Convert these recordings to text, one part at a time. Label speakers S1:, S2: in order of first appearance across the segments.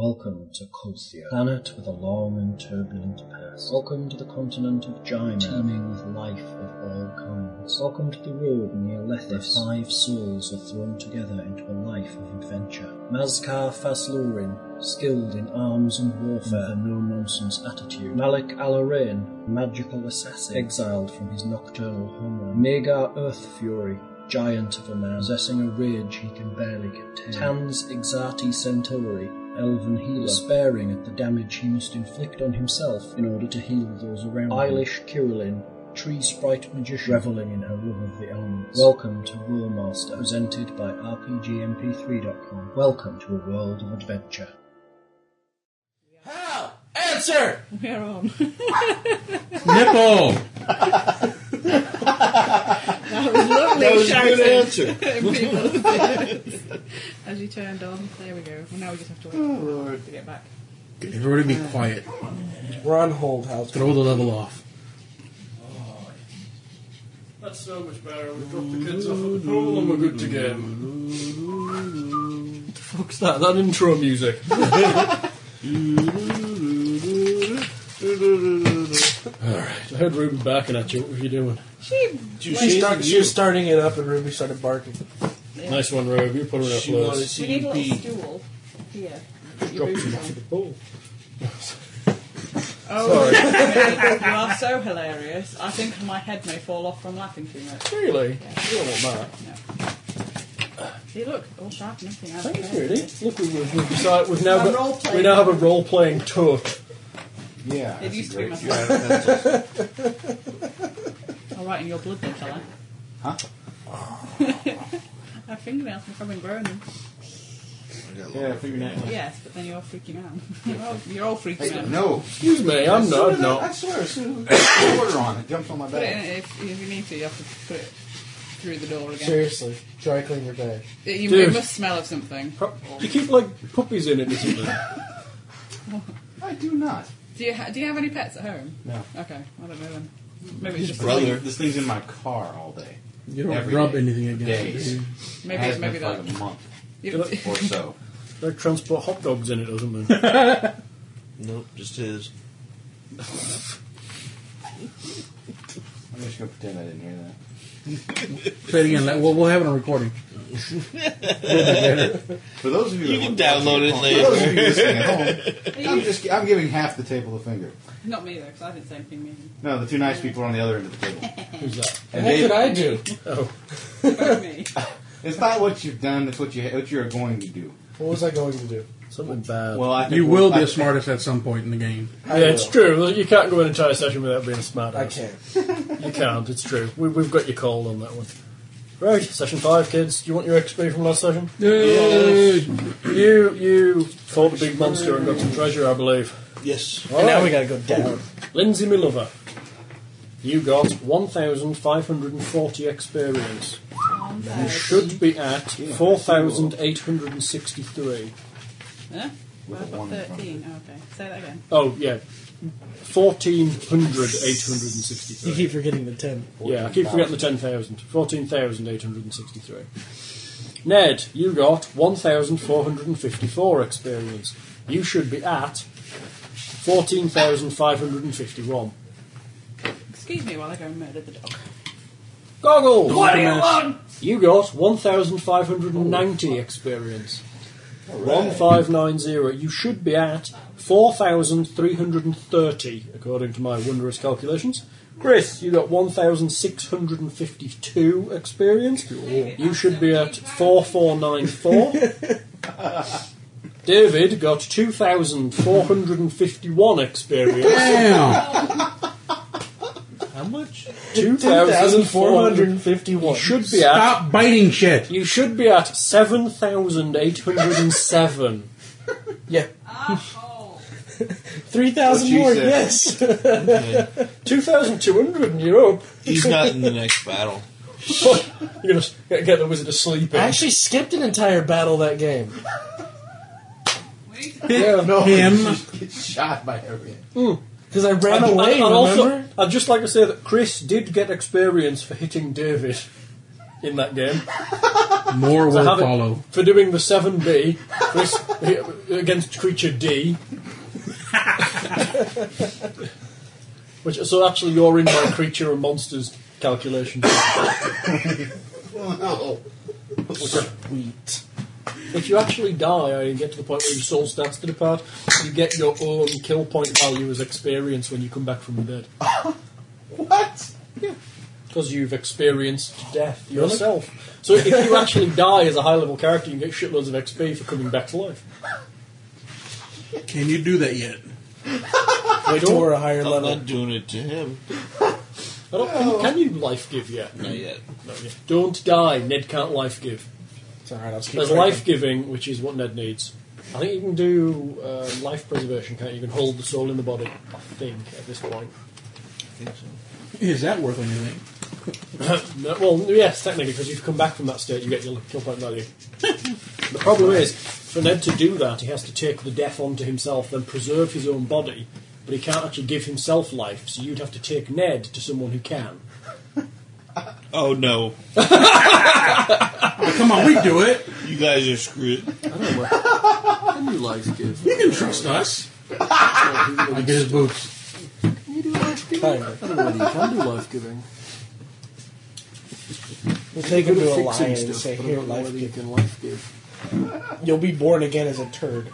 S1: Welcome to Colcia, planet with a long and turbulent past. Welcome to the continent of Gyma, teeming with life of all kinds. Welcome to the road near Lethis, where five souls are thrown together into a life of adventure. Mazkar Faslurin, skilled in arms and warfare, with a no-nonsense attitude. Malik Alarain, magical assassin, exiled from his nocturnal homeland. Magar Earth Fury, giant of a man, possessing a rage he can barely contain. Tans Exati Centauri, elven healer, despairing at the damage he must inflict on himself in order to heal those around him. Eilish Kirillin, tree sprite magician, reveling in her love of the elements. Welcome to Rule Master, presented by RPGMP3.com. Welcome to a world of adventure.
S2: Hal, answer!
S3: We're on.
S4: Nipple!
S3: That was lovely
S2: That was a
S3: shouting.
S2: good answer.
S3: in people's ears As you turned on, there we go. Well, now we just have to wait to get back.
S4: Everybody be quiet.
S5: We're on hold, Hal.
S4: Throw the level off.
S6: That's so much better. We dropped the kids off at the pool and we're good to go.
S4: Fuck's that? That intro music. Alright, I heard Ruben barking at you. What were you doing?
S3: She
S5: She, start, she was starting it up, and Ruby started barking.
S4: Nice one, Ruben. You put her in a
S5: She wanted
S4: place.
S5: to
S3: we need a little
S5: be
S3: stool here.
S4: Dropped him off at the pool.
S3: Oh, you are so hilarious. I think my head may fall off from laughing too much.
S4: Really? You don't want that.
S3: See, look, all sharp, nothing. I don't
S4: Thanks,
S3: care.
S4: really. Look, we, we've, we've decided, we've now
S3: My
S4: got,
S3: role-playing.
S4: we now have a role playing tote.
S2: Yeah.
S3: It used to be my
S2: You had a pencil.
S3: All right, in your blood, there, fella.
S2: Huh?
S3: My fingernails are coming burning.
S2: Yeah, fingernail.
S3: Yes, but then you're all freaking out. You're all, you're all freaking
S2: Hey,
S3: out.
S2: no.
S4: Excuse me, I'm not. I'm
S2: I
S4: not.
S2: swear, as soon as we got the water on, it jumped on my
S3: Put it in,
S2: back.
S3: if, if you need to, you have to put it through the door again.
S5: seriously dry cleaner day.
S3: It, you,
S4: Dude.
S3: it must smell of something.
S4: Pro- You keep like puppies in it or something.
S2: I do not.
S3: Do you ha- do you have any pets at home?
S2: No.
S3: Okay, I don't know then. Maybe it's
S2: His
S3: just
S2: brother. This thing's in my car all day.
S4: You don't
S2: Every
S4: rub
S2: day.
S4: anything against it,
S2: Days.
S4: do you?
S3: Maybe
S2: Has
S3: it's
S2: been
S3: maybe
S2: for
S3: that.
S2: like a month
S3: You,
S2: or so.
S4: They transport hot dogs in it or something.
S7: Nope, just his.
S2: I'm just gonna pretend I didn't hear that.
S4: Say it again. Like, we'll, we'll have it on recording.
S2: For those of you,
S7: You
S2: that
S7: can
S2: want-
S7: download it
S2: For those of
S7: later.
S2: you listening at home, I'm just I'm giving half the table a finger.
S3: not me though, because I didn't say anything mean.
S2: No, the two nice people are on the other end of the table.
S4: Who's that?
S2: And
S5: What
S2: they-
S5: did I do?
S3: About me.
S2: It's not what you've done; it's what you what you're going to do.
S5: What was I going to do?
S4: Something bad.
S2: Well, I think
S8: You will be
S2: I-
S8: a smartest at some point in the game.
S4: yeah, it's true. You can't go an entire session without being a smart
S5: I
S4: ass.
S5: can't.
S4: You can't. It's true. We, we've got your call on that one. Right, session five, kids. Do you want your XP from last session? You you fought a big monster and got some treasure, I believe.
S7: yes.
S4: All right.
S5: gotta go down.
S4: Lindsay Milova. You got 1,540 experience. You should be at 4,863.
S3: Huh?
S2: With
S3: Well,
S2: a
S3: I've got
S2: one in front of
S3: thirteen. Oh, okay, say that again.
S4: Oh, yeah. 14,863.
S5: You keep forgetting the ten.
S4: Yeah, I keep forgetting the 10,000. 14,863. Ned, you got 1,454 experience. You should be at 14,551.
S3: Excuse me while I go and murder the dog.
S4: Goggles!
S3: do you want?
S4: You got 1,590 experience. 1,590. You should be at 4,330, according to my wondrous calculations. Chris, you got 1,652 experience. You should be at 4,494. David got 2,451 experience.
S8: Damn!
S5: How much?
S4: 2,400. You
S5: 1,451.
S4: should be at
S8: Stop biting shit!
S4: You should be at 7,807.
S5: Yeah.
S3: Oh,
S5: 3,000
S2: What she
S5: more,
S2: said.
S5: yes.
S4: 2,200 in Europe.
S7: He's not in the next battle.
S4: You're going to get the wizard to sleep
S5: I
S4: in.
S5: actually skipped an entire battle that game.
S3: we need to
S4: Yeah.
S2: No,
S8: Him.
S2: get shot by everything.
S5: Because I
S4: And,
S5: ran
S4: and-
S5: away,
S4: and
S5: remember?
S4: also, I'd just like to say that Chris did get experience for hitting David. in that game
S8: More will
S4: have it-
S8: follow.
S4: for doing the seven B against creature D. Which so actually you're in my creature and monsters calculation,
S2: Oh.
S5: Wow.
S9: Sweet.
S4: If you actually die, you get to the point where your soul starts to depart. You get your own kill point value as experience when you come back from the dead.
S2: What?
S4: Because you've experienced death yourself. So if you actually die as a high level character, you can get shitloads of XP for coming back to life.
S8: Can you do that yet?
S4: Wait,
S9: To a higher
S7: I'm
S9: level.
S7: not doing it to him.
S4: I don't think, can you life give yet?
S7: Not yet.
S4: Don't die. Ned can't life give.
S9: It's alright, I'll just keep
S4: There's
S9: tracking.
S4: life giving, which is what Ned needs. I think you can do uh, life preservation, can't you? You can hold the soul in the body, I think, at this point.
S7: I think so.
S8: Is that worth anything?
S4: No, well, yes, technically, because you've come back from that state, you get your kill point value. the problem is, for Ned to do that, he has to take the death onto himself, then preserve his own body, but he can't actually give himself life, so you'd have to take Ned to someone who can.
S7: Oh no,
S8: Oh, come on, we can do it.
S7: you guys are screwed.
S5: Can you life give?
S8: You can trust us. I get his boots.
S5: Can you do life giving?
S9: Kind of.
S5: I don't know whether you can do life giving.
S9: We'll take him to a
S5: Fixing
S9: lion and
S5: stuff,
S9: say,
S5: but I
S9: here,
S5: don't know
S9: life
S5: whether you
S9: giving.
S5: can life give.
S9: You'll be born again as a turd.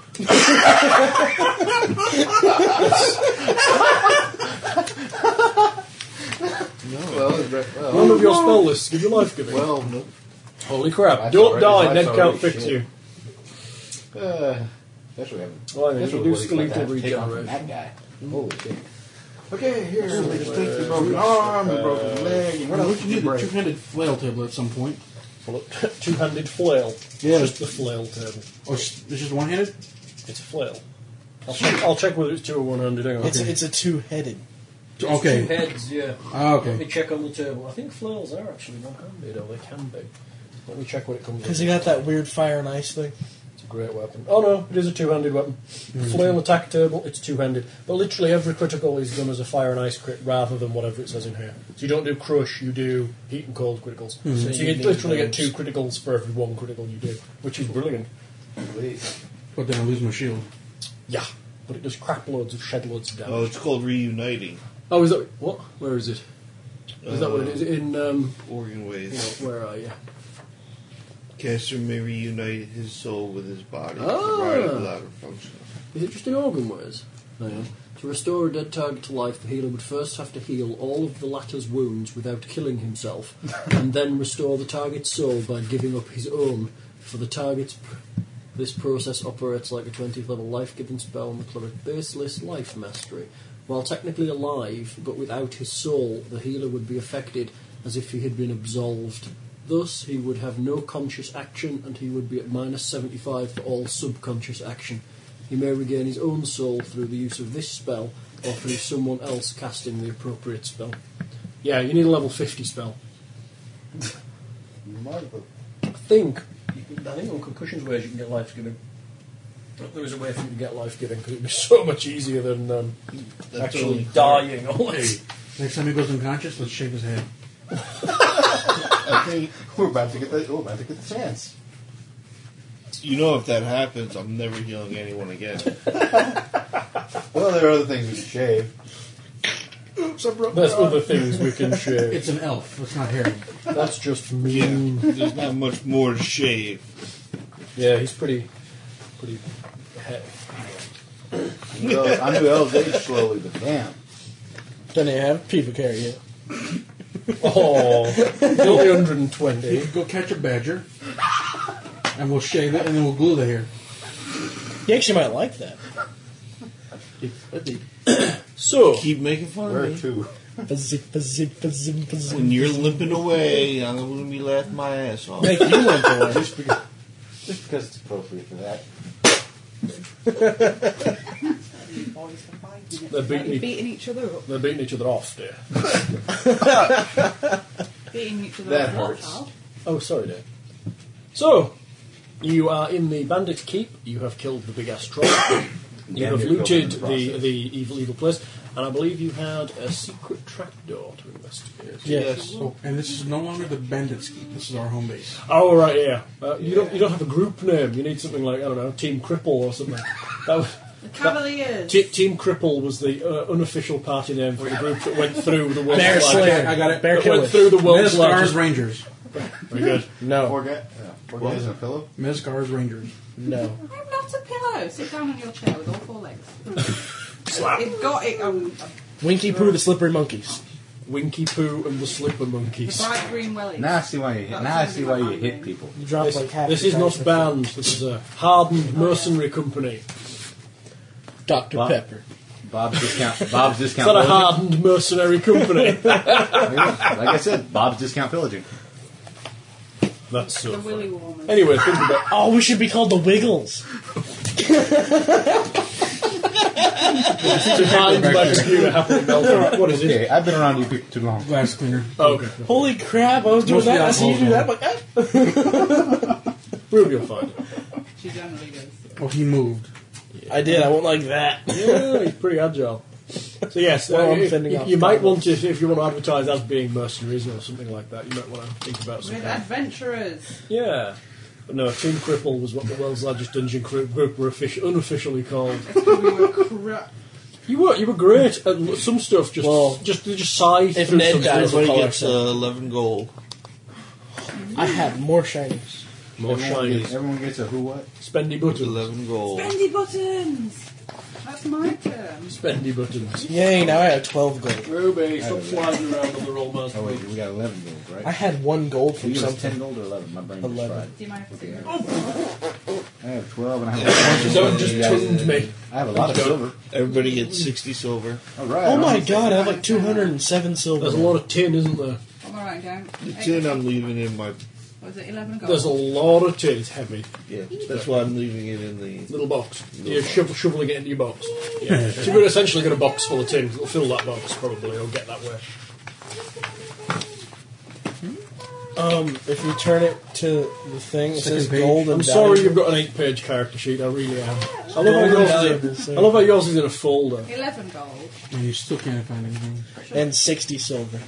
S5: Well, it-
S2: Oh.
S5: well,
S4: None of your spell lists give you life giving.
S5: well, no.
S4: Holy crap,
S2: That's
S4: don't
S2: already-
S4: die,
S2: that's
S4: Ned can't
S2: already
S4: fix
S2: shit.
S4: you.
S2: Uh, that's what happened.
S4: Well, I mean,
S2: That's
S4: you
S2: what
S4: do
S2: Woody's gonna
S4: skeletal
S2: have to Mm-hmm. take on from
S4: regeneration.
S2: That guy. Holy shit. Okay, here.
S5: we just take the
S2: broken arm, the broken leg, and
S8: We're not looking at a two-handed flail table at some point.
S4: Two handed flail.
S8: Yeah.
S4: Just the flail table.
S8: Or Oh, s- it's just one-handed?
S4: It's a flail. I'll check, I'll check whether it's two or one hundred. Hang on.
S9: It's, it's a two headed.
S8: Okay.
S4: Two heads, yeah.
S8: Ah,
S4: Let me
S8: okay.
S4: check on the table. I think flails are actually not handed, or they can be. Let me check what it comes with.
S9: Because you got that weird fire and ice thing.
S4: It's a great weapon. Mm. Oh no, it is a two-handed weapon. Flail attack table, it's two-handed. But literally every critical is done as a fire and ice crit rather than whatever it says in here. So you don't do crush, you do heat and cold criticals.
S8: Hmm.
S4: So, you
S9: need
S4: literally get
S9: those.
S4: two criticals for every one critical you do, which is brilliant.
S8: But then I lose my shield.
S4: Yeah. But it does crap loads of shed loads of
S7: Oh,
S4: damage.
S7: it's called reuniting.
S4: Oh, is that what? Where is it? Is that what it is? In um,
S7: Oregon ways.
S4: where are you?
S7: Caster may reunite his soul with his body.
S9: Oh.
S5: Ah.
S7: provided the latter function.
S5: Is it just in organ ways? To restore a dead target to life, the healer would first have to heal all of the latter's wounds without killing himself, and then restore the target's soul by giving up his own. For the target's. Pr- this process operates like a 20th level life giving spell on the cleric baseless life mastery. While technically alive, but without his soul, the healer would be affected as if he had been absolved. Thus, he would have no conscious action and he would be at minus 75 for all subconscious action. He may regain his own soul through the use of this spell or through someone else casting the appropriate spell.
S4: Yeah, you need a level 50 spell. I think. I think on concussions ways you can get life giving. There is a way for you to get life giving because it'd be so much easier than um,
S7: That's
S4: actually
S7: only-
S4: dying. Only.
S8: Next time he goes unconscious, let's shave his head.
S2: Okay, we're about to get the we're about to get the chance.
S7: You know, if that happens, I'm never healing anyone again.
S2: Well, there are other things we can shave.
S4: There's other things we can share.
S8: It's an elf. It's not Harry.
S4: That's just mean.
S7: yeah, there's not much more to shave.
S4: Yeah, he's pretty, pretty. he-
S2: Well, I'm too elevated slowly, but damn.
S9: Then they have people carry it.
S4: Oh, only 120.
S8: Go catch a badger, and we'll shave it, and then we'll glue the hair.
S9: You actually might like that.
S4: So,
S7: Keep making fun
S2: Where
S7: of me.
S2: to?
S9: Bazip, bazip, bazip, bazip.
S7: When you're limping away, I'm going to be laughing my ass off.
S9: Make you limp away.
S2: Just because, just because it's appropriate for that.
S4: they're
S3: Like,
S4: beating, each,
S3: beating each other up.
S4: they're beating each other off, dear.
S3: Beating each other
S2: That
S3: up.
S2: hurts.
S3: Hard.
S4: Oh, sorry, Dave. So, you are in the bandit keep. You have killed the big ass troll. you have
S2: Damn near killed him in
S4: looted
S2: the
S4: the,
S2: process.
S4: the evil, evil place.
S6: And I believe you had a secret trapdoor to investigate.
S5: Yes.
S8: And this is no longer the bandits' keep. This is our home base.
S4: Oh right, yeah. Uh, you don't you don't have a group name. You need something like I don't know, Team Cripple or something. that was,
S3: The Cavaliers.
S4: Te- Team Cripple was the uh, unofficial party name for the group that went through the world's
S5: Bear
S4: largest.
S5: Slayer.
S8: I got it.
S5: Bear
S4: That went
S5: Killer.
S4: through the world's
S8: Mezgar's
S4: largest.
S8: Rangers.
S4: Very good.
S5: No.
S2: Four guys, yeah, four guys and a pillow.
S8: Mezgar's Rangers.
S5: No.
S3: I'm not a pillow. Sit down on your chair with all four legs. It got it um, on a
S5: Winky Pooh the Slippery Monkeys.
S4: Winky Pooh and the Slipper Monkeys.
S3: bright green welly.
S2: Now I see why you hit. Now I see why you hit people.
S5: You drop like half.
S4: This
S5: the
S4: is
S5: size
S4: not
S5: of-
S4: banned. This is a hardened mercenary company.
S5: Dr.
S2: Wow.
S5: Pepper.
S2: Bob's discount. Bob's
S4: It's
S2: discount.
S4: not a
S2: Pillaging.
S4: hardened mercenary company.
S2: Like I said, Bob's discount pillaging.
S4: That's
S3: the
S4: so
S3: willy
S4: funny.
S3: warmers.
S4: Anyway, think about
S5: Oh, we should be called the Wiggles.
S4: it. Behind my computer happening now. What is it?
S2: Okay, I've been around you people too long.
S8: Glass cleaner.
S4: Oh, Okay.
S5: Holy crap! I was doing
S8: Mostly
S5: that. I see you do that. I'm
S8: alcohol,
S5: like, ah.
S4: We'll be fine.
S3: She generally goes.
S8: Oh, he moved.
S5: I did. I went like that.
S4: Yeah, he's pretty agile. So yes,
S5: Well,
S4: uh,
S5: I'm
S4: you-
S5: sending
S4: you,
S5: off
S4: you might want
S5: Donald.
S4: to, if you want to advertise as being mercenaries or something like that, you might want to think about
S3: With
S4: something.
S3: adventurers.
S4: Yeah. But no, Team Cripple was what the world's largest dungeon cri- group were offici- unofficially called.
S3: we were crap.
S4: You were you were great at l- some stuff. Just
S5: Well,
S4: just they just sighed
S5: if
S4: through
S5: Ned
S4: some
S5: dies,
S4: stuff.
S5: what
S7: Everybody
S5: color
S7: gets uh, 11 gold.
S5: I have more shinies.
S4: More
S2: Everyone
S4: shiny,
S2: gets, everyone gets a who what?
S4: spendy buttons,
S7: 11 gold.
S3: Bendy buttons. That's my turn.
S4: spendy buttons.
S5: Yay! Now I have twelve gold.
S4: Ruby, stop flying around on the roll master.
S2: Oh wait, we got eleven gold,
S5: I
S2: right?
S5: had one gold
S2: Do
S5: from
S2: you have
S5: something.
S2: ten gold or eleven? My brain just
S5: 11.
S2: fried.
S3: Do you mind if I sit
S2: Okay.
S5: Oh,
S2: I have twelve, and I have. a bunch of
S4: Don't
S2: money,
S4: just
S2: you guys.
S4: tund me.
S2: I have a lot of
S4: Don't.
S2: silver.
S7: Everybody gets 60 silver.
S2: All right.
S5: Oh
S2: I'm
S5: my
S2: gonna-
S5: god! I have like two hundred and seven silver.
S4: There's a lot of tin, isn't there?
S3: I'm alright, down.
S7: The 10 I'm leaving in my.
S3: Was it 11 gold?
S4: There's a lot of tin. It's heavy.
S7: Yeah, that's why I'm leaving it in the.
S4: Little box. You're shov- shoveling it into your box. Yeah. so you've essentially got a box full of tin. It'll fill that box probably. Or get that way.
S5: Um, if you turn it to the thing, it says
S8: page.
S5: gold and
S4: I'm sorry
S5: diamond.
S4: you've got an eight-page character sheet. I really am. I love,
S5: Golden
S4: how yours
S5: diamonds,
S4: is in,
S5: yeah.
S4: I love how yours is in a folder.
S3: 11 gold.
S8: And you still can't find anything.
S5: and sixty silver.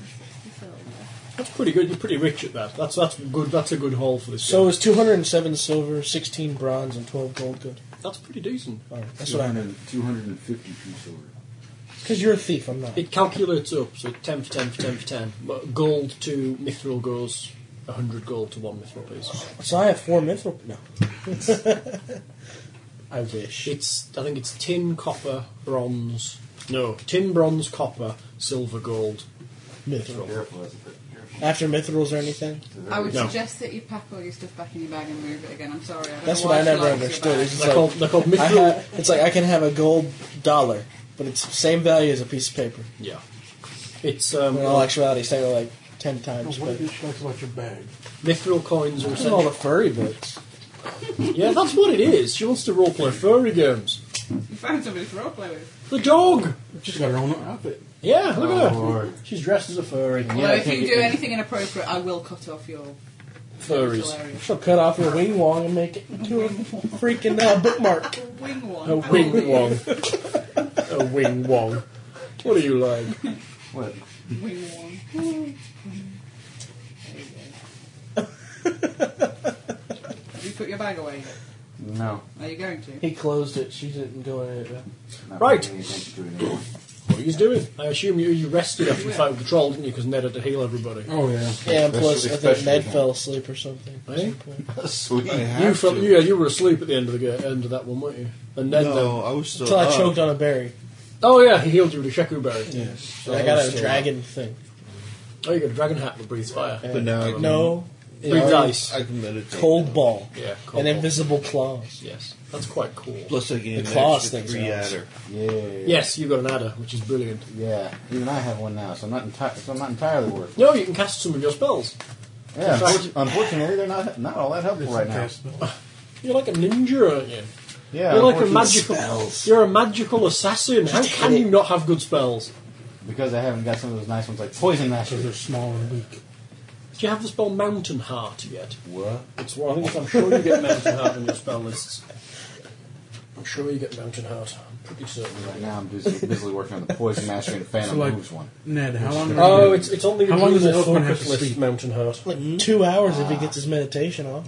S4: That's pretty good. You're pretty rich at that. That's that's good. That's a good haul for this.
S5: So
S4: game.
S5: is two hundred and seven silver, sixteen bronze, and twelve gold good?
S4: that's pretty decent.
S5: All right, that's
S2: Two
S5: what I know.
S2: hundred two hundred and fifty-two silver.
S5: Because you're a thief, I'm not.
S4: It calculates up. So ten for ten for ten for ten. But Gold to mithril goes hundred gold to one mithril piece.
S5: So I have four mithril. No. I wish.
S4: It's I think it's tin, copper, bronze. No, tin, bronze, copper, silver, gold,
S5: Mithril.
S2: Careful, that's a bit.
S5: After mithrils or anything?
S3: I would
S4: No.
S3: suggest that you pack all your stuff back in your bag and move it again. I'm sorry. I don't
S5: That's
S3: know
S5: what
S3: why
S5: I
S3: she
S5: never
S3: likes your
S5: understood.
S3: bag.
S5: It's
S4: They're called,
S5: like,
S4: they're called
S5: I
S4: mithril.
S5: ha- it's like I can have a gold dollar, but it's the same value as a piece of paper.
S4: yeah. It's um,
S5: In all actuality, it's taken like ten times.
S8: What
S5: But
S8: did you like about your bag?
S4: mithril coins are
S5: Look at all
S4: essentially.
S5: the furry books.
S4: yeah, that's what it is. She wants to roleplay furry games.
S3: You found somebody to roleplay with.
S4: The dog.
S8: She's got her own outfit.
S4: Yeah, look at her.
S2: Lord.
S4: She's dressed as a furry.
S3: Although if you do anything inappropriate, I will cut off your
S4: Furries.
S3: hilarious.
S5: She'll cut off your wing wong and make it into a freaking uh, bookmark.
S3: Wing one.
S4: A wing wong. a wing wong. What are you like?
S2: What?
S3: Wing one. There you go. Have you put your bag away yet?
S2: No.
S3: Are you going to?
S5: He closed it. She didn't go in it.
S2: Not
S4: Right.
S2: paying attention to it anymore.
S4: What are you doing? I assume you, you rested after you fight with the troll, didn't you? Because Ned had to heal everybody.
S8: Oh, yeah.
S5: Yeah, and plus I
S2: Especially-
S5: think Ned
S2: especially-
S5: fell asleep or something. at
S4: Eh?
S5: some point.
S2: Sweet.
S7: I
S4: You
S7: have
S4: felt,
S7: to.
S4: yeah, you were asleep at the end of the ga- end of that one, weren't you? And Ned then.
S7: No, I was still.
S5: Until I
S7: up.
S5: choked on a berry.
S4: Oh yeah, he healed you with a sheku berry.
S5: And I got a dragon thing.
S4: Oh, you got a dragon hat that breathes fire.
S7: But now I can,
S5: No,
S4: Breathes ice.
S7: I can meditate.
S5: cold ball.
S4: Yeah, cold
S5: and
S4: ball.
S5: invisible claws.
S4: Yes, that's quite cool.
S7: Plus, I can get
S5: The
S7: an
S5: claws
S7: extra
S5: thing's
S7: three
S5: nice.
S7: adder.
S2: Yeah.
S4: Yes, you got an adder, which is brilliant.
S2: Yeah. Even I have one now, so I'm not entirely. So I'm not entirely worried.
S4: No, you can cast some of your spells.
S2: Yeah.
S4: Sorry.
S2: Unfortunately, they're not not all that helpful right now.
S4: You're like a ninja, aren't you?
S2: Yeah.
S4: you're like a
S2: unfortunately,
S4: magical. You're a magical assassin. How can you not have good spells?
S2: Because I haven't got some of those nice ones like poison
S8: Because they're
S2: ashes.
S8: small and weak.
S4: Do you have the spell Mountain Heart yet?
S2: What?
S4: It's one. I think I'm sure you get Mountain Heart in your spell lists. I'm sure you get Mountain Heart. I'm pretty certain.
S2: Right now I'm busy, busily working on the Poison Master and Phantom
S8: So, like-
S2: Moves one.
S8: Ned, how long?
S4: Oh, it's, it's on the
S8: How long does
S4: Druidal
S8: the Elfman have
S4: Focus
S8: to
S4: list,
S8: sleep?
S4: Mountain Heart.
S5: Like two hours if he gets his meditation on.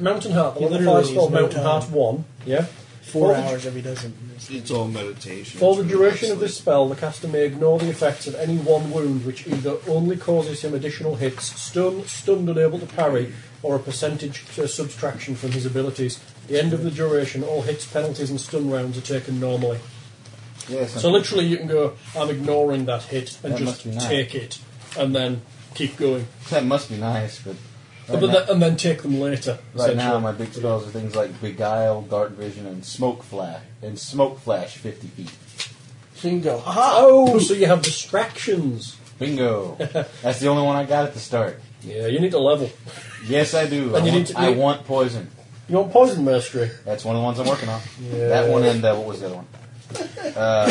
S4: Mountain Heart, the
S5: He
S4: level
S5: literally
S4: 5 spell,
S5: has no
S4: Mountain
S5: time.
S4: Heart 1. Yeah?
S5: Four
S4: For the-
S5: hours if he doesn't.
S7: It's all meditation.
S4: For the
S7: It's
S4: duration of
S7: really
S4: this spell, the caster may ignore the effects of any one wound, which either only causes him additional hits, stun, stunned, unable to parry, or a percentage uh, subtraction from his abilities. At the end of the duration, all hits, penalties, and stun rounds are taken normally.
S2: Yes.
S4: So literally, you can go, I'm ignoring that hit, and
S2: That
S4: just
S2: must be nice.
S4: take it, and then keep going.
S2: that must be nice, but right,
S4: but
S2: now,
S4: then, and then take them later.
S2: right now
S4: essentially.
S2: my big spells are things like Beguile, Dark Vision, and Smoke Flash. And Smoke Flash 50 feet.
S5: So you can go, "Ah,
S4: Oh, so you have distractions.
S2: Bingo. That's the only one I got at the start.
S4: Yeah, you need to level.
S2: Yes, I do. I,
S4: And you
S2: want,
S4: need to-
S2: I want Poison.
S4: You want poison mastery?
S2: That's one of the ones I'm working on. That one and uh, what was the other one? Uh,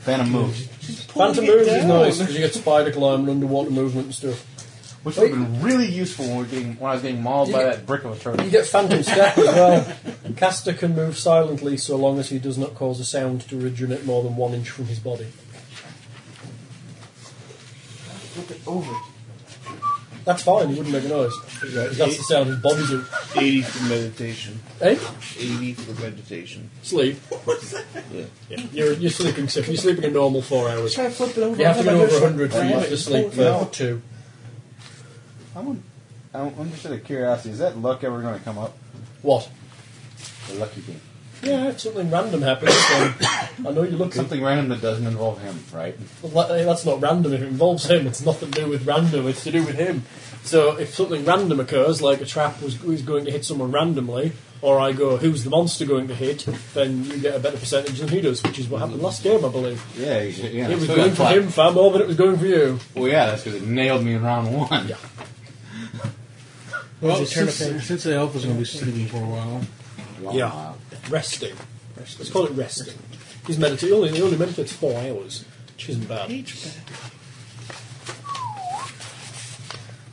S2: Phantom Moves.
S4: Phantom moves is nice because you get spider climb and underwater movement and stuff.
S2: Which would have been really useful when, we were getting, when I was getting mauled
S4: You
S2: by
S4: get-
S2: that brick of a
S4: You
S2: turtle.
S4: get phantom step as well. Caster can move silently so long as he does not cause a sound to originate more than one inch from his body. That's fine. He wouldn't make a noise.
S7: Yeah,
S4: 'Cause That's the sound his body do.
S7: 80 for meditation.
S4: Eh?
S7: 80 for meditation.
S4: Sleep.
S7: Yeah.
S4: You're, you're sleeping sick. You're sleeping a normal four hours.
S5: Try to flip it over.
S4: You have to
S5: How
S4: get
S5: about
S4: over
S5: this one?
S4: 100 for
S5: Grab
S4: you
S5: it.
S4: to sleep
S5: Pull it
S4: for
S5: out.
S4: two.
S2: I'm, I'm, I'm just out of curiosity. Is that luck ever going to come up?
S4: What?
S2: The lucky thing.
S4: Yeah, if something random happens. then I know you look
S2: Something random that doesn't involve him, right?
S4: Well, that- that's not random. If it involves him, it's nothing to do with random. It's to do with him. So if something random occurs, like a trap was is going to hit someone randomly, or I go, "Who's the monster going to hit?" Then you get a better percentage than he does, which is what happened last game, I believe.
S2: Yeah, you should- yeah.
S4: It was
S2: so
S4: going
S2: that's
S4: for
S2: why-
S4: him, far more than it was going for you.
S2: Well, yeah, that's because it nailed me in round one.
S4: Yeah.
S8: Well,
S5: Does it turn
S8: since,
S5: a page?
S8: since the elf is going to be sleeping for a while,
S2: Long
S4: Yeah.
S2: while.
S4: Resting. Let's call it resting. He's meditating. He only, he only meditates four hours, which isn't bad.
S5: Page back.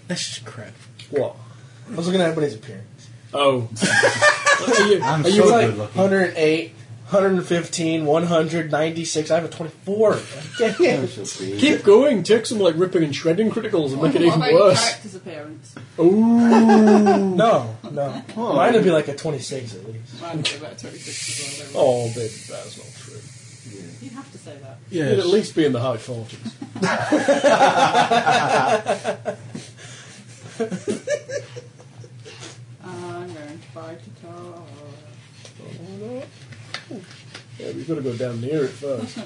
S5: That's just crap.
S4: What?
S5: I was looking at everybody's appearance.
S4: Oh. are you,
S2: I'm
S4: are you
S2: so
S4: like-
S2: good looking.
S5: 108, 115, 196. I have a 24.
S2: I
S5: Damn.
S2: shall see.
S4: Keep going. Take some like ripping and shredding criticals and make it
S3: What
S4: even
S3: about your
S4: worse.
S3: character's appearance?
S5: No, no. Mine would be like a 26 at least.
S3: Mine would be about 26 as well. don't
S4: Oh, baby, that's not true.
S3: worry. You have to say that.
S8: yeah,
S4: It'd at least be in the high 40s.
S3: I'm going to buy guitar.
S4: Yeah, we've got to go down near it first.
S3: True.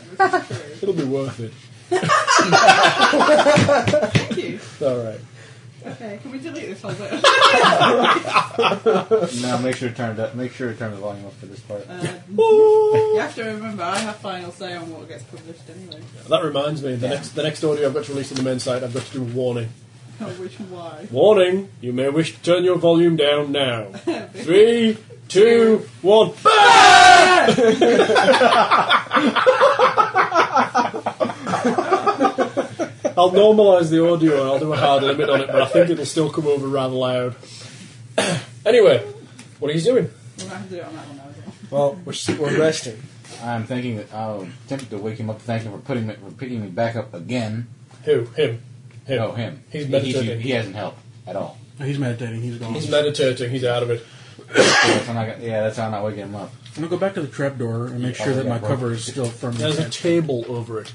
S4: It'll be worth it.
S3: Thank you.
S4: All right.
S3: Okay, can we delete this whole bit?
S2: Now make sure to turn it up. Make sure to turn the volume up for this part.
S3: Um, you have to remember, I have final say on what gets published anyway.
S4: That reminds me, the next the next audio I've got to release on the main site, I've got to do a warning.
S3: Oh, which and why?
S4: Warning! You may wish to turn your volume down now. Three, two, one. I'll normalise the audio. I'll do a hard limit on it, but I think it'll still come over rather loud. anyway, what are you doing?
S3: We'll have to do it on that one now as well.
S5: Well, we're, s- we're resting.
S2: I'm thinking that I'm tempted to wake him up to thank him for putting me, for picking me back up again.
S4: Who? Him? Him?
S2: No, him.
S4: He's
S2: He-
S4: meditating.
S2: He, he hasn't helped at all.
S8: he's meditating. He's gone.
S4: He's meditating. He's out of it.
S2: So that's how I'm not, gonna- yeah, that's how I'm not waking him up.
S8: I'm gonna go back to the trapdoor and make sure that my cover is still firmly
S4: There's a
S8: attached.
S4: table over it.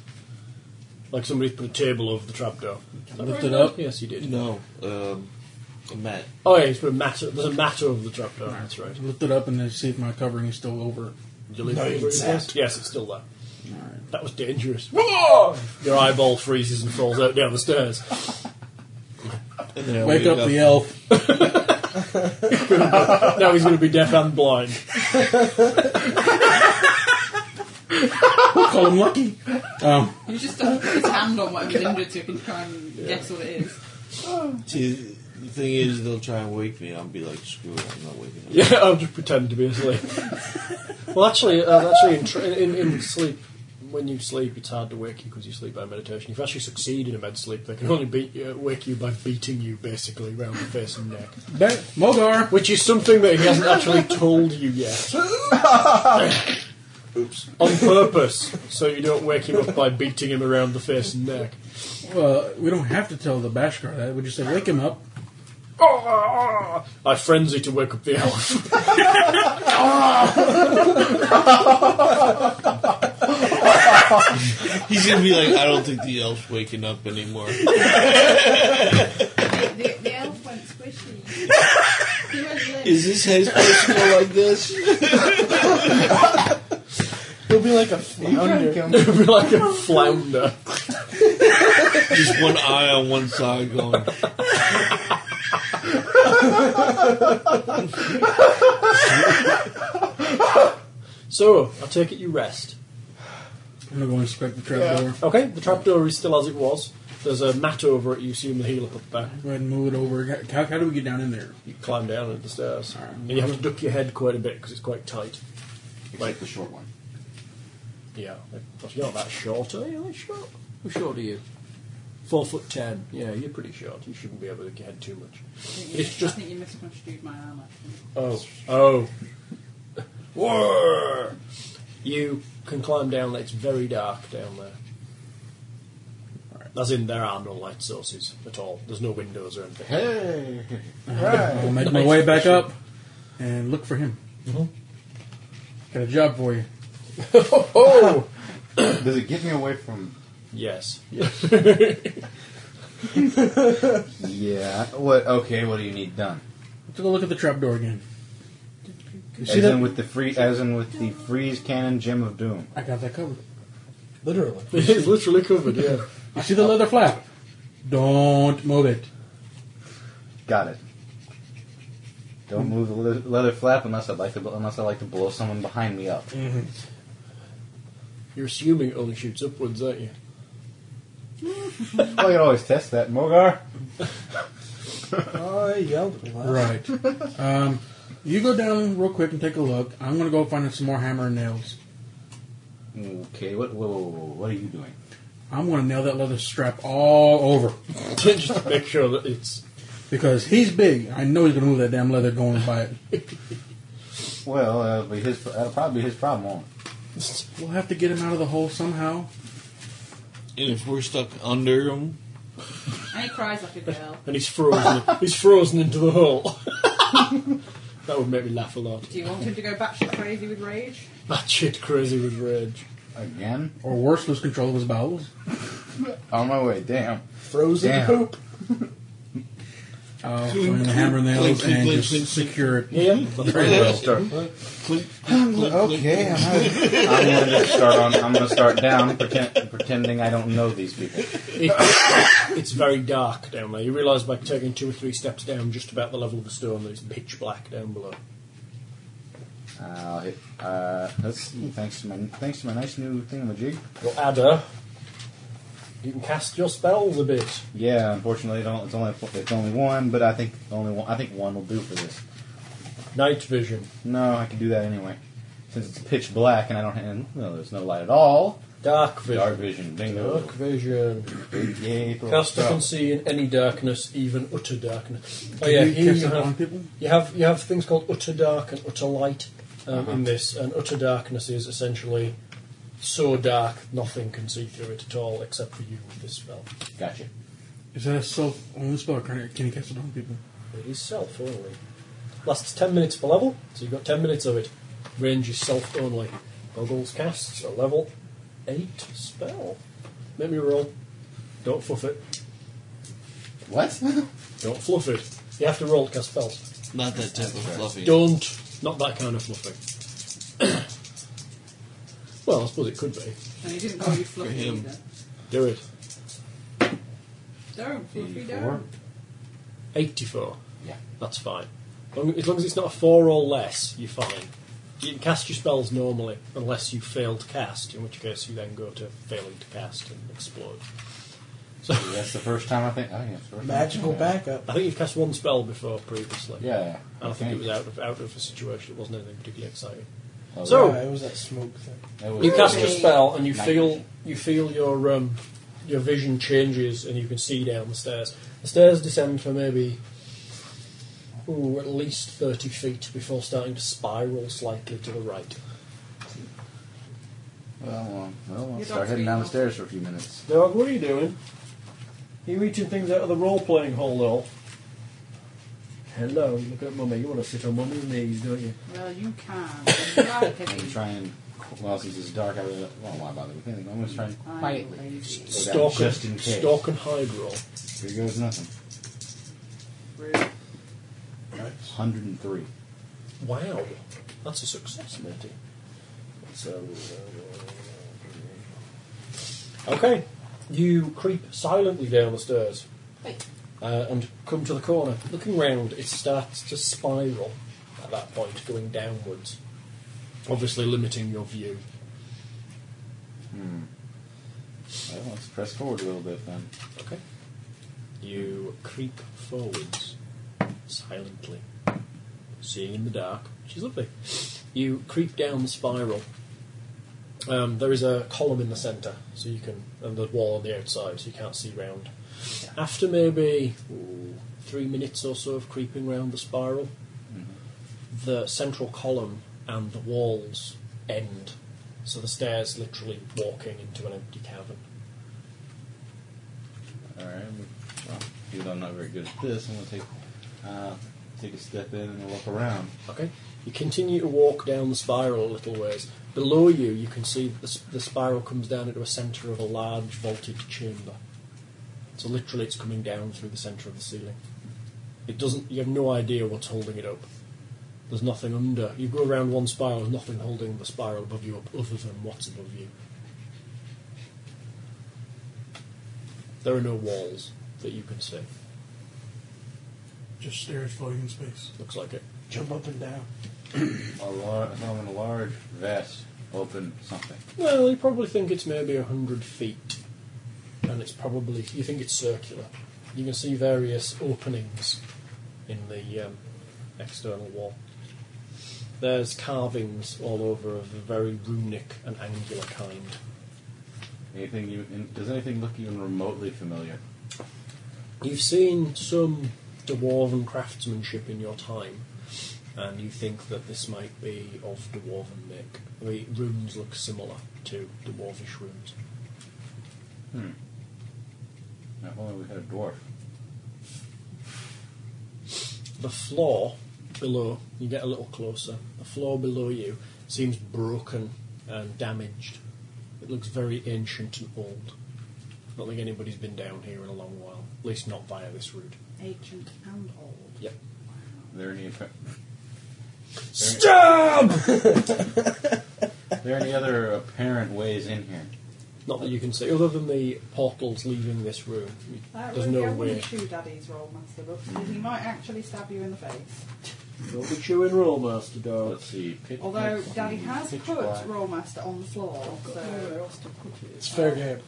S4: Like somebody's put a table over the trapdoor.
S7: Lift it up?
S4: Yes, he did.
S7: No. Um, a mat.
S4: Oh yeah, he's put a mat. There's a mat over the trapdoor. That's right.
S8: Lift it up and then see if my covering is still over. it.
S4: Did you leave
S5: No,
S4: it
S5: you
S4: where it
S5: sat.
S4: was? Yes, it's still there. That was dangerous. Your eyeball freezes and falls out down the stairs.
S7: And then I
S8: Wake up the elf.
S4: now he's going to be deaf and blind.
S8: Call him lucky. Um,
S3: You just have to put his hand on whatever's injured so you can try and guess what it is.
S7: See, the thing is, they'll try and wake me. I'll be like, screw it, I'm not waking up.
S4: Yeah, I'll just pretend to be asleep. well, actually, uh, actually, in, tr in, in sleep, when you sleep, it's hard to wake you because you sleep by meditation. If you actually succeed in a med sleep, they can only beat you, wake you by beating you basically round the face and neck,
S8: There, Mogar!
S4: which is something that he hasn't actually told you yet. Oops. On purpose, so you don't wake him up by beating him around the face and neck.
S8: Well, we don't have to tell the Bashkar that. We just say, wake him up.
S4: I frenzy to wake up the elf.
S7: He's gonna be like, I don't think the elf's waking up anymore.
S3: The, the elf went squishy. He was lit.
S7: Is his head supposed to go like this?
S5: He'll be like a flounder.
S4: It would be like a flounder.
S7: Just one eye on one side going.
S4: So, I take it you rest.
S8: I'm not going to inspect the trapdoor.
S4: Okay, the trapdoor is still as it was. There's a mat over it, you assume the heel up at the back.
S8: Go ahead and move it over. How, how do we get down in there?
S4: You climb down at the stairs.
S8: Alright.
S4: And you have to duck your head quite a bit because it's quite tight.
S2: Except the short one.
S4: Yeah, but you're not that short, are you? Are you short?
S6: How short are you? Four foot ten.
S4: Yeah, you're pretty short. You shouldn't be able to duck your head too much.
S3: I think you-
S4: It's just-
S3: I think you misconstrued my arm, actually.
S4: Oh, oh. Whoa! You can climb down, it's very dark down there. As in, there are no light sources at all. There's no windows or anything.
S2: Hey!
S8: I'll make my way back up and look for him. Got a job for you.
S4: Oh!
S2: Does it get me away from.
S4: yes. yes.
S2: Yeah. What? Okay, what do you need done?
S8: Let's go look at the trapdoor again. You see
S2: As in
S8: that?
S2: with the free, as in with the freeze cannon gem of doom.
S8: I got that covered.
S6: Literally.
S4: it's literally covered, yeah.
S8: You see the leather flap? Don't move it.
S2: Got it. Don't move the le- leather flap unless I'd like to, bl- unless I like to blow someone behind me up.
S5: Mm-hmm.
S4: You're assuming it only shoots upwards, aren't you?
S2: I could always test that, Mogar.
S5: Oh, he yelled at me last.
S8: Right. um, you go down real quick and take a look. I'm going to go find some more hammer and nails.
S2: Okay, what? Whoa, whoa, whoa, what are you doing?
S8: I'm going to nail that leather strap all over
S4: Just to make sure that it's
S8: because he's big. I know he's going to move that damn leather going by it.
S2: Well, that'll be his. That'll probably be his problem. Won't it?
S8: We'll have to get him out of the hole somehow.
S7: And if we're stuck under him,
S3: And he cries like a girl.
S4: and he's frozen. he's frozen into the hole. that would make me laugh a lot.
S3: Do you want him to go batshit crazy with rage?
S4: That shit crazy with rage.
S2: Again?
S8: Or worse, lose control of his bowels.
S2: On my way. Damn.
S6: Frozen
S2: Damn.
S6: poop.
S8: I'll show Uh, him the hammer and nails
S7: Clink,
S8: and
S7: clink,
S8: just
S7: clink, clink.
S8: secure it.
S4: Yeah,
S8: Very well.
S2: Start.
S7: click,
S2: Okay, Hmm? I'm, gonna- I'm going to start on. I'm going to start down, pretend, pretending I don't know these people.
S4: It- it's very dark down there. You realise by taking two or three steps down, just about the level of the stone, that it's pitch black down below.
S2: Uh, it, uh, let's see. Thanks to my thanks to my nice new thingamajig.
S4: Your adder, you can cast your spells a bit.
S2: Yeah, unfortunately, it don't, it's only it's only one, but I think only one. I think one will do for this.
S4: Night vision,
S2: No, I can do that anyway, since it's pitch black and I don't have no. There's no light at all.
S4: dark vision,
S2: Dark vision. Bingo.
S4: dark vision.
S2: Big yay for-
S4: Caster can see in any darkness, even utter darkness. Oh
S8: Can
S4: yeah,
S8: you
S4: here
S8: cast
S4: you
S8: it on
S4: have,
S8: people?
S4: you have you have things called utter dark and utter light um, in this, and utter darkness is essentially so dark nothing can see through it at all except for you with this spell.
S2: Gotcha.
S8: Is that a self only spell? Or can it, can it cast it on people?
S4: It is self only. Lasts 10 minutes per level, so you've got 10 minutes of it. Range is self only. Goggles casts a level 8 spell. Make me roll. Don't fluff it.
S2: What?
S4: Don't fluff it. You have to roll to cast spells.
S7: not that type of fluffy.
S4: Don't. Not that kind of fluffing. well, I suppose it could be.
S3: And he didn't call you fluffy
S7: him.
S3: either.
S4: Do it.
S3: Don't, fluffy,
S2: Four.
S3: don't.
S4: 84.
S2: Yeah.
S4: That's fine. Long- As long as it's not a 4 or less, you're fine. You can cast your spells normally, unless you fail to cast, in which case you then go to failing to cast and explode.
S2: That's the first time I think. I think that's the first
S5: Magical
S2: time. I've
S5: backup.
S4: I think you've cast one spell before previously.
S2: seen it. Yeah.
S4: And I think it was out of out of a situation. It wasn't anything particularly exciting.
S7: Oh,
S6: So,
S5: Yeah, it was that smoke thing.
S2: That
S4: You
S2: was-
S4: cast your spell and you
S2: Night
S4: feel
S2: vision.
S4: you feel your um, your vision changes and you can see down the stairs. The stairs descend for maybe ooh, at least thirty feet before starting to spiral slightly to the right.
S2: Well, um, well,
S3: You
S2: we'll
S3: don't
S2: start heading
S3: speak
S2: down the
S3: now.
S2: stairs for a few minutes.
S4: Dog, what are you doing? You eating things out of the role playing hole, though. Hello, look at mummy. You want to sit on mummy's knees, don't you?
S3: Well, you can. Right,
S2: I'm gonna
S3: Penny.
S2: try and well, since it's dark, I really don't well, why bother with anything. I'm gonna try and
S3: I'm
S2: quietly.
S3: lazy.
S2: go down
S4: Stalk
S2: just in
S4: and,
S2: case.
S4: stalk and hide roll.
S2: Here goes nothing.
S3: Rude.
S2: 103.
S4: Wow, that's a success, matey.
S2: So
S4: Okay, you creep silently down the stairs
S3: Wait.
S4: uh, and come to the corner. Looking round, it starts to spiral at that point, going downwards, obviously limiting your view.
S2: well, let's press forward a little bit then.
S4: Okay, you creep forwards silently, seeing in the dark. She's lovely. You creep down the spiral. Um, there is a column in the centre, so you can, and the wall on the outside, so you can't see round. After maybe ooh, three minutes or so of creeping round the spiral, the central column and the walls end. So the stairs literally walking into an empty cavern.
S2: All right. we- Well, even though I'm not very good at this, I'm gonna take uh, take a step in and look around.
S4: Okay. You continue to walk down the spiral a little ways. Below you, you can see that the, s- the spiral comes down into a centre of a large vaulted chamber. So literally, it's coming down through the centre of the ceiling. It doesn't. You have no idea what's holding it up. There's nothing under. You go around one spiral, there's nothing holding the spiral above you up other than what's above you. There are no walls that you can see.
S8: Just stare at floating in space.
S4: Looks like it.
S5: Jump up and down.
S2: A large, I'm in a large vest, open something.
S4: Well, you probably think it's maybe 100 feet. And it's probably, you think it's circular. You can see various openings in the um, external wall. There's carvings all over of a very runic and angular kind.
S2: Anything you? in- Does anything look even remotely familiar?
S4: You've seen some dwarven craftsmanship in your time, and you think that this might be of dwarven make. The runes look similar to dwarvish runes.
S2: Now, If only we had a dwarf.
S4: The floor below, you get a little closer, the floor below you seems broken and damaged. It looks very ancient and old. I don't think anybody's been down here in a long while, at least not via this route.
S3: Ancient and old.
S4: Yep.
S2: Are there any? appa-
S4: Stab!
S2: Are there any other apparent ways in here?
S4: Not that you can see, other than the portals leaving this room.
S3: That
S4: There's
S3: Rudy, I
S4: no
S3: wouldn't
S4: way.
S3: chew Daddy's roll master book because he might actually stab you in the face.
S4: Don't be chewing roll, Master Dog.
S2: Let's see. Pit-
S3: Although
S2: pit-
S3: Daddy has
S2: pitch
S3: put
S2: black.
S3: roll master on the floor, so
S5: It's fair game.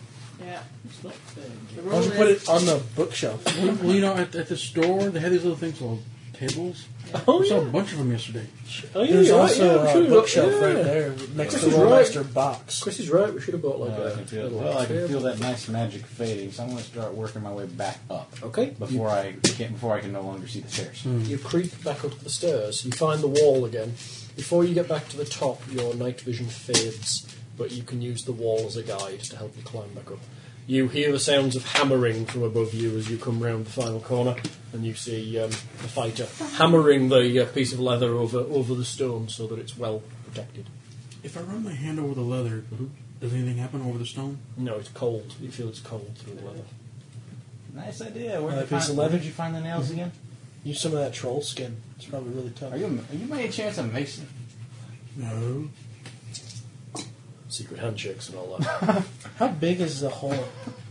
S3: yeah. It's
S4: not
S3: The
S5: Why
S3: rule
S5: don't you put
S3: is
S5: it on the bookshelf?
S8: well, well, you know, at, at the store, they had these little things called tables.
S4: Oh,
S8: I saw a
S4: yeah.
S8: bunch of them yesterday.
S4: Oh, yeah,
S5: There's
S4: you're right,
S5: also
S4: yeah, we
S5: a
S4: should've got-
S5: bookshelf
S4: yeah.
S5: right there next
S4: This
S5: to
S4: is
S5: the
S4: right.
S5: master box.
S4: Chris is right, we should have bought like
S2: Uh,
S4: a
S2: I can feel,
S4: little
S2: well, I can
S4: table.
S2: feel that nice magic fading, so I'm going to start working my way back up
S4: Okay.
S2: before I can before I can no longer see the stairs.
S4: You creep back up the stairs. You find the wall again. Before you get back to the top, your night vision fades, but you can use the wall as a guide to help you climb back up. You hear the sounds of hammering from above you as you come round the final corner, and you see um, the fighter hammering the uh, piece of leather over, over the stone so that it's well protected.
S8: If I run my hand over the leather, does anything happen over the stone?
S4: No, it's cold. You feel it's cold through the leather.
S2: Nice idea. Where
S5: Uh,
S2: did, you
S5: piece
S2: find,
S5: of
S2: where
S5: leather?
S2: did you find the nails again?
S5: Use some of that troll skin. It's probably really tough.
S2: Are you are you by any chance a mason?
S8: No.
S4: Secret handshakes and all that.
S5: How big is the hole?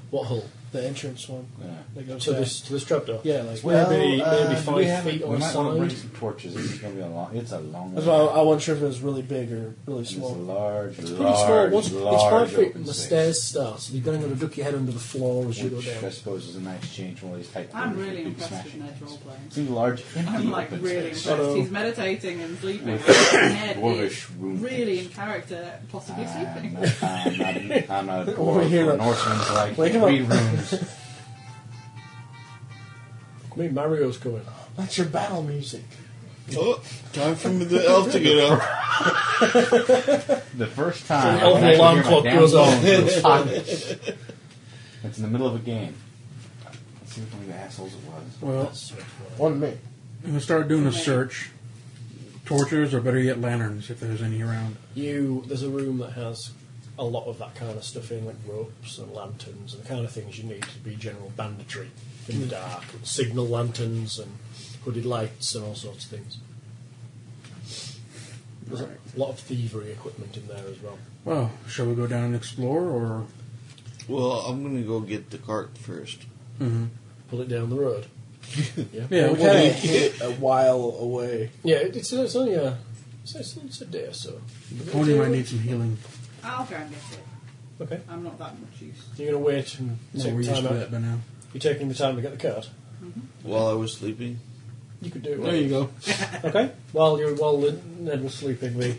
S4: what hole?
S5: the entrance one
S2: Yeah.
S5: that goes
S4: to
S5: down.
S4: this to this trapdoor.
S5: Yeah, like
S4: Well, maybe
S5: well,
S4: maybe
S5: uh,
S2: We,
S4: five
S2: haven't-
S4: feet
S2: we
S4: on
S2: might want to bring
S4: side.
S2: some torches. This is going to be a long. It's a long.
S5: That's why I, I wasn't sure if it was really big or really
S2: It's a
S5: small.
S2: large,
S6: It's pretty small.
S2: large,
S6: Once,
S2: large
S6: it's five
S2: open
S6: feet from the
S2: space,
S6: stairs starts. You're going to have to duck your head under the floor as you go
S2: Which I
S6: down.
S2: suppose is a nice change from all these type.
S3: I'm
S2: things with
S3: really
S2: big
S3: impressed with
S2: smashing
S3: Ned's
S2: things.
S3: roleplay.
S2: Two large.
S3: I'm
S2: empty
S3: like
S2: open
S3: really
S2: space.
S3: impressed. He's meditating and sleeping. Ned is
S2: Dwarvish room.
S3: really in character, possibly
S2: I'm
S3: sleeping.
S2: not, uh, I'm not, I'm not a dwarf
S5: Over here,
S2: or
S5: look.
S2: an Norseman, so like
S5: Wake him
S2: three
S5: up.
S2: rooms.
S4: Maybe Mario's coming.
S5: That's your battle music.
S7: Oh, time for the elf to get up.
S2: The first time.
S4: An elven
S2: I can
S4: alarm
S2: hear my
S4: clock
S2: damn
S4: goes off.
S2: phone in the pocket. it's in the middle of a game. Let's see which one of the assholes it was.
S8: Well,
S5: One me.
S8: I'm gonna start doing a search. Torches, or better yet, lanterns, if there's any around.
S4: You there's a room that has a lot of that kind of stuff in, like ropes and lanterns and the kind of things you need to be general banditry in the dark, and signal lanterns and hooded lights and all sorts of things. There's a lot of thievery equipment in there as well.
S8: Well, shall we go down and explore, or
S7: Well, I'm gonna go get the cart first.
S4: Pull it down the road.
S8: yeah,
S5: we
S8: we'll
S5: kind of
S8: do-
S5: hit a while away.
S4: Yeah, it- it's, it's only a it's, it's, it's a day or so.
S8: the pony might need some healing.
S3: I'll go and get it.
S4: Okay,
S3: I'm not that much use.
S4: you're gonna wait and
S8: No,
S4: take
S8: we're used
S4: time
S8: to
S4: out.
S8: that by now.
S4: You're taking the time to get the card.
S7: While I was sleeping.
S4: You could do it.
S8: There you go.
S4: Okay. While you while the- Ned was sleeping, the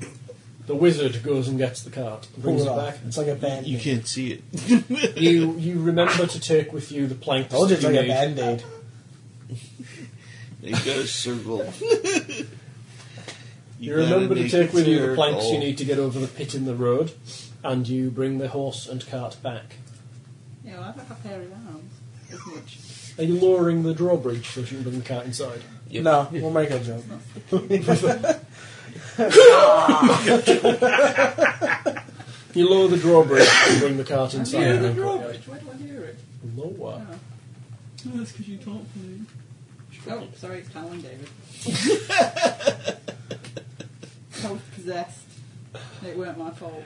S4: the wizard goes and gets the cart, and brings
S5: Pull
S4: it
S5: it
S4: back.
S5: off. It's like a band.
S7: You
S5: aid.
S7: can't see it.
S4: You you remember to take with you the planks
S5: Told you
S4: that
S5: it's
S4: you
S5: like a
S4: need.
S5: band aid.
S7: You got a circle.
S4: You remember
S7: gotta
S4: to
S7: make
S4: take with you the
S7: circle.
S4: planks you need to get over the pit in the road, and you bring the horse and cart back.
S3: Yeah, well, I don't have hairy arms as much.
S4: Are you lowering the drawbridge so you can bring the cart inside?
S5: No, we'll make a joke.
S4: You lower the drawbridge and bring the cart
S3: I'm
S4: inside.
S3: near the Oh. drawbridge. Where do I hear it?
S4: Lower.
S3: No, that's because you talk for me. Oh, sorry, it's Alan David. I was possessed. It weren't my fault.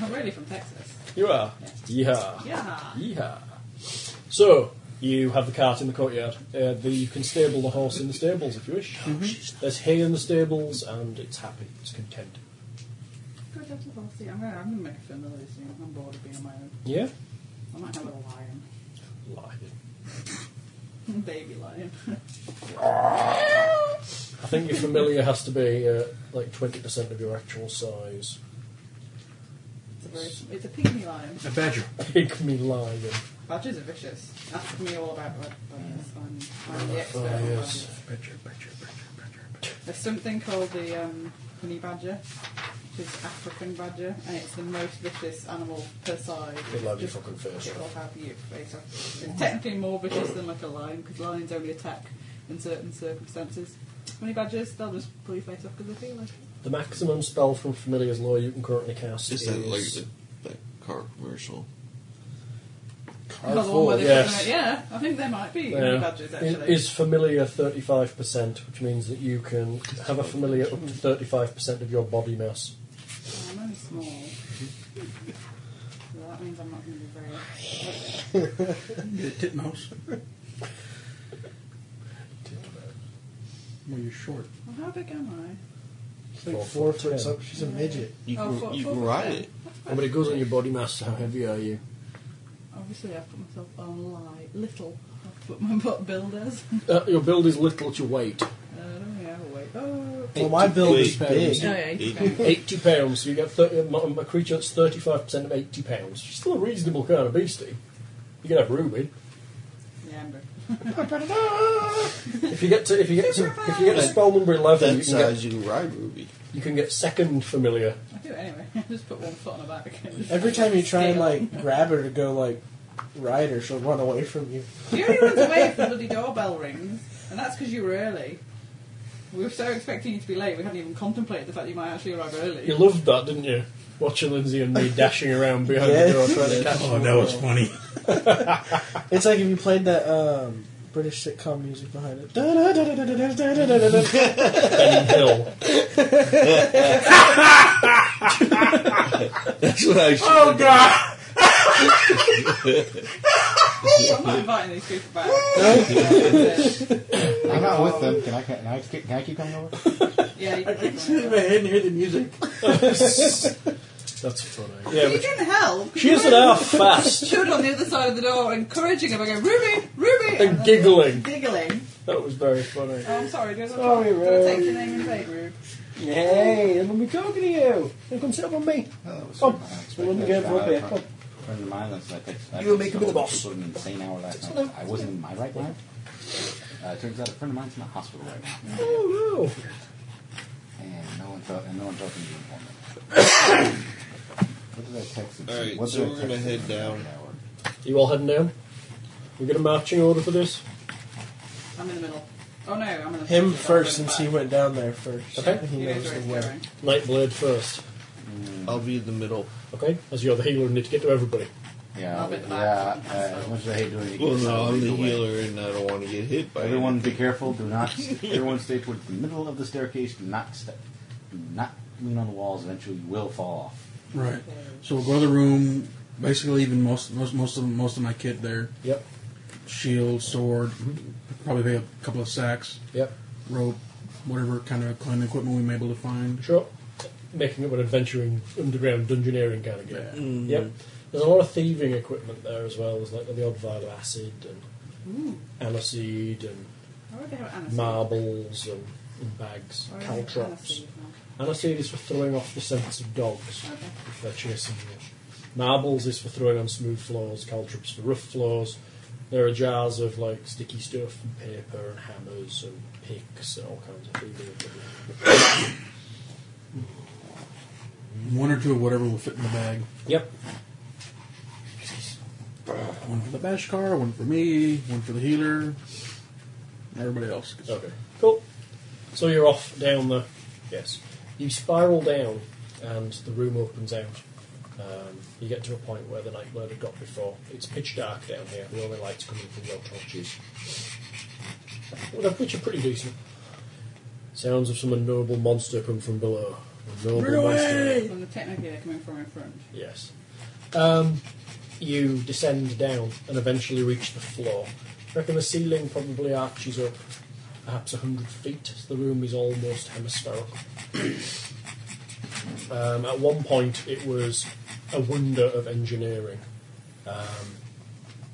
S3: I'm really from Texas.
S4: You are. Yeah.
S3: Yeah.
S4: Yeehaw. So, you have the cart in the courtyard. Uh, the, you can stable the horse in the stables if you wish.
S5: Mm-hmm.
S4: There's hay in the stables, and it's happy, it's content.
S3: Good little horsey. I'm gonna, I'm gonna make a film of this soon. I'm bored of being on my own.
S4: Yeah?
S3: I might have a lion.
S4: Lion.
S3: Baby lion.
S4: I think your familiar has to be uh, like 20% of your actual size.
S3: It's a very, it's a pygmy lion.
S8: A badger.
S4: Pygmy lion.
S3: Badgers are vicious. Ask me all about what badgers. I'm, I'm the expert.
S4: Oh,
S3: on
S4: yes.
S3: badgers.
S8: Badger, badger, badger, badger, badger.
S3: There's something called the um, honey badger, which is African badger, and it's the most vicious animal per size.
S4: It'll have your
S3: Just-
S4: fucking face
S3: It'll have your face off. It's technically more vicious than like a lion, because lions only attack in certain circumstances. Honey badgers, they'll just pull your face off because they feel like it.
S4: The maximum spell from Familiar's Law you can currently cast
S7: Is
S4: is.
S7: that like the, that car commercial?
S3: Well, the one where they
S4: yes.
S3: put them out- yeah, I think there might be honey
S4: Yeah.
S3: badgers
S4: Is,
S3: actually.
S4: is familiar 35%, which means that you can have a familiar up to 35% of your body mass.
S3: I'm only small. so that means I'm not going to be very.
S8: Yeah, titmouse. Well, you're short.
S3: Well, how big am I?
S5: It's like four foot something. She's a midget.
S7: You
S3: Oh,
S7: can,
S3: for-
S7: you
S3: for-
S7: can ride it.
S6: Oh, but it goes on your body mass. How heavy are you?
S3: Obviously, I've put myself on light. Little. I've put my butt builders.
S6: Uh, your build is little to weight.
S3: I don't know, wait. Oh.
S5: Well, my build is
S7: Wait.
S5: big.
S3: No, yeah, you
S7: Eight.
S3: can.
S4: 80 pounds, so you get 30, a- a creature that's 35% of 80 pounds. She's still a reasonable kind of beastie. You can have Ruby.
S3: Yeah, I'm good.
S4: If you get to if you get to if you get to spell number eleven, you
S7: That
S4: can get
S7: size you can ride Ruby.
S4: you can get second familiar.
S3: I do it anyway. just put one foot on the back.
S5: Every time you try and like grab her to go like ride her, she'll run away from you.
S3: You only runs away if the bloody doorbell rings, and that's because you were early. We were so expecting you to be late, we hadn't even contemplated the fact that you might actually arrive early.
S4: You loved that, didn't you? Watching Lindsay and me dashing around behind the
S5: Yes.
S4: door trying to catch.
S8: Oh, that was funny.
S5: It's like if you played that um, British sitcom music behind it. Da-da-da-da-da-da-da-da-da-da-da.
S4: Ben Hill.
S7: That's what I should Oh, God!
S3: I'm not inviting these people back.
S2: I'm not with them. Can I, can I, can I keep coming over?
S3: yeah, you can
S8: I can
S3: keep
S8: sit in
S3: going.
S8: my head and hear the music.
S4: That's funny.
S3: You didn't help.
S4: She isn't half fast.
S3: Stood on the other side of the door, encouraging him. I go, Ruby, Ruby,
S4: And
S3: then
S4: giggling.
S3: giggling.
S4: That was very funny.
S3: Oh, I'm sorry. Do I, sorry, do I take your name in vain, Rube?
S4: Hey, I'm gonna be talking to you. Now come sit up on me.
S2: Oh, was
S4: Come. So let me get for a beer. Come.
S2: Friend of mine, that's like, that's
S4: You make him the boss.
S2: An insane hour last night. I wasn't in my right mind. Uh, it turns out a friend of mine's in the hospital right now,
S4: Oh
S2: and no one thought, and no one thought he was informed. What did I text him?
S7: All right,
S2: what
S7: so
S2: did I
S7: we're
S2: text
S7: gonna
S2: him
S7: head
S2: in an
S7: down.
S2: hour?
S4: no. You all heading down? We get a marching order for this?
S3: I'm in the middle. Oh no, I'm in the
S5: Him first, since he went down there first.
S4: Okay.
S5: He
S3: You guys
S5: knows
S3: are
S5: the
S3: already
S5: way.
S3: going.
S4: Nightblade first.
S7: I'll be in the middle.
S4: Okay? As you're the healer, we need to get to everybody.
S2: Yeah,
S3: I'll be back.
S2: yeah. Uh, as much as I hate doing it,
S7: Well, no,
S2: I'll
S7: I'm
S2: lead
S7: the
S2: way.
S7: healer, and I don't want to get hit by
S2: Everyone,
S7: anyone.
S2: be careful. Do not. everyone, stay towards the middle of the staircase. Do not step. Do not lean on the walls. Eventually, you will fall off.
S8: Right. So we'll go to the room. Basically, even most most most of most of my kit there.
S4: Yep.
S8: Shield, sword, probably a couple of sacks,
S4: Yep.
S8: rope, whatever kind of climbing equipment we may be able to find.
S4: Sure. Making up an adventuring underground dungeoneering kind of game.
S8: Yeah.
S4: Yep. There's a lot of thieving equipment there as well. There's like the odd vial of acid and aniseed and
S3: I already have aniseed.
S4: marbles and, and bags,
S3: I already have
S4: caltrops.
S3: aniseed now.
S4: Aniseed is for throwing off the scents of dogs if they're chasing you. Marbles is for throwing on smooth floors, caltrops for rough floors. There are jars of like sticky stuff and paper and hammers and picks and all kinds of thieving equipment.
S8: One or two of whatever will fit in the bag.
S4: Yep.
S8: One for the Bashkar, one for me, one for the healer. Everybody else. Gets
S4: Okay. Cool. So you're off down the. Yes. You spiral down, and the room opens out. Um, you get to a point where the night bird had got before. It's pitch dark down here. The only light's coming from your torches, Well, they're- which are pretty decent. Sounds of some unknowable monster come from below. Unknowable monster.
S3: From the technogear coming from in front.
S4: Yes. Um, you descend down and eventually reach the floor. I reckon the ceiling probably arches up perhaps 100 feet. The room is almost hemispherical. um, at one point, it was a wonder of engineering. Um,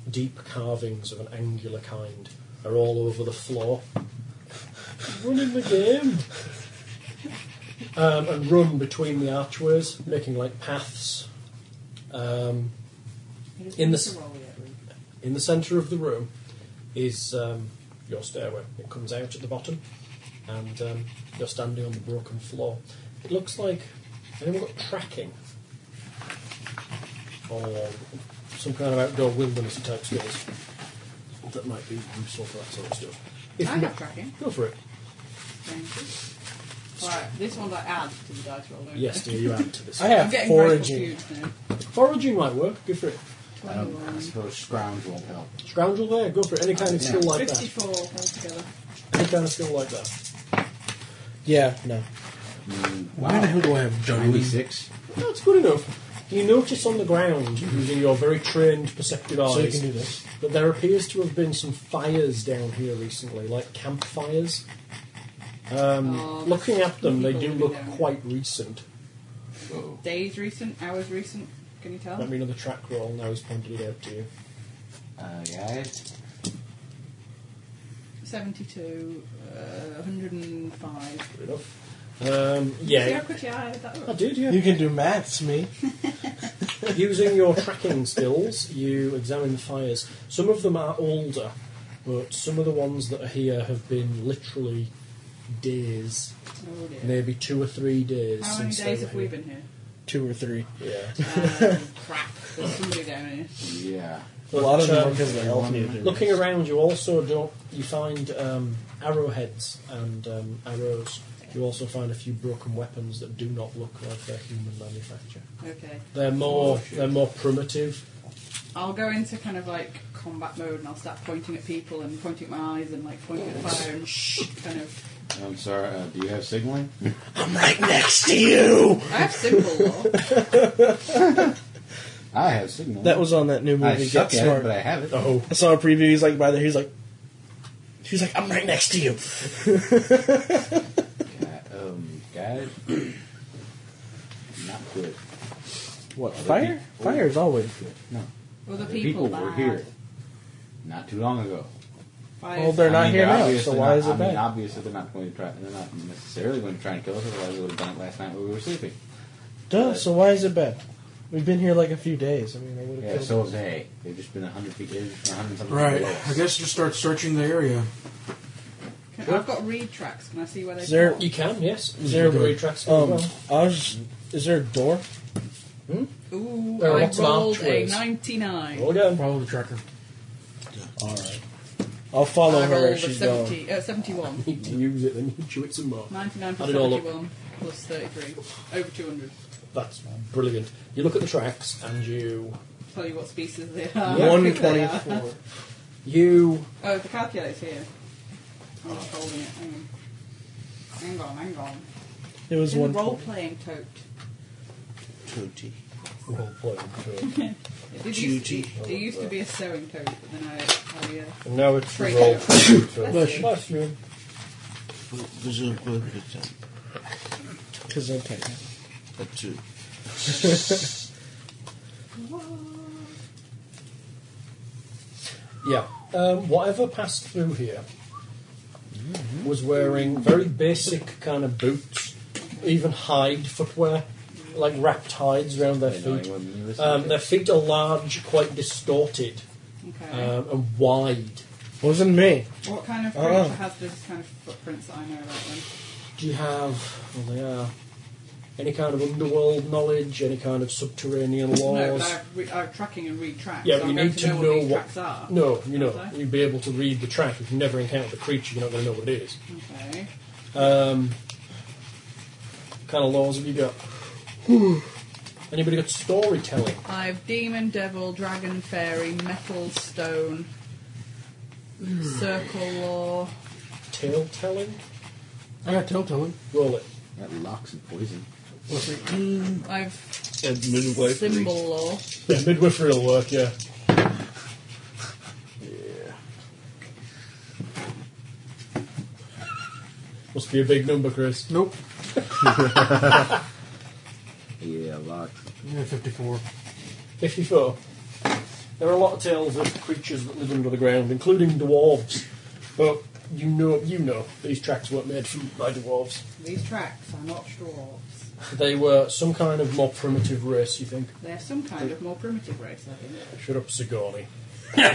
S4: deep carvings of an angular kind are all over the floor. Running the game! um, and run between the archways, making like paths. Um, In the s-
S3: Roll yet, Rube.
S4: in the centre of the room is um, your stairway. It comes out at the bottom, and um, you're standing on the broken floor. It looks like anyone got tracking or some kind of outdoor wilderness type skills that might be useful for that sort of stuff. If
S3: I
S4: not,
S3: have tracking.
S4: go for it.
S3: Thank you. Right, this one's I add to the dice roll. don't I?
S4: Yes, dear, you add to this.
S5: I
S3: I'm
S5: have
S3: getting very
S5: foraging.
S3: confused now.
S4: Foraging might work. Go for it.
S2: I don't.
S3: Mm-hmm.
S2: I suppose scrounge won't help.
S4: Scrounge there. Go for it. Any kind of skill like that.
S3: 54 altogether.
S4: Any kind of skill like that.
S5: Yeah, no.
S8: Why the hell do I have juggling?
S2: Ninety-six.
S4: That's good enough. You notice on the ground, using your very trained perceptive eyes,
S5: So you can do this.
S4: that there appears to have been some fires down here recently, like campfires. Um,
S3: Oh,
S4: looking at them, they do
S3: people
S4: look
S3: living down.
S4: quite recent.
S3: Days recent, hours recent. Can you tell?
S4: Let me know the track roll now is pointed it out to you.
S2: Uh, guys.
S3: 72, uh, 105.
S4: Good enough. Um,
S3: See how
S4: yeah,
S3: quickly I added that
S4: I
S3: up?
S4: did. Yeah,
S5: You can do maths, me.
S4: Using your tracking skills, you examine the fires. Some of them are older, but some of the ones that are here have been literally days,
S3: Oh, dear.
S4: maybe two or three days.
S3: How many
S4: since
S3: days
S4: they
S3: have
S4: were
S3: we
S4: here.
S3: been here?
S5: Two or three.
S4: Yeah.
S3: Um, crap. There's somebody down here.
S2: Yeah.
S5: A lot of
S4: But,
S5: them
S4: um,
S5: are because of the health meter.
S4: Looking around, you also don't. You find um, arrowheads and um, arrows. You also find a few broken weapons that do not look like they're human manufacture.
S3: Okay.
S4: They're
S3: Oh,
S4: more. they're more primitive.
S3: I'll go into kind of like combat mode and I'll start pointing at people and pointing at my eyes and like pointing at the fire and shh, kind of.
S2: I'm sorry. Uh, do you have signaling?
S5: I'm right next to you!
S3: I have symbol law.
S2: I have signal.
S5: That was on that new
S2: I
S5: movie,
S2: suck
S5: Get
S2: at
S5: Smart.
S2: it, but I have it.
S4: Oh,
S5: I saw a preview. He's like by there. He's like, he's like, I'm right next to you.
S2: God, um, God. Not good.
S5: what fire? Fire is always good.
S3: Well, the
S2: The
S3: people,
S2: were
S3: bad.
S2: here not too long ago.
S3: Five.
S5: Well, they're
S2: I
S5: not
S2: mean,
S5: here now,
S2: they're
S5: so
S2: obviously
S5: why
S2: not-
S5: is it
S2: I mean,
S5: bad?
S2: obviously they're not going to try. They're not necessarily going to try and kill us. Otherwise, they would have done it last night when we were sleeping.
S5: Duh. So why is it bad? We've been here like a few days. I mean, they would have
S2: Yeah,
S5: killed
S2: so
S5: us.
S2: have they. They've just been hundred feet. They've just been 100 something
S8: Right.
S2: feet away.
S8: I guess just start searching the area.
S3: Can, I've got read tracks. Can I see where they
S5: Is there-
S3: fall?
S4: e-
S6: You can, yes.
S5: there-
S6: Zero tracks.
S5: Um, I was. Is there a door?
S3: Ooh,
S6: there are
S3: I
S6: lots of
S3: rolled a
S6: archways.
S3: 99.
S6: Roll again.
S8: Follow the tracker.
S5: All right. I'll follow
S3: I
S5: her
S3: rolled
S5: where
S3: a
S5: she's going.
S3: 70, uh, 71.
S6: You can use it, then you chew it some more.
S3: 99 plus
S6: Add it all up.
S3: 71 plus 33. Over 200.
S6: That's brilliant. You look at the tracks and you
S3: Tell you what species they are.
S5: One
S3: Who they are.
S5: twenty-four.
S6: you
S3: Oh, the calculator's here. I'm just holding it. Hang on. Hang on, hang on.
S5: It was
S3: In the
S5: one.
S3: role playing tote.
S7: Tootie.
S6: roll play.
S3: It, did used to, be- it used to be a sewing tote, but then I. I uh,
S4: and now it's
S3: Freak
S4: roll.
S3: out.
S4: Bless
S6: Bless you.
S5: Because I'm tight.
S7: A two.
S6: Yeah.
S4: Um, whatever passed through here was wearing very basic kind of boots, even hide footwear, like wrapped hides around their
S2: They know
S4: feet.
S2: anyone when you listen
S4: Um,
S2: to
S4: their feet are large, quite distorted,
S3: okay.
S4: um, and wide.
S5: Wasn't me.
S3: what kind of
S5: oh.
S3: print has this kind of footprints that I know about then?
S6: Do you have well they are any kind of underworld knowledge, any kind of subterranean
S3: No,
S6: laws?
S3: but I have, re- I have tracking and read tracks.
S4: Yeah,
S3: so
S4: we
S3: I'm going
S4: need
S3: to know,
S4: to
S3: what
S4: know
S3: these
S4: what-
S3: tracks are.
S4: No, you know,
S3: Aren't they?
S4: you'd be able to read the track. If you never encounter the creature, you're not going to know what it is.
S3: Okay.
S4: Um, kind of laws have you got? Anybody got storytelling?
S3: I've demon, devil, dragon, fairy, metal, stone, circle law.
S4: Tale telling?
S8: I got telltale.
S4: Roll it.
S2: That locks and poison.
S3: I've
S7: And midwife.
S3: symbol law.
S4: Yeah, midwifery will work, yeah. Must be a big number, Chris.
S8: Nope.
S2: Yeah, locks.
S8: Yeah, 54.
S4: 54. There are a lot of tales of creatures that live under the ground, including dwarves. But you know, you know, these tracks weren't made from, by dwarves.
S3: These tracks are not dwarves.
S4: They were some kind of more primitive race, you think.
S3: They're some kind of more primitive race, I think.
S4: Shut up, Sigourney.
S7: Look,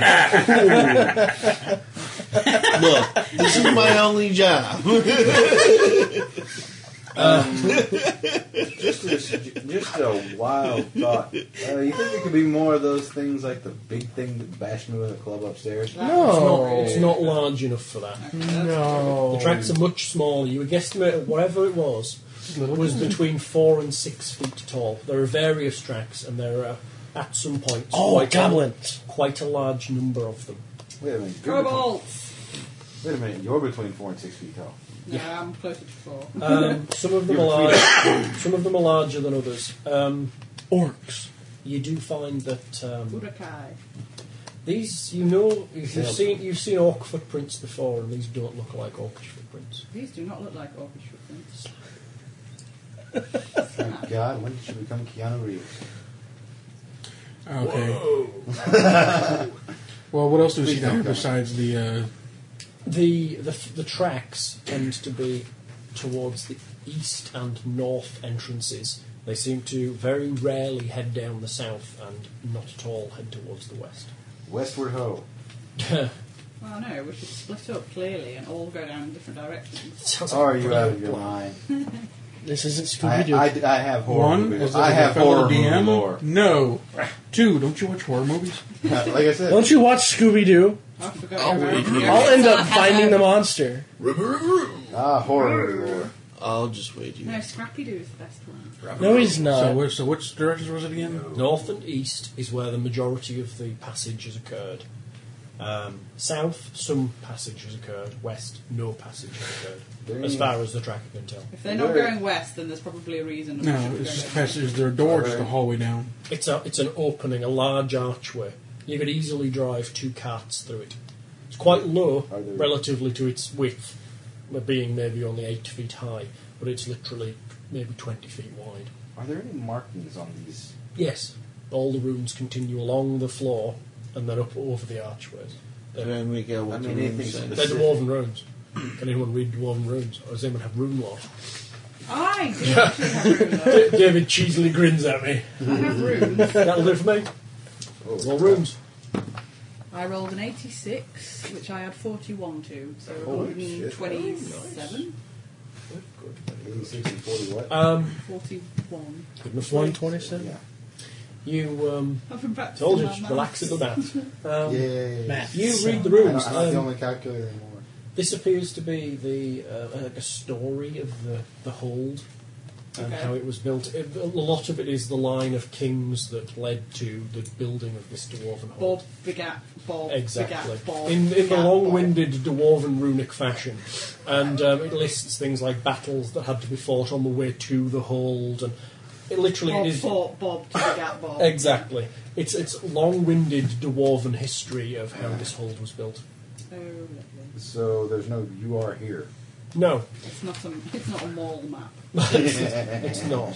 S7: this is my only job.
S2: Just, a- just a wild thought. Uh, you think it could be more of those things like the big thing that bashed me with a club upstairs?
S3: That
S5: No.
S3: was
S4: Not-
S3: really-
S4: it's not large enough for that.
S5: No.
S4: The tracks are much smaller. You would guesstimate whatever it was was between four and six feet tall. There are various tracks, and there are at some points
S5: Oh,
S4: quite,
S5: goblins.
S4: A, quite a large number of them.
S2: Wait a minute. you're between-
S3: Kobolds!
S2: Wait a minute. You're between four and six feet tall.
S3: No, I'm closer to four.
S8: Uh.
S4: Um, some of them are large. some of them are larger than others. Um, Orcs. You do find that um,
S3: Budokai.
S4: these, you know, if you've seen you've seen orc footprints before, and these don't look like orc footprints.
S3: These do not look like orcish footprints.
S2: Thank God. When did you become Keanu Reeves?
S8: Okay. well, what else do we see down here besides the. Uh,
S4: The, the the tracks tend to be towards the east and north entrances. They seem to very rarely head down the south and not at all head towards the west.
S2: Westward Ho.
S3: Well, no, we should split up clearly and all go down in different directions.
S4: Sounds
S2: Are
S4: like
S2: you
S4: a
S2: out of your
S4: plan.
S2: mind?
S5: This isn't
S2: I,
S5: Scooby Doo.
S2: I, I have horror
S8: one,
S2: movies.
S8: is
S2: I have horror
S8: horror
S2: movie
S8: DM?
S2: lore.
S8: No. Two, don't you watch horror movies?
S2: like I said,
S5: Don't you watch Scooby Doo?
S3: I forgot about the-
S5: I'll end up finding the monster.
S2: ah, horror movie lore.
S7: I'll just wait
S3: No,
S7: here.
S3: Scrappy Doo is the best one.
S5: No, he's
S8: So,
S5: not.
S8: where- so which directions was it again?
S4: North and east is where the majority of the passages occurred.
S5: Um, south, some passage has occurred. West, no passage has occurred.
S2: There
S5: As
S2: you-
S5: far as the tracker can tell.
S3: If they're not
S2: Where-
S3: going west, then there's probably a reason. we should
S8: No,
S3: be
S8: it's
S3: going
S8: just
S3: west.
S8: passage. There are doors to the hallway down.
S4: It's a it's an opening, a large archway. You could easily drive two carts through it. It's quite low
S2: Are there-
S4: relatively to its width, but being maybe only eight feet high, but it's literally maybe twenty feet wide.
S2: Are there any markings on these?
S4: Yes, all the rooms continue along the floor and then up over the archways.
S7: And then we go
S2: I
S7: with
S2: mean,
S7: the
S2: anything
S7: rooms then.
S4: They're
S2: Specific.
S4: dwarven runes. Can anyone read dwarven runes? Or does anyone have rune lore?
S3: I do actually have room. though.
S4: Da- David cheesily grins at me.
S3: I have room.
S4: That'll do for me.
S2: Oh,
S4: More rooms.
S3: I rolled an 86, which I had 41 to, so
S2: Holy shit.
S3: 127,
S2: Eighty-six and forty what?
S4: Um,
S3: 41.
S4: good enough.
S5: One twenty-seven.
S2: yeah.
S4: You um,
S3: I've been back
S4: Told you, just relax at the bat. Um,
S2: Yay!
S5: Math.
S4: You read the
S2: I don't,
S4: rooms.
S2: I'm not the
S4: Um,
S2: only calculator anymore.
S4: this appears to be the uh, like a story of the the hold and
S3: Okay.
S4: how it was built. It, a lot of it is the line of kings that led to the building of this dwarven
S3: Bob
S4: hold.
S3: begat Bob
S4: Exactly.
S3: begat Bob.
S4: In, in the
S3: begat
S4: long-winded dwarven runic fashion, and um, it lists things like battles that had to be fought on the way to the hold, and it literally
S3: Bob. Bob
S4: is
S3: fought Bob to begat Bob.
S4: exactly. It's it's long-winded dwarven history of how this hold was built.
S3: Oh, lovely.
S2: So there's no you are here.
S4: No,
S3: It's not a, it's not a mall map.
S4: It's not.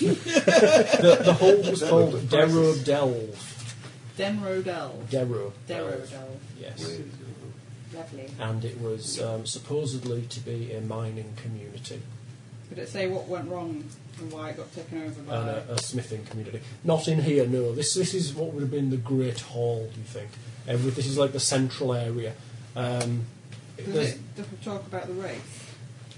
S4: the, the hold was called Dero Delve.
S3: Demrodel.
S4: Dero,
S3: Demrodel.
S4: yes.
S3: Lovely.
S4: And it was um, supposedly to be a mining community
S3: Did it say what went wrong and why it got taken over by...
S4: and a, a smithing community. Not in here, no. This this is what would have been the Great Hall, do you think? Every, this is like the central area. Um,
S3: Does
S4: there's-
S3: it does it talk about the race?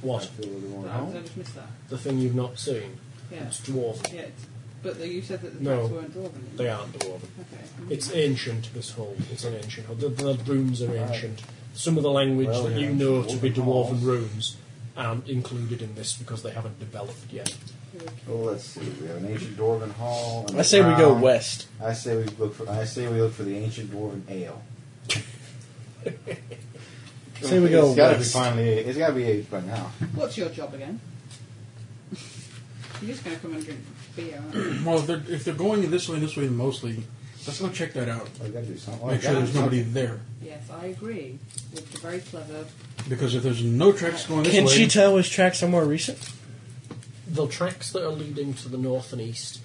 S2: I
S4: what?
S2: feel a little more
S3: No,
S2: at
S3: I
S2: home.
S3: just missed that.
S4: The thing you've not seen?
S3: Yeah.
S4: It's dwarven.
S3: Yeah, it's- but the, you said that the
S4: No.
S3: tracks weren't dwarven.
S4: They aren't dwarven.
S3: Okay.
S4: It's ancient, this hall. It's an ancient hall. The, the runes are ancient. Some of the language
S2: Well,
S4: that
S2: yeah,
S4: you know to be
S2: dwarven halls.
S4: dwarven runes aren't included in this because they haven't developed yet.
S2: Well, Oh, let's see. We have an ancient dwarven hall. and
S5: I
S2: a
S5: say we go
S2: crown.
S5: west.
S2: I say we look for. I say we look for the ancient dwarven ale.
S5: Say we go
S2: It's got to be
S5: west.
S2: finally. It's got to be eight by now.
S3: What's your job again? You're just going to come and drink beer, aren't you?
S8: Well, if they're, if they're going this way and this way mostly, let's go check that out.
S2: We got to do something.
S8: Make sure there's nobody there.
S3: Yes, I agree. With the very clever...
S8: Because if there's no tracks going this
S5: Can
S8: way,
S5: she tell his track somewhere recent?
S4: The tracks that are leading to the north and east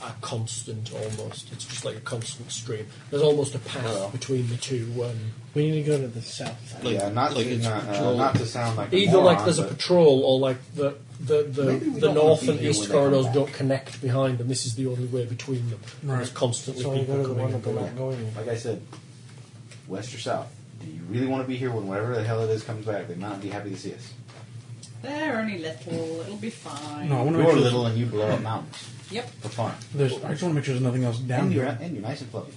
S4: are constant almost. It's just like a constant stream. There's almost a path
S2: Oh.
S4: between the two. Um,
S5: We need to go to the south.
S2: yeah, not to, not, uh,
S8: patrol.
S2: not to sound like a
S4: either like
S2: moron,
S4: there's a
S2: but-
S4: patrol or like the the,
S2: Maybe we
S4: the, the
S2: don't
S4: north
S2: wanna be
S4: and
S2: here
S4: east
S2: when they come
S4: corridors
S2: back.
S4: don't connect behind them. This is the only way between them.
S8: Right.
S4: There's constantly
S5: So we
S4: people
S5: go to the
S4: coming
S5: one
S4: and
S5: that we're
S4: going.
S5: not going. in.
S2: Like I said, west or south. Do you really want to be here when whatever the hell it is comes back? They might be happy to see us.
S3: They're only little, it'll be fine.
S8: no, I want to make
S2: You're
S8: sure
S2: little and you blow up mountains
S3: Yep.
S2: for fun.
S8: There's, I just want to make sure there's nothing else down
S2: And you're,
S8: here.
S2: and you're nice and fluffy.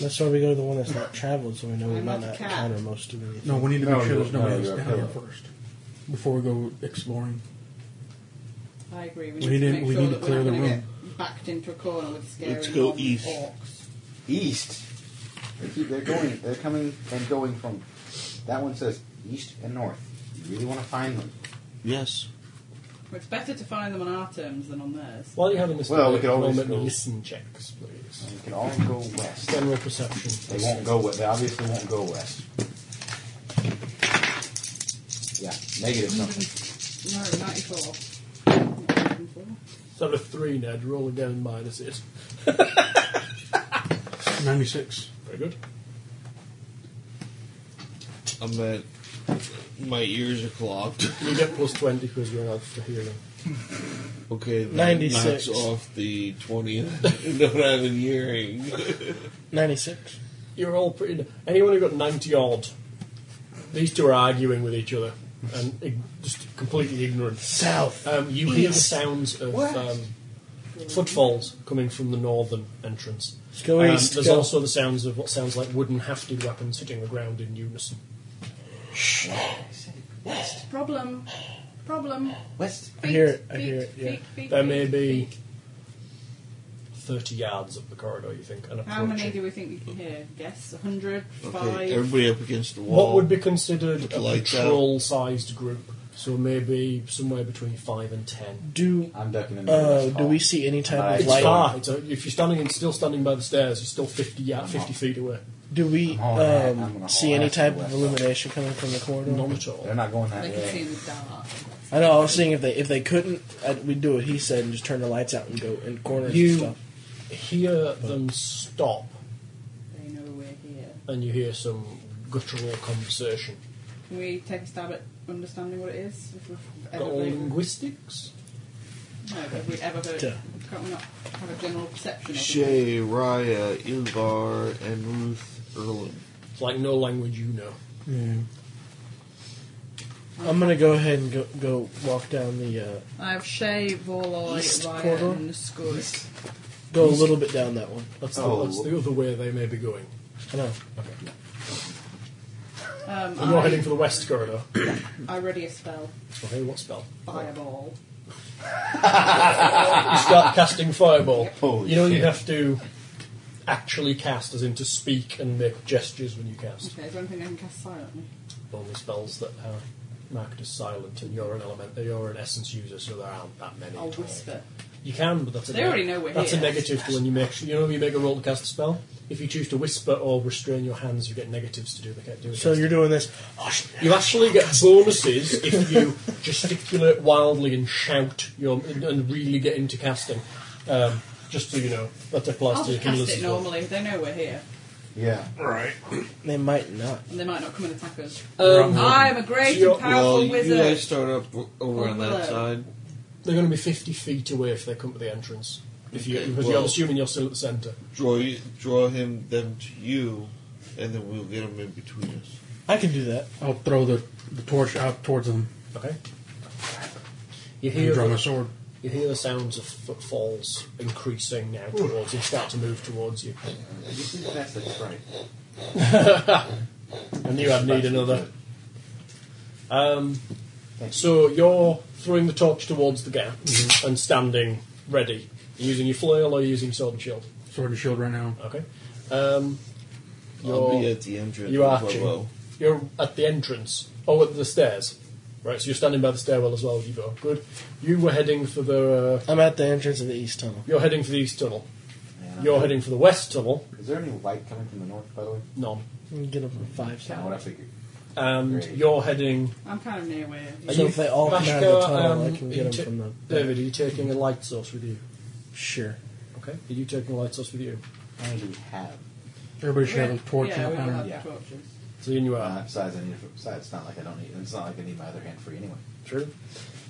S5: That's why we go to the one that's not traveled, so we know we
S3: I'm
S5: might
S3: not a
S5: not
S3: cat.
S5: encounter most of anything.
S8: No, we need to
S2: No,
S8: make sure there's
S2: you're-
S8: nobody
S2: no,
S8: else
S2: you're
S8: down here
S2: up.
S8: first before we go exploring.
S3: I agree. We
S8: We
S3: need,
S8: need
S3: to
S8: to-
S3: make
S8: we
S3: sure
S8: need
S3: that
S8: to clear
S3: we're not
S8: the
S3: gonna
S8: room.
S3: get backed into a corner with scary
S7: Let's go
S3: long
S7: east.
S3: orcs.
S2: East. They keep, they're going. They're coming and going from. That one says east and north. You really want to find them?
S7: Yes.
S3: It's better to find them on our terms than on theirs.
S4: While you're having this
S2: Well, we
S4: debate,
S2: could always
S4: roll me
S2: go-
S4: listen checks, please.
S2: You can all go west.
S4: General perception.
S2: They won't go west. They obviously won't go west. Yeah, negative something.
S3: No, 94. Not 94.
S4: Instead of three, Ned, roll again minus it.
S8: 96.
S4: Very good.
S7: I'm at. My ears are clogged.
S4: You get plus 20 because you're out for healing.
S7: Okay, that
S5: 96.
S7: knocks off the 20th. Don't have an earring.
S5: 96.
S4: You're all pretty. Anyone who got 90 odd, these two are arguing with each other and ig- just completely ignorant.
S5: South.
S4: Um, you hear the sounds of um, footfalls coming from the northern entrance.
S5: Let's go
S4: Um,
S5: east.
S4: there's
S5: Oh, go.
S4: also the sounds of what sounds like wooden hafted weapons hitting the ground in unison.
S3: Problem. Problem.
S2: West.
S5: I hear it, I hear it, yeah.
S3: feet,
S4: There may be 30 yards up the corridor, you think, and
S3: How many
S4: approaching.
S3: do we think you can hear? Guess 100,
S7: Okay,
S3: 5.
S7: everybody up against the wall.
S4: What would be considered a
S7: Lights out.
S4: patrol-sized group? So maybe somewhere between five and ten.
S5: Do
S2: I'm ducking in the
S5: uh,
S2: nearest
S5: do
S2: hall.
S5: we see any type of
S2: Nice.
S4: It's
S5: light?
S4: far. It's a, if you're standing and still standing by the stairs, you're still 50 ya- 50 feet away.
S5: Do we
S2: I'm
S7: Uh-huh.
S2: hauling that. I'm
S5: um,
S2: gonna
S5: see
S2: haul
S5: any
S2: that
S5: type
S2: to the
S5: of
S2: west.
S5: illumination coming from the corridor?
S4: None at all.
S2: They're not going that
S3: They can see
S2: way.
S3: in the dark.
S5: I know. I was seeing if they if they couldn't, i we'd do what he said and just turn the lights out and go in corners and
S4: You
S5: stuff.
S4: hear them stop,
S3: They know we're here.
S4: and you hear some guttural conversation.
S3: Can we take a stab at understanding what it is? If we've
S4: Got
S3: ever
S4: all
S3: been, no,
S4: linguistics?
S3: have we ever heard
S5: Duh.
S3: Can't we not have a general perception of it?
S7: Shay, Raya, Ilvar, and Ruth Erlin.
S4: It's like no language you know.
S5: I'm gonna go ahead and go, go walk down the uh,
S3: I have Shay, Vorloy,
S5: East
S3: Ryan,
S5: corridor?
S3: and Skurk.
S5: go a little bit down that one.
S4: That's the,
S7: Oh,
S4: that's the other way they may be going.
S5: I know.
S3: Um,
S4: And you're
S3: I,
S4: heading for the west corridor.
S3: I ready a spell.
S4: Okay, what spell?
S3: Fireball.
S4: You start casting fireball.
S2: Holy
S4: you know you
S2: shit.
S4: have to actually cast, as in to speak and make gestures when you cast.
S3: Okay, is there anything I can cast silently?
S4: Only spells that are marked as silent, and you're an element, you're an essence user, so there aren't that many.
S3: I'll
S4: at all.
S3: whisper.
S4: You can, but that's a
S3: They already know we're
S4: that's
S3: here.
S4: a negative to when you make you know when you make a roll to cast a spell. If you choose to whisper or restrain your hands, you get negatives to do the do. the
S5: So
S4: casting.
S5: you're doing this. Oh, sh-
S4: You actually get bonuses if you gesticulate wildly and shout your, and, and really get into casting. Um, just so you know, that applies
S3: I'll
S4: to
S3: just
S4: healers
S3: cast
S4: as
S3: it
S4: well.
S3: normally. They know we're here.
S2: Yeah.
S5: they might not.
S3: And they might not come and attack us.
S4: Um,
S3: I am a great and powerful
S7: Well, you
S3: wizard.
S7: guys start up w- over on
S3: Over
S7: that
S3: there.
S7: side.
S4: They're going to be 50 feet away if they come to the entrance. If you,
S7: Okay,
S4: because
S7: well-
S4: you're assuming you're still at the centre.
S7: Draw you, draw him them to you, and then we'll get him in between us.
S5: I can do that.
S8: I'll throw the, the torch out towards them
S4: Okay. You
S8: and
S4: hear,
S8: draw my
S4: the,
S8: sword.
S4: you hear the sounds of footfalls increasing now towards you, start to move towards you.
S2: You see that that's like right.
S4: I knew I'd need another. Um, so you're throwing the torch towards the gap and standing ready. You're using your flail or you're using sword and shield.
S8: Sword and shield right now.
S4: Okay. Um,
S7: I'll be
S5: Oh.
S4: You're-
S7: at the entrance.
S4: you are
S7: Well,
S4: actually-
S7: well,
S4: you're at the entrance. Oh, at the stairs. Right, so you're standing by the stairwell as well, you go. Good. You were heading for the. Uh,
S5: I'm at the entrance of the east tunnel.
S4: you're heading for the east tunnel.
S2: Man,
S4: You're heading for the west tunnel.
S2: Is there any light coming from the north, by the way?
S4: None.
S5: You can Get up to five.
S2: Not what I figured.
S4: And
S2: Great.
S4: you're heading.
S3: I'm kind of near where.
S4: Are
S5: so
S4: you-
S5: if they all come out of oh, the
S4: Bashkar,
S5: tunnel,
S4: um,
S5: I can
S4: you
S5: get them
S4: ta-
S5: from the.
S4: David, are you taking a light source with you?
S5: Sure.
S4: Okay. Are you taking a light source with you?
S2: How many do we have?
S8: Everybody should have a torch
S3: Yeah,
S8: out
S3: we all
S8: on
S3: have
S8: them.
S2: Yeah.
S3: torches.
S4: So in you are.
S2: Uh, besides, I need. it for- Besides, it's not like I don't need. It's not like I need my other hand free anyway.
S4: True.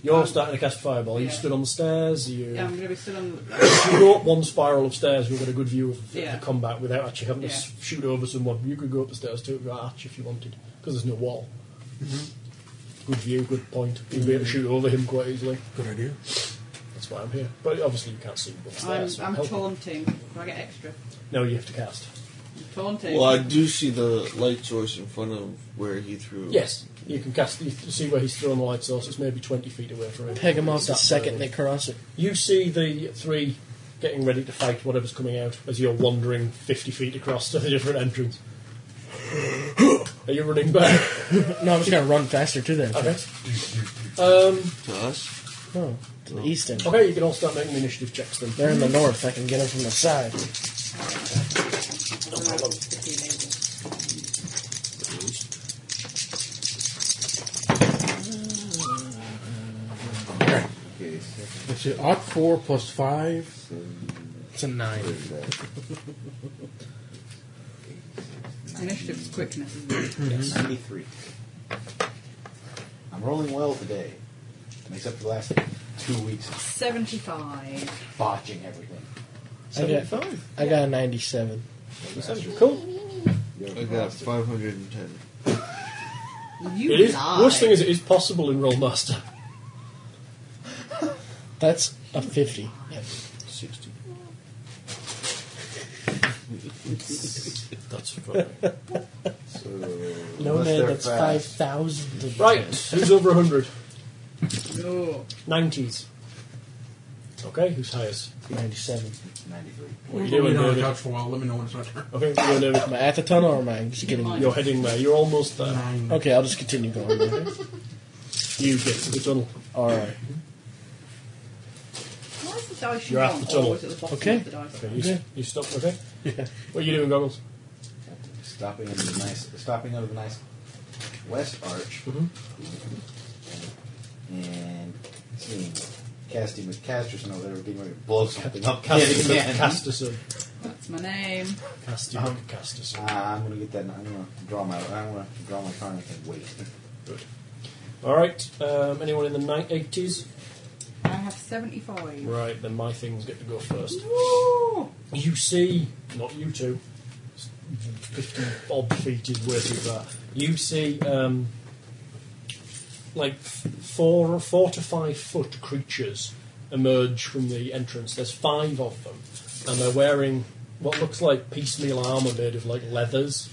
S4: You're starting to cast fireball. You
S3: um, yeah.
S4: stood on the stairs. You
S3: Yeah, I'm going to be stood on the.
S4: you go up one spiral of stairs. You'll get a good view of the-
S3: Yeah.
S4: the combat without actually having to
S3: Yeah.
S4: s- shoot over someone. You could go up the stairs to your arch if you wanted, because there's no wall.
S3: Mm-hmm.
S4: Good view, good point. You'll be able
S5: Mm-hmm.
S4: to shoot over him quite easily.
S8: Good idea.
S4: That's why I'm here. But obviously you can't see him. above the
S3: I'm,
S4: stairs, so
S3: I'm
S4: help.
S3: taunting. Do I get extra?
S4: No, you have to cast.
S3: Taunting.
S7: well, I do see the light source in front of where he threw.
S4: Yes, you can cast. You can see where he's throwing the light source. It's maybe twenty feet away from him.
S5: Peg them off the
S4: It's that
S5: second
S4: early.
S5: they cross it.
S4: You see the three getting ready to fight whatever's coming out as you're wandering 50 feet across to the different entrance. Are you running back?
S5: No, I'm just gonna run faster to them.
S4: Okay.
S7: To us.
S5: Oh, to the east end.
S4: Okay, you can all start making initiative checks then.
S5: They're in the north. I can get them from the side.
S3: Alright, fifteen ages.
S2: Okay, so
S8: Let's see. Odd four plus five.
S5: It's a nine.
S3: Initiative's quickness. isn't it?
S2: ninety-three. I'm rolling well today, except for the last two weeks of
S3: Seventy-five.
S2: botching everything.
S5: I got, I got a 97.
S4: Cool.
S2: You're
S7: I got 510.
S3: You
S4: It is.
S3: lie.
S4: Worst thing is, it is possible in Rollmaster.
S5: That's a 50.
S7: 60.
S4: That's funny.
S2: So,
S5: No,
S2: unless
S5: man,
S2: they're
S5: that's
S2: fast.
S5: 5,000. of
S4: Right,
S5: them.
S4: who's over 100?
S3: No.
S4: 90s. Okay, who's highest?
S5: 97.
S2: 93.
S4: What are you
S8: Put me
S4: doing,
S8: down on the
S4: David?
S8: couch for a while. Let me know when it's my turn.
S4: Okay, what are you doing, David?
S5: Am I at the tunnel or am I just getting.
S4: You're heading there. You're almost there.
S8: Nine.
S5: Okay, I'll just continue going. Okay?
S4: You get to the tunnel.
S5: Alright.
S3: Why is the dice
S4: You're
S3: you
S4: at
S3: roll
S4: the tunnel.
S3: always at the bottom
S5: Okay.
S3: of the dice?
S4: Okay, you, s- you stop. Okay. What are you doing, goggles?
S2: Stopping under the nice, stopping under the nice west arch, and seeing Casty McCasterson over there getting ready to blow something up. Casty
S4: Casterson.
S3: That's my name.
S4: Casty
S2: Um,
S4: Casterson.
S2: Ah, I'm gonna get that. I'm gonna draw my. I'm gonna draw my card and wait.
S4: All right. Um, anyone in the ni- 80s?
S3: I have 75.
S4: Right, then my things get to go first.
S3: Woo!
S4: You see, not you two, 50 odd feet is way too far. You see, um, like, f- four, four to five foot creatures emerge from the entrance. There's five of them, and they're wearing what looks like piecemeal armour made of, like, leathers.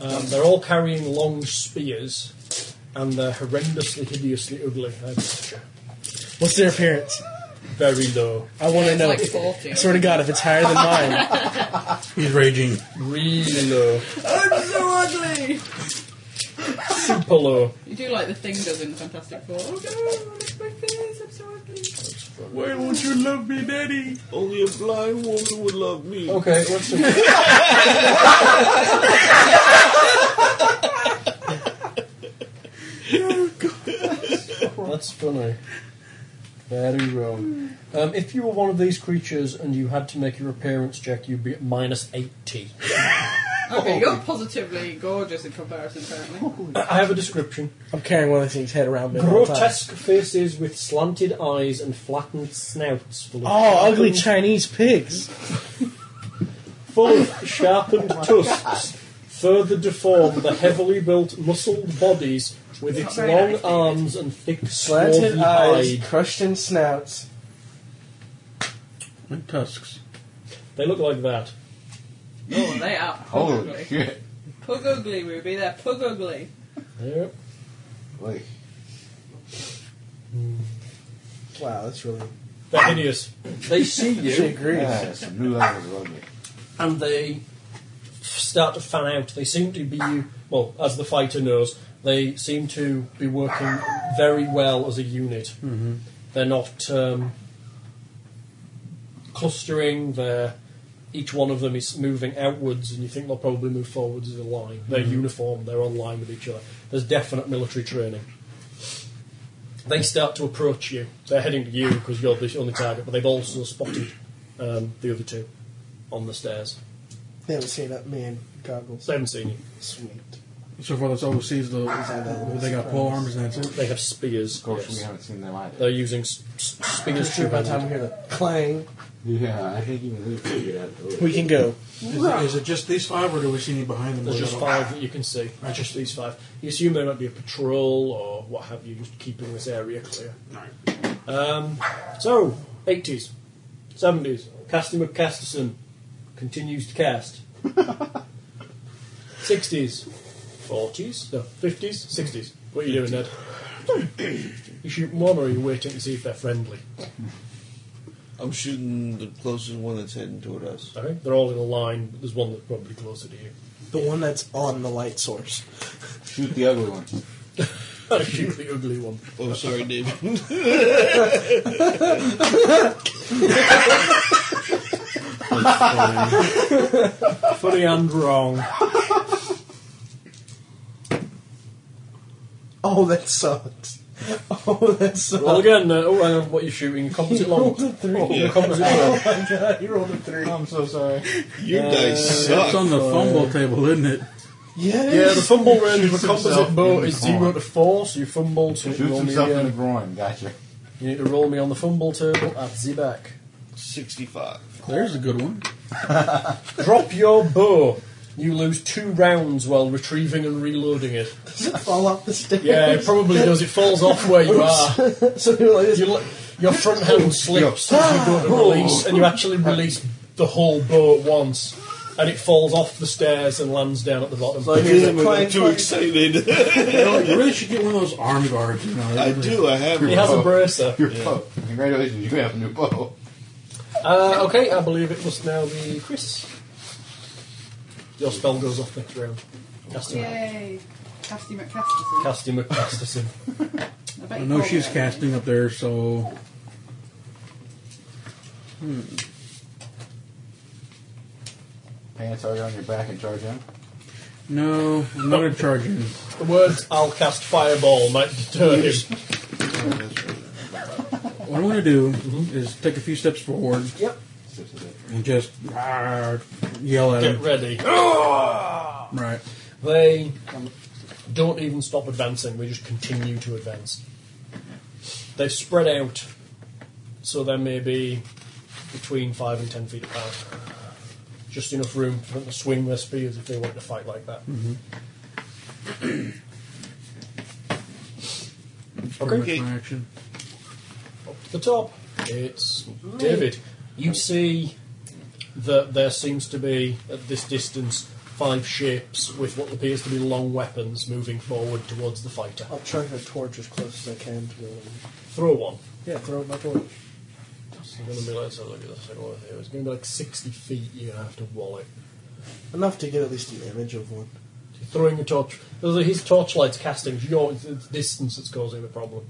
S4: Um, they're all carrying long spears, and they're horrendously, hideously ugly. They're
S5: What's their appearance?
S4: very low.
S5: I want to
S3: It's
S5: know.
S3: like 40.
S5: I swear to God, if it's higher than mine.
S8: He's raging.
S4: Really low.
S3: I'm so ugly!
S4: Super low.
S3: You do like the thing does in the Fantastic Four. Oh no, I look my face, I'm so ugly.
S7: Why won't you love me, Daddy? Only a blind woman would love me.
S4: Okay, what's the That's funny. Very wrong. Um, if you were one of these creatures and you had to make your appearance check, you'd be at minus 80.
S3: Okay, you're positively gorgeous in comparison, apparently.
S4: I have a description.
S5: I'm carrying one of these things head around me. the whole time.
S4: Grotesque faces with slanted eyes and flattened snouts full of
S5: Oh, ugly
S4: sharpened-
S5: Chinese pigs.
S4: full of sharpened tusks further deform the heavily built muscled bodies with its
S3: very
S4: long
S3: nice,
S4: arms and thick
S5: Slanted
S4: swarthy
S5: eyes,
S4: hide.
S5: crushed in snouts.
S8: And tusks.
S4: They look like that.
S3: oh, they are pug
S2: Holy
S3: ugly.
S2: shit!
S3: Pug ugly, Ruby, they're pug ugly.
S4: Yep.
S2: Wait.
S5: Wow, that's really.
S4: They're hideous.
S6: They see
S5: She
S6: you
S5: agrees.
S2: Ah, some new levels of ugly.
S4: And they start to fan out. They seem to be, well, as the fighter knows, they seem to be working very well as a unit. Mm-hmm. They're not um, clustering, they're, each one of them is moving outwards, and you think they'll probably move forwards as a line. They're uniform, they're on line with each other. There's definite military training. They start to approach you. They're heading to you because you're the only target, but they've also spotted um, the other two on the stairs.
S5: They haven't seen that man goggles.
S4: They haven't seen you.
S5: Sweet.
S8: So far, that's all we see is the, they got pole arms and that's it.
S4: They have spears.
S2: Of course,
S4: yes.
S2: we haven't seen them either.
S4: They're using s- s- spears
S5: Just
S4: to
S5: sure by the time we hear the clang,
S2: Yeah, I think even we figured out.
S5: we can go.
S8: Is, it, is it just these five, or do we see any behind them?
S4: There's just five that you can see. Just these five. You assume there might be a patrol or what have you, just keeping this area clear. Um, so, 80s, 70s. Casting McCasterson continues to cast. 60s, 40s, no, 50s, 60s. What are you doing, Ned? You shooting one or are you waiting to see if they're friendly?
S7: I'm shooting the closest one that's heading toward us.
S4: Sorry? They're all in a line, but there's one that's probably closer to you.
S5: The one that's on the light source.
S2: Shoot the ugly one.
S4: shoot the ugly one.
S7: Oh, sorry, David.
S4: Funny and wrong.
S5: Oh, that sucks. Oh, that sucks.
S4: Well, again, uh, oh, hang on, what you're shooting? Composite long.
S5: rolled a three.
S4: Oh, composite long.
S5: you rolled a three.
S2: I'm so sorry.
S7: Your dice
S8: It's
S7: suck.
S8: on the fumble table, isn't it?
S5: Yeah.
S4: Yeah, the fumble range of a
S2: himself
S4: composite
S2: in
S4: bow
S2: the
S4: is
S2: groin.
S4: 0 to 4, so you fumble to
S2: Shoots
S4: roll me
S2: himself in the
S4: again.
S2: groin. Gotcha.
S4: You need to roll me on the fumble table at the back.
S7: 65.
S8: There's a good one.
S4: Drop your bow. You lose two rounds while retrieving and reloading it.
S5: fall off the stairs.
S4: Yeah, it probably does. It falls off where you are.
S5: so you're like this.
S4: You let- your front hand slips as you go to release, and you actually release the whole bow at once, and it falls off the stairs and lands down at the bottom.
S5: Here's a
S7: Damn it, I'm
S5: clang,
S7: too
S5: clang.
S7: excited.
S8: You know, you really should get one of those arm guards. You know,
S7: I do, I have
S4: he
S7: one.
S4: has a bracer.
S2: Your bow. Congratulations, you have a new bow.
S4: Uh, okay, I believe it must now be Chris. Your spell goes off next round. Casting.
S3: Yay! Casty McCasterson.
S4: Casting McCasterson.
S3: I bet
S8: I
S3: you
S8: know
S3: call
S8: she's
S3: her.
S8: casting up there, so
S2: Hang a target on your back and charge in.
S8: no, I'm not in charge. of him.
S4: the words "I'll cast fireball" might deter him.
S8: What I'm going to do is take a few steps forward
S2: Sips of it.
S8: and just "Arr," yell at
S4: Get
S8: him.
S4: ready.
S8: Right.
S4: They don't even stop advancing, they just continue to advance. They've spread out, so they may be between 5 and 10 feet apart. Just enough room for them to swing their spears if they want to fight like that.
S8: Pretty
S4: Okay.
S8: much my action.
S4: Up to the top, it's David. You see that there seems to be, at this distance, five shapes with what appears to be long weapons moving forward towards the fighter.
S5: I'll try to torch as close as I can to the.
S4: Throw one.
S5: Yeah, throw my torch.
S4: It's going to be like, so look at this, like, what here? It's going to be like 60 feet you're going to have to wall it.
S5: Enough to get at least an image of one.
S4: You're throwing a torch. Those are his torchlight's casting. Your, it's it's distance that's causing the problem.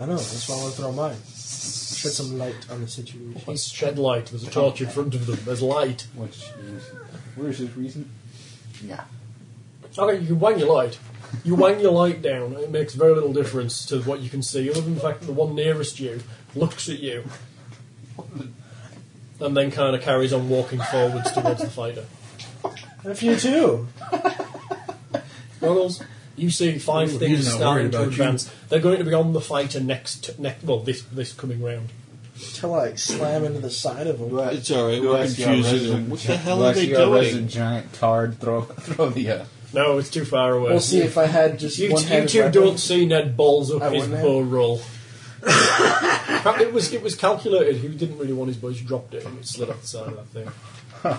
S5: I know, that's why I want to throw mine. Shed some light on the situation.
S4: He's shed light. There's a torch in front of them. There's light.
S2: Which is, where is this reason? Yeah.
S4: Okay, you can wang your light. You wang your light down. It makes very little difference to what you can see, other than the fact that the one nearest you looks at you and then kind of carries on walking forwards towards the fighter.
S5: F you too!
S4: Goggles, you see five
S8: Ooh,
S4: things
S8: he's not
S4: starting
S8: worried
S4: to
S8: about you.
S4: advance. They're going to be on the fighter next, next well, this this coming round.
S5: Till I like, slam into the side of him.
S2: Do I-
S7: It's alright,
S2: do
S7: we're
S2: I see our
S7: confusing
S2: resident-
S7: them. What the hell
S2: do I
S7: are they
S2: see our
S7: doing?
S2: resident giant tard throw throw the uh,
S4: No, it's too far away.
S5: We'll see if I had just
S4: you,
S5: one
S4: you
S5: handed
S4: two
S5: weapon.
S4: don't see Ned balls up
S5: I
S4: his
S5: wouldn't
S4: bow roll. it was it was calculated. He didn't really want his bow. He just dropped it and it slid off the side of that thing.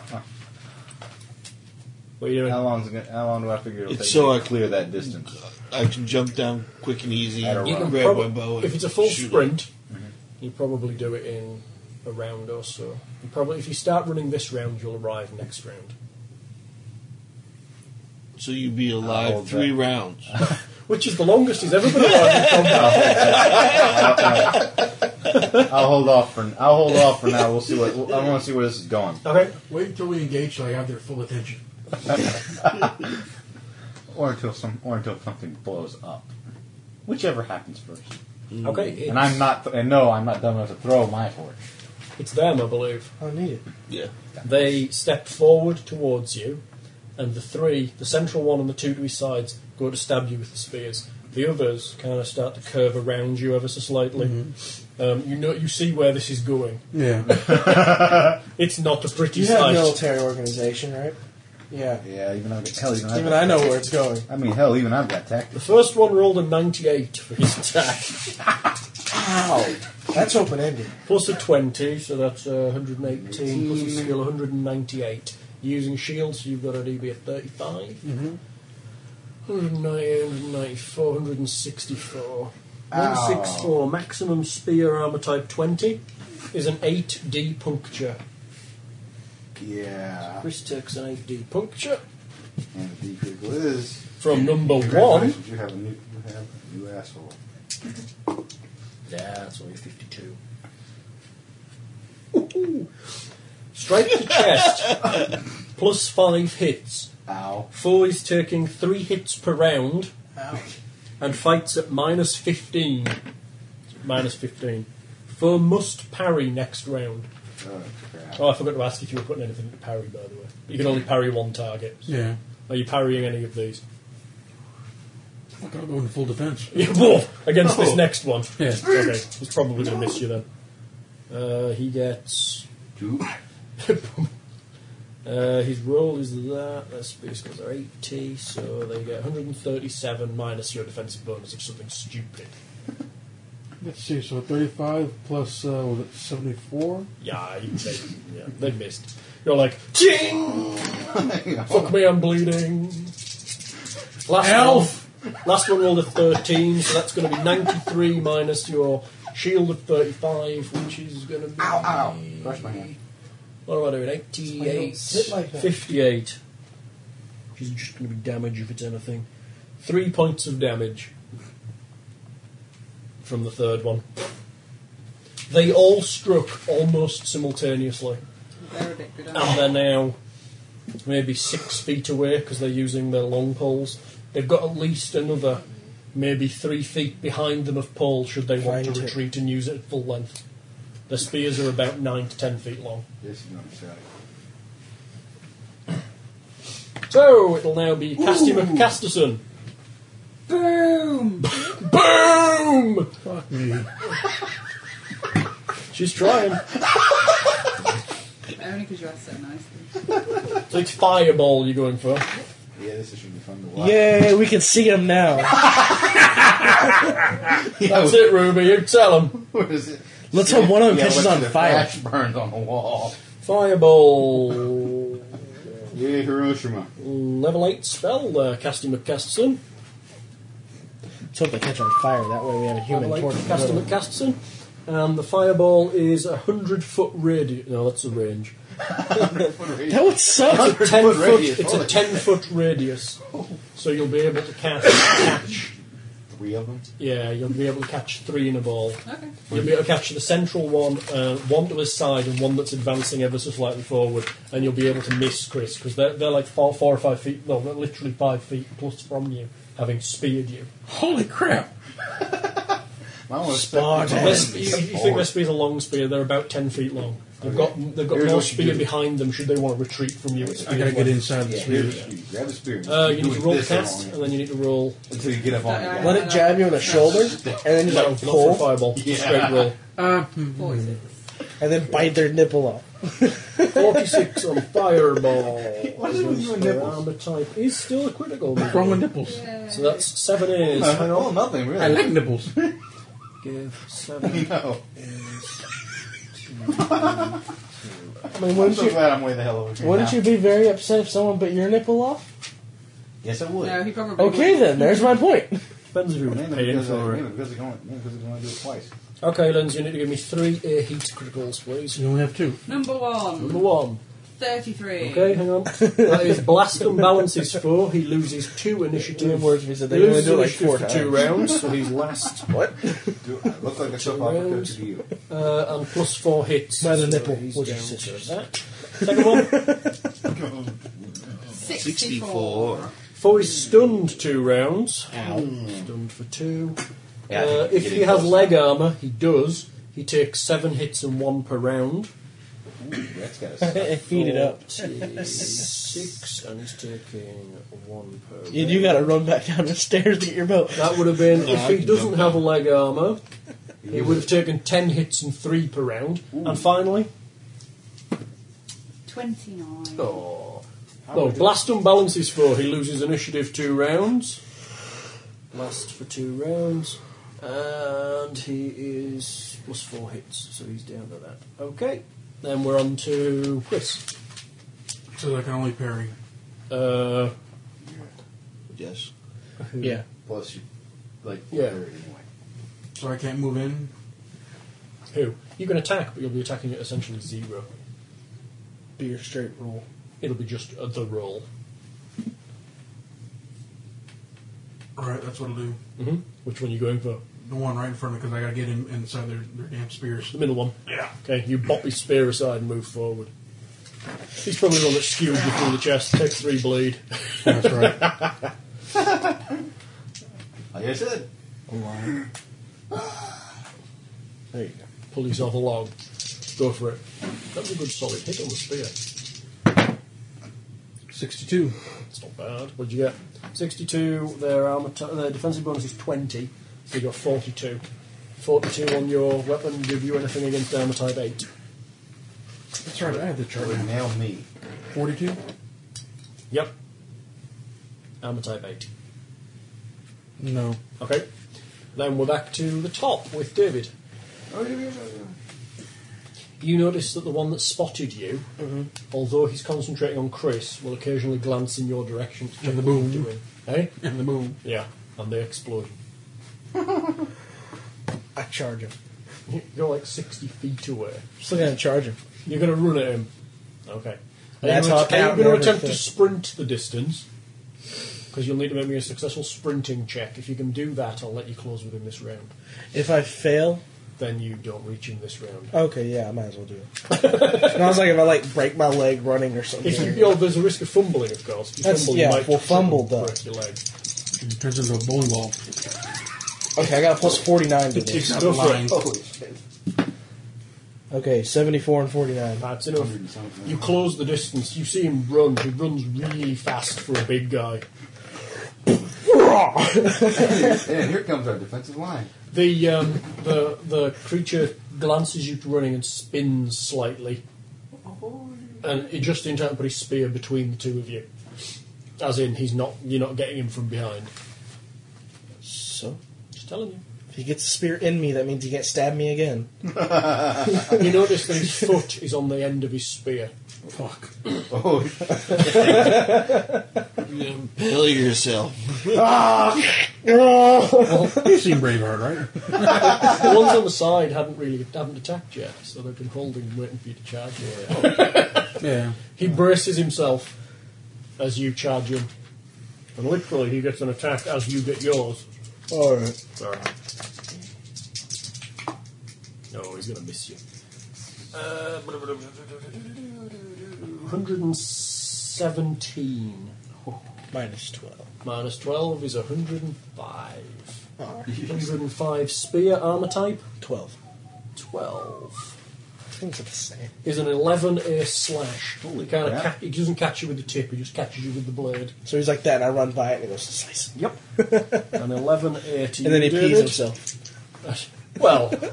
S4: what are you doing?
S2: How long is it gonna, How long do I figure it'll
S7: It's
S2: take
S7: so
S2: me
S7: I-
S2: to clear that distance?
S7: I can jump down quick and easy
S2: At a
S7: and
S2: run.
S7: grab
S4: Prob-
S7: my bow. And
S4: if it's a full
S7: shoot
S4: sprint,
S8: Mm-hmm.
S4: you probably do it in a round or so. You probably if you start running this round, you'll arrive next round.
S7: it. So you'd be
S2: I'll
S7: alive three
S2: bet.
S7: rounds.
S4: Which is the longest he's ever been alive in combat.
S2: I'll hold off for. I'll hold off for now. We'll see what. I want to see where this is going.
S4: Okay.
S10: Wait until we engage so I have their full attention.
S2: Or until some. Or until something blows up. Whichever happens first.
S4: Okay. It's,
S2: Mm. And I'm not. and no, I'm not dumb enough to throw my torch.
S4: It's them, I believe.
S5: I don't need it.
S7: Yeah.
S4: They step forward towards you, and the three, the central one and the two to his sides, go to stab you with the spears. The others kind of start to curve around you ever so slightly.
S2: Mm-hmm.
S4: Um, you know, you see where this is going.
S8: Yeah.
S4: It's not a pretty
S5: You have
S4: sight.
S5: military organization, right? Yeah.
S2: Yeah. Even I've got, hell. Even, I've
S5: Even
S2: got
S5: I know where it's going.
S2: I mean, hell. Even I've got
S4: The
S2: tactics.
S4: first one rolled a 98 for his attack,
S5: Ow! That's open ended.
S4: plus a 20, so that's uh, 118, plus a
S2: Mm-hmm.
S4: skill 198. Using shields, you've got a DB of 35. Mm-hmm. 198, 194, 164.
S2: Oh.
S4: 164, maximum spear armor type 20 is an 8D puncture.
S2: Yeah.
S4: Chris takes an 8D puncture
S2: And the D-critical is.
S4: from number 1.
S2: Congratulations, You have a new. You have a new asshole.
S4: Yeah, that's only 52. Ooh. Strike to chest, plus five hits.
S2: Ow.
S4: Four is taking three hits per round, and fights at minus 15. Minus 15. Four must parry next round.
S2: Oh, crap.
S4: Oh, I forgot to ask if you were putting anything to parry, by the way. But you can only parry one target.
S8: Yeah.
S4: Are you parrying any of these?
S8: Fuck, I'll go into full defense.
S4: Whoa, Against this next one.
S8: Yeah.
S4: Okay, he's probably going to miss you then. Uh, he gets
S2: Two.
S4: Uh, his roll is that. Their speed scores are 80, so they get 137 minus your defensive bonus of something stupid.
S8: Let's see. So 35 plus uh, was it 74?
S4: Yeah, you- they, yeah, they missed. You're like, ching! Fuck me, I'm bleeding. Last Elf! One, last one rolled a 13, so that's going to be 93 minus your Shield of 35, which is going to be.
S2: Ow, ow. Crush my hand.
S4: What am I doing?
S5: Why you don't
S4: 88.
S5: sit like that?
S4: 58. Which is just going to be damage if it's anything. Three points of damage from the third one. They all struck almost simultaneously,
S3: They're a bit good, aren't
S4: and they're now maybe six feet away because they're using their long poles. They've got at least another, maybe three feet behind them of pole should they want to
S5: Find it.
S4: retreat and use it at full length. Their spears are about nine to ten feet long.
S2: This is not exciting.
S4: So it'll now be Casty McCasterson. Boom! Boom!
S8: Fuck me.
S4: She's trying.
S3: they? Only because you asked so nicely.
S4: So it's fireball you're going for.
S2: Yeah, this is should be fun to watch.
S5: Yay, we can see him now.
S4: That's it, Ruby. You tell them.
S2: Where is it?
S5: Let's hope one of them
S2: Yeah,
S5: catches
S2: let's
S5: on
S2: see the
S5: fire.
S2: Flash burns on the wall.
S4: Fireball.
S2: Yeah, Hiroshima.
S4: Level 8 spell there, Casty McCasterson.
S5: Let's hope they catch on fire. That way we have a human
S4: Level 8
S5: torch.
S4: Casty McCasterson. And the fireball is a 100 foot radius. No, that's the range.
S5: That would suck.
S4: It's a 10 foot,
S2: radius,
S4: it's
S2: holy
S4: a 10 foot radius. So you'll be able to cast catch.
S2: Three of them.
S4: Yeah, you'll be able to catch three in a ball.
S3: Okay.
S4: You'll be able to catch the central one, uh, one to his side, and one that's advancing ever so slightly forward, and you'll be able to miss Chris because they're, they're like four, four or five feet, no, they're literally five feet plus from you, having speared you.
S8: Holy crap!
S2: I don't expect
S5: Spartan.
S2: them
S4: Their
S2: all.
S4: spe- you, you think their spear's a long spear? They're about ten feet long. They've got they've got
S2: Here's
S4: more
S2: what you
S4: spear
S2: do.
S4: behind them should they want to retreat from you.
S8: I gotta get inside
S2: Yeah,
S8: this
S2: here's
S8: spear.
S2: a spear. Grab a spear.
S4: Uh, you
S2: Do
S4: need to
S2: it
S4: roll
S2: this
S4: test,
S2: long.
S4: and then you need to roll
S2: until you get up on
S3: Yeah.
S2: it.
S5: Let it jab you in the shoulder, and then just
S4: no,
S5: like
S4: not for a
S5: pull,
S4: fireball,
S2: Yeah.
S4: straight roll.
S8: Uh, hmm.
S3: Forty-six.
S5: and then bite their nipple off.
S4: Forty six on fireball.
S2: What is it with you and
S4: Their
S2: nipples?
S4: Armor type is still a critical.
S8: What's wrong with nipples?
S4: So that's seven A's.
S2: Uh, oh, nothing
S8: I
S2: really.
S8: like nipples.
S6: Give seven.
S2: No.
S5: I mean,
S2: I'm
S5: wouldn't
S2: so
S5: you,
S2: glad I'm way the hell over here.
S5: wouldn't
S2: now.
S5: you be very upset if someone bit your nipple off?
S2: Yes, I would.
S3: No, he probably.
S5: Okay,
S3: would.
S5: then. There's my point.
S4: Ben's room.
S2: Mainly
S4: Paying
S2: because, I,
S4: for it.
S2: mainly because I can only, mainly because I can only do it twice.
S4: Okay, Lenz, you need to give me three air heat criticals, please.
S8: You only have two.
S3: Number one,
S4: Number one.
S3: thirty-three.
S4: Okay, hang on. that is blast and balances four. He loses two
S5: Two
S4: initiative.
S5: words we said
S4: He
S5: they only
S4: loses
S5: do it like
S4: initiative
S5: four
S4: for
S5: times.
S4: two rounds, so he's last. What?
S2: Do, I look like a soap opera coach to you.
S4: Uh, and plus four hits.
S5: By the
S4: so
S5: nipple
S4: he's
S5: with your
S4: down to
S5: scissors.
S4: that. Second one.
S3: Sixty-four.
S4: Four is stunned two rounds. Stunned for two.
S2: Yeah, I
S4: uh,
S2: think
S4: if
S2: you
S4: he
S2: did
S4: has
S2: close.
S4: leg armour, he does. He takes seven hits and one per round.
S2: That's got to
S5: It feed it up.
S4: Six, and he's taking one per round.
S5: You do gotta run back down the stairs to get your belt.
S4: That would have been if he doesn't have a leg armor, he would have taken ten hits and three per round. And finally,
S3: Twenty-nine.
S4: oh, no, blast unbalances four. He loses initiative two rounds. Blast for two rounds, and he is plus four hits, so he's down to that. Okay, then we're on to Chris.
S10: So like I only parry.
S4: Uh,
S7: Yes.
S5: Yeah.
S2: Plus, you, like,
S4: Yeah.
S2: third anyway.
S10: So I can't move in.
S4: who you can attack, but you'll be attacking at essentially zero.
S5: Be your straight roll.
S4: It'll be just uh, the roll.
S10: All right, that's what I'll do.
S4: hmm Which one are you going for?
S10: The one right in front of me because I gotta get in inside their, their damn spears.
S4: The middle one.
S10: Yeah.
S4: Okay, you bop his spear aside and move forward. He's probably the one that skewed you through the chest. Take three bleed.
S8: That's right.
S2: Like I said,
S5: There you go.
S4: Pull yourself along. Go for it. That was a good solid hit on the spear.
S8: 62.
S4: It's not bad. What'd you get? 62. Their armor, t- their defensive bonus is 20, so you got 42. 42 on your weapon. Give you anything against armor type 8?
S8: That's right, I had the chart.
S2: it would nail me.
S8: 42?
S4: Yep. Armor type 8.
S8: No.
S4: Okay. Then we're back to the top with David.
S8: Oh,
S4: You notice that the one that spotted you,
S8: Mm-hmm.
S4: although he's concentrating on Chris, will occasionally glance in your direction to check
S8: And the
S4: what you're
S8: boom.
S4: doing. Hey?
S8: And the move.
S4: Yeah, and they explode.
S5: I charge him.
S4: You're like 60 feet away.
S5: Still gonna charge him.
S4: You're going to run at him. Okay. Are
S5: That's
S4: you gonna-
S5: how I count
S4: Are you going to attempt
S5: everything.
S4: to sprint the distance? Because you'll need to make me a successful sprinting check. If you can do that, I'll let you close within this round.
S5: If I fail,
S4: Then you don't reach him this round.
S5: okay, yeah, I might as well do it. and I was like, if I like break my leg running or something,
S4: If you, you know, there's a risk of fumbling, of course. If you
S5: That's-
S4: fumble,
S5: yeah,
S4: you might
S5: well, fumble does.
S4: break your leg.
S8: It turns into a bowling ball.
S5: okay, I got a plus forty nine to this.
S10: Takes out
S4: Go
S10: the
S4: for it.
S10: line.
S5: Okay, seventy four and forty nine.
S4: That's enough. You close the distance. You see him run. He runs really fast for a big guy.
S2: And here comes our defensive line.
S4: The um, the the creature glances you running and spins slightly, and it just in time put his spear between the two of you. As in, he's not you're not getting him from behind.
S5: So
S4: Just telling you.
S5: if he gets a spear in me, that means he can't stab me again.
S4: you notice that his foot is on the end of his spear.
S8: Fuck.
S2: Oh,
S7: Kill yourself.
S8: You've seen Braveheart, right?
S4: The ones on the side haven't really haven't attacked yet, so they've been holding, waiting for you to charge.
S8: Yeah.
S4: He braces himself as you charge him, and literally he gets an attack as you get yours.
S5: All right.
S4: Sorry. No, he's gonna miss you. Uh, 117
S5: Minus twelve.
S4: minus 12 is 105. 105 spear armor type,
S5: Oh, Twelve.
S4: 12.
S5: Things are the same.
S4: Is an 11 ace slash.
S2: Holy
S4: he, kinda
S2: crap.
S4: ca- he doesn't catch you with the tip, he just catches you with the blade.
S5: So he's like that, and I run by it, and he goes slice,
S4: Yep. an 11 80.
S5: and then he
S4: David.
S5: pees himself.
S4: Well, he's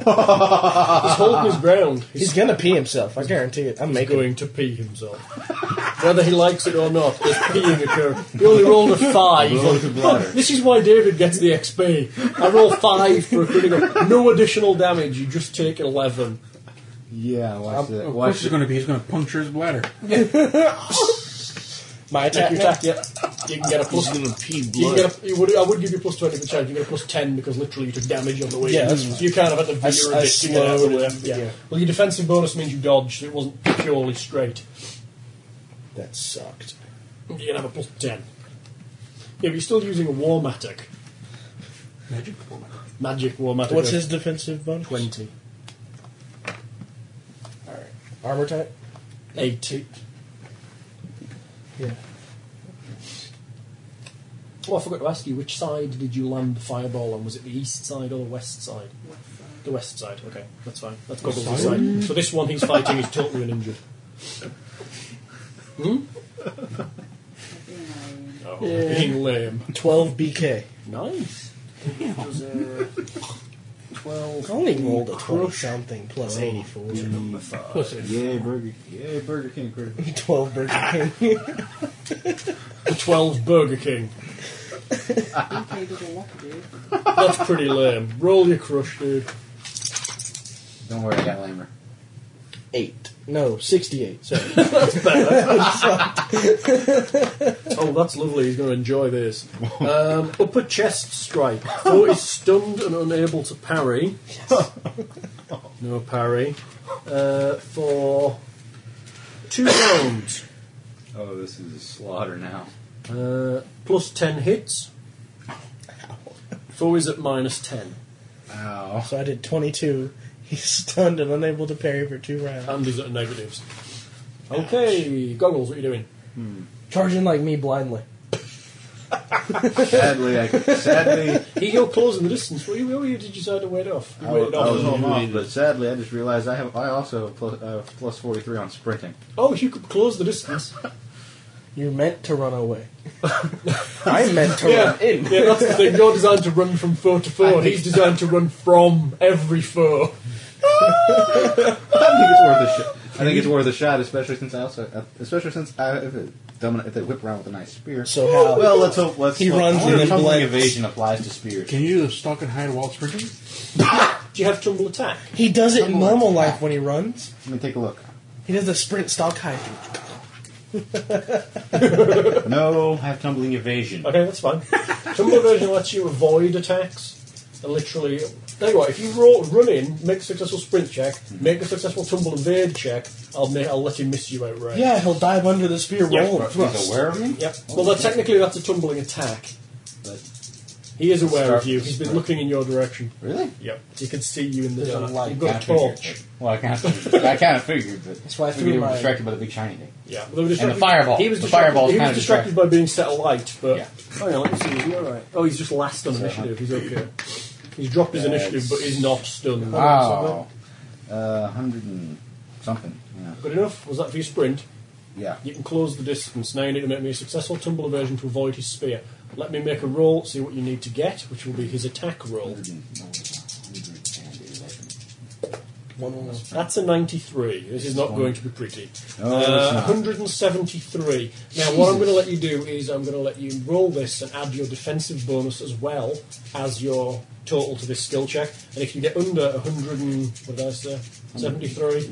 S4: holding his ground. He's
S5: He's gonna pee himself. I guarantee it. I'm
S4: He's
S5: making.
S4: going to pee himself. Whether he likes it or not, there's peeing occurring. He only rolled a five. this is why David gets the XP. I roll five for a critical. No additional damage, you just take 11.
S2: yeah, watch that.
S10: Oh,
S8: Of
S2: Watch
S8: course it's going to be. He's going to puncture his bladder.
S5: My
S4: Take
S5: attack.
S4: your
S5: now?
S4: attack, yep. You can get a plus.
S7: gonna pee
S4: You can get a, you would, I would give you plus 20 for the charge. You get a plus 10 because literally you took damage on the way.
S5: Yeah,
S4: in.
S5: that's
S4: you kind of had to veer
S5: I s- I
S4: a bit to get out of
S5: slowed
S4: it.
S5: him,
S4: Yeah.
S5: yeah.
S4: Well, your defensive bonus means you dodged, so it wasn't purely straight.
S5: That sucked.
S4: You're going to have a plus 10. Yeah, but you're still using a war matic.
S8: Magic.
S4: Magic war matic.
S5: What's his defensive bonus?
S4: 20.
S5: Armor type.
S4: 80.
S5: Yeah.
S4: Oh, I forgot to ask you, which side did you land the fireball on? Was it the east side or the west side? The west side, okay, that's fine. That's Goggles' side. So this one he's fighting is totally uninjured. Oh, being lame.
S5: Twelve BK.
S4: Nice.
S5: I only rolled a twenty something plus eighty four.
S8: Plus it.
S2: Yay, Burger Yay, Burger King Ah. critical.
S5: Twelve Burger King.
S4: The 12 Burger King.
S3: Okay, double whopper, dude.
S4: That's pretty lame. Roll your crush, dude.
S2: Don't worry, I got lamer.
S5: Eight. No, sixty eight. Sorry.
S4: Oh, that's lovely. He's going to enjoy this. Um, upper chest strike. Four is stunned and unable to parry. No parry. Uh, for two rounds.
S2: Oh, this is a slaughter now.
S4: Uh, plus ten hits. Four is at minus ten.
S2: Ow.
S5: So I did twenty two. He's stunned and unable to parry for two rounds.
S4: And is at negatives. Okay, goggles. What are you doing?
S5: Charging like me blindly.
S2: Sadly, I, sadly,
S4: He, you're closing the distance. Were you? Or you did you decide to wait off? You
S2: I,
S4: waited
S2: I
S4: off.
S2: was on off, but sadly, I just realized I have. I also have plus, uh, plus 43 on sprinting.
S4: Oh, you could close the distance.
S5: You're meant to run away. I meant to
S4: Yeah,
S5: run in.
S4: yeah, that's the thing. You're designed to run from foe to foe. He's designed to run from every foe.
S2: I think it's worth a shot. I think it's worth a shot, especially since I also, uh, especially since I, if, it, domin- if they whip around with a nice spear.
S5: So how-
S2: Well, let's hope. Let's
S5: He
S2: hope-
S5: runs
S2: I wonder
S5: and
S2: if
S5: then
S2: tumbling
S5: blends.
S2: evasion applies to spears.
S8: Can you do the stalk and hide while sprinting?
S4: Do you have tumble attack?
S5: He does it in normal life when he runs.
S2: Let me take a look.
S5: He does the sprint stalk high.
S2: No, I have tumbling evasion.
S4: Okay, that's fine. tumble version lets you avoid attacks. And literally, Tell you what, if you roll, run in, make a successful sprint check, make a successful tumble evade check, I'll ma- I'll let him miss you outright.
S5: Yeah, he'll dive under the spear
S4: Yeah,
S5: roll.
S2: But He's aware of me?
S4: Oh, Yep. Well, that, technically that's a tumbling attack.
S2: But-
S4: He is aware
S2: Start-
S4: of you. He's been looking in your direction.
S2: Really?
S4: Yep. He can see you in the
S5: There's a
S4: dark.
S5: light
S4: You've got a
S2: Kinda
S4: torch.
S2: figured. Well, I kind of, I kind of figured, but
S5: That's why I
S2: figured
S5: threw
S2: he was
S5: my-
S2: distracted by the big shiny thing.
S4: Yeah. Well, they were
S2: And
S4: distracted-
S2: the fireball.
S4: He was
S2: the
S4: distracted,
S2: fireball
S4: he
S2: kind
S4: was
S2: of
S4: distracted by being set alight, but
S2: Yeah.
S4: oh yeah, let's see, is he alright? Oh, he's just last on initiative. He's okay. He's dropped his
S2: Yeah,
S4: initiative,
S2: it's- Oh.
S4: but he's not stunned.
S2: Wow. Uh, hundred and something. Yeah.
S4: Good enough. Was that for your sprint?
S2: Yeah.
S4: You can close the distance. Now you need to make me a successful tumble evasion to avoid his spear. Let me make a roll, see what you need to get, which will be his attack roll.
S2: 100 and- 111.
S4: That's a 93. This is not going to be pretty.
S2: No, it's
S4: uh,
S2: not.
S4: 173. Now, what I'm going to let you do is I'm going to let you roll this and add your defensive bonus as well as your total to this skill check. And if you get under 100 and what did I say? 73.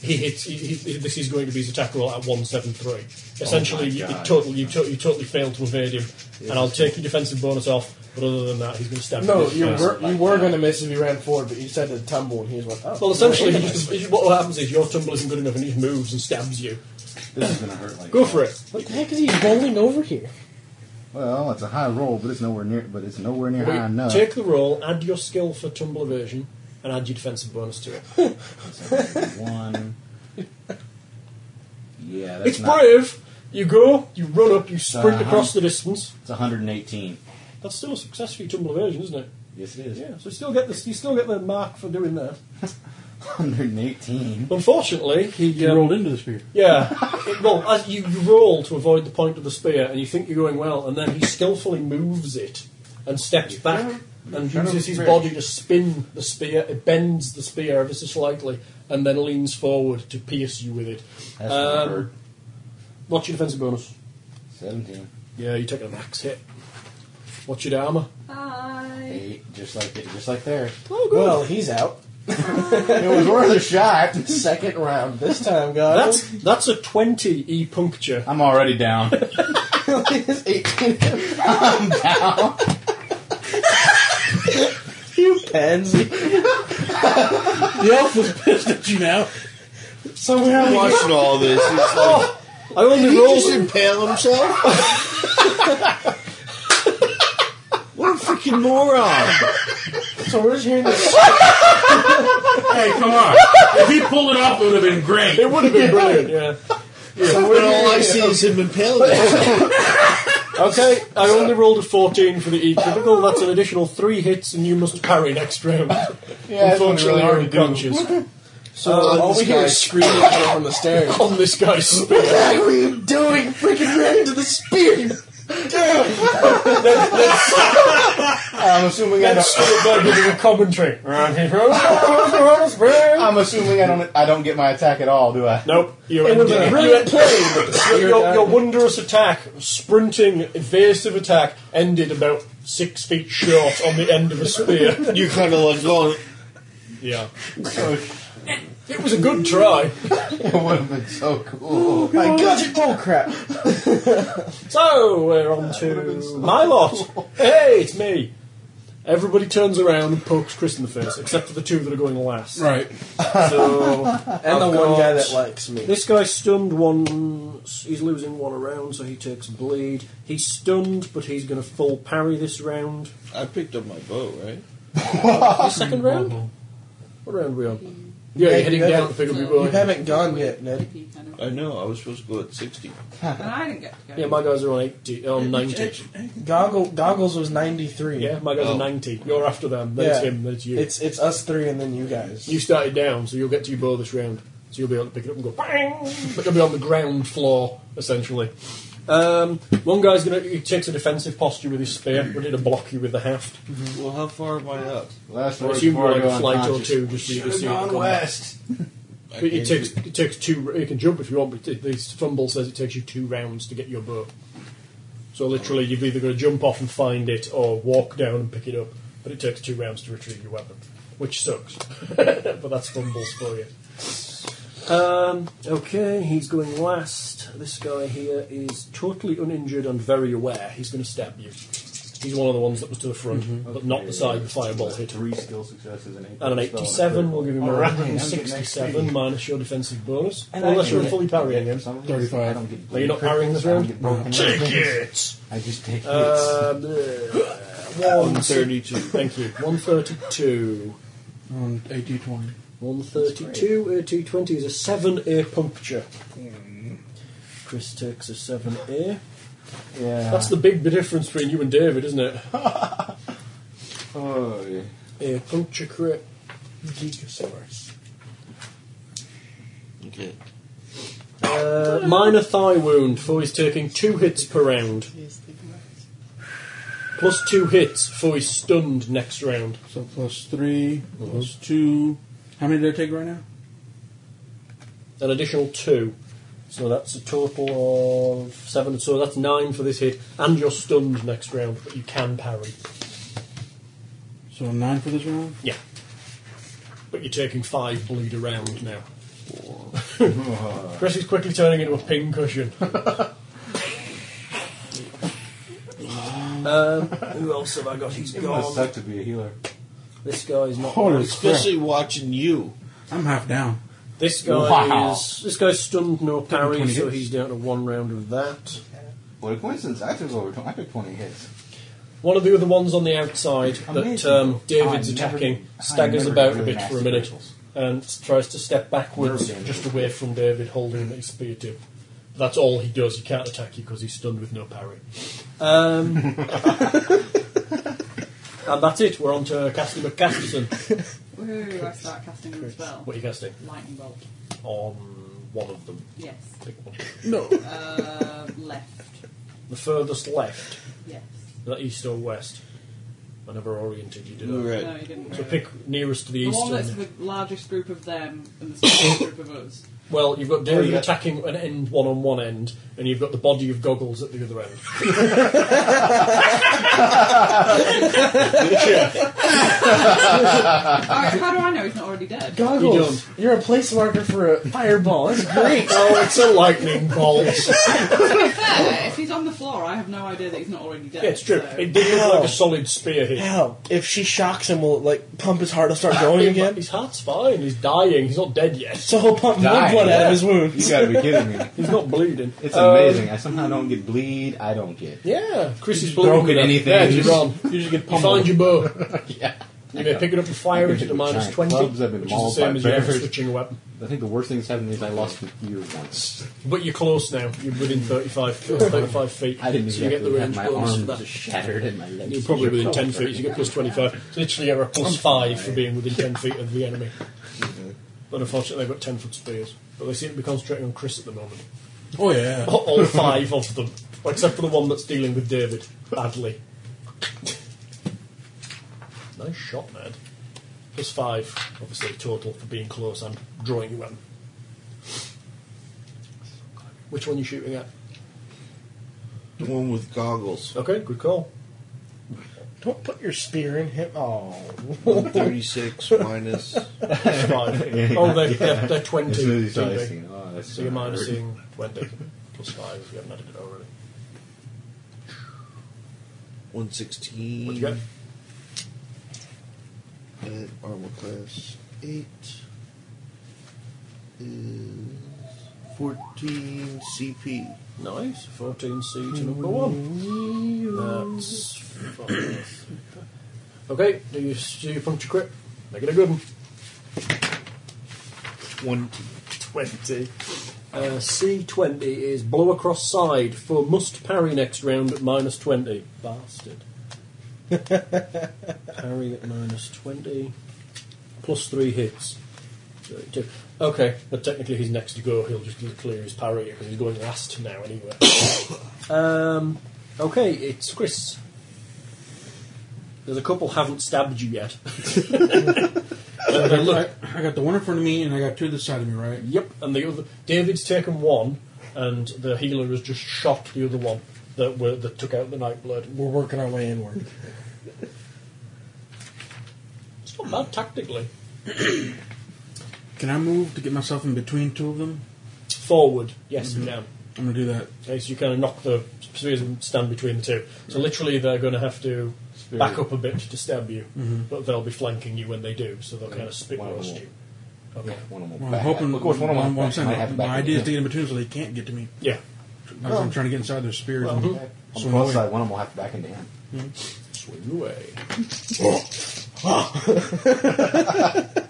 S4: He hits. He, he, he- this is going to be his attack roll at 173. Essentially, you, you
S2: Oh God.
S4: total, you, to, you totally fail to evade him, and I'll take your defensive bonus off. But other than that, he's going to stab you.
S5: No,
S4: with his
S5: you
S4: first.
S5: were, you were going to miss if you ran forward, but you said to tumble, and he was like, oh.
S4: Well, essentially, he just, he- what happens is your tumble isn't good enough, and he moves and stabs you.
S2: This is gonna hurt like.
S4: Go for it.
S5: What the heck is he rolling over here?
S2: Well, it's a high roll, but it's nowhere near. But it's nowhere near high enough.
S4: Take the roll, add your skill for tumble evasion, and add your defensive bonus to it.
S2: One. Yeah, that's
S4: it's
S2: not.
S4: brave. You go, you run up, you sprint
S2: Uh-huh.
S4: across the distance.
S2: It's 118.
S4: That's still a success for your tumble evasion, isn't it?
S2: Yes, it is.
S4: Yeah. So you still get this. You still get the mark for doing that.
S2: 118.
S4: Unfortunately, he
S8: You
S4: um,
S8: rolled into the spear.
S4: Yeah. It, well, as you, you roll to avoid the point of the spear, and you think you're going well, and then he skillfully moves it and steps back and
S2: trying to
S4: uses his
S2: break.
S4: body to spin the spear. It bends the spear ever so slightly, and then leans forward to pierce you with it.
S2: That's
S4: Um,
S2: gonna hurt.
S4: What's your defensive bonus?
S2: 17.
S4: Yeah, you take a max hit. What's your armor?
S3: Hi.
S2: Eight, just like it, just like there.
S4: Oh,
S5: Well, he's out.
S2: it was worth a shot. Second
S5: Round this time, guys.
S4: that's that's a twenty e puncture.
S2: Uh, I'm already down.
S5: That's 18. you pansy.
S8: The elf was pissed at you now.
S5: Somehow we
S7: Watching all this, it's like,
S4: I only
S7: he just
S4: rolled.
S7: impale himself? what a freaking moron!
S5: So we're just hearing this.
S10: Hey, come on. if he pulled it off, it would have been great.
S4: It would have been brilliant. Yeah.
S7: But all I see is him impaling himself.
S4: Okay, I only rolled a 14 for the E critical. That's an additional three hits, and you must parry next round.
S2: Yeah, that's what
S4: Unfortunately,
S2: really
S4: you're
S2: hard to do.
S4: unconscious Uh,
S5: So all we
S7: this
S5: hear
S7: guy.
S5: is screaming coming from the stairs.
S4: on this guy's spear.
S5: What were you doing? Freaking ran into the spear.
S2: I'm assuming I don't.
S4: doing a commentary.
S2: I'm assuming I don't. I don't get my attack at all, do I?
S4: Nope, you're
S5: It was a
S4: ending.
S5: brilliant play, but
S4: Your,
S5: the spear
S4: your,
S5: died.
S4: your wondrous attack, sprinting, evasive attack, ended about six feet short on the end of a spear.
S7: You kind of like going,
S4: Yeah.
S2: So
S4: It was a good try.
S2: it would have been so cool.
S5: I got it. Oh crap!
S4: So we're on to my lot. Hey, it's me. Everybody turns around and pokes Chris in the face, except for the two that are going last.
S8: Right.
S4: So
S5: And the
S4: I've
S5: one
S4: got-
S5: guy that likes me.
S4: this guy's stunned one. He's losing one around, so he takes a bleed. He's stunned, but he's going to full parry this round.
S7: I picked up my bow, right?
S4: The second round? What round are we on? Yeah, you're heading
S5: you
S4: down
S5: haven't-
S4: to pick up your
S5: You
S4: boy.
S5: haven't gone yet, Ned.
S3: EP kind of.
S7: I know, I was supposed to go at 60.
S3: And I didn't get to go.
S4: Yeah, my guys are on 80, on 90.
S5: Goggle, goggles was ninety three.
S4: Yeah, my guys
S7: Oh.
S4: are 90. You're after them, then it's
S5: Yeah.
S4: him, then it's you.
S5: It's it's us three and then you guys.
S4: You started down, so you'll get to your bow this round. So you'll be able to pick it up and go bang! But you'll be on the ground floor, essentially. Um, one guy's gonna he takes a defensive posture with his spear, ready to block you with the haft.
S7: Well, how far am I up?
S2: Last
S4: I
S2: words
S4: assume
S2: before I
S4: like
S2: go
S4: a flight or
S2: unconscious.
S4: two, just so you can see it come back.
S7: I
S4: But it
S7: can't
S4: takes
S7: do-
S4: it takes two. You can jump if you want, but the- the fumble says it takes you two rounds to get your bow. So literally, you've either got to jump off and find it, or walk down and pick it up. But it takes two rounds to retrieve your weapon, which sucks. but that's fumbles for you. Um, okay, he's going last. This guy here is totally uninjured and very aware. He's going to stab you. He's one of the ones that was to the front, but not the side the fireball hit.
S2: Three skill successes and eight.
S4: And an
S2: spell.
S4: 87 will give him a
S2: Alright, I'm getting next
S4: 167
S2: speed.
S4: minus your defensive bonus.
S5: And I
S4: unless
S5: can
S4: you're
S5: get-
S4: fully parrying him.
S2: Some of these,
S8: 35.
S2: I don't get
S4: Are you not
S2: critical,
S4: parrying this
S2: I don't
S4: round?
S2: get broken
S4: Take
S2: weapons.
S4: it!
S2: I just take
S4: Uh, one,
S7: Thirty-two.
S4: thank you. 132.
S10: Um,
S8: On AT twenty.
S6: 132,
S4: uh,
S6: a 220 is a 7A puncture.
S4: Chris takes a 7A.
S2: hits. Yeah.
S4: That's the big difference between you and David, isn't it?
S2: Oh, yeah.
S4: A puncture crit.
S5: Gigasaurus.
S7: Okay.
S4: Uh, minor thigh wound, for he's taking two hits per round. Plus two hits, for he's stunned next round.
S8: So plus three, plus two. How many did I take right now?
S4: an additional two. So that's a total of seven. So that's nine for this hit, and you're stunned next round, but you can parry.
S8: So nine for this round.
S4: Yeah. But you're taking five bleed around now. Chris is quickly turning into a pincushion.
S6: Um, who else have I got? He's
S2: It must
S6: gone.
S2: suck to be a healer.
S6: This guy's not.
S8: Holy
S7: Especially watching you.
S8: I'm half down.
S4: This guy
S8: Wow.
S4: is this guy's stunned no parry,
S8: 20
S4: so
S8: hits.
S4: he's down to one round of that.
S2: What a coincidence! I took over. tw- I took twenty hits.
S4: One of the other ones on the outside that
S2: Amazing.
S4: um, David's
S2: I never-
S4: attacking
S2: I
S4: staggers
S2: never
S4: about a
S2: really
S4: bit for a
S2: mastered
S4: minute
S2: rituals.
S4: and tries to step backwards
S2: Nerve damage.
S4: just away from David, holding his spear tip. That's all he does. He can't attack you because he's stunned with no parry. Um, and that's it. We're on to Castor McCasterson.
S3: Woohoo, I start casting a spell.
S4: What are you casting?
S3: Lightning bolt.
S4: On one of them.
S3: Yes.
S4: Pick one.
S3: Uh, left.
S4: The furthest left.
S3: Yes.
S4: Is that east or west? I never oriented you, did I?
S3: No,
S7: Right.
S3: you didn't.
S4: So pick nearest to the
S3: the
S4: east.
S3: one
S4: and-
S3: that's the largest group of them and the smallest group of us.
S4: Well, you've got David
S2: yeah.
S4: attacking an end one on one end, and you've got the body of goggles at the other end.
S3: Alright, how do I know he's not already dead?
S5: Goggles. You're a place marker for a fireball. That's great.
S4: oh, it's a lightning bolt. yeah,
S3: Fair, if he's on the floor, I have no idea that he's not already dead.
S4: it's true.
S3: so-
S4: It did look like a solid spear hit.
S5: Hell, if she shocks him, will it, like pump his heart? He'll start going again.
S4: His heart's fine. He's dying. He's not dead yet.
S5: So he'll pump
S2: Die,
S5: more blood out
S2: yeah.
S5: of his
S2: You
S5: wounds.
S2: gotta be kidding me!
S4: He's not bleeding.
S2: It's
S4: Um,
S2: amazing. I somehow don't get bleed. I don't get.
S4: Yeah, Chris is
S2: broken
S4: bleeding. with it.
S2: anything,
S4: Yeah,
S2: you
S4: you're
S2: just-
S4: on. You just get pummeled. You find your bow.
S2: Yeah.
S4: You may pick it up and fire it at a
S2: Giant
S4: minus twenty,
S2: clubs, I've been
S4: which is the
S2: mauled
S4: same
S2: by
S4: as you ever
S2: bears.
S4: switching a weapon.
S2: I think the worst thing that's happened to me is I lost an ear once.
S4: But you're close now. You're within 35, 35 feet.
S2: I didn't
S4: so
S2: even
S4: you get
S2: get
S4: the
S2: have
S4: range
S2: my
S4: bonus for
S2: arm
S4: that.
S2: just shattered and my legs.
S4: You're probably within
S2: ripped
S4: 10
S2: off.
S4: feet, so you get plus 25. So literally, you're a plus 5 for being within 10 feet of the enemy. But unfortunately, they've got 10 foot spears. But they seem to be concentrating on Chris at the moment.
S8: Oh yeah.
S4: All five of them. Except for the one that's dealing with David badly. nice shot, Ned. Plus 5, obviously, total for being close and drawing you in. Which one are you shooting at?
S7: The one with goggles.
S4: Okay, good call.
S5: Don't put your spear in him. Oh,
S7: Thirty-six minus.
S4: Five. oh, they're, they're, they're 20.
S2: As soon as you saw
S4: TV.
S2: that scene, oh, that's
S4: So you're
S2: hurt.
S4: minusing 20 plus 5 if you haven't added it already.
S7: 116.
S4: What you got?
S7: And armor class 8 is 14 CP.
S4: Nice. 14C to number 1. That's five. Okay, do you, do you puncture crit? Make it a good one.
S7: 1
S4: 20. Uh, C20 is blow across side for must parry next round at minus 20. Bastard. parry at minus 20. Plus 3 hits. 32. Okay, but technically he's next to go. He'll just clear his parry because he's going last now anyway. um, okay, it's Chris. There's a couple haven't stabbed you yet. And they look,
S8: I got the one in front of me, and I got two to the side of me, right?
S4: Yep, and the other David's taken one, and the healer has just shot the other one that were, that took out the nightblood.
S5: we're working our way inward.
S4: It's not bad tactically.
S8: Can I move to get myself in between two of them?
S4: Forward, yes, you can.
S8: I'm gonna do that.
S4: Okay, so you kind of knock the spears and stand between the two. So literally, they're going to have to back up a bit to stab you, but they'll be flanking you when they do, so they'll kind of spit
S2: Wow.
S4: roast you. Okay.
S2: One of them will
S8: Well, I'm
S2: back
S8: hoping.
S2: up. Of course, one of them
S8: well, I'm saying
S2: might have to
S8: my
S2: back up.
S8: idea is to get in between so they can't get to me.
S4: Yeah.
S8: I'm, I'm trying to get inside their spears. and
S2: On
S8: swing
S2: the plus
S8: away.
S2: side, one of them will have to back into him.
S6: Swing away.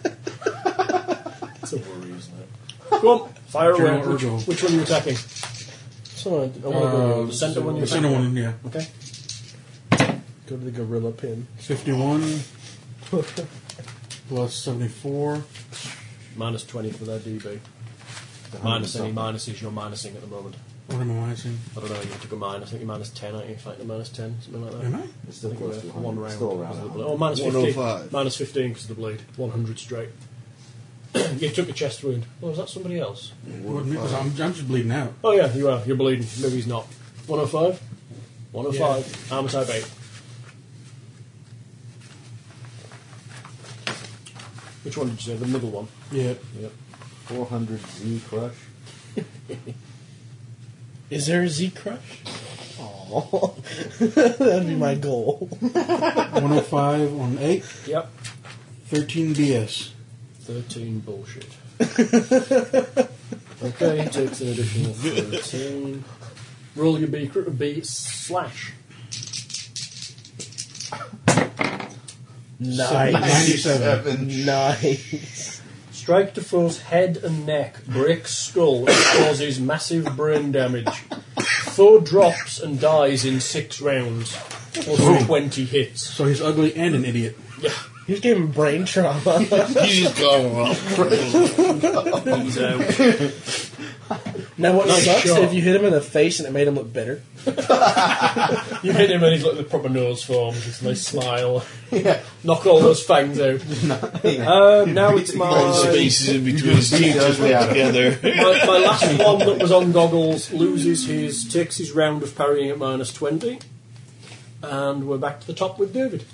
S4: It's a worry, isn't it? Go on, fire
S8: Turn
S4: away.
S8: or
S4: Which,
S8: go.
S4: which one are you attacking? So I want to go
S8: Uh,
S4: the centre one.
S8: the
S4: You're
S8: center
S4: attacking?
S8: one, yeah.
S4: Okay.
S5: Go to the gorilla pin.
S8: 51 plus 74.
S4: Minus twenty for their DB. Minus any minuses you're minusing at the moment.
S8: What am I minusing?
S4: I don't know. You took a minus. I think you're minus ten. Aren't you? In fact, you're minus ten, something like that.
S8: Am I?
S2: It's still
S4: I think
S2: close
S4: we're
S2: to
S4: one
S2: 100.
S4: round.
S2: It's Still around
S4: because of the
S2: 100.
S4: bleed. Oh, minus 15.
S7: 105.
S4: Minus 15 because of the bleed. 100 straight. you took a chest wound. Oh, is that somebody else?
S8: Wouldn't it? 'Cause I'm, I'm just bleeding out.
S4: Oh, yeah, you are. You're bleeding. Maybe he's not. 105? 105. Armor oh type 8. Which one did you say? The middle one?
S8: Yeah.
S4: Yep.
S2: 400 Z crush.
S5: Is there a Z crush? Oh, that'd be my goal.
S8: 105 on 8.
S4: Yep.
S8: 13 BS.
S4: 13 bullshit. okay, he takes an additional 13. Roll your B, cr- B slash.
S5: Nice.
S8: 97.
S5: Nice.
S4: Strike the fool's head and neck, breaks skull, and causes massive brain damage. Four drops and dies in six rounds, plus 20 hits.
S8: So he's ugly and an idiot.
S5: You gave him brain trauma.
S7: He's just going off.
S4: He's out.
S5: now what
S4: Nice
S5: sucks
S4: shot.
S5: if you hit him in the face and it made him look better.
S4: You hit him and he's like the proper nose form, just a nice smile. Knock all those fangs out. Uh, now it's
S7: All the
S4: my,
S7: spaces in between his teeth just went together.
S4: my my last one that was on goggles loses his takes his round of parrying at minus twenty, and we're back to the top with David.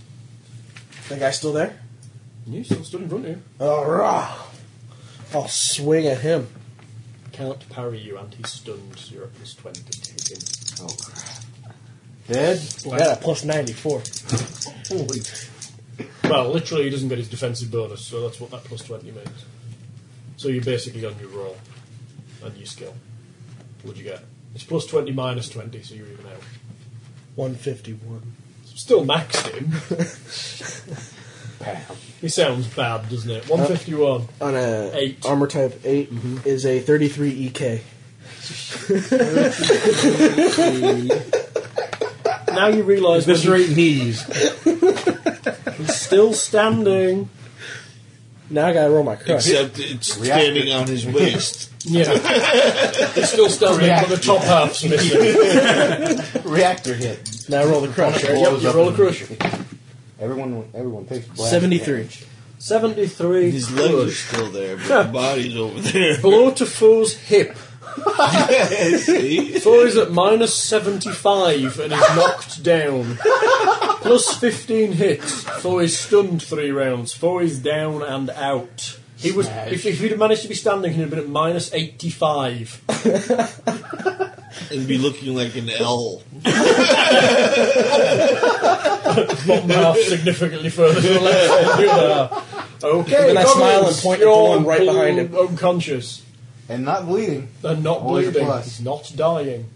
S5: That guy's still there?
S4: You still stood in front of you.
S5: All right. I'll swing at him.
S4: Can't parry you, and he's stunned. So you're at plus twenty. to hit him.
S2: Oh, crap. Dead?
S5: I got a plus 94.
S4: Well, literally, he doesn't get his defensive bonus, so that's what that plus 20 means. So you're basically on your roll and your skill. What'd you get? It's plus 20 minus 20, so you're even out.
S5: 151.
S4: Still maxed him. he sounds bad, doesn't it? 151.
S5: On a
S4: Eight. Mm-hmm.
S5: armor type 8 is a E 33 EK.
S4: Now you realise when you-
S8: Eviscerate knees.
S4: he's still standing.
S5: Now I gotta roll my crush.
S7: Except it's standing on his waist.
S4: Yeah. he's still standing, but the top half's missing.
S2: Reactor hit.
S5: Now I roll the crush, right?
S4: yep, you roll a crush.
S2: Everyone, everyone takes blast
S5: 73.
S2: damage.
S4: 73.
S7: His legs are
S4: crush.
S7: still there, but the body's over there.
S4: Blow to fool's hip.
S7: See?
S4: Four is at minus 75 and is knocked down. Plus 15 hits. Four is stunned three rounds. Four is down and out. He was. If, if he'd have managed to be standing, he'd have been at minus 85.
S7: And be looking like an L.
S4: Bottom half significantly further to the left than you are. Okay,
S5: And I
S4: goggles,
S5: smile and point at the
S4: you're
S5: one right behind him.
S4: Unconscious.
S2: And not bleeding.
S4: And not
S2: Always a
S4: bleeding.
S2: plus.
S4: Not dying.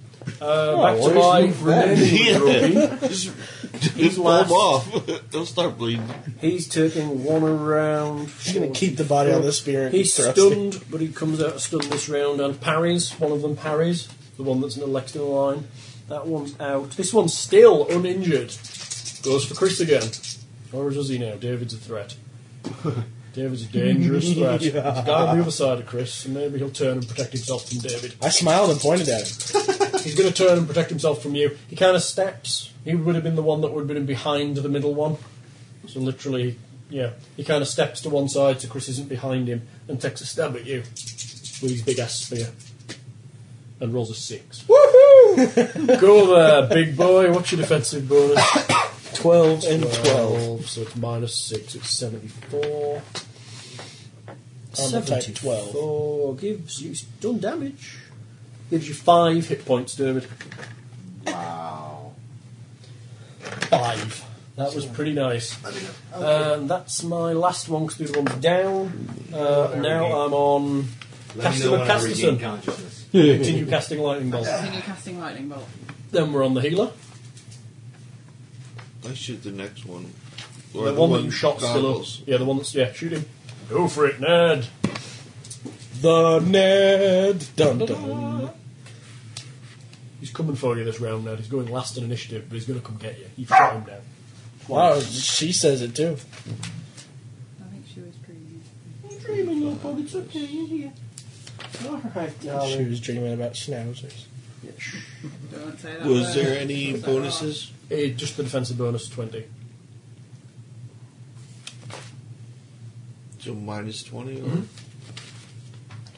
S4: Uh, back to my
S7: Yeah.
S4: remaining rookie.
S7: Just,
S4: He's
S7: just pull
S4: last.
S7: him off. Don't start bleeding.
S4: He's taking one around.
S5: He's gonna keep the body on this spear and
S4: He's
S5: thrust it.
S4: stunned, but he comes out stunned this round and parries. One of them parries, the one that's in the next in the line. That one's out. This one's still uninjured. Goes for Chris again. Or does he now? David's a threat. David's a dangerous threat. There's a guy on the other side of Chris, and maybe he'll turn and protect himself from David.
S5: I smiled and pointed at him.
S4: He's going to turn and protect himself from you. He kind of steps. He would have been the one that would have been behind the middle one. So literally, yeah, he kind of steps to one side so Chris isn't behind him and takes a stab at you with his big ass spear and rolls a six. Woohoo! Go there, big boy. What's your defensive bonus?
S5: 12 and 12.
S4: So it's minus six. It's seventy-four.
S5: Armor type 12.
S4: Seventy-four gives you stun damage. Gives you five hit points, David.
S2: Wow.
S4: Five. That was pretty nice.
S7: I mean,
S4: Um, that's my last one because the other one's down. Uh, now I'm on.
S7: let me
S4: Castle
S7: know when I
S4: Casterton.
S7: regain consciousness.
S4: Continue casting lightning bolt.
S3: Continue casting lightning bolt.
S4: Then we're on the healer.
S7: I shoot the next one. Or
S4: The, one that you shot still up.
S7: goggles.
S4: Yeah, the one that's. Yeah, shoot him. Go for it, Ned. The Ned. Dun dun. He's coming for you this round, Ned. He's going last in initiative, but he's going to come get you. You've shot him down.
S5: Wow, she says it too.
S3: I think she was dreaming.
S4: Dreaming, little bug. It's okay. You're here.
S5: She was dreaming about schnauzers.
S3: Don't say that.
S7: Was
S3: word.
S7: there any
S3: Was that
S7: bonuses?
S4: Eh, just the defensive bonus 20.
S7: So minus 20? Or?
S4: Mm-hmm.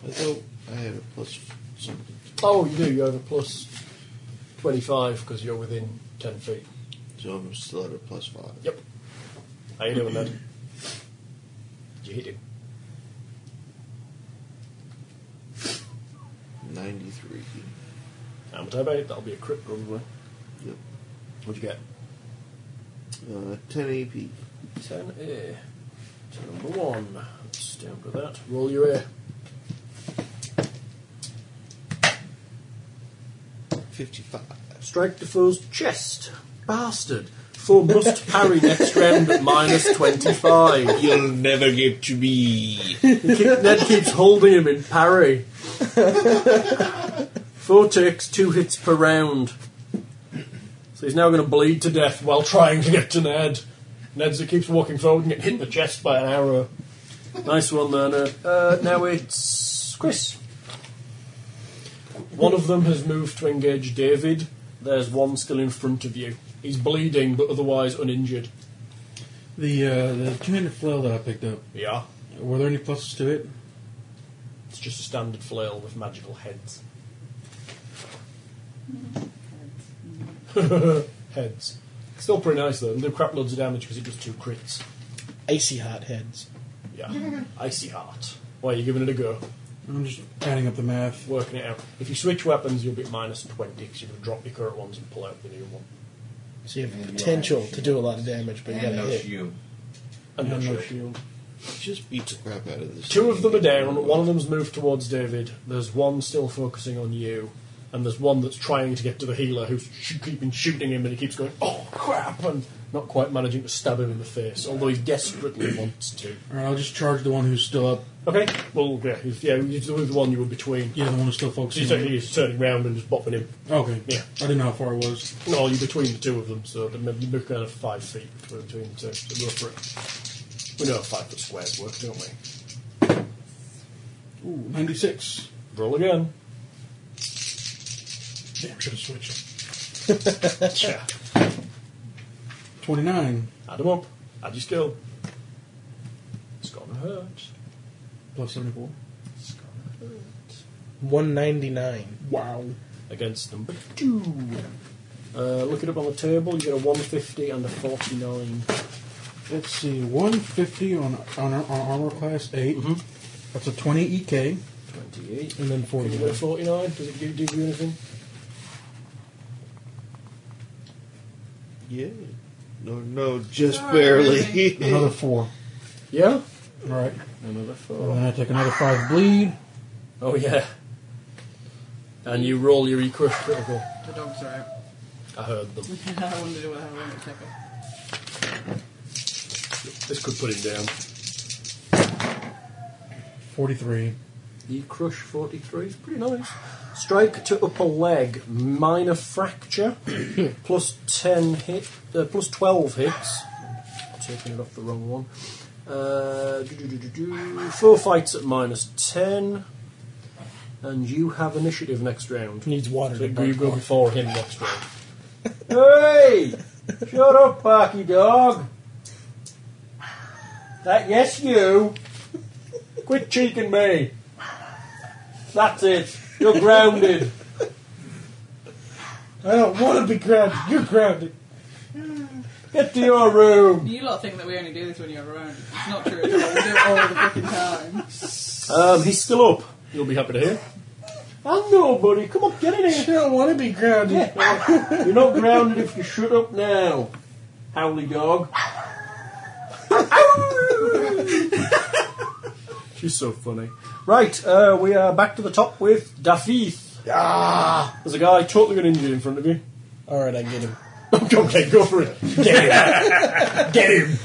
S7: I thought I had a plus something.
S4: Oh, you do. You have a plus 25 because you're within 10 feet.
S7: So I'm still at a plus 5.
S4: Yep. How you doing, Ned? Did you hit him?
S7: 93.
S4: I'm it. That'll be a crit, probably.
S7: Yep.
S4: What'd you get?
S7: Uh, 10 AP.
S4: 10 A. To number one. Let's down to that. Roll your A.
S7: 55.
S4: Strike the foe's chest. Bastard. Foe must parry next round at minus 25.
S7: You'll never get to me.
S4: He keep- Ned keeps holding him in parry. Foe takes two hits per round. So he's now going to bleed to death while trying to get to Ned. Ned keeps walking forward and getting hit in the chest by an arrow. Nice one there, Ned. Uh, now it's Chris. One of them has moved to engage David. There's one still in front of you. He's bleeding but otherwise uninjured.
S8: The uh, the two-handed flail that I picked up.
S4: Yeah.
S8: Were there any pluses to it?
S4: It's just a standard flail with magical heads. heads. Still pretty nice though. Do crap loads of damage because it does two crits.
S5: Icy hot heads.
S4: Yeah. Icy heart. Why are you giving it a go?
S8: I'm just adding up the math.
S4: Working it out. If you switch weapons, you'll be at minus twenty because you're going to drop your current ones and pull out the new one.
S5: So you have potential to do a lot of damage, but you
S2: And
S5: gotta
S2: no
S5: hit.
S2: shield.
S4: And no
S8: And no
S4: shield.
S8: shield.
S7: Just beat the crap out of this.
S4: Two of
S7: thing.
S4: them are down. One of them's moved towards David. There's one still focusing on you, and there's one that's trying to get to the healer who's sh- keeping shooting him, and he keeps going, "Oh crap!" and not quite managing to stab him in the face, although he desperately wants to.
S8: All right, I'll just charge the one who's still up.
S4: Okay. Well, yeah, he's- yeah, he's the the one you were between.
S8: Yeah, the one who's still
S4: So he's,
S8: focusing. on
S4: actually-
S8: it.
S4: he's turning round and just bopping him.
S8: Okay.
S4: Yeah.
S8: I didn't know how far it was.
S4: No, you're between the two of them, so they're kind of five feet between, between the two. So go for it. We know how five foot squares work, don't we?
S8: Ooh, 96.
S4: Roll again.
S8: Damn, should have switched.
S4: yeah.
S8: 29
S4: Add them up. Add your skill. It's gonna hurt.
S8: plus 74.
S4: It's gonna hurt.
S5: 199.
S8: Wow.
S4: Against number two. Uh, look it up on the table. You get a 150 and a 49.
S8: Let's see, 150 on on, on armor class 8.
S4: Mm-hmm.
S8: That's a 20 EK.
S4: 28.
S8: And then
S4: Can you get a
S8: 49.
S4: 49? Does it give, give you anything?
S7: Yeah. No, no, just barely.
S8: Another 4.
S4: Yeah.
S8: Alright.
S4: Another
S8: And
S4: 4.
S8: then I take another 5 bleed.
S4: Oh, yeah. And you roll your equal critical.
S3: The dogs are out.
S4: I heard them.
S3: I wondered what- how long it took her.
S4: This could put him down.
S8: 43.
S4: You crush 43. It's pretty nice. Strike to upper leg, minor fracture, plus 10 hit, uh, plus 12 hits. Taking it off the wrong one. Uh, do-do-do-do-do. four fights at minus 10. And you have initiative next round.
S5: Needs water
S4: So
S5: to
S4: you go- you
S5: burn.
S4: go before him next round. hey! Shut up, Barky Dog! That yes you! Quit cheeking me! That's it. You're grounded.
S5: I don't want to be grounded. You're grounded.
S4: Get to your room.
S3: You lot think that we only do this when you're around. It's not true at all. We do it all the fucking time.
S4: Um, he's still up. You'll be happy to hear.
S6: I'm nobody. Come on, get in here.
S5: You don't want to be grounded.
S6: You're not grounded if you shut up now, howly dog.
S4: She's so funny. Right, uh, we are back to the top with Dafith. Ah! There's a guy totally got injured in front of you.
S5: Alright, I get him.
S4: okay, go for it. Get him. get him.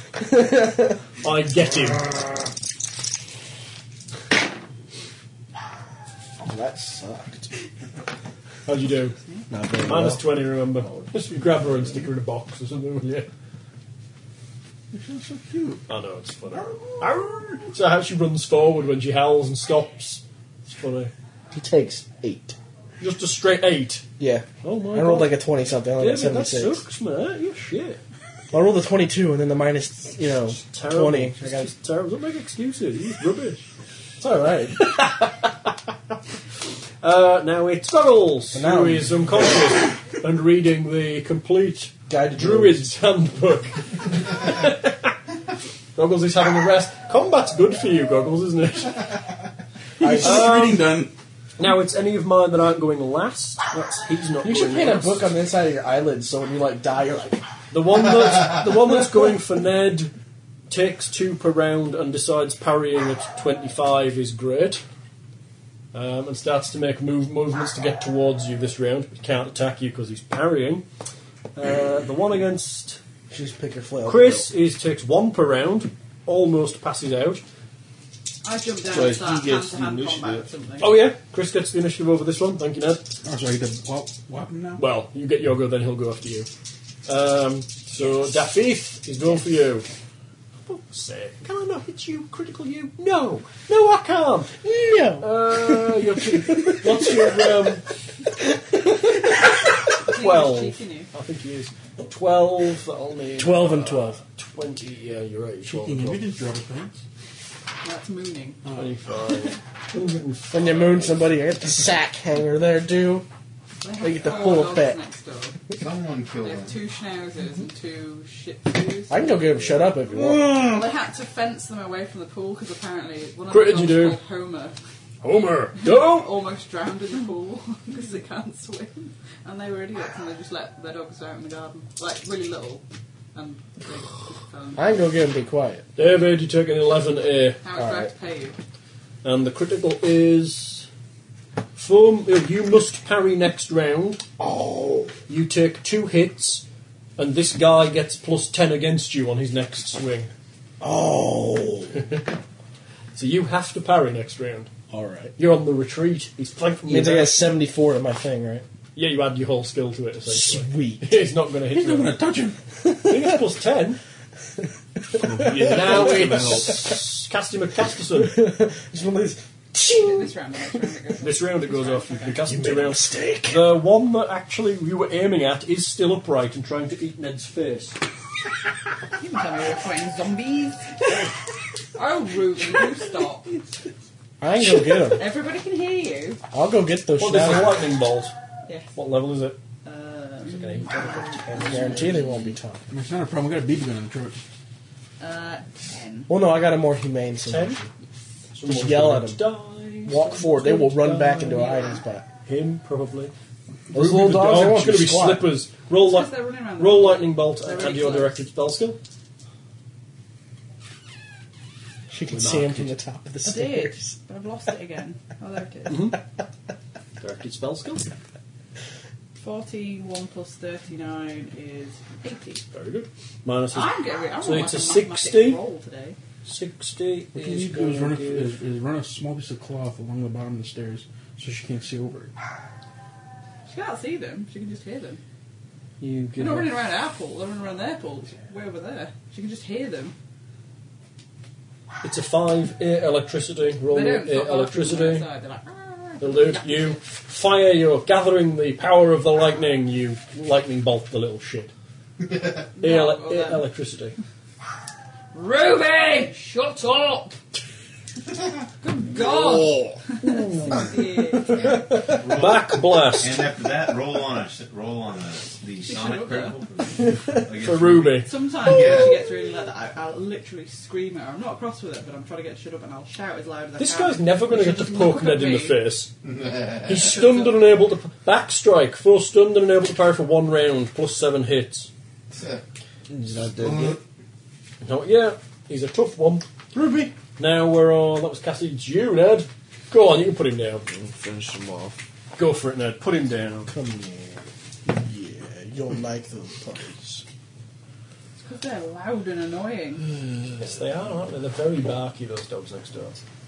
S4: I get him.
S5: Oh, That sucked.
S4: How'd you do?
S5: Not very
S4: Minus 20, remember. Just you grab her and stick her in a box or something, will you?
S7: That's so cute.
S4: I know, it's funny. Arr! So how she runs forward when she howls and stops. It's funny.
S5: He takes eight.
S4: Just a straight eight.
S5: Yeah.
S4: Oh my
S5: I rolled like a 20 something. I only
S4: yeah,
S5: got
S4: that
S5: 76.
S4: sucks, man. You shit.
S5: Well, I rolled a 22 and then the minus, you know,
S4: Terrible.
S5: 20.
S4: It's just terrible. Don't make excuses. You're rubbish.
S5: It's alright.
S4: Uh, now it's Goggles,
S5: now-
S4: who is unconscious and reading the complete
S5: Guided
S4: Druid's Handbook. Goggles is having a rest. Combat's good for you, Goggles, isn't it?
S10: reading done.
S4: Um, Now it's any of mine that aren't going last. That's, he's not
S5: You
S4: going
S5: should paint a
S4: last.
S5: book on the inside of your eyelids so when you, like, die, you're like,
S4: The one that's the one that's going for Ned takes two per round and decides parrying at twenty five is great, um, and starts to make move movements to get towards you this round. But can't attack you because he's parrying. Uh, the one against
S5: just pick your flail.
S4: Chris is takes one per round, almost passes out.
S3: I jumped down
S7: So
S3: and
S7: he
S3: start hand
S7: gets
S3: to
S7: the
S3: hand combat
S7: initiative.
S3: or something.
S4: Oh yeah, Chris gets the initiative over this one. Thank you, Ned.
S8: Oh, so you did whop, whop him now?
S4: Well, you get your go, then he'll go after you. Um, so Dafith is going for you. For fuck's sake, Can I not hit you? Critical you? No, no, I can't.
S5: No!
S4: Uh, your two- what's your um?
S3: I think
S4: Twelve.
S3: he's cheeking you.
S4: I think he is twelve. That'll need
S5: 12 and 12.
S4: twenty. Yeah, you're right. Twelve.
S8: Cheeking him, you
S4: twelve.
S8: did drop his pants.
S3: That's mooning.
S4: Twenty-five.
S5: When you moon somebody, I get the sack hanger there, dude.
S3: They have
S5: They get the
S3: four
S5: full
S3: dogs
S5: effect.
S3: next door.
S2: Someone killed
S3: They
S2: him.
S3: have two schnauzers and two shih tzus.
S5: I can go get him shut up if you want.
S3: Well, they had to fence them away from the pool because apparently one of
S4: What
S3: the
S4: did
S3: dogs
S4: you do? Oh!
S3: called Homer
S4: Homer, don't.
S3: almost drowned in the pool because they can't swim. And they were idiots and they just let their dogs out in the garden. Like, really little. And they just fell in.
S5: I can go get him to be quiet.
S4: David, you take an eleven A,
S3: How much do I have to pay you?
S4: and Um, the critical is. Form. You must parry next round. Oh. You take two hits, and this guy gets plus ten against you on his next swing.
S5: Oh.
S4: So you have to parry next round.
S5: Alright.
S4: You're on the retreat. He's flanked from
S5: Means I
S4: the
S5: got a 74 to my thing, right?
S4: Yeah, you add your whole skill to it. Essentially.
S5: Sweet.
S4: He's not going to hit
S8: He's
S4: you.
S8: not gonna touch him.
S4: I think it's plus ten. now it's Casty McCasterson.
S5: It's one of these.
S3: This round, the next round it goes.
S4: This round it goes off. You can cast him two rounds.
S5: Mistake.
S4: The one that actually you were aiming at is still upright and trying to eat Ned's face.
S3: You can tell me we're fighting zombies. oh, Ruben, you stop.
S5: I can go get him.
S3: Everybody can hear you.
S5: I'll go get those
S4: What is a
S5: shit.
S4: lightning bolt?
S3: Yes.
S4: What level is it?
S3: Um,
S5: I guarantee they won't be talking.
S8: I mean, It's not a problem. We got a BB gun in the truck.
S3: uh, ten.
S5: Well, no, I got a more humane
S4: Ten.
S5: solution. yell at him.
S4: Die.
S5: Walk forward. They will run back into a
S4: Die.
S5: hiding spot.
S4: Him probably.
S5: Those little dogs, they
S4: It's going to
S5: won't
S4: be
S5: squat.
S4: slippers. Roll
S3: Because
S4: like
S3: they're running around. the-
S4: Roll lightning bolt
S3: They're
S4: and
S3: really
S4: your
S3: close.
S4: directed spell skill.
S5: She can see him from the top of the
S3: I did,
S5: stairs.
S3: but I've lost it again. Oh, there it is.
S4: Mm-hmm. Directed spell skill.
S3: 41 plus 39 is 80.
S4: Very good. Minus his
S3: I'm getting I'm
S4: So
S3: on
S4: it's
S3: like
S4: a
S3: mathematic
S4: 60?
S3: roll today.
S4: sixty.
S8: What
S4: is
S8: you do is
S4: going
S8: run, a,
S4: to
S8: is, is run a small piece of cloth along the bottom of the stairs so she can't see over it.
S3: She can't see them, she can just hear them.
S4: You
S3: They're
S4: give
S3: not
S4: her-
S3: running around our pool, they're running around their pool. It's way over there. She can just hear them.
S4: It's a five eight electricity. Roll
S3: They
S4: your
S3: don't
S4: eight
S3: stop
S4: electricity.
S3: Outside. They're like, "Ah."
S4: They'll do. You fire your gathering the power of the lightning. You lightning bolt the little shit. eight ele-
S3: well
S4: eight
S3: then.
S4: electricity.
S3: Ruby! Shut up! God! Yeah.
S4: Back blast
S11: And after that, roll on a roll on a, the sonic
S3: should have
S11: critical against
S4: for Ruby.
S3: Sometimes when she gets really loud, I, I'll literally scream at her. I'm not cross with it, but I'm trying to get shut up and I'll shout as loud as I
S4: This
S3: can.
S4: guy's never going to
S3: She'll
S4: get to
S3: just
S4: poke
S3: look
S4: Ned
S3: at
S4: in the
S3: me.
S4: face. He's stunned and unable to. Back strike, full stunned and unable to parry for one round, plus seven hits.
S5: He's not dead yet.
S4: Not yet. He's a tough one.
S5: Ruby!
S4: Now we're on. That was Cassie. It's you, Ned. Go on, you can put him down.
S7: Finish him off.
S4: Go for it, Ned. Put him down.
S5: Come here. Yeah, you don't like those puppies.
S3: Because they're loud and annoying.
S4: Yes, they are, aren't they? They're very barky, those dogs next door.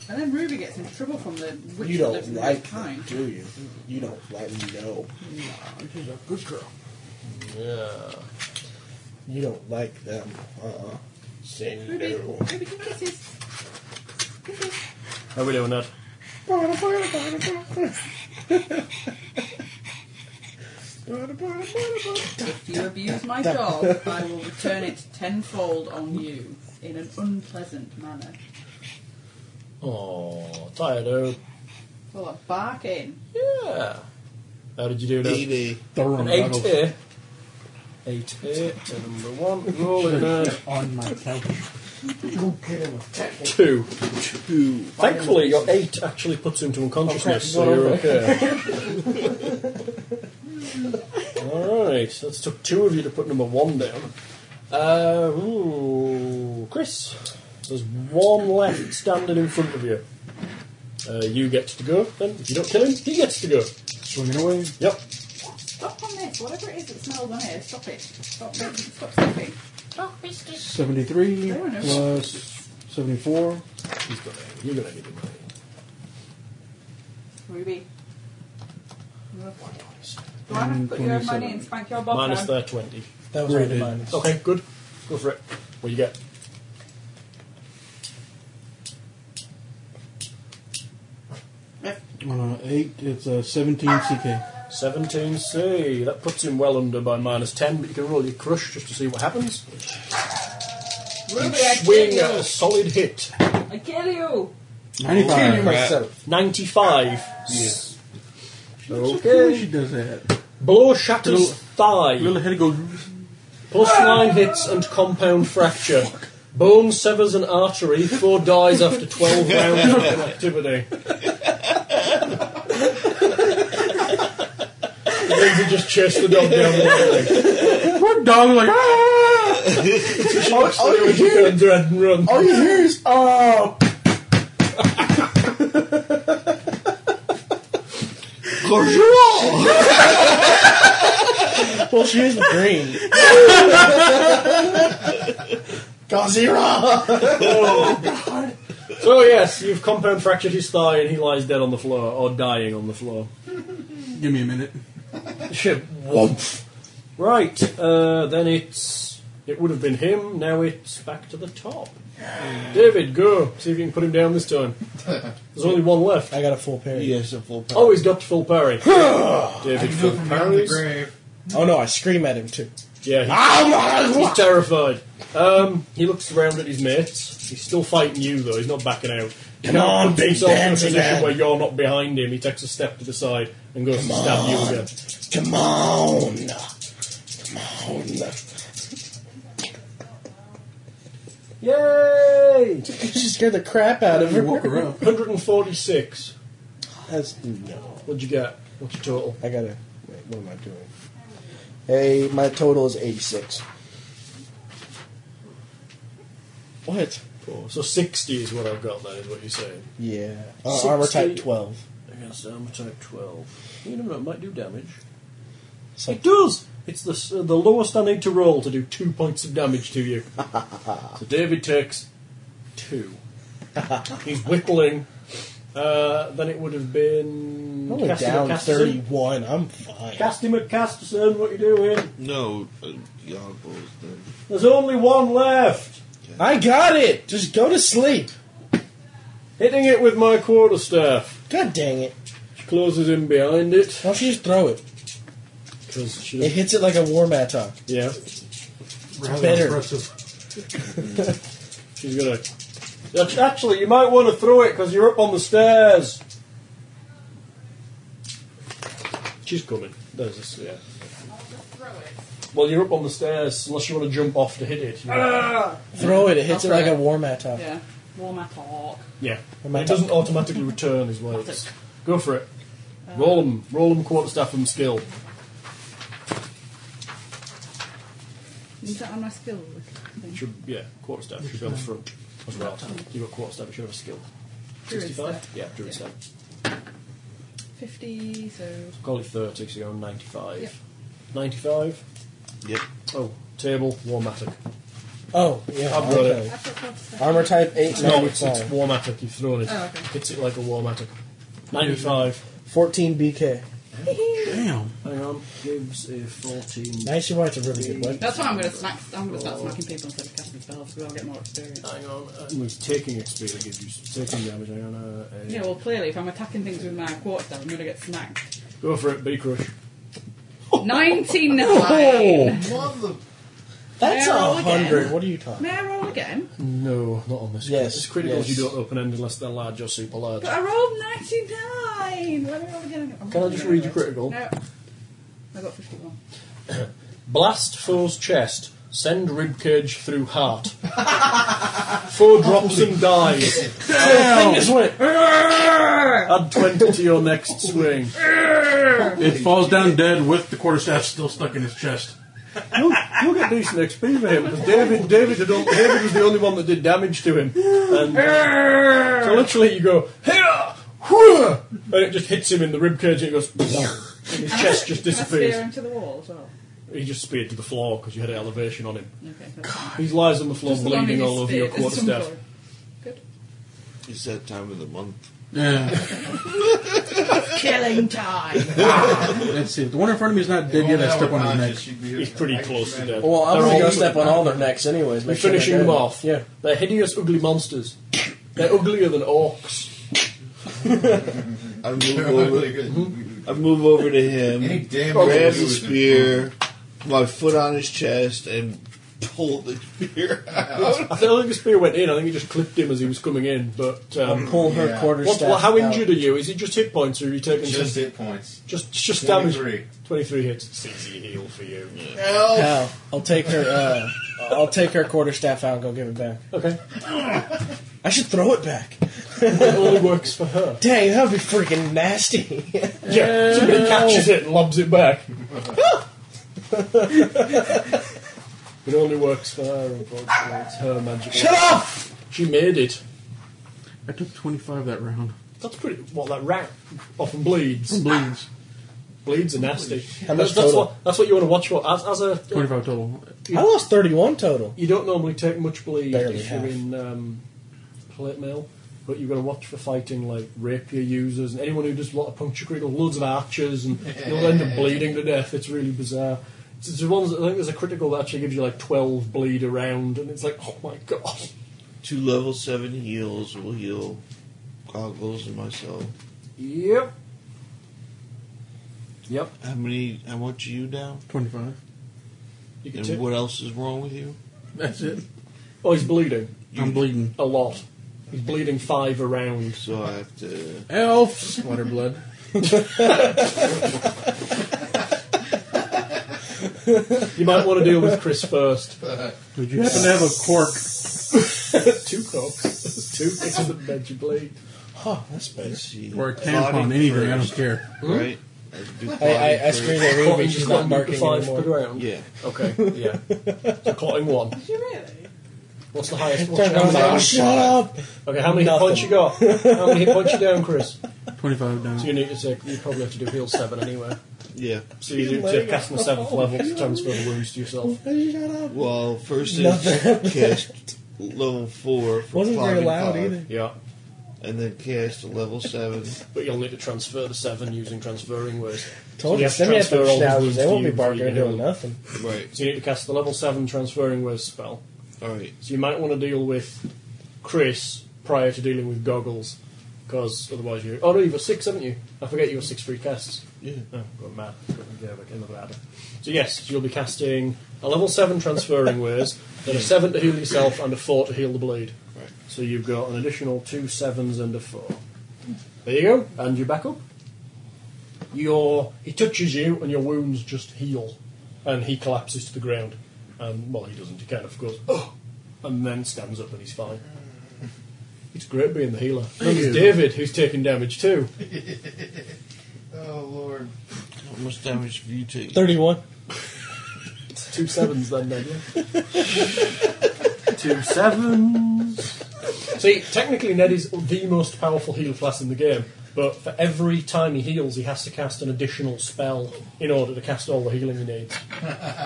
S3: And then Ruby gets in trouble from the witch
S5: You
S3: that lives
S5: don't
S3: in
S5: like
S3: the
S5: them,
S3: pine.
S5: do you? You don't like no. She's a good girl.
S4: Yeah.
S5: You don't like them. Uh-uh. Say
S3: Ruby,
S5: no.
S3: Ruby, give kisses. Kisses.
S4: How we doing, Ned?
S3: If you abuse my dog, I will return it tenfold on you in an unpleasant manner.
S4: Oh, tired out.
S3: Well, I bark in.
S4: Yeah. How did you do, Ned?
S7: Eighty.
S8: Thorough
S4: An
S8: goggles.
S4: eight A. Eight A to number one. Roll it, Ned.
S8: on my couch.
S4: Two. Thankfully, your eight actually puts him to unconsciousness, so you're okay. All right, so that's took two of you to put number one down. Uh, ooh, Chris, there's one left standing in front of you. Uh, you get to go. Then, if you don't kill him, he gets to go.
S8: Swimming away.
S4: Yep.
S3: Stop on this. Whatever it is that smells on here, stop it. Stop, it. stop sniffing. Stop, biscuit.
S8: 73
S3: I don't know.
S8: plus 74.
S4: He's got it. You're gonna get him.
S3: Ruby. Do I have to put your own money and spank your bob
S4: Minus
S3: down?
S4: their twenty.
S5: That was already minus.
S4: Okay, good. Go for it. What do you get?
S8: Uh, 8, it's a 17 CK.
S4: 17C. That puts him well under by minus 10, but you can roll your crush just to see what happens.
S3: Ruby, I kill
S4: Swing
S3: you.
S4: at a solid hit.
S3: I kill you.
S8: 95.
S5: Myself.
S4: 95.
S8: Okay. She does that.
S4: Blow shatters thigh.
S8: Little head goes.
S4: Plus 9 hits and compound fracture. Bone severs an artery. Four dies after 12 rounds of activity. Lindsay just chased the dog down the alley.
S8: What dog? Like, ah!
S4: She watched the dog turn dread and run.
S5: All you hear is, oh! well, she is green. Gazira!
S4: Oh, So yes, you've compound fractured his thigh and he lies dead on the floor or dying on the floor.
S8: Give me a minute.
S4: Shit, whomp. Right, uh, then it's it would have been him. Now it's back to the top. David, go see if you can put him down this time. There's only one left.
S5: I got a full parry.
S7: Yes, a full power.
S4: Oh, he's got full parry. David full parries.
S5: Oh no, I scream at him too.
S4: Yeah, he- he's terrified. Um, he looks around at his mates. He's still fighting you though. He's not backing out. He
S5: Come on,
S4: puts
S5: big
S4: himself in a
S5: dancing
S4: position
S5: man.
S4: where you're not behind him. He takes a step to the side and goes to stab you again.
S5: Come on! Come on!
S4: Yay!
S5: She scared the crap out of
S8: Walk
S5: her.
S8: around.
S4: 146.
S5: That's, no.
S4: What'd you get? What's your total?
S5: I gotta. Wait, what am I doing? Hey, my total is 86. What?
S4: Four. So 60 is what I've got then, is what you're saying.
S5: Yeah. Uh, armor type
S6: 60.
S5: 12.
S6: Against armor type 12. You know, it might do damage.
S5: So,
S4: It does! It's the, s- uh, the lowest I need to roll to do two points of damage to you. so David takes two. He's whittling. Uh, then it would have been.
S5: I'm only
S4: Casting
S5: down
S4: at Casterson.
S5: 31. I'm fine.
S4: Cast him at Casterson, what you doing?
S7: No, uh, y'all both then.
S4: There's only one left!
S5: I got it! Just go to sleep.
S4: Hitting it with my quarterstaff.
S5: God dang it.
S4: She closes in behind it.
S5: Why don't you just throw it?
S4: 'cause she
S5: It hits it like a war mattock.
S4: yeah.
S8: Rather
S5: Better.
S8: impressive.
S4: She's gonna Act- Actually, you might want to throw it because you're up on the stairs. She's coming. There's this, yeah. Well, you're up on the stairs unless you want to jump off to hit it.
S5: Throw it. It hits it
S3: I'll throw
S5: like
S3: it.
S5: a warm attack.
S3: Yeah. Warm at all.
S4: Yeah.
S5: Am I
S4: it doesn't automatically return as well. It's, go for it. Roll them. Roll them quarterstaff and skill.
S3: Is that on my skill? thing?
S4: Should, yeah, quarterstaff should be on the front as well. You've got quarterstaff, you should have a skill.
S3: Druid
S4: 65?
S3: staff.
S4: Yeah, druid staff.
S3: 50, so.
S4: Call it 30, so you're on 95.
S3: Yep.
S4: 95?
S7: Yep.
S4: Oh, table, warmatic.
S5: Oh, yeah.
S4: I've got it.
S5: okay.
S3: I've got Protestant.
S5: Armor type 8,
S4: No, it's, it's
S5: 95.
S4: warmatic, you've thrown it.
S3: Oh, okay.
S4: Hits it like a warmatic. 95.
S5: 14 BK.
S8: Damn.
S6: Hang on, gives a 14.
S5: Nice, you want it's a really good weapon.
S3: That's why I'm going to smack. I'm going to start smacking people instead of casting spells because I'll get more experience.
S6: Hang on. Uh,
S4: We're taking experience, gives you taking damage. Hang on. Uh, uh,
S3: Yeah, well, clearly, if I'm attacking things with my quarterstaff, I'm going to get smacked.
S4: Go for it, B crush.
S3: 99! Oh.
S7: Love the
S5: That's a
S3: They're all
S5: 100.
S3: again.
S5: What are you talking
S3: May I roll again?
S4: No, not on this.
S5: Yes,
S4: It's critical
S5: yes.
S4: you don't open end unless they're large or super large.
S3: But I rolled 99! Let me roll again. I'm
S4: Can I just read your critical?
S3: No. I got 51.
S4: Blast foe's chest. Send ribcage through heart. Four drops and dies.
S5: Just went,
S4: Add 20 to your next swing.
S8: It falls down dead with the quarterstaff still stuck in his chest.
S4: You'll, you'll get decent XP for him because David, David, had, al- David was the only one that did damage to him. And, uh, so literally you go, "Hiya! Whew!" and it just hits him in the ribcage and it goes, and his chest just
S3: Can I spear
S4: disappears.
S3: into the wall as well?
S4: He just speared to the floor because you had elevation on him.
S3: Okay. that's fine.
S4: He lies on the floor
S3: Just the one
S4: bleeding
S3: who
S4: all over
S3: speared
S4: your
S3: is some
S4: quarterstaff.
S3: sort. Good.
S7: It's that time of the month.
S8: Yeah.
S3: Killing time!
S8: Let's see. If the one in front of me is not dead yet, I step on his neck.
S4: He's pretty close to death.
S5: well,
S4: They're
S5: I'm going to
S4: all-
S5: go step on all their necks anyways.
S4: We're
S5: make sure they're
S4: finishing
S5: dead.
S4: them off.
S5: Yeah.
S4: They're hideous, ugly monsters. They're uglier than orcs.
S7: I move
S11: They're
S7: over.
S11: really good.
S8: Mm-hmm.
S7: I move over to him,
S11: Any damn
S7: grab
S11: thing
S7: the
S11: you do is-
S7: spear, put my foot on his chest, and pull the spear out.
S4: I don't think the spear went in. I think it just clipped him as he was coming in. But um,
S5: Pull her
S11: Yeah.
S5: quarter
S4: What,
S5: staff.
S4: well, how
S5: out.
S4: injured are you? Is it just hit points, or are you taking
S11: Just hit points.
S4: just just damage?
S11: 23.
S4: Twenty-three hits. It's easy heal for you.
S7: Help!
S5: How? I'll take her. Uh, I'll take her quarter staff out and go give it back.
S4: Okay,
S5: I should throw it back.
S4: it only works for her.
S5: Dang, that would be freaking nasty.
S4: Yeah, somebody catches it and lobs it back. it only works for her. Unfortunately, it's her magic. Shut up! She made it.
S8: I took 25 that round.
S4: That's pretty. What that rat often bleeds.
S8: Bleeds.
S4: Bleeds are nasty.
S5: How
S4: that's,
S5: much
S4: that's
S5: total?
S4: what that's what you want to watch for. As, as a
S8: 25 total.
S5: I lost 31 total.
S4: You don't normally take much bleed
S5: Barely
S4: if you're
S5: half.
S4: in um, plate mail, but you've got to watch for fighting like rapier users and anyone who does a lot of puncture critical, loads of archers, and you'll end up bleeding to death. It's really bizarre. It's, it's the ones, I think there's a critical that actually gives you like 12 bleed around, and it's like, oh my god.
S7: Two level seven heals will heal goggles and myself.
S6: Yep. Yep.
S7: How many? How much are you down?
S8: 25.
S4: You can
S7: And
S4: take,
S7: what else is wrong with you?
S8: That's it.
S4: oh, he's bleeding
S8: I'm bleeding.
S4: a lot. He's bleeding five around.
S7: So I have to.
S8: Elf! Splatter blood.
S4: You might want to deal with Chris first.
S8: Uh, Would you happen to have a cork?
S4: Two cocks. Two cocks that made you bleed.
S5: Oh, that's bad.
S7: Let's see.
S8: Or a
S7: Plotting
S8: tampon, anything, I don't
S7: first,
S8: care.
S7: Right? I, do
S5: I, I, I
S7: plotting
S5: screamed
S7: first.
S5: at Ruby,
S4: Clotting's
S5: she's
S4: got
S5: not marking
S4: five
S5: anymore.
S4: per round.
S7: Yeah.
S4: Okay, yeah. So clotting one.
S3: Did you really?
S4: What's the highest? What's
S5: Turn around and say,
S4: the
S5: "Oh, shut up!
S4: Okay, how many hit points you got? How many hit points you down, Chris?
S8: 25 down.
S4: So you need to take. You probably have to do heal seven anyway.
S7: Yeah.
S4: So you need to cast on the seventh level to transfer the wounds to yourself.
S5: Shut up!
S7: Well, first
S5: Nothing.
S7: is cast level four for
S5: Wasn't very
S7: plotting
S5: loud
S7: five,
S5: either.
S4: Yeah,
S7: And then cast a level seven.
S4: but you'll need to transfer the seven using transferring words. you
S5: Told you,
S4: have to
S5: send me at
S4: transfer
S5: those
S4: all the
S5: schnauzers.
S4: wounds
S5: They
S4: to
S5: won't
S4: you
S5: be
S4: before you
S5: barking or
S4: heal.
S5: doing nothing.
S7: Right.
S4: So you need to cast the level seven transferring words spell.
S7: All right.
S4: So you might want to deal with Chris prior to dealing with goggles, because otherwise you. Oh no, you've got six, haven't you? I forget you got six free casts.
S7: Yeah.
S4: Oh, got mad. Got- yeah, got another adder. So yes, you'll be casting a level seven transferring ways, then a seven to heal yourself and a four to heal the blade.
S7: Right.
S4: So you've got an additional two sevens and a four. There you go, and you're back up. Your he touches you, and your wounds just heal, and he collapses to the ground. And well, he doesn't. He kind of goes, oh, and then stands up, and he's fine. It's great being the healer. And
S7: Mm. Thank
S4: there's
S7: you.
S4: David, who's taking damage too.
S7: oh lord. How much damage have you taken?
S5: 31.
S4: It's two sevens then, don't you? two sevens. See, technically Ned is the most powerful healer class in the game, but for every time he heals, he has to cast an additional spell in order to cast all the healing he needs.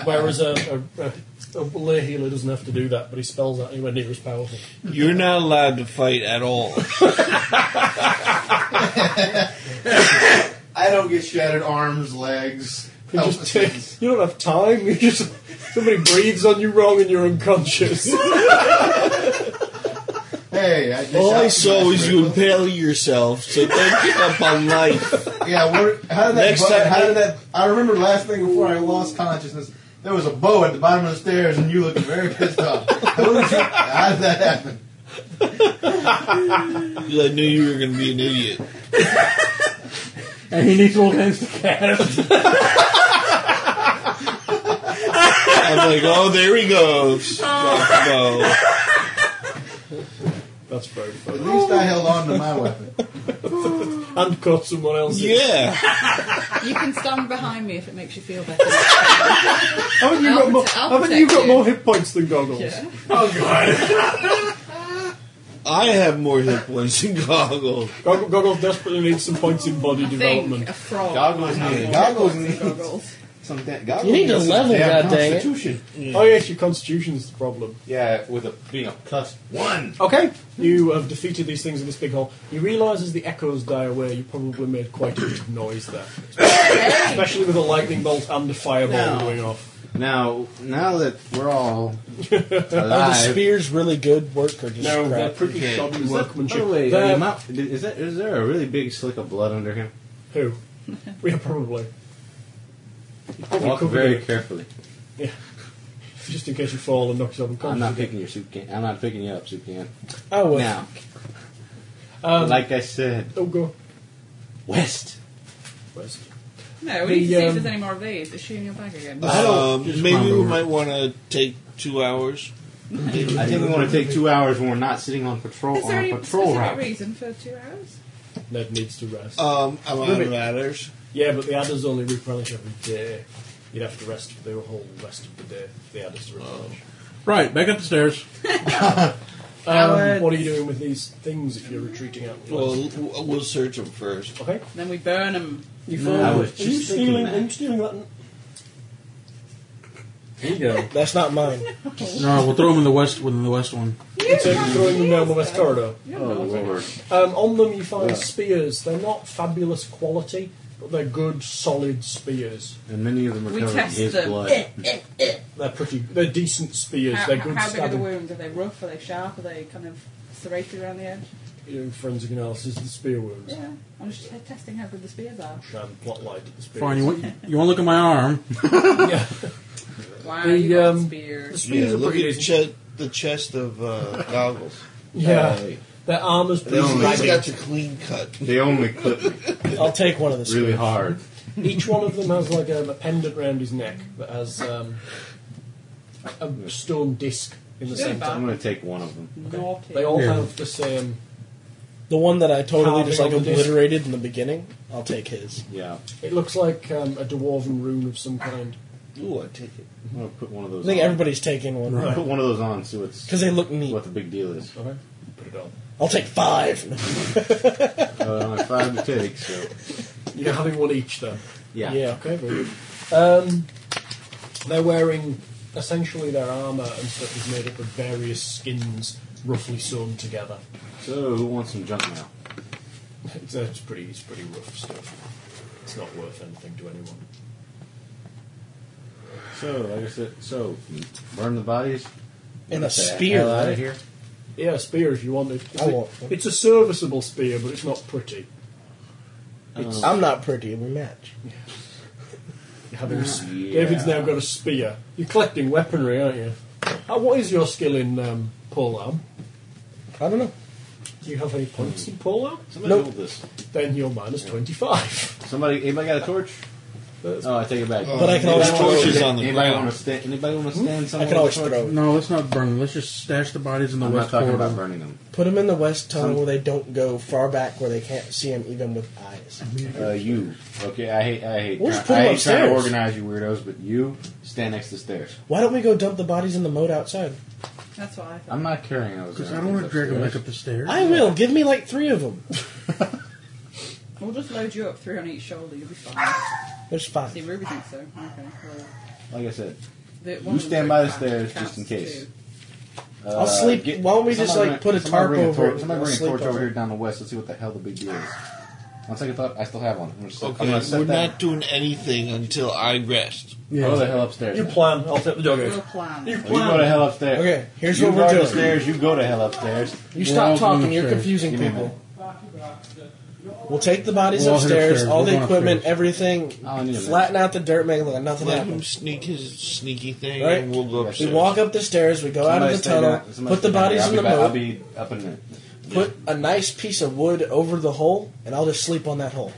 S4: Whereas a, a, a, a lay healer doesn't have to do that, but his spells aren't anywhere near as powerful.
S7: You're not allowed to fight at all.
S2: I don't get shattered arms, legs.
S4: You, just take, you don't have time. You just somebody breathes on you wrong and you're unconscious.
S2: Hey, I just
S7: All I saw was you impale yourself, so don't give up on life.
S2: Yeah, where, how did that?
S7: Next
S2: bo-
S7: time-
S2: how did that? I remember last thing before I lost consciousness. There was a bow at the bottom of the stairs, and you looking very pissed off. How did you- how did that happen?
S7: 'Cause I knew you were going to be an idiot.
S8: And he needs all hands to cast.
S7: I'm like, oh, there he goes. No.
S4: That's very
S2: At
S4: funny.
S2: least I held on to my weapon.
S4: And caught someone else.
S7: Yeah.
S3: You can stand behind me if it makes you feel better.
S4: Haven't you
S3: I'll
S4: got more?
S3: protect- I'll
S4: Haven't you
S3: protect
S4: got
S3: you.
S4: more hit points than goggles?
S3: Yeah.
S7: I have more hit points than Goggle.
S4: Goggle, Goggle desperately needs some points in body
S3: I think
S4: development.
S3: a frog.
S2: Goggles
S3: has
S2: need-
S3: more
S2: goggles need-
S3: goggles.
S2: Some da- goggles
S5: You need to
S2: some
S5: level,
S2: damn
S5: god dang it.
S2: Constitution.
S4: Oh yes, your constitution's the problem.
S2: Yeah, with a being a plus one.
S4: Okay, you have defeated these things in this big hole. You realise as the echoes die away, you probably made quite a bit of noise there, especially with a lightning bolt and a fireball
S2: No.
S4: going off.
S2: Now, now that we're all
S5: Are the
S2: alive,
S5: spears really good work or just
S4: No, they're
S5: crap?
S4: pretty
S2: Okay.
S4: shoddy
S2: Is that- by
S4: workmanship.
S2: the way,
S4: They're-
S2: am I- is that is there a really big slick of blood under him?
S4: who? Yeah, probably. You probably
S2: Walk
S4: could
S2: very
S4: be.
S2: carefully.
S4: Yeah. Just in case you fall and knock yourself unconscious.
S2: I'm not
S4: again.
S2: picking your soup can. I'm not picking you up, soup can.
S5: Oh, well.
S2: Now,
S4: Um,
S2: like I said,
S4: oh, go.
S2: west.
S4: West.
S3: No, we need to
S4: The,
S3: see if
S4: um, Uh,
S3: there's any more of these. Is she in your bag again?
S7: Um,
S2: Just
S7: maybe
S2: climb
S7: we
S2: over.
S7: might want to take two hours.
S2: I think we want to take two hours when we're not sitting on patrol
S3: Is
S2: on
S3: there
S2: a
S3: any
S2: patrol
S3: specific
S2: route.
S3: reason for two hours?
S4: Ned needs to rest.
S7: Um, I'm out of ladders.
S4: Yeah, but the adders only replenish every day. You'd have to rest for the whole rest of the day for the adders to replenish.
S8: Right, back up the stairs.
S4: Um, what are you doing with these things if you're retreating out?
S7: Well, w- we'll search them first.
S4: okay.
S3: Then we burn them.
S4: You
S2: No, I was just thinking that.
S4: stealing that?
S8: Here you go.
S5: That's not mine.
S8: No, we'll throw them in the west within the west one.
S4: It's uh, throwing them down the west corridor.
S2: Oh lord!
S4: Um, on them, you find spears. They're not fabulous quality, but they're good, solid spears.
S2: And many of them are
S3: We
S2: covered in
S3: test
S2: his
S3: them.
S2: blood.
S4: They're pretty. They're decent spears.
S3: How,
S4: they're good
S3: how big are the
S4: stabbing.
S3: wounds? Are they rough? Are they sharp? Are they kind of serrated around the edge?
S4: You know, forensic analysis of the spear wounds.
S3: Yeah. I'm just t- testing how good the spears are.
S4: And plot light at the spears.
S8: Fine, you want, you want to look at my arm?
S4: yeah.
S3: Wow,
S4: The,
S3: you got
S4: um, The
S3: spears.
S4: spears
S7: yeah,
S4: are
S7: look
S4: pretty
S7: at
S4: decent.
S7: che- the chest of uh, Goggles.
S4: Yeah, Uh, their armor's pretty
S2: only-
S7: He's
S4: ragged.
S7: got a clean cut.
S2: They only clip me
S5: I'll take one of the
S2: really
S5: spears.
S2: hard.
S4: Each one of them has like um, a pendant round his neck that has um, a stone disc in the
S3: Yeah,
S4: centre.
S3: but-
S2: I'm going to take one of them.
S3: Naughty.
S4: They all
S8: Yeah.
S4: have the same.
S5: The one that I totally
S4: Carving
S5: just like
S4: on the disc.
S5: obliterated in the beginning, I'll take his.
S2: Yeah,
S4: It looks like um, a dwarven rune of some kind.
S7: Ooh, I take it.
S2: I'm going to put one of
S5: I
S2: those.
S5: think
S2: on.
S5: everybody's taking one.
S2: Put one of those on. See what's
S5: Because they look neat.
S2: what the big deal is.
S4: Okay, put it on.
S5: I'll take five.
S2: Uh, only five to take. So
S4: You're having one each then.
S2: yeah,
S5: Yeah.
S4: Okay, very good. Um, they're wearing essentially their armour and stuff is made up of various skins roughly sewn together.
S2: So who wants some junk mail?
S4: It's, uh, it's pretty, it's pretty rough stuff. It's not worth anything to anyone.
S2: So like I said, so burn the bodies.
S5: And a
S2: Get the
S5: spear,
S2: hell out
S5: right?
S2: of here.
S4: Yeah, a spear if you want it. It's,
S5: I
S4: a-
S5: want one.
S4: it's a serviceable spear, but it's not pretty. It's
S5: I'm not pretty. We match.
S4: having a s-
S2: Yeah.
S4: David's now got a spear. You're collecting weaponry, aren't you? Uh, what is your skill in um, pole arm?
S5: I don't know.
S4: Do you have any points in polo?
S2: Somebody
S5: Nope.
S2: hold this.
S4: Then you're minus 25.
S2: Somebody, anybody got a torch?
S4: That's-
S2: No, I take it back.
S5: But I can always
S2: Anybody wanna-
S7: torches on the
S2: anybody
S7: ground.
S2: Wanna stand, anybody want to stand?
S5: I
S2: somewhere
S5: can
S2: with
S5: always
S2: a torch?
S5: throw.
S8: No, let's not burn them. Let's just stash the bodies in the
S2: I'm not
S8: west
S2: talking
S8: corridor.
S2: about burning them.
S5: Put them in the west tunnel where they don't go far back where they can't see them even with eyes.
S2: Uh, you. Okay, I hate. I hate.
S5: We'll
S2: try-
S5: just put them
S2: I hate trying
S5: upstairs.
S2: to organize you weirdos, but you stand next to stairs.
S5: Why don't we go dump the bodies in the moat outside?
S3: That's what I thought.
S2: I'm not carrying those.
S8: Because I
S2: around
S8: don't want to
S2: things
S8: drag them
S2: upstairs.
S8: back up the stairs.
S5: I will. Give me like three of them.
S3: We'll just load you up three on each shoulder. You'll be fine.
S5: There's
S3: See,
S5: five.
S3: Ruby thinks so. Okay. Well,
S2: Like I said,
S3: the, one
S2: You
S3: of them
S2: stand by the
S3: ca-
S2: stairs just
S3: casts
S2: in case.
S3: too.
S2: uh,
S5: I'll sleep- why don't we just,
S2: somebody
S5: like, put a
S2: somebody
S5: tarp
S2: bring
S5: over
S2: torch-
S5: it and
S2: Somebody
S5: I'll
S2: bring a
S5: sleep
S2: torch
S5: over
S2: over here
S5: it.
S2: down the west. Let's see what the hell the big deal is. One second thought. I still have one. I'm gonna set, I'm
S7: Okay,
S2: gonna set
S7: we're
S2: that.
S7: not doing anything until I rest.
S8: Yeah.
S2: Go the hell upstairs.
S4: You plan, I'll take the dog
S3: We'll
S4: out.
S3: plan.
S4: You
S2: You go to
S4: plan.
S2: hell upstairs.
S5: Okay, here's
S2: you
S5: what we're
S2: guard
S5: doing.
S2: The stairs. You go to hell upstairs.
S5: You
S8: all
S5: stop talking.
S8: going
S5: You're
S8: upstairs.
S5: confusing
S2: Give me a
S5: people. We'll take the bodies
S8: We're all headed
S5: upstairs,
S8: upstairs.
S5: all
S8: We're
S5: the
S8: going
S5: equipment,
S8: upstairs.
S5: everything.
S2: I don't need a minute.
S5: Flatten out the dirt, make it look like nothing
S7: Let him
S5: happened.
S7: sneak his sneaky thing,
S5: Right.
S7: and we'll go
S2: We
S5: We
S7: upstairs.
S5: walk up the stairs. We go out
S2: Somebody
S5: of the
S2: stay
S5: tunnel.
S2: down- somebody
S5: Put the
S2: stay down here.
S5: bodies
S2: I'll
S5: in
S2: be
S5: the
S2: back- I'll
S5: moat.
S2: be up in there
S5: Put a nice piece of wood over the hole, and I'll just sleep on that hole.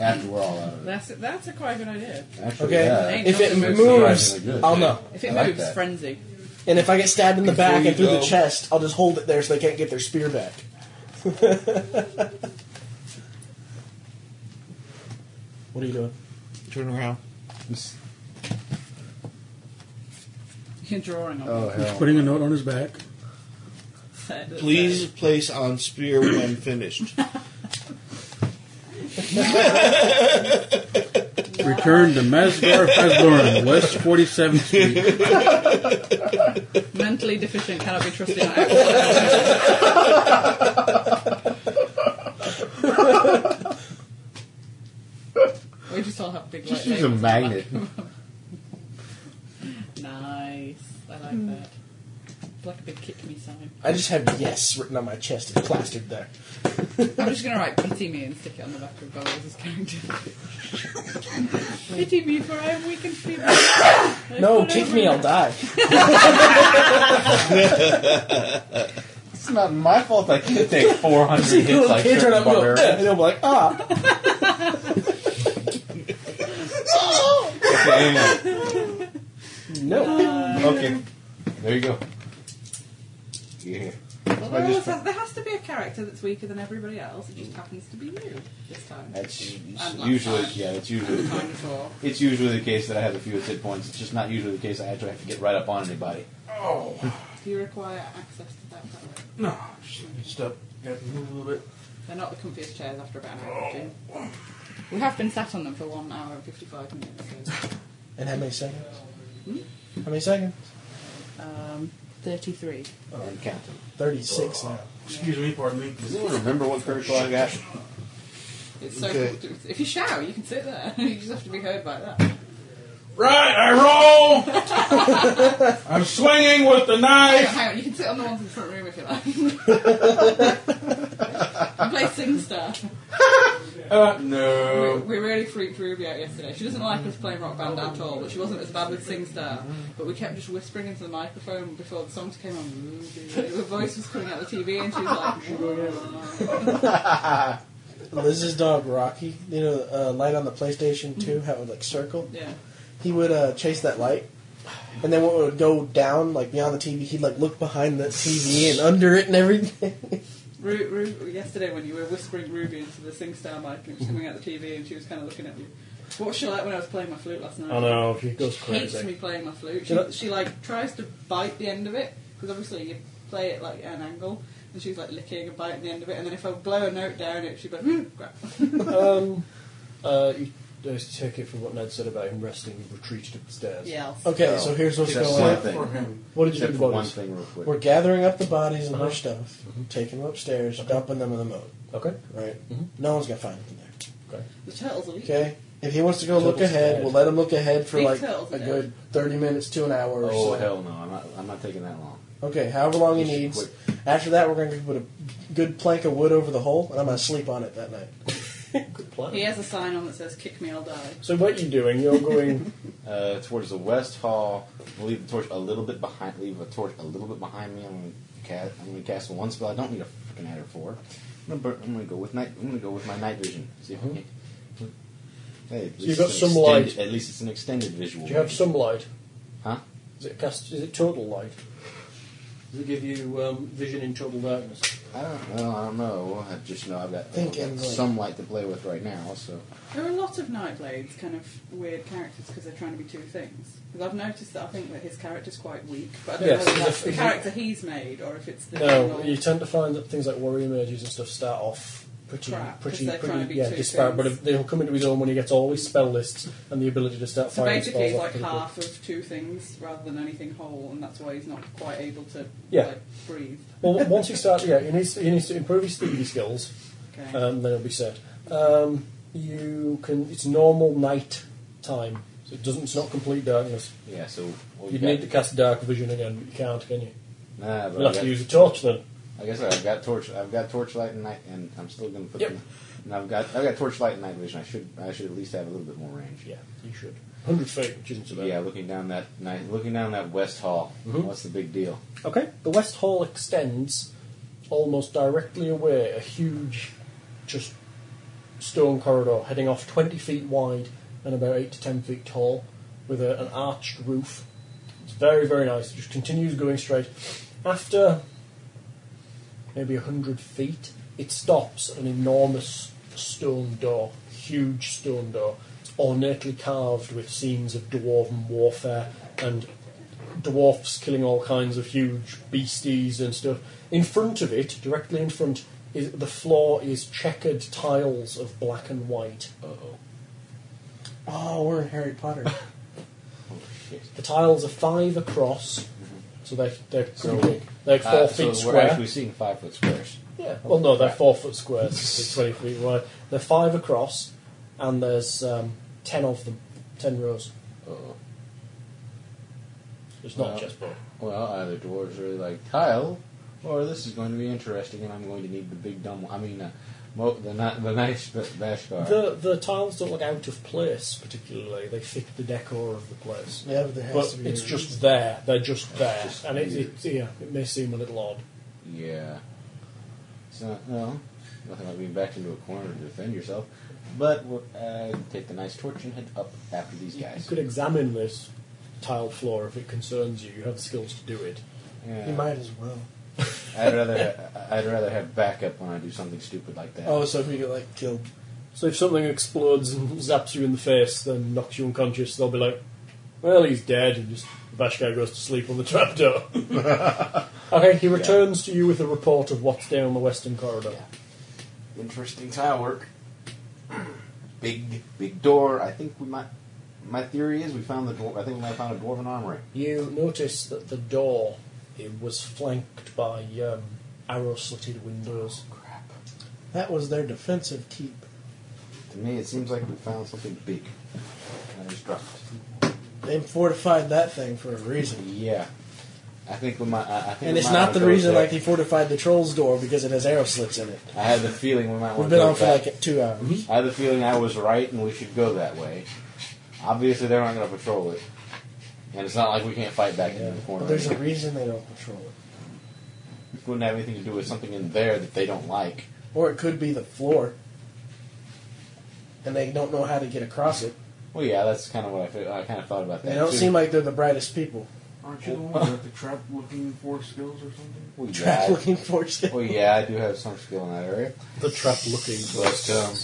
S2: after we're all out of it.
S3: That's that's a quite good idea.
S2: Actually,
S5: Okay.
S2: yeah.
S3: Ain't
S5: if it
S3: nothing moves
S5: moves,
S2: surprisingly good.
S5: I'll know.
S3: If it
S2: I like
S3: moves,
S2: that.
S3: frenzy.
S5: And if I get stabbed in the
S7: Before
S5: back
S7: you
S5: and through the
S7: go.
S5: chest, I'll just hold it there so they can't get their spear back. what are you doing?
S7: Turn around.
S3: You're drawing on.
S2: Oh hell.
S8: Putting a note on his back.
S3: it.
S2: Oh,
S7: Please place on spear when finished.
S8: Return to Masgar Fazlorn, West 47th Street.
S3: Mentally deficient cannot be trusted. in action. we just all have big.
S2: Just
S3: light
S2: use a
S3: labels.
S2: magnet.
S3: Nice. I like that. Like a big kick me sign.
S5: I just have yes written on my chest. It's plastered there.
S3: I'm just gonna write pity me and stick it on the back of Golds' character. pity me for I am weak and feeble. I
S5: No,
S3: put
S5: kick
S3: over
S5: me,
S3: you.
S5: I'll die.
S2: It's not my fault I can't take 400 hits
S5: Little
S2: like
S5: kids are
S2: certain
S5: not going, "Eh,"
S2: barbarians.
S5: and I'm like, ah.
S2: Okay, hang
S5: No.
S2: on. Okay. There you go. Yeah.
S3: Well,
S2: I
S3: there,
S2: just
S3: always has, there has to be a character that's weaker than everybody else. It just happens to be you this time.
S2: That's
S3: And last
S2: usually,
S3: time.
S2: yeah, it's
S3: And
S2: usually,
S3: the time before.
S2: it's usually the case that I have the fewest hit points. It's just not usually the case I actually have to get right up on anybody.
S3: Do you require access to that? Power?
S8: No, just uh, stop. Got to move a little bit. Oh.
S3: They're not the comfiest chairs after about an hour. Jim. We have been sat on them for one hour and fifty-five minutes. So,
S5: And how many seconds? How many seconds?
S3: um, Thirty-three.
S2: I'm counting.
S5: 36 now.
S8: Excuse me, pardon me.
S2: Does anyone remember what critical I got?
S3: It's so
S7: Okay.
S3: if you shout, you can sit there. you just have to be heard by that.
S10: Right, I roll. I'm swinging with the
S3: Hang on,
S10: knife.
S3: hang on, you can sit on the ones in the front room if you like. and play SingStar.
S10: Uh,
S3: We,
S10: no.
S3: we really freaked Ruby out yesterday. She doesn't like us playing rock band at all, but she wasn't as bad with SingStar. But we kept just whispering into the microphone before the songs came on. Ruby, her voice was coming out the TV, and she was like,
S5: Liz's dog, Rocky, you know, uh, light on the PlayStation 2, how it would like circle?
S3: "Yeah."
S5: he would uh, chase that light, and then when it would go down, like beyond the TV, he'd like look behind the TV and under it and everything.
S3: Ru- Ru- yesterday when you were whispering Ruby into the SingStar mic, and it was coming out the TV, and she was kind of looking at you. What she like when I was playing my flute last night?
S4: I know, she goes
S3: hates me
S4: crazy.
S3: playing my flute.
S5: You know-
S3: She, she like tries to bite the end of it because obviously you play it like at an angle, and she's like licking and biting the end of it. And then if I blow a note down it, she'd be like, "Hmm, crap.
S4: um, uh, you just take it from what Ned said about him resting, you retreated up the stairs.
S3: yeah.
S5: okay,
S2: No.
S5: so here's what's
S2: Except
S5: going
S2: for
S5: on.
S2: one thing.
S5: What did you
S2: Except
S4: do
S2: for
S4: about
S2: one Uh-huh. Mm-hmm.
S4: this?
S2: thing, real quick.
S5: We're gathering up the bodies and their stuff, taking them upstairs, dumping them in the moat.
S4: Okay.
S5: Right?
S2: Mm-hmm.
S4: Mhm.
S5: No one's gonna find them there.
S3: The turtles are eating.
S5: Okay. If he wants to go
S4: Turtles
S5: look ahead,
S4: dead.
S5: we'll let him look ahead for
S3: These
S5: like
S3: turtles are
S5: a
S3: dead.
S5: good thirty minutes to an hour or
S2: Oh
S5: so.
S2: hell no! I'm not. I'm not taking that long.
S5: Okay, however long he
S2: This is
S5: needs.
S2: quick.
S5: After that, we're gonna put a good plank of wood over the hole, and I'm gonna sleep on it that night.
S4: Good plan.
S3: He has a sign on that says "Kick me, I'll die."
S4: So what you doing? You're going.
S2: Uh, towards the west hall. We'll leave the torch a little bit behind. Leave a torch a little bit behind me. I'm ca I'm gonna cast the one spell I don't need a freaking adder for. I'm gonna, bur- I'm gonna go with night. I'm gonna go with my night vision. See if I can. Hey, at
S4: Mm-hmm. So
S2: least
S4: you've got
S2: it's an
S4: some
S2: extended-
S4: light.
S2: At least it's an extended visual.
S4: Do you have some light?
S2: Huh?
S4: Is it cast? Is it total light? Does it give you um, vision in total darkness?
S2: I don't know. I don't know. I just know I've got, I've
S5: Think
S2: got
S5: and, like-
S2: some light to play with right now. So
S3: There are a lot of Nightblades kind of weird characters because they're trying to be two things. Because I've noticed that I think that his character's quite weak, but I don't
S4: Yes,
S3: know if
S4: he's
S3: that's
S4: a-
S3: the
S4: he's a-
S3: character he's made or if it's the
S4: No,
S3: general-
S4: you tend to find that things like warrior mages and stuff start off pretty,
S3: Crap, 'cause
S4: pretty,
S3: they're trying to
S4: pretty,
S3: be
S4: yeah,
S3: two
S4: disparate. But
S3: things.
S4: if- they'll come into his own when he gets all his spell lists and the ability to start
S3: So
S4: firing
S3: basically,
S4: spells.
S3: he's
S4: off
S3: like
S4: pretty
S3: half of two things rather than anything whole, and that's why he's not quite able to
S4: Yeah.
S3: like, breathe.
S4: quickly. Well, once he starts, yeah, he needs to, he needs to improve his thieving skills.
S3: Okay.
S4: Um, then it'll be set. Um, you can. It's normal night time, so it doesn't. It's not complete darkness.
S2: yeah. So what we
S4: You'd
S2: got-
S4: need to cast dark vision again, but you can't, can you?
S2: Nah, but
S4: You'll
S2: I
S4: have
S2: got-
S4: to use a torch then.
S2: Like I said, I've got torch. I've got torchlight and night, and I'm still gonna put.
S4: Yep.
S2: Them, and I've got I've got torchlight and night vision. I should I should at least have a little bit more range.
S4: Yeah, you should. Hundred feet, which isn't so bad.
S2: Yeah, looking down that night, looking down that west hall.
S4: Mhm.
S2: What's the big deal?
S4: Okay, the West Hall extends almost directly away a huge, just stone corridor heading off 20 feet wide and about 8 to 10 feet tall with a, an arched roof. It's very, very nice. It just continues going straight. After maybe 100 feet, it stops at an enormous stone door, huge stone door. It's ornately carved with scenes of dwarven warfare and dwarfs killing all kinds of huge beasties and stuff. In front of it, directly in front, is, the floor is checkered tiles of black and white.
S5: Oh, we're in Harry Potter.
S4: The tiles are five across, so they're, they're,
S2: So-
S4: pretty big. they're four
S2: Uh, so
S4: feet
S2: we're
S4: square.
S2: actually seeing five foot squares.
S4: Yeah. Well, no, they're four foot squares, so they're 20 feet wide. They're five across, and there's um, ten of them, ten rows.
S2: Oh.
S4: It's not
S2: Wow.
S4: chessboard.
S2: Well, either dwarves really like tile, or this is going to be interesting, and I'm going to need the big dumb. I mean, uh, mo- the ni- the nice ba- Bashkar.
S4: The the tiles don't look out of place particularly. They fit the decor of the place.
S5: yeah, but there has
S4: But
S5: to be.
S4: it's
S5: a
S4: just there. They're just there,
S2: just
S4: and it,
S2: weird.
S4: it yeah, it may seem a little odd.
S2: yeah. So well, nothing like being backed into a corner to defend yourself. But we'll, uh, take the nice torch and head up after these
S4: You
S2: guys.
S4: could examine this tile floor if it concerns you. You have the skills to do it.
S2: Yeah.
S5: You might as well.
S2: I'd rather ha- I'd rather have backup when I do something stupid like that.
S5: Oh, so if we get like killed,
S4: So if something explodes and zaps you in the face, then knocks you unconscious, they'll be like, "Well, he's dead," and just Vashko goes to sleep on the trapdoor. okay, he returns to you with a report of what's down the western corridor.
S2: Interesting tile work. Big big door. I think we might. My theory is we found the dwar- I think we might have found a dwarven armory.
S4: You notice that the door it was flanked by um, arrow slitted windows.
S5: that was their defensive keep.
S2: To me, it seems like we found something big. That is dropped.
S5: They fortified that thing for a reason.
S2: Yeah, I think we might. I, I think
S5: And
S2: we
S5: it's
S2: might
S5: not
S2: wanna
S5: the
S2: go
S5: reason
S2: there.
S5: like they fortified the troll's door because it has arrow slits in it.
S2: I had the feeling we might
S5: We've
S2: want
S5: been
S2: to go
S5: on for
S2: back.
S5: like two hours.
S2: I had the feeling I was right, and we should go that way. Obviously, they're not going to patrol it, and it's not like we can't fight back in the corner.
S5: But there's a reason they don't patrol it.
S2: It wouldn't have anything to do with something in there that they don't like.
S5: Or it could be the floor. And they don't know how to get across it.
S2: Well, yeah, that's kind of what I, fe- I kind of thought about that.
S5: They don't
S2: too.
S5: seem like they're the brightest people.
S2: Aren't
S10: you the one with the trap looking for skills or something?
S2: Well,
S5: Track
S2: yeah,
S5: looking for shit.
S2: I, well, yeah, I do have some skill in that area,
S4: The trap looking
S2: but um,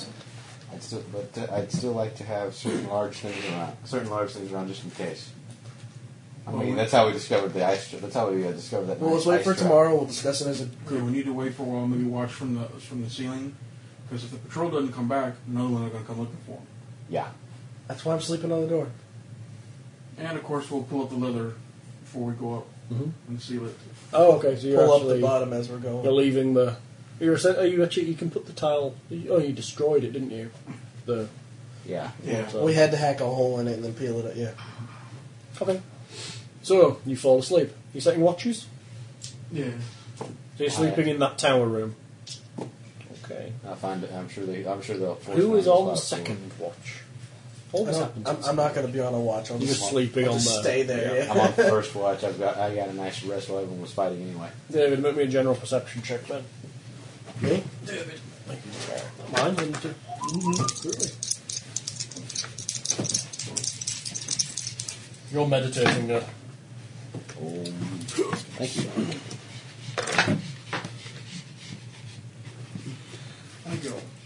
S2: I'd still, but uh, I'd still like to have certain large things around, certain large things around, just in case. I mean, that's how we discovered the ice. Tra- that's how we uh, discovered that.
S5: Well, let's
S2: nice
S5: wait for
S2: ice trap.
S5: tomorrow. We'll discuss it as a
S10: Okay, we need to wait for a while. Maybe watch from the from the ceiling, because if the patrol doesn't come back, another one are going to come looking for him.
S2: Yeah,
S5: That's why I'm sleeping on the door.
S10: And of course, we'll pull up the leather before we go up
S4: Mhm.
S10: and seal it.
S4: Oh, okay. So you're
S5: Pull up the
S4: actually
S5: bottom as we're going.
S4: you're leaving the. You're essen- oh, you actually you can put the tile. Oh, you destroyed it, didn't you? The
S2: yeah.
S10: Yeah.
S4: so-
S5: We had to hack a hole in it and then peel it up. Yeah.
S4: Okay. So you fall asleep. You setting watches?
S10: Yeah.
S4: So you're sleeping in that tower room. Okay.
S2: I find. I'm sure they. I'm sure they'll. force
S4: Who
S2: me
S4: is
S2: to
S4: on the
S2: slap someone.
S4: second watch?
S5: I'm not,
S1: happens.
S5: I'm, I'm not going to be on a watch. I'm
S4: You're
S5: just
S4: sleeping
S5: I'll
S4: on
S5: just
S4: the-
S5: stay there. Yeah.
S2: I'm on the first watch. I've got I got a nice rest while everyone was fighting anyway.
S4: David, make me a general perception check, then.
S5: Me?
S4: Mine, then too. Absolutely. You're meditating now.
S2: Thank you.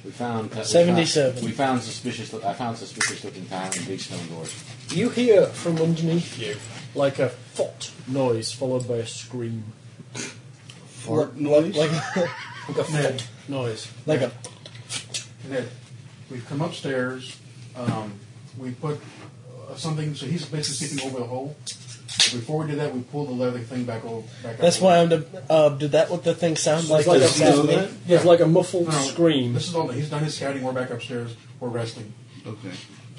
S2: We found uh, we found-
S5: 77.
S2: We found suspicious. I found suspicious looking town and big stone doors.
S4: You hear from underneath you like a fart noise followed by a scream.
S7: Fart
S5: Like,
S7: noise?
S5: like,
S4: Like a fart noise.
S5: like a
S10: that we've come upstairs. Um, we put uh, something, so he's basically sleeping over the hole. Before we did that, we pulled the leather thing back over. Back
S5: that's
S10: up
S5: why I'm. The, uh, did that what the thing sound like?
S4: like
S5: that
S4: a
S5: sound
S7: snow
S5: made?
S4: There's like a muffled
S10: No,
S4: scream.
S10: This is all. He's done his scouting. We're back upstairs. We're resting.
S7: Okay.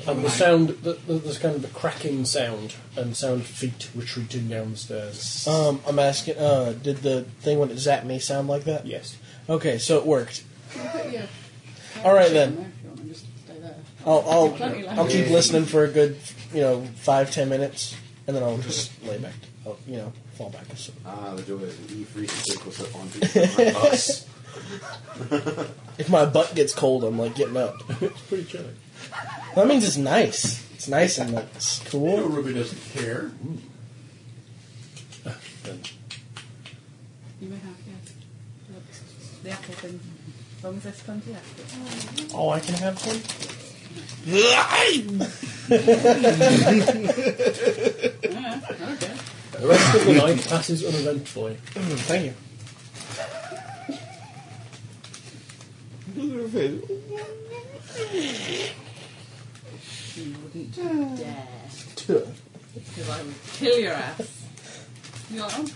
S4: And the sound, the, the, there's kind of a cracking sound and sound of feet retreating down the stairs.
S5: Um, I'm asking. Uh, did the thing when it zapped me sound like that?
S4: Yes.
S5: Okay, so it worked.
S3: Yeah.
S5: All right, then.
S3: If you want to just stay there.
S5: I'll
S3: Plenty
S5: I'll,
S3: left.
S5: I'll keep listening for a good you know five ten minutes, and then I'll just lay back. I'll, you know, fall back asleep.
S2: Ah, the door is E free circles up on people. Us.
S5: If my butt gets cold, I'm like getting up.
S4: it's pretty chilly.
S5: That means it's nice. It's nice and like, it's
S10: You know,
S5: cool.
S10: Ruby doesn't care.
S3: You may have, yeah. Look, The apple thing. As long as there's plenty left.
S5: Oh, I can have one.
S3: Yeah, okay.
S4: The rest of the night passes uneventfully.
S5: Thank you.
S3: You wouldn't dare.
S5: Tuh.
S3: Because I would kill your ass. You like one?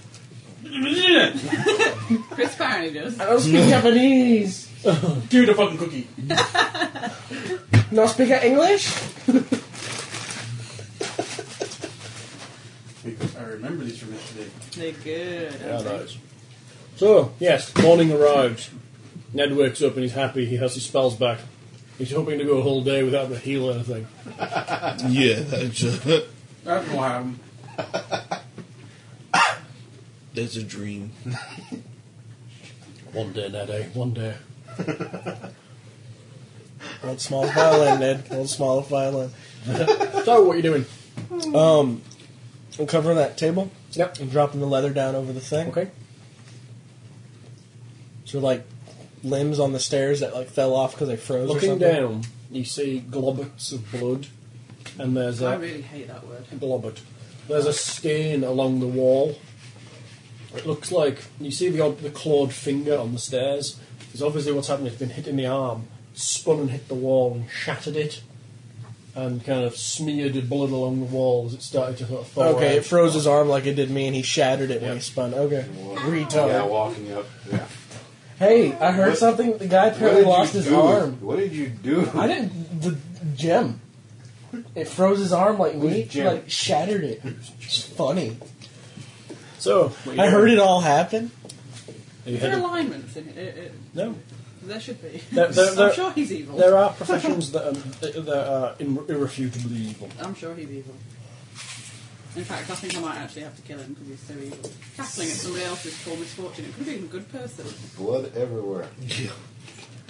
S3: Chris Barney does.
S5: I don't speak Japanese.
S10: Give me the fucking cookie.
S5: No speak English.
S10: Because I remember these from yesterday.
S3: They're good.
S4: Yeah, that is. So, yes, morning arrives. Ned wakes up and he's happy. He has his spells back. He's hoping to go a whole day without having to heal anything.
S7: Yeah, that's a,
S10: That will happen.
S7: that's a dream.
S4: One day, Ned, eh? One day.
S5: Old small violin, Ned. Old small violin.
S4: So, what are you doing?
S5: Um, I'm covering that table.
S4: Yep.
S5: I'm dropping the leather down over the thing.
S4: Okay.
S5: So like limbs on the stairs that like fell off because they froze. or
S4: Looking
S5: something.
S4: down, you see globuts of blood, and there's
S3: I
S4: a
S3: really hate that word.
S4: globbert. There's a stain along the wall. It looks like you see the odd, the clawed finger on the stairs. Because obviously, what's happened? It's been hit in the arm, spun and hit the wall and shattered it, and kind of smeared the blood along the wall as it started to sort of thaw
S5: Okay,
S4: out.
S5: it froze his arm like it did me, and he shattered it when he
S4: Yep.
S5: spun. Okay, retard.
S2: Yeah, walking up. Yeah.
S5: Hey, I heard
S2: What-
S5: something. The guy
S2: What
S5: apparently
S2: did you
S5: lost his
S2: do?
S5: arm.
S2: What did you do?
S5: I didn't. The gem. It froze his arm like
S2: Who's
S5: me,
S2: Jim?
S5: like shattered it. It's funny.
S4: So
S5: I heard it all happen.
S4: Are you
S3: Is there
S4: headed?
S3: alignments in it? it, it
S4: No,
S3: there should be.
S4: There- there- there-
S3: I'm sure he's evil.
S4: there are professions that are, that are in, irrefutably evil.
S3: I'm sure he's evil. In fact, I think I might actually have to kill him because he's so evil. Cackling at somebody else's poor misfortune. It could have been a good person.
S2: Blood everywhere.
S7: Yeah.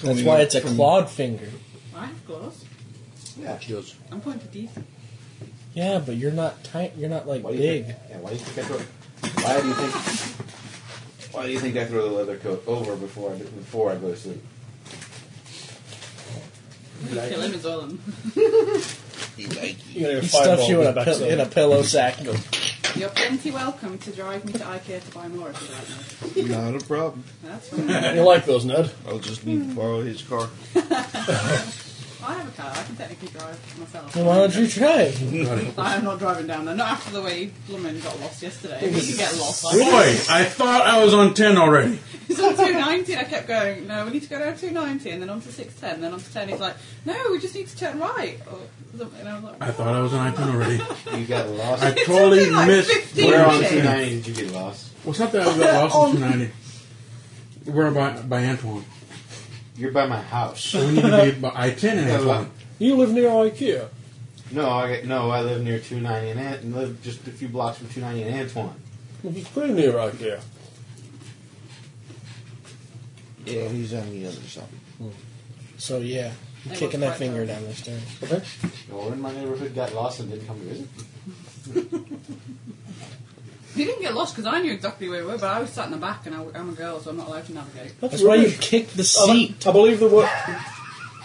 S5: That's why it's a clawed finger.
S3: I have claws.
S2: Yeah.
S3: I'm pointed decent.
S5: Yeah, but you're not tight. You're not like
S2: Why do you
S5: big.
S2: think, yeah, why do you think I throw? Why do you think? Why do you think I throw the leather coat over before I before I go to sleep?
S3: Kill him as well. and-
S4: You know,
S5: He stuffs you in a,
S4: back
S5: pill- in a pillow sack and goes.
S3: You're plenty welcome to drive me to IKEA to buy more if you like. me.
S7: Not a problem.
S3: That's fine.
S4: You like those, Ned?
S7: I'll just
S2: Hmm.
S7: need to borrow his car.
S3: I have a car. I can technically drive myself.
S5: Why don't you try? it?"
S3: I'm not driving down there. Not after the way Blummin got lost yesterday. You can get lost.
S10: Boy,
S3: Like,
S10: I thought I was on ten already.
S3: it's on 290 and I kept going, no, we need to go down 290 and then on to 610 and then on to 10. He's like, no, we just need to turn right. Or something. And I was like,
S10: I thought I was on ten already.
S2: You got lost.
S10: I
S3: It took
S10: totally
S3: me like
S10: missed.
S3: 15
S2: Where on
S3: minutes.
S2: 290 did you get lost?
S10: Well, it's not that I got lost in 290. We're by, by Antoine.
S2: You're by my house.
S10: So we need to be by I 10 and
S2: Hello.
S10: Antoine.
S4: You live near IKEA.
S2: No, I get, no, I live near 290 and Ant, and live just a few blocks from 290 and Antoine.
S4: Well, he's pretty near right here.
S7: Yeah, he's on the other side.
S5: So yeah, you're
S3: They
S5: kicking
S3: look quite
S5: that finger
S3: fun.
S5: down the stairs.
S4: Okay.
S2: No one in my neighborhood got lost and didn't come to visit.
S3: They didn't get lost because I knew exactly where we were, but I was sat in the back and I, I'm a girl, so I'm not allowed to navigate.
S5: That's why you kicked the seat.
S4: I believe the word.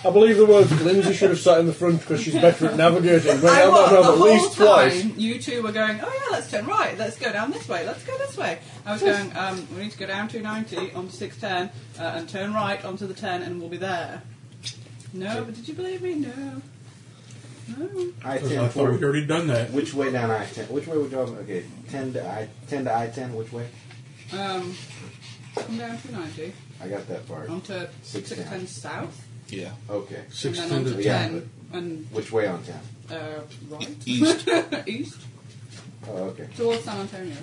S4: I believe the word Lindsay should have sat in the front because she's better at navigating. When
S3: I
S4: I might
S3: was
S4: have
S3: the
S4: at
S3: whole
S4: least
S3: time.
S4: twice.
S3: You two were going, oh yeah, let's turn right, let's go down this way, let's go this way. I was going, um, we need to go down 290 onto 610 uh, and turn right onto the 10 and we'll be there. No, but did you believe me? No. No.
S2: I
S8: I
S2: 10
S8: thought we'd already done that.
S2: Which way down I 10? Which way would y'all Okay, 10 to I 10 to I 10, which way?
S3: Um, come down 290
S2: I got that part.
S3: onto
S2: 610.
S3: 610 south
S7: Yeah.
S2: Okay.
S8: Six
S3: and then
S8: ten
S3: onto
S8: to
S2: Yeah,
S3: 10 and
S2: Which way on 10?
S3: uh, right.
S7: East.
S3: East
S2: Oh, okay.
S3: towards San Antonio.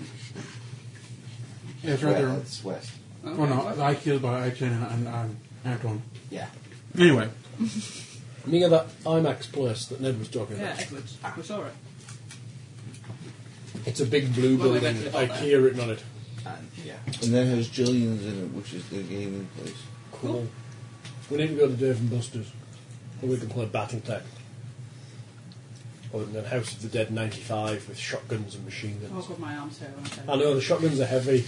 S8: Yeah, it's right
S2: Well,
S8: there.
S2: It's west.
S3: Okay,
S8: Oh no,
S3: what-
S8: I killed by I ten and, and, and Antoine.
S2: Yeah.
S8: Anyway,
S4: Near that IMAX place that Ned was talking
S3: yeah,
S4: about.
S3: Edwards. We saw it.
S4: It's a big blue
S3: Well, we
S4: building
S3: went
S4: with
S3: to the
S4: IKEA written on it.
S2: And, uh, yeah.
S7: And that has Jillian's in it, which is the gaming place.
S4: Cool. We need to go to Dave and Buster's. Or we can play Battletech. Or then House of the Dead 95 with shotguns and machine
S3: Oh
S4: guns.
S3: god, my arms hurt when I say
S4: I know, the shotguns are heavy.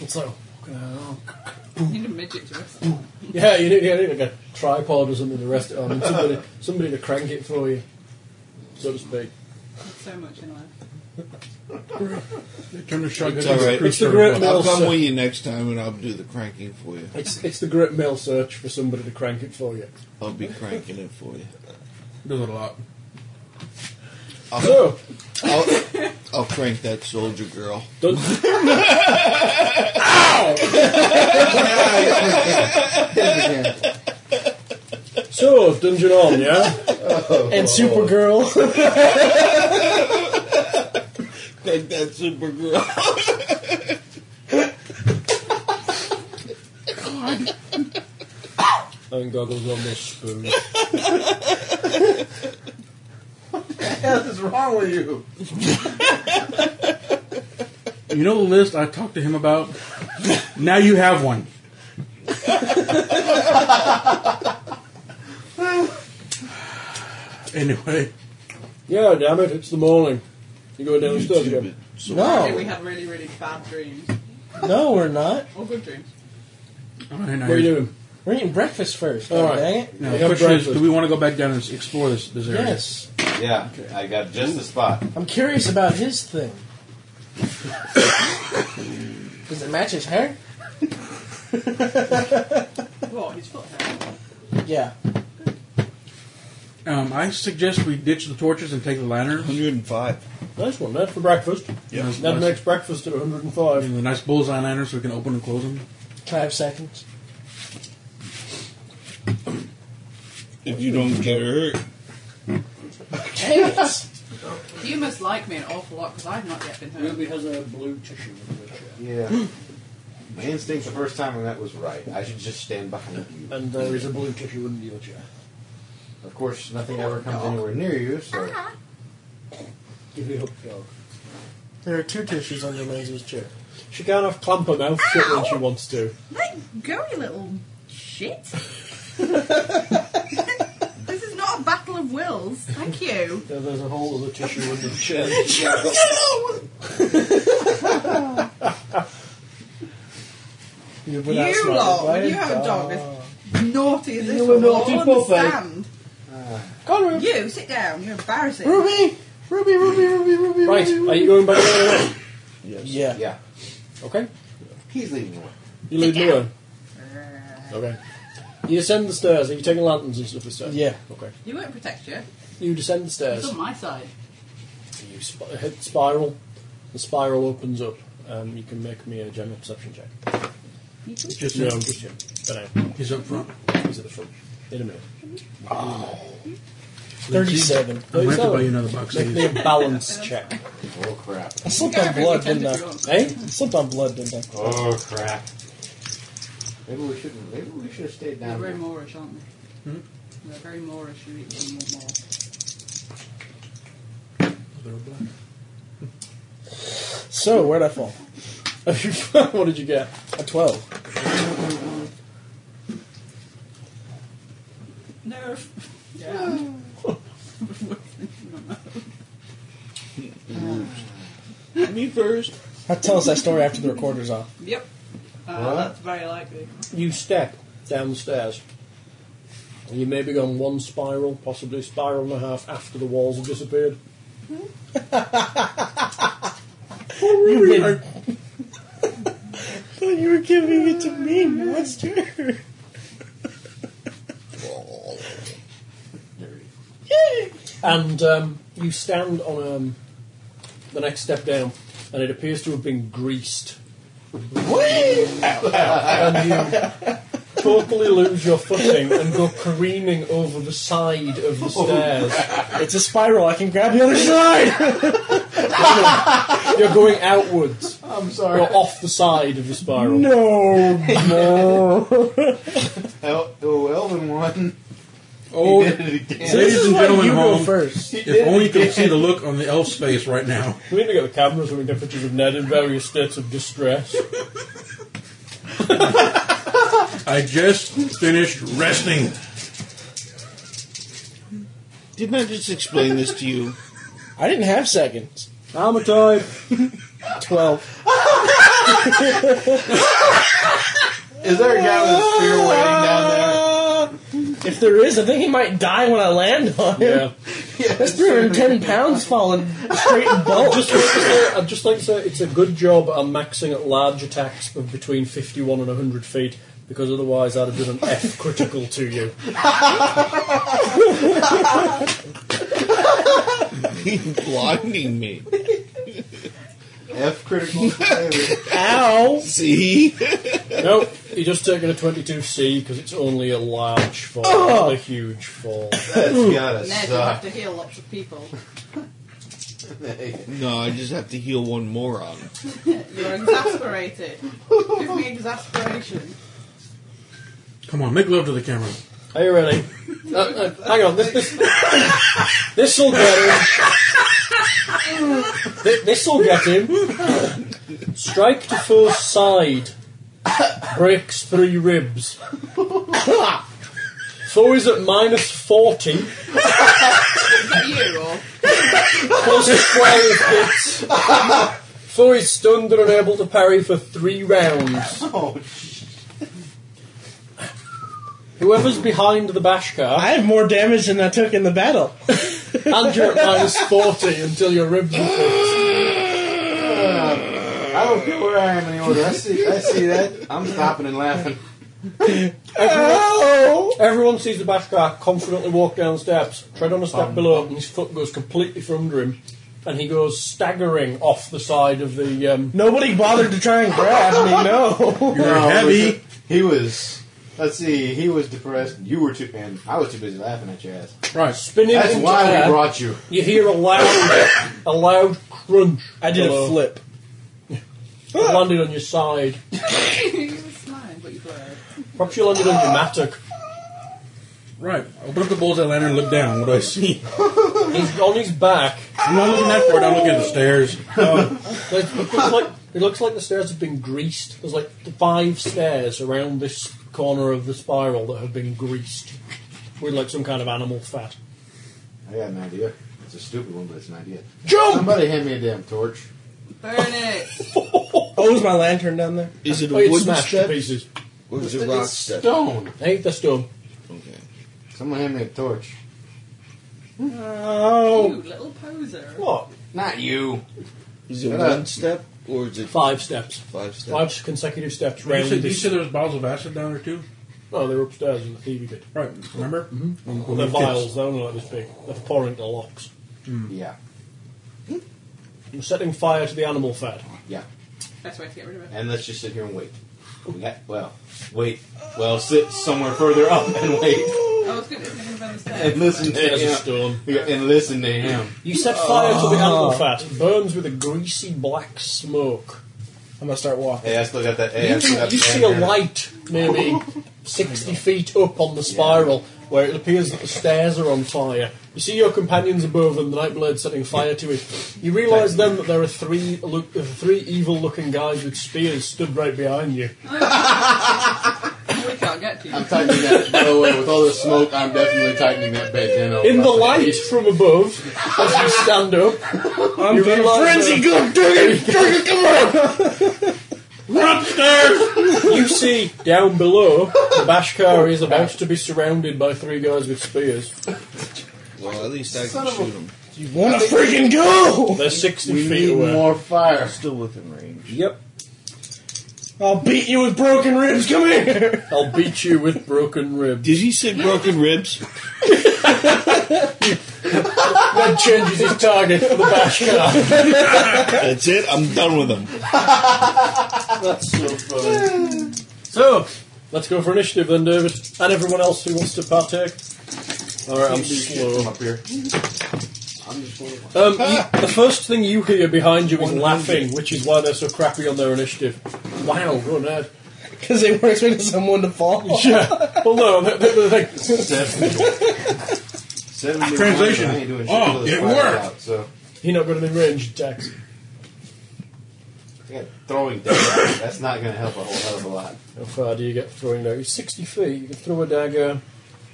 S4: It's like, fucking hell.
S3: that. Need a midget to us.
S4: Yeah, you need, you need like a tripod or something to rest it on, and somebody, somebody to crank it for you, so to speak.
S3: so much in life.
S8: they turned the shotgun
S7: It's
S8: into
S7: alright.
S8: a
S4: It's the
S8: cruiser,
S4: great
S8: but-
S4: man.
S7: I'll come
S4: sir.
S7: with you next time and I'll do the cranking for you.
S4: It's it's the great male search for somebody to crank it for you.
S7: I'll be cranking it for you.
S8: does it a lot.
S4: So,
S7: I'll, I'll crank that soldier girl.
S4: dun- so dungeon on, yeah. Oh.
S5: And Supergirl.
S7: Crank that super girl.
S4: And goggles on this spoon.
S2: What is wrong with you?
S8: You know the list I talked to him about? now you have one. anyway,
S4: Yeah, damn it, it's the morning. You go downstairs again.
S3: Apparently we
S5: No,
S3: had really, really bad dreams.
S5: no, we're not.
S3: Or good dreams.
S8: all right, now
S4: What are you doing?
S5: We're eating breakfast first.
S4: All
S5: God
S4: right.
S5: dang it.
S8: Now,
S4: We
S8: the
S4: have
S8: question is,
S4: breakfast.
S8: do we want to go back down and s- explore this, this area?
S5: Yes,
S2: Yeah, I got just the spot.
S5: I'm curious about his thing. Does it match his hair?
S3: What? His foot hurt.
S5: Yeah.
S8: Um, I suggest we ditch the torches and take the lantern.
S7: 105.
S4: Nice one, Ned, for breakfast.
S7: Yeah.
S8: Nice-
S4: Ned
S8: nice,
S4: makes breakfast at 105.
S8: and the nice bullseye lantern so we can open and close them.
S5: Can I have seconds?
S7: If you don't get hurt.
S5: Dang it.
S3: You must like me an awful lot because I've not yet been hurt.
S4: has a blue tissue in her chair.
S2: Yeah. My instinct the first time I met was right. I should just stand behind you.
S4: And there is a blue tissue in your chair.
S2: Of course, nothing ever comes anywhere near you, so.
S4: Give it up, dog.
S5: There are two tissues under Lindsay's chair.
S4: She can't have clamp her mouth shut when she wants to.
S3: Let go, you little shit. this is not a battle of wills. Thank you.
S4: Yeah, there's a whole other tissue under the chair.
S5: You've been
S3: You
S5: outsmarted
S3: lot,
S5: by
S3: when you
S5: a
S3: have a dog
S5: dog.
S3: as naughty as this
S5: Ah. You
S3: one,
S5: were
S3: will
S5: naughty puppy.
S3: understand.
S5: Come on,
S3: You, sit down. You're embarrassing.
S5: Ruby! Ruby, Ruby, Ruby, Ruby,
S4: Right,
S5: Ruby,
S4: are you going back the other way?
S7: Yes.
S5: Yeah.
S2: Yeah.
S4: Okay.
S2: He's leaving the way.
S4: You lead the way. Okay. You descend the stairs. Are you taking lanterns and stuff instead?
S5: Yeah.
S4: Okay.
S3: You won't protect you.
S4: You descend the
S3: It's
S4: stairs.
S3: on my side.
S4: You sp- hit spiral. The spiral opens up. Um, you can make me a general perception check.
S3: You too.
S8: Just
S4: No, just you. But no,
S8: He's up front.
S4: he's at the front. In a minute.
S5: 37.
S8: I might have to
S4: so-
S8: buy you another box of
S4: Make me
S8: these.
S4: a balance check.
S2: Oh, crap.
S5: I slipped on
S3: Everybody
S5: blood, Eh?
S3: pretend
S5: didn't I?
S3: if you want.
S4: Hey?
S5: I slipped on blood, didn't I?
S2: Oh, crap. Maybe we shouldn't. Maybe we should have stayed
S3: They're
S2: down
S3: very
S5: Hmm?
S2: here.
S3: Moorish, aren't they? They're very Moorish. You eat them more.
S8: They're black.
S5: So, where'd I fall?
S12: what did you get?
S5: A 12.
S3: Nerf. Yeah.
S7: Me first.
S5: I'll tell us that story after the recorder's off.
S3: yep. Uh,
S5: What?
S3: That's very likely.
S4: You step down the stairs. You may be gone one spiral, possibly spiral and a half after the walls have disappeared.
S5: You were, thought you were giving it to me, monster.
S4: And um, you stand on um, the next step down, and it appears to have been greased. and you totally lose your footing and go careening over the side of the stairs.
S5: It's a spiral. I can grab the other side.
S4: You're going outwards.
S13: I'm sorry.
S4: You're off the side of the spiral.
S5: No, no.
S2: El- oh, Elvin won.
S8: Oh,
S2: He did it again.
S8: ladies and
S5: why
S8: gentlemen,
S5: you
S8: at
S5: go
S8: home,
S5: first.
S8: if only you could see the look on the elf's face right now.
S12: We need to get the cameras when we get pictures of Ned in various states of distress.
S8: I just finished resting.
S7: Didn't I just explain this to you?
S5: I didn't have seconds.
S4: I'm a type.
S5: 12.
S2: Is there a guy with a spear waiting down there?
S5: If there is, I think he might die when I land on him.
S12: Yeah.
S5: That's 310 pounds falling straight in bulk.
S4: Just like to say, I'd just like to say it's a good job I'm maxing at large attacks of between 51 and 100 feet because otherwise I'd have done an F critical to you.
S7: Blinding me.
S2: F critical failure.
S5: Ow!
S7: See?
S4: Nope, you're just taking a 22C because it's only a large fall, not a huge fall.
S2: That's gotta
S3: Ned, you
S5: uh,
S3: have
S2: suck.
S3: to heal lots of people.
S7: No, I just have to heal one moron.
S3: You're exasperated. Give me exasperation.
S8: Come on, make love to the camera.
S4: Are you ready? Uh, uh, hang on, this this this will get him. This will get him. Strike to foe's side, breaks three ribs. Foe is at minus forty,
S3: You or
S4: plus twelve hits. Foe is stunned and unable to parry for three rounds. Whoever's behind the bash car.
S5: I have more damage than I took in the battle.
S4: And you're at minus 40 until your ribs are fixed.
S2: I don't care where I am anymore. I see, I see that. I'm stopping and laughing.
S4: Everyone sees the Bashkar confidently walk down the steps, tread on a step below, and his foot goes completely from under him. And he goes staggering off the side of the. Um,
S5: Nobody bothered to try and grab me, no.
S8: You're
S2: No,
S8: heavy.
S2: He was. Let's see. He was depressed. You were too, and I was too busy laughing at your ass.
S8: Right.
S4: spinning
S2: That's
S4: into
S2: why
S4: air,
S2: we brought you.
S4: You hear a loud, a loud crunch.
S5: I did
S4: below.
S5: a flip.
S4: You landed on your side.
S3: you smile, but you blurred.
S4: Perhaps you landed on your mattock.
S8: Right. Open up the bullseye lantern and look down. What do I see?
S4: He's on his back.
S8: I'm not looking that far down. I'm looking at the stairs.
S4: It looks like it looks like the stairs have been greased. There's like five stairs around this corner of the spiral that have been greased with like some kind of animal fat.
S2: I got an idea. It's a stupid one, but it's an idea.
S4: Jump!
S2: Somebody hand me a damn torch.
S3: Burn it!
S5: Oh, is my lantern down there?
S7: Is it a
S4: Oh, it's
S7: wooden
S4: smashed
S7: step?
S4: to pieces.
S7: Or is it rock
S2: It's
S7: step?
S2: Stone.
S4: I hate the stone.
S7: Okay.
S2: Someone hand me a torch.
S3: You little poser.
S4: What?
S2: Not you.
S7: Is it
S2: Shut
S7: one
S2: up.
S7: step or is it
S4: Five steps.
S7: five step?
S4: Five consecutive steps
S8: You
S4: round
S8: said, you
S4: this.
S8: said there was bottles of acid down there too.
S4: No, oh, they're upstairs in the TV bit.
S8: Right. Remember? Mm-hmm.
S4: They're vials, they're only like this big. They're pouring into locks.
S2: Yeah.
S4: You're setting fire to the animal fat.
S2: Yeah.
S3: Best way to get rid of it.
S2: And let's just sit here and wait. We got, well, wait. Well, sit somewhere further up and wait.
S3: I was going to think about the
S2: And
S3: stairs.
S2: listen to
S4: There's a
S2: him.
S4: stone.
S2: Yeah, And listen to him.
S4: You set fire to the animal fat. Burns with a greasy black smoke.
S5: I'm gonna start walking.
S2: Hey, I still got that. Hey, I
S4: You,
S2: still
S4: do,
S2: got
S4: you
S2: that
S4: see a
S2: banner.
S4: light maybe 60 feet up on the spiral, where it appears that the stairs are on fire. You see your companions above them, the Nightblade setting fire to it. You realise then that there are three look, uh, three evil-looking guys with spears stood right behind you.
S3: we can't get to you.
S2: I'm tightening that. By the way, with all the smoke, I'm definitely tightening that bandana.
S4: In the light from above, as you stand up,
S8: I'm
S4: you
S8: doing
S4: realise
S8: frenzy,
S4: that-
S8: Run upstairs!
S4: You see down below, the Bashkar is about to be surrounded by three guys with spears.
S14: Well, at least I
S2: Son
S14: can
S2: of
S14: shoot
S2: a-
S14: him.
S5: You wanna freaking go!
S4: They're 60
S2: We
S4: feet
S2: need
S4: away.
S2: more fire.
S14: Still within range.
S4: Yep.
S5: I'll beat you with broken ribs. Come here.
S4: I'll beat you with broken ribs.
S14: Did he say broken ribs?
S4: That changes his target for the Bashkar.
S14: That's it. I'm done with him.
S4: That's so funny. So, let's go for initiative then, David. And everyone else who wants to partake. Alright, I'm slow.
S2: up here.
S4: Um, you, the first thing you hear behind you is laughing, which is why they're so crappy on their initiative. Wow, eh? go Ned.
S5: Because they were expecting someone to fall.
S4: Yeah. Well, no, they, they, they, they,
S2: Seventy
S8: Translation.
S2: I ain't doing shit
S8: Oh,
S2: till this
S8: it
S2: fire's
S8: worked.
S2: out, so
S4: you're not going to be ranged attacks.
S2: I got throwing daggers. That's not going to help a whole hell of a lot.
S4: How far do you get throwing daggers? 60 feet. You can throw a dagger.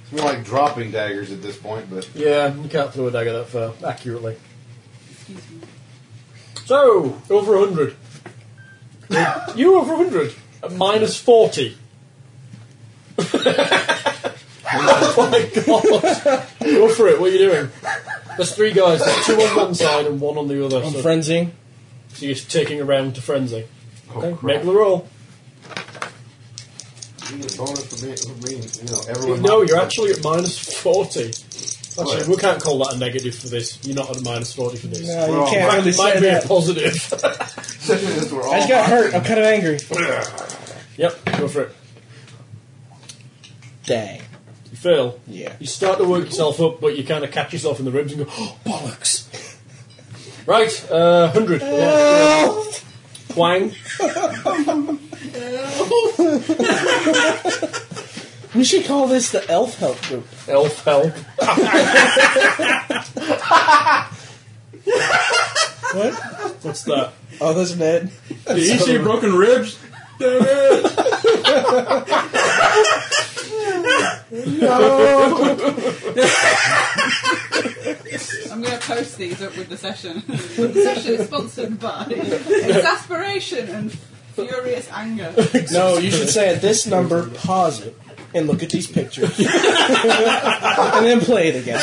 S2: It's more like dropping daggers at this point, but
S4: Yeah, you can't throw a dagger that far accurately. So, over 100. you over 100. At minus 40. oh my god. Go for it, what are you doing? There's three guys, there's two on one side and one on the other.
S5: I'm
S4: So,
S5: frenzying.
S4: so you're taking a round to frenzy.
S2: oh,
S4: Okay,
S2: crap.
S4: make the roll.
S2: You get a bonus for being, for being, you know, everyone.
S4: No, you're actually at minus 40. Actually,
S2: Right.
S4: we can't call that a negative for this. You're not at a minus 40 for this.
S5: No,
S2: Well,
S5: you can't really
S4: it might
S5: say
S4: be a
S5: that.
S4: positive.
S2: Especially since we're all.
S5: I just got hurt. I'm kind of angry.
S4: Yep, go for it.
S5: Dang.
S4: You fail.
S5: Yeah.
S4: You start to work yourself up, but you kind of catch yourself in the ribs and go, oh, bollocks. Right, uh, 100. Twang.
S5: We should call this the elf help group.
S4: Elf help.
S5: What?
S4: What's that?
S5: Oh, that's Ned.
S8: Did you see broken ribs?
S3: I'm going to post these up with the session. the session is sponsored by exasperation and furious anger.
S5: No, you should say at this number, pause it, and look at these pictures, and then play it again.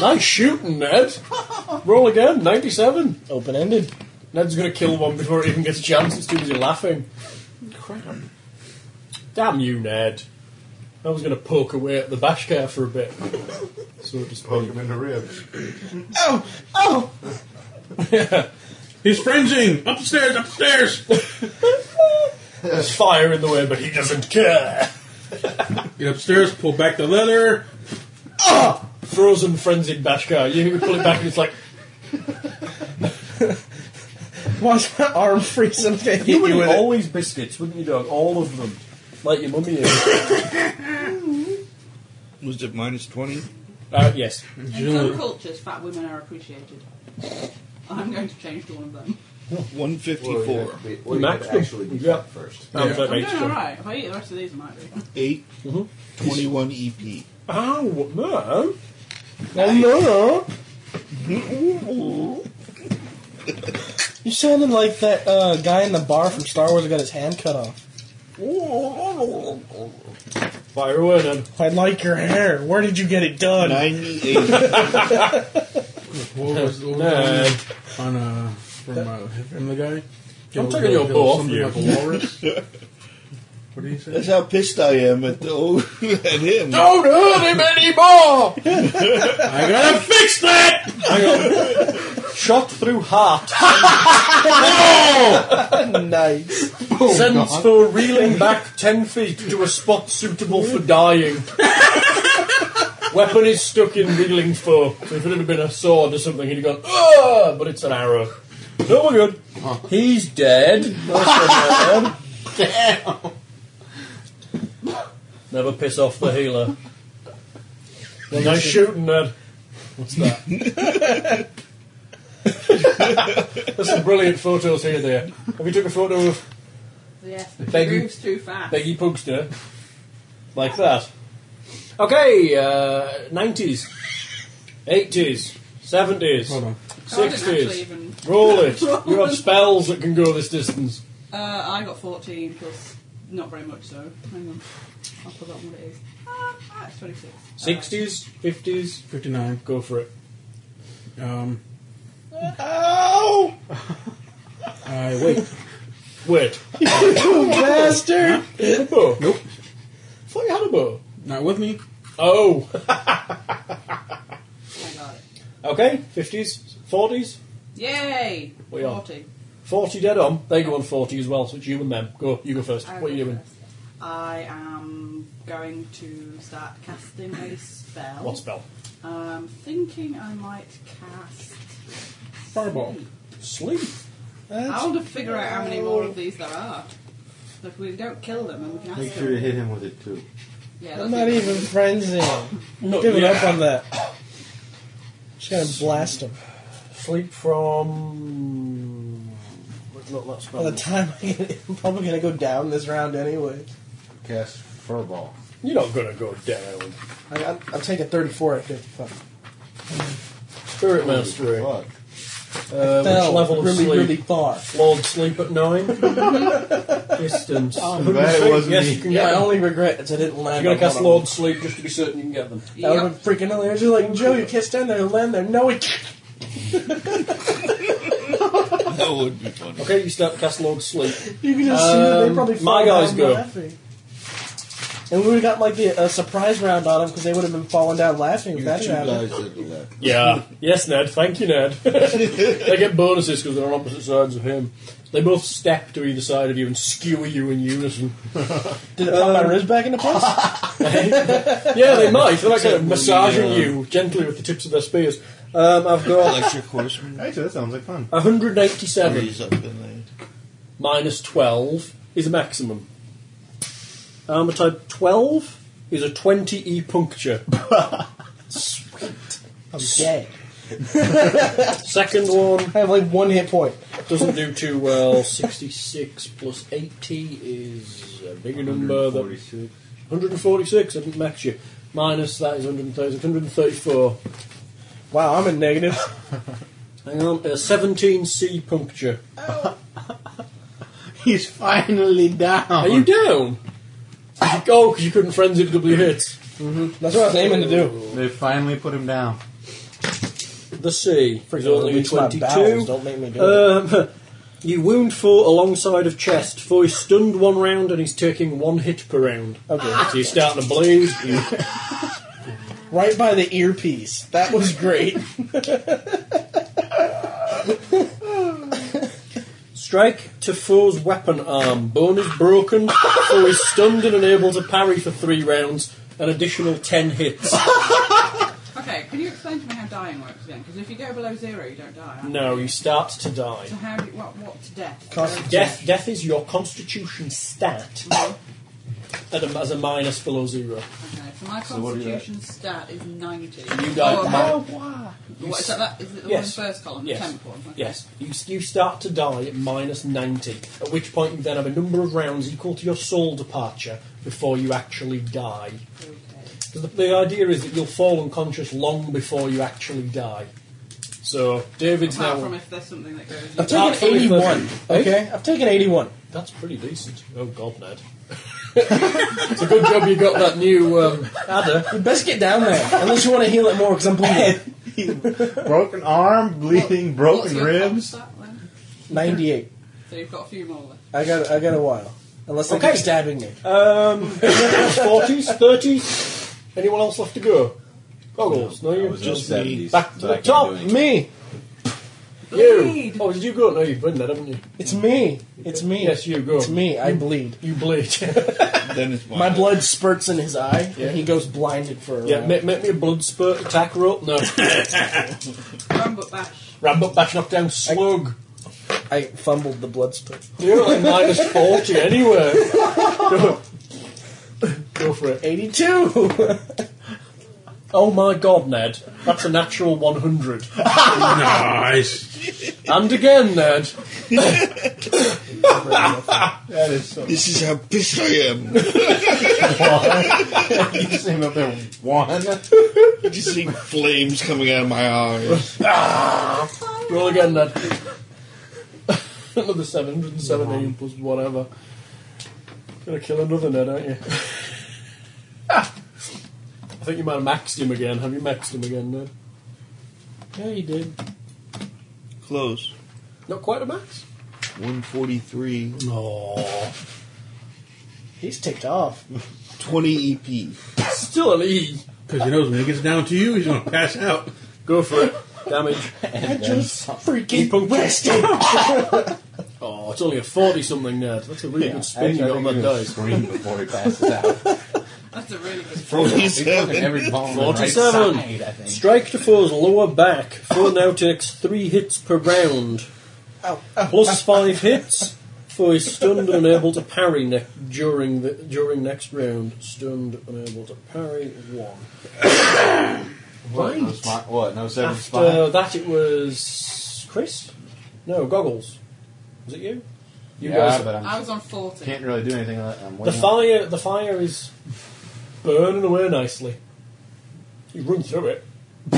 S4: Nice shooting, Ned. Roll again, 97.
S5: Open ended.
S4: Ned's going to kill one before it even gets a chance. It's too busy laughing. Damn you, Ned. I was going to poke away at the bashkar for a bit. So it just
S2: Poke him in the ribs.
S5: Oh, oh,
S8: He's frenzying! Upstairs, upstairs!
S4: There's fire in the way, but he doesn't care.
S8: Get upstairs, pull back the leather.
S4: frozen frenzied Bashkar. You pull it back and it's like,
S5: watch my arm freeze. I'm gonna hit you with it.
S4: these biscuits, wouldn't you, dog? All of them. Like your mummy is.
S14: Was it minus twenty?
S4: uh, yes.
S3: In some cultures, fat women are appreciated. I'm going to change to one of them.
S14: One fifty-four.
S2: Well, you
S4: Max
S2: could actually be
S4: Yeah.
S2: first.
S4: Sounds like
S3: I'm
S4: nature.
S3: doing alright. If I eat the rest of these, I might be.
S14: Eight. Twenty-one E EP.
S4: Ow, no.
S5: Oh no! You sounded like that uh, guy in the bar from Star Wars who got his hand cut off.
S4: Fire away then.
S5: I like your hair. Where did you get it done?
S14: Ninety-eight.
S8: What was, what was
S4: Ned.
S8: on, on uh, from, uh, from the guy?
S4: I'm taking your ball off
S8: Something
S4: you.
S8: Like a walrus? what do you say?
S14: That's how pissed I am at the old, at him.
S4: Don't hurt him anymore!
S8: I gotta fix that!
S4: Shot through heart.
S5: nice.
S4: Sends for reeling back 10 feet to a spot suitable for dying. Weapon is stuck in reeling foe. So if it had been a sword or something, he'd have gone, Ugh! but it's an arrow. No, we're good. He's dead. Never piss off the healer.
S5: Well,
S4: nice
S5: that's a-
S4: shooting, Ned. What's that? There's some brilliant photos here. There. Have you took a photo of
S3: Yes, but she
S4: Peggy,
S3: moves too fast.
S4: Peggy Pugster? Like that. Okay, uh, nineties, eighties, seventies,
S8: Hold
S3: Oh,
S8: on.
S3: I didn't actually
S4: sixties.
S3: even-
S4: Roll it. You
S3: Roll
S4: have
S3: it.
S4: spells that can go this distance.
S3: Uh, I got 14 plus not very much, so hang on. I've forgotten what it is. Ah, ah, it's 26.
S4: Sixties, fifties.
S8: 59.
S4: Go for it.
S8: Um,
S14: Ow!
S8: I wait.
S4: Wait.
S5: Bastard!
S4: Oh. Nope. Fuck Hannibal.
S8: Not with me.
S4: Oh.
S3: I Uh, got it.
S4: Okay, 50s, 40s.
S3: Yay!
S4: We are.
S3: 40.
S4: 40 dead on. They go on 40 as well, so it's you and them. Go, you go first.
S3: I
S4: what are you
S3: go
S4: doing?
S3: first. I am going to start casting a spell.
S4: What spell?
S3: I'm thinking I might cast.
S8: Fireball.
S4: Sleep.
S3: I want to figure out how many more of these there are. So if we don't kill them, and we can ask
S2: Make
S3: them.
S2: sure you hit him with it too.
S3: Yeah, that's
S5: I'm not
S3: it.
S5: even friends in him.
S4: No,
S5: Giving
S4: yeah.
S5: up on that. Just gonna blast him.
S4: Sleep from. What's not that
S5: By
S4: spell?
S5: the time I get I'm probably gonna go down this round anyway.
S2: Cast furball.
S4: You're not gonna go down.
S5: I, I'm, I'm taking 34 at 55.
S4: Spirit Mastery. Uh,
S2: Fuck.
S4: which
S5: Uh,
S4: level of
S5: really,
S4: sleep?
S5: really far.
S4: Lord Sleep at 9. Distance.
S2: I'm glad Oh, it wasn't
S4: yes,
S2: me.
S4: you can
S5: Yeah,
S4: get
S5: my
S4: them.
S5: only regret is I didn't land.
S4: You're gonna
S5: on
S4: cast
S5: one
S4: Lord Sleep just to be certain you can get them.
S5: That would
S3: Yep.
S5: have been freaking hilarious. You're like, Joe, you can't stand there and land there. No, we can't.
S14: That would be funny.
S4: Okay, you start to cast Lord Sleep.
S5: You can just see that they
S4: Um,
S5: probably
S4: my
S5: fall
S4: guys
S5: down
S4: go.
S5: laughing. And we would have got like the uh, surprise round on them because they would have been falling down laughing if
S2: You
S5: that
S2: two
S5: had happened.
S2: guys that are left.
S4: Yeah. yes, Ned. Thank you, Ned. they get bonuses because they're on opposite sides of him. They both step to either side of you and skewer you in unison.
S5: Did it pop
S4: Um,
S5: my ribs back into place?
S4: yeah, they might. They're like uh, massaging you gently with the tips of their spears. Um, I've got
S14: Electric horseman.
S2: Actually, that sounds like fun.
S4: 187
S14: He's up in there.
S4: minus 12 is a maximum. Armor type 12 is a 20e puncture.
S5: I'm gay.
S4: Second one
S5: I have like one hit point.
S4: doesn't do too well. 66 plus 80 is a bigger number. That
S2: 146.
S4: 146, I didn't max you. Minus that is 130, 134.
S5: Wow, I'm in negative.
S4: Hang on, uh, 17C puncture.
S2: He's finally down.
S4: Are you down? oh, because you couldn't frenzedly hit.
S5: That's what I was aiming to do.
S2: They finally put him down.
S4: The C is only
S5: It's my
S4: 22.
S5: bowels, Don't make me do it.
S4: Um, you wound four alongside of chest, for he's stunned one round and he's taking one hit per round.
S5: Okay.
S4: So you're starting to bleed.
S5: Right by the earpiece. That was great.
S4: Strike to foe's weapon arm. Bone is broken, foe is stunned and unable to parry for three rounds. An additional ten hits.
S3: Okay, can you explain to me how dying works then? Because if you go below zero, you don't die. right?
S4: No, you start to die.
S3: So how? do you- What? What to death?
S5: Constitution.
S4: Death, death is your constitution stat at a, as a minus below zero.
S3: Okay, so my
S2: what do you
S3: constitution stat is 90.
S4: You died
S3: Oh,
S4: mad.
S3: oh, wow. What is that? that is it the one in
S4: Yes.
S3: the first column? The
S4: Yes.
S3: temp one? Okay.
S4: Yes, you, you start to die at minus 90, at which point you then have a number of rounds equal to your soul departure before you actually die.
S3: Okay.
S4: Because the, the idea is that you'll fall unconscious long before you actually die. So, David's
S3: Apart
S4: now.
S3: from if there's something that goes.
S5: I've
S4: Apart from
S5: taken
S4: if
S5: 81.
S4: the- Eh?
S5: Okay, I've taken 81.
S4: That's pretty decent. Oh, God, Ned. it's a good job you got that new um, adder.
S5: You best get down there, unless you want to heal it more because I'm bleeding.
S2: broken arm, bleeding,
S3: What's
S2: broken
S3: your comp
S2: ribs.
S3: stat then?
S5: 98.
S3: So you've got a few more left.
S5: I got I got a while. Unless they
S4: Okay.
S5: keep stabbing me.
S4: Um, 40s, 30s. Anyone else left to go? Goggles, no, you
S2: was
S4: just
S2: in the 70s,
S4: back to
S2: so I
S4: the
S2: can't do
S4: top.
S2: anything.
S5: Me!
S4: You.
S3: Bleed.
S4: Oh, did you go? No, you've been there, haven't you?
S5: It's me! It's me!
S4: Yes, you go.
S5: It's me, I bleed.
S4: You bleed.
S14: Then it's
S5: My blood spurts in his eye,
S4: Yeah.
S5: and he goes blinded for a
S4: yeah,
S5: round.
S4: make, make me a blood spurt attack roll. No,
S3: Rambuck bash.
S4: ram up, bash, knock down, slug.
S5: I fumbled the blood spurt.
S4: You're like minus forty anyway. Go for it.
S5: 82!
S4: Oh my god, Ned. That's a natural 100. nice. And again, Ned.
S7: That is so.
S14: This is how pissed I am.
S7: you just aim up there one.
S14: I just see flames coming out of my eyes.
S4: Roll again, Ned. another 717 plus whatever. Gonna kill another Ned, aren't you? I think you might have maxed him again. Have you maxed him again, Ned? Yeah, you did.
S14: Close.
S4: Not quite a max.
S14: 143.
S4: No.
S5: He's ticked off.
S14: 20 EP.
S4: Still an E.
S8: Because he knows when it gets down to you, he's going to pass out.
S4: Go for it. Damage.
S5: I just freaking
S4: punctured.
S5: rested!
S4: Oh, it's only a 40 something Ned. That's a really good spin you got on that dice.
S2: scream before he passes out.
S3: That's a really good.
S2: He's broken every bone on the right
S4: 47.
S2: side, I think.
S4: Strike to foe's lower back. Foe now takes three hits per round. Plus five hits. Foe is stunned and unable to parry ne- during the during next round. Stunned, unable to parry. One.
S2: What, no smart, what, no seven
S4: After
S2: spot?
S4: that, it was Chris. No, goggles. Was it you? You
S2: yeah,
S4: guys.
S2: but
S3: I
S2: I
S3: was on 40.
S2: can't really do anything. Like, I'm
S4: The
S2: waiting.
S4: fire, the fire is burning away nicely. You run through it.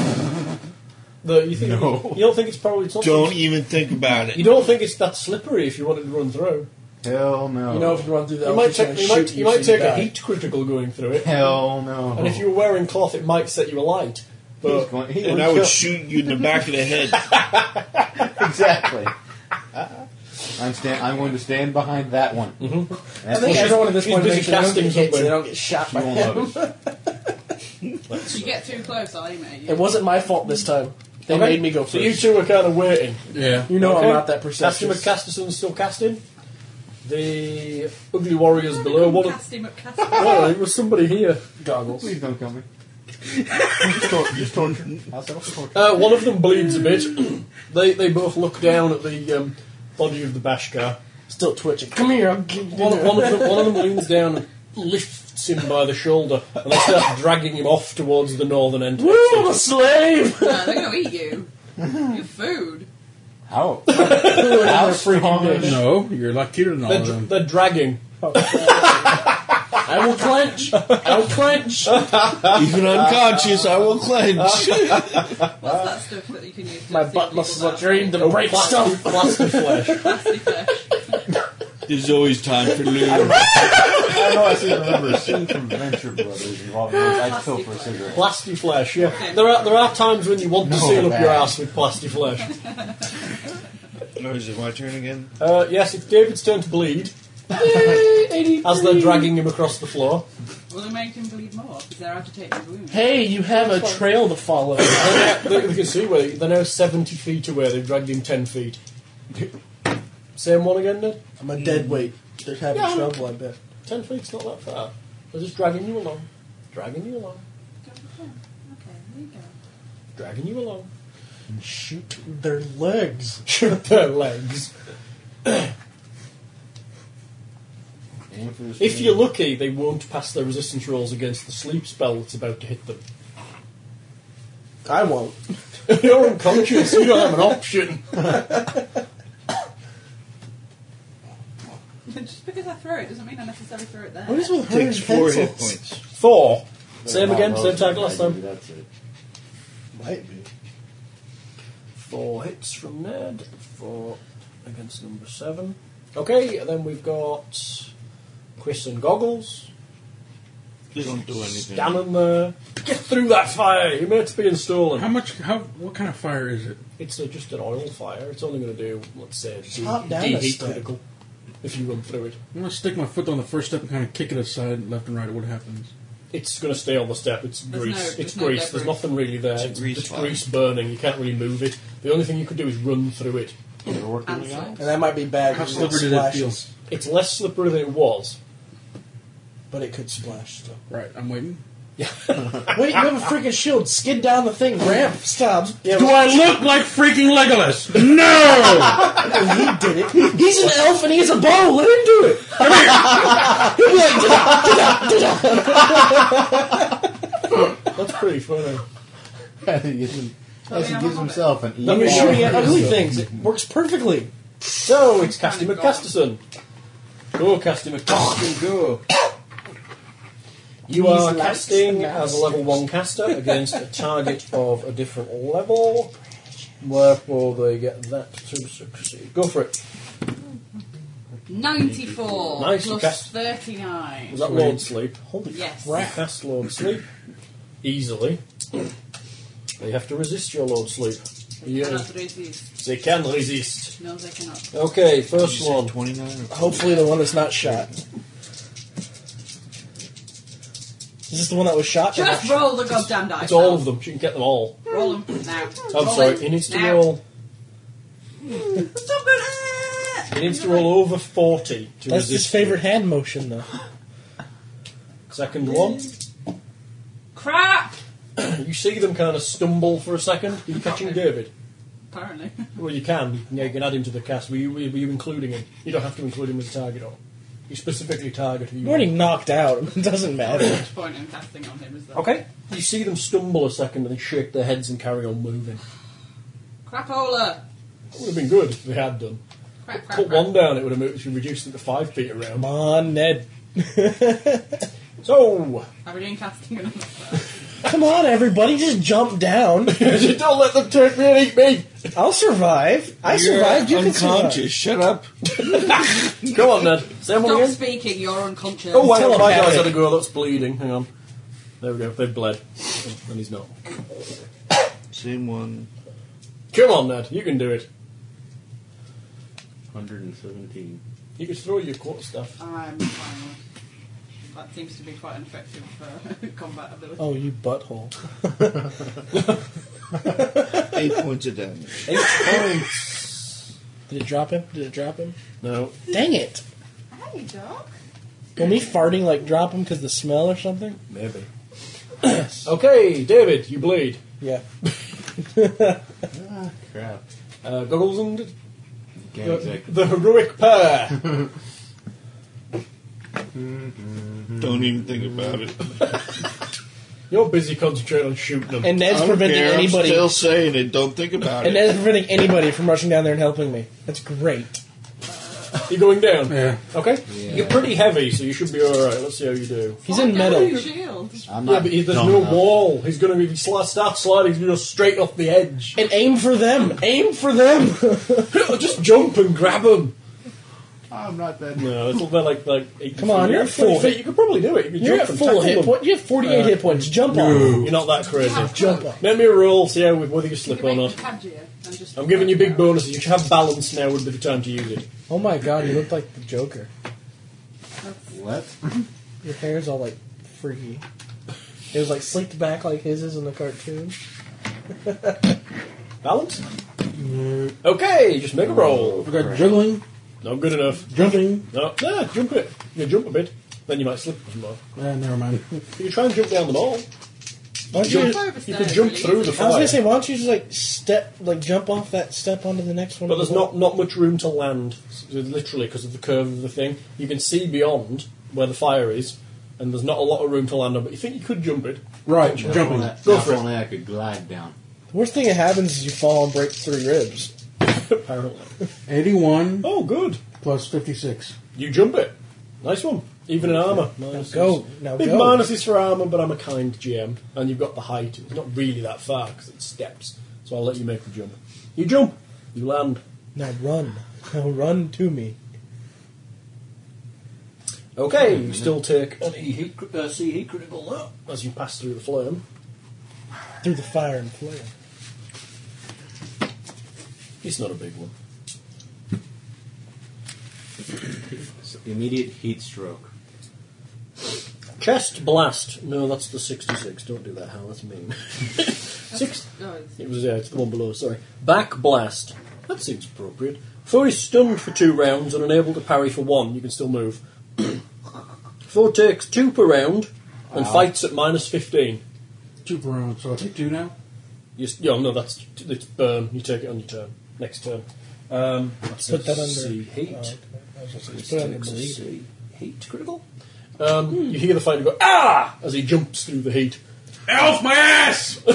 S4: the, you, think,
S2: No. e-
S4: you don't think it's probably it's not
S14: Don't even think about
S4: You
S14: it.
S4: don't think it's that slippery if you wanted to run through.
S2: Hell no.
S5: You know, if you run through that,
S4: You might, take, you might, you might take a heat critical going through it,
S2: Hell no.
S4: and if you were wearing cloth, it might set you alight.
S2: He's
S4: But
S2: going, he
S14: And
S2: would
S14: I would
S2: kill-
S14: shoot you in the back of the head.
S2: exactly. Uh-uh. I'm stand, I'm going to stand behind that one.
S5: I
S4: Mm-hmm.
S2: That's
S5: think
S2: what
S5: everyone at this
S4: he's
S5: point
S4: busy
S5: makes sure they
S4: casting
S5: don't get hit so
S4: somewhere.
S5: they don't get shot
S2: you
S5: by
S2: won't
S5: him.
S2: notice.
S3: If you get too close, I'll aim at you.
S5: It wasn't my fault this time. They
S4: Okay.
S5: made me go
S4: so
S5: first.
S4: you two are kind of waiting.
S8: Yeah.
S5: You know
S4: Okay.
S5: I'm not that
S4: Casting
S5: persistent.
S4: McCasterson still casting. The ugly warriors below. One of,
S3: Cast him at cast him.
S4: well, it was somebody here.
S5: goggles.
S2: Please don't kill me.
S14: Just torture.
S2: I'll settle for
S4: Uh, one of them bleeds a bit. they they both look down at the um, body of the Bashkar.
S5: Still twitching. Come here, I'll give you
S4: One, one, of them, one of them leans down and lifts him by the shoulder, and they start dragging him off towards the northern end.
S5: Woo, I'm a slave!
S3: No, Uh, they're going to eat you. Your food.
S2: How? How strong is
S8: No, you're a lot cuter than all
S4: They're,
S8: of
S4: dr-
S8: them.
S4: they're dragging.
S5: I will clench! I will clench!
S14: Even unconscious, I will clench.
S3: What's that stuff that you can use to
S5: My
S3: see
S5: butt
S3: people
S5: muscles are
S3: that-
S5: trained to break
S4: Plastic,
S5: stuff!
S4: plastic flesh.
S3: Plastic fish.
S14: There's always time for lube.
S2: I know I seem to remember a scene from Venture Brothers involving those. I'd kill for a cigarette.
S4: Plastic flesh, yeah. There are, there are times when you want to seal up your
S2: man.
S4: ass with plastic flesh.
S14: No, is it my turn again?
S4: Uh, yes, it's David's turn to bleed as they're dragging him across the floor.
S3: Will it make him bleed more? Because they're agitating his wound.
S5: Hey, you have a trail to follow.
S4: They're now- they, they can see where they're now 70 feet away. They've dragged him 10 feet. Same one again, Ned?
S5: I'm a dead weight. They're having
S4: Yeah.
S5: trouble, I bet.
S4: 10 feet's not that far. They're just dragging you along, dragging you along,
S3: Okay, there you go.
S4: dragging you along.
S5: Shoot their legs.
S4: Shoot their legs.
S2: Aim for the
S4: If you're lucky, they won't pass their resistance rolls against the sleep spell that's about to hit them.
S5: I won't.
S4: you're unconscious, you don't have an option.
S3: Just because I throw it doesn't mean I necessarily throw it there.
S5: What is with her
S14: Takes
S5: and
S14: four hit
S5: pencils?
S14: points.
S4: Four.
S2: They're
S4: Same
S2: not
S4: again, same
S2: rolling.
S4: tag last time.
S2: That's it.
S5: Might be.
S4: Four hits from Ned. Four against number seven. Okay, and then we've got Chris and Goggles.
S14: They don't do anything.
S4: Standing there. Get through that fire! You meant to be
S8: How
S4: installing.
S8: much? How? What kind of fire is it?
S4: It's uh, just an oil fire. It's only going to do, let's say, de-
S5: Top down a
S4: deheat
S5: step.
S4: critical if you run through it.
S8: I'm gonna stick my foot on the first step and kind of kick it aside, left and right. What happens?
S4: It's going to stay on the step. It's
S3: There's no-
S4: grease. it's
S3: there's no
S4: grease. There's
S3: debris.
S4: nothing really there.
S14: It's a
S4: It's,
S14: grease
S4: it's
S14: fire.
S4: grease burning. You can't really move it. The only thing you could do is run through it.
S2: They're working
S3: And
S2: it out.
S5: And that might be bad.
S8: How
S5: 'cause it
S8: slippery did it feel?
S5: splashes,
S4: It's less slippery than it was.
S5: But it could splash, so.
S8: Right, I'm waiting.
S5: Wait, you have a freaking shield. Skid down the thing. Ramp. Stop. Yeah,
S8: Do I look like freaking Legolas? No!
S5: he did it. He's an elf and he has a bow. Let him do it. He'll be like, "Da-da, da-da, da-da." That's pretty funny.
S2: he gives, him, he gives himself an
S5: I'm shooting at ugly things. It works perfectly.
S4: So it's Casty McCasterson. Go, Casty McCasterson, go. You are casting as a level 1 caster against a target of a different level. Where will they get that to succeed? Go for it.
S3: 94
S4: Nice, you
S3: plus
S4: cast-
S3: 39.
S4: Was that Lord Sleep? Holy
S3: Yes.
S4: crap. Cast Lord Sleep. Easily. They have to resist your Lord Sleep. Yeah.
S3: Cannot resist.
S4: They can resist.
S3: No, they cannot.
S4: Okay, first one.
S2: 29
S5: Hopefully, the one that's not shot. Is this the one that was shot? or
S3: Just
S5: not
S3: roll the goddamn dice.
S4: It's all of them. She can get them all.
S3: now. Roll them now.
S4: I'm
S3: Roll
S4: sorry,
S3: it
S4: he needs to
S3: now.
S4: roll.
S3: Stop it!
S4: He needs to roll over 40 to
S5: That's his
S4: resist.
S5: favorite hand motion, though.
S4: Second one.
S3: Crap!
S4: You see them kind of stumble for a second. Are you catching David?
S3: Apparently.
S4: Well, you can. Yeah, you can add him to the cast. Were you, were you including him? You don't have to include him as a target or. You specifically target who you
S5: You're already knocked out. It doesn't matter.
S3: Which point I'm casting on him is that.
S4: want. Okay. You see them stumble a second and then shake their heads and carry on moving.
S3: Crapola!
S4: That would have been good if they had done.
S3: Crap, crap,
S4: Put
S3: crap.
S4: one down, it would have moved, reduced them to five feet around.
S5: Come on, Ned.
S4: So,
S3: Have we doing casting another
S5: Come on, everybody, just jump down.
S4: don't let them turn me and eat me!
S5: I'll survive. I survived. You can survive.
S14: unconscious. Shut up.
S4: Come on, Ned. Say
S3: Stop
S4: one again.
S3: speaking, you're unconscious.
S4: Oh, hang on, my
S5: telepathic.
S4: guy's had a go. That's bleeding. Hang on. There we go. They've bled. And he's not.
S7: Same one.
S4: Come on, Ned. You can do it.
S2: 117.
S4: You can throw your court stuff.
S3: I'm fine. with- That seems to be quite an effective uh, combat ability.
S5: Oh, you butthole.
S7: Eight points of damage.
S4: Eight points.
S5: Did it drop him? Did it drop him?
S4: No.
S5: Dang it.
S3: Hey, dog.
S5: Will me farting like drop him because the smell or something?
S4: Maybe. okay, David, you bleed.
S5: Yeah.
S14: Ah,
S2: Crap.
S4: Uh, goggles and
S2: Game's like,
S4: the heroic pair.
S14: Don't even think about it.
S4: You're busy concentrating on shooting them.
S5: And Ned's
S14: I don't
S5: preventing
S14: care.
S5: anybody.
S14: I'm still saying it. Don't think about
S5: and
S14: it.
S5: Ned's preventing anybody from rushing down there and helping me. That's great.
S4: You're going down.
S8: Yeah.
S4: Okay. You're pretty heavy, so you should be all right. Let's see how you do.
S5: He's in metal.
S3: Your shield.
S2: I'm
S4: Yeah,
S2: not
S4: but he, there's
S2: dumb
S4: no
S2: enough.
S4: wall. He's going to be. If he sli- starts sliding, he's going to go straight off the edge.
S5: And aim for them. Aim for them.
S4: Just jump and grab him.
S2: I'm not that.
S4: No, it's a little bit like like. eight
S5: Come on,
S4: feet.
S5: you're
S4: You're
S5: at full
S4: feet.
S5: hit.
S4: You could probably do it. You could
S5: You're
S4: jump
S5: at
S4: and
S5: full
S4: tackle
S5: hit
S4: them.
S5: point. You have 48
S14: Uh,
S5: hit points. Jump on.
S4: You're not that crazy.
S5: Jump on.
S4: Let me roll. See how whether you slip or
S3: Make
S4: not.
S3: the Padgea and just-
S4: I'm giving you big bonuses. You should have balance now. Would be the time to use it.
S5: Oh my god, you look like the Joker.
S2: What?
S5: Your hair's all like freaky. It was like slicked back like his is in the cartoon.
S4: Balance.
S5: Mm.
S4: Okay, just make a roll.
S8: We got juggling,
S4: Not good enough.
S8: jumping.
S4: No, no, jump it. You jump a bit, then you might slip some more.
S8: Ah, never mind.
S4: You try and jump down the wall.
S5: Why don't you
S4: Jump.
S5: just-
S4: You can jump through the
S5: I was
S4: fire,
S5: gonna say, why don't you just like step, like jump off that step onto the next one?
S4: but there's not not much room to land, s- literally because of the curve of the thing. You can see beyond where the fire is, and there's not a lot of room to land on. But you think you could jump it?
S8: Right,
S2: If
S8: jumping.
S2: only-
S4: Go
S2: if
S4: for it.
S2: only I could glide down.
S5: The worst thing that happens is you fall and break three ribs.
S4: Apparently.
S8: 81
S4: Oh, good.
S8: plus 56.
S4: You jump it. Nice one. Even in armour. Minuses.
S5: go. Now
S4: Big
S5: go.
S4: minuses for armour, but I'm a kind GM. And you've got the height. It's not really that far because it's steps. So I'll let you make the jump. You jump. You land.
S5: Now run. Now run to me.
S4: Okay, you still take an E heat, cri- uh, C heat critical though, as you pass through the flame.
S5: Through the fire and flame.
S4: It's not a big one.
S2: So immediate heat stroke.
S4: Chest blast. No, that's the 66. Don't do that, Hal. That's mean. Six.
S3: Oh, it's-
S4: It was, yeah, it's the one below, sorry. Back blast. That seems appropriate. Foe is stunned for two rounds and unable to parry for one. You can still move. Foe takes two per round and fights at minus 15.
S8: Two per round, so I take two now?
S4: You, s- yeah, no, that's it's burn. You take it on your turn. Next turn. Um,
S5: Put that under-
S4: C heat.
S5: oh, okay. I was just gonna
S4: Let's
S5: put it
S4: take
S5: under
S4: some
S5: heat.
S4: C heat critical. Um,
S5: Hmm.
S4: You hear the fighter go ah as he jumps through the heat. Elf my ass!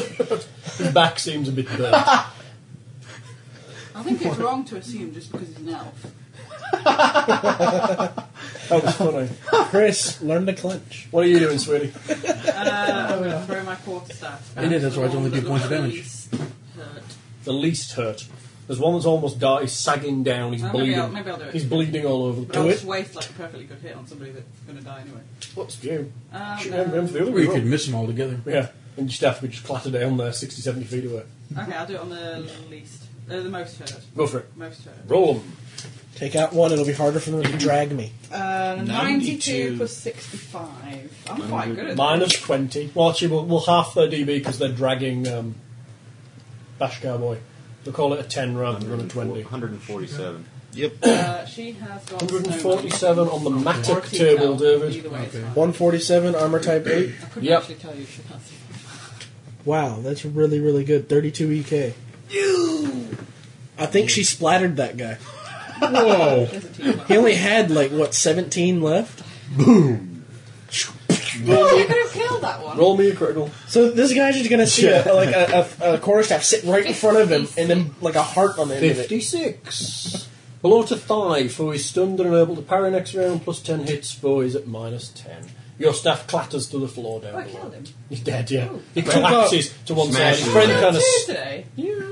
S4: His back seems a bit burnt.
S3: I think it's wrong to assume just because he's an elf.
S4: That was funny.
S5: Chris, learn to clench.
S4: What are you doing, sweetie?
S3: Uh, I'm going to throw my quarterstaff.
S4: I did, that's why it's only
S3: The
S4: two points of
S3: one that
S4: damage.
S3: least hurt.
S4: The least hurt. There's one that's almost died. He's sagging down. He's
S3: Uh, maybe
S4: bleeding.
S3: I'll- maybe I'll do it.
S4: He's bleeding all over.
S3: But I'll just waste like a perfectly good hit on somebody that's going to die anyway.
S4: What's you?
S3: Um,
S4: Shoot him, him for the other
S8: Or you
S4: way
S8: could
S4: around.
S8: miss them all together.
S4: Yeah, and your staff would just clatter down there 60, 70 feet away.
S3: Okay, I'll do it on the least. Uh, the most hurt.
S4: Go for it.
S3: Most hurt.
S4: Roll them.
S5: Take out one, it'll be harder for them to drag me.
S3: Uh, 92.
S5: 92.
S3: plus 65. I'm quite good at
S4: Minus 20. Well, actually, we'll, we'll half their DB because they're dragging um, Bash Cowboy. We'll call it a 10 rather than a 20.
S2: 147.
S4: Yep.
S3: Uh, she has got
S4: 147 on the
S3: Okay.
S4: Matic
S3: 14
S4: table,
S3: health.
S4: David.
S3: Either way, it's fine.
S5: 147, armor type
S3: I
S5: 8.
S3: couldn't
S4: Yep.
S3: actually tell you she has.
S5: Wow, that's really, really good. 32 EK. I think she splattered that guy.
S8: Whoa.
S5: he only had, like, what, 17 left?
S3: Oh, you could have killed that one.
S4: Roll me a critical.
S5: So this guy's just gonna see a, like a, a, a quarter staff sit right in front of him, and then like a heart on the end of it.
S4: 56. Below to 5, for he's stunned and unable to parry next round, plus 10 hits, for he's at minus 10. Your staff clatters to the floor down
S3: Oh, I
S4: below.
S3: killed Oh. him.
S4: He's dead, yeah. He
S5: Took off.
S4: collapses to one side. His
S5: Smashes.
S4: friend
S5: Took
S4: kind of
S3: Two today.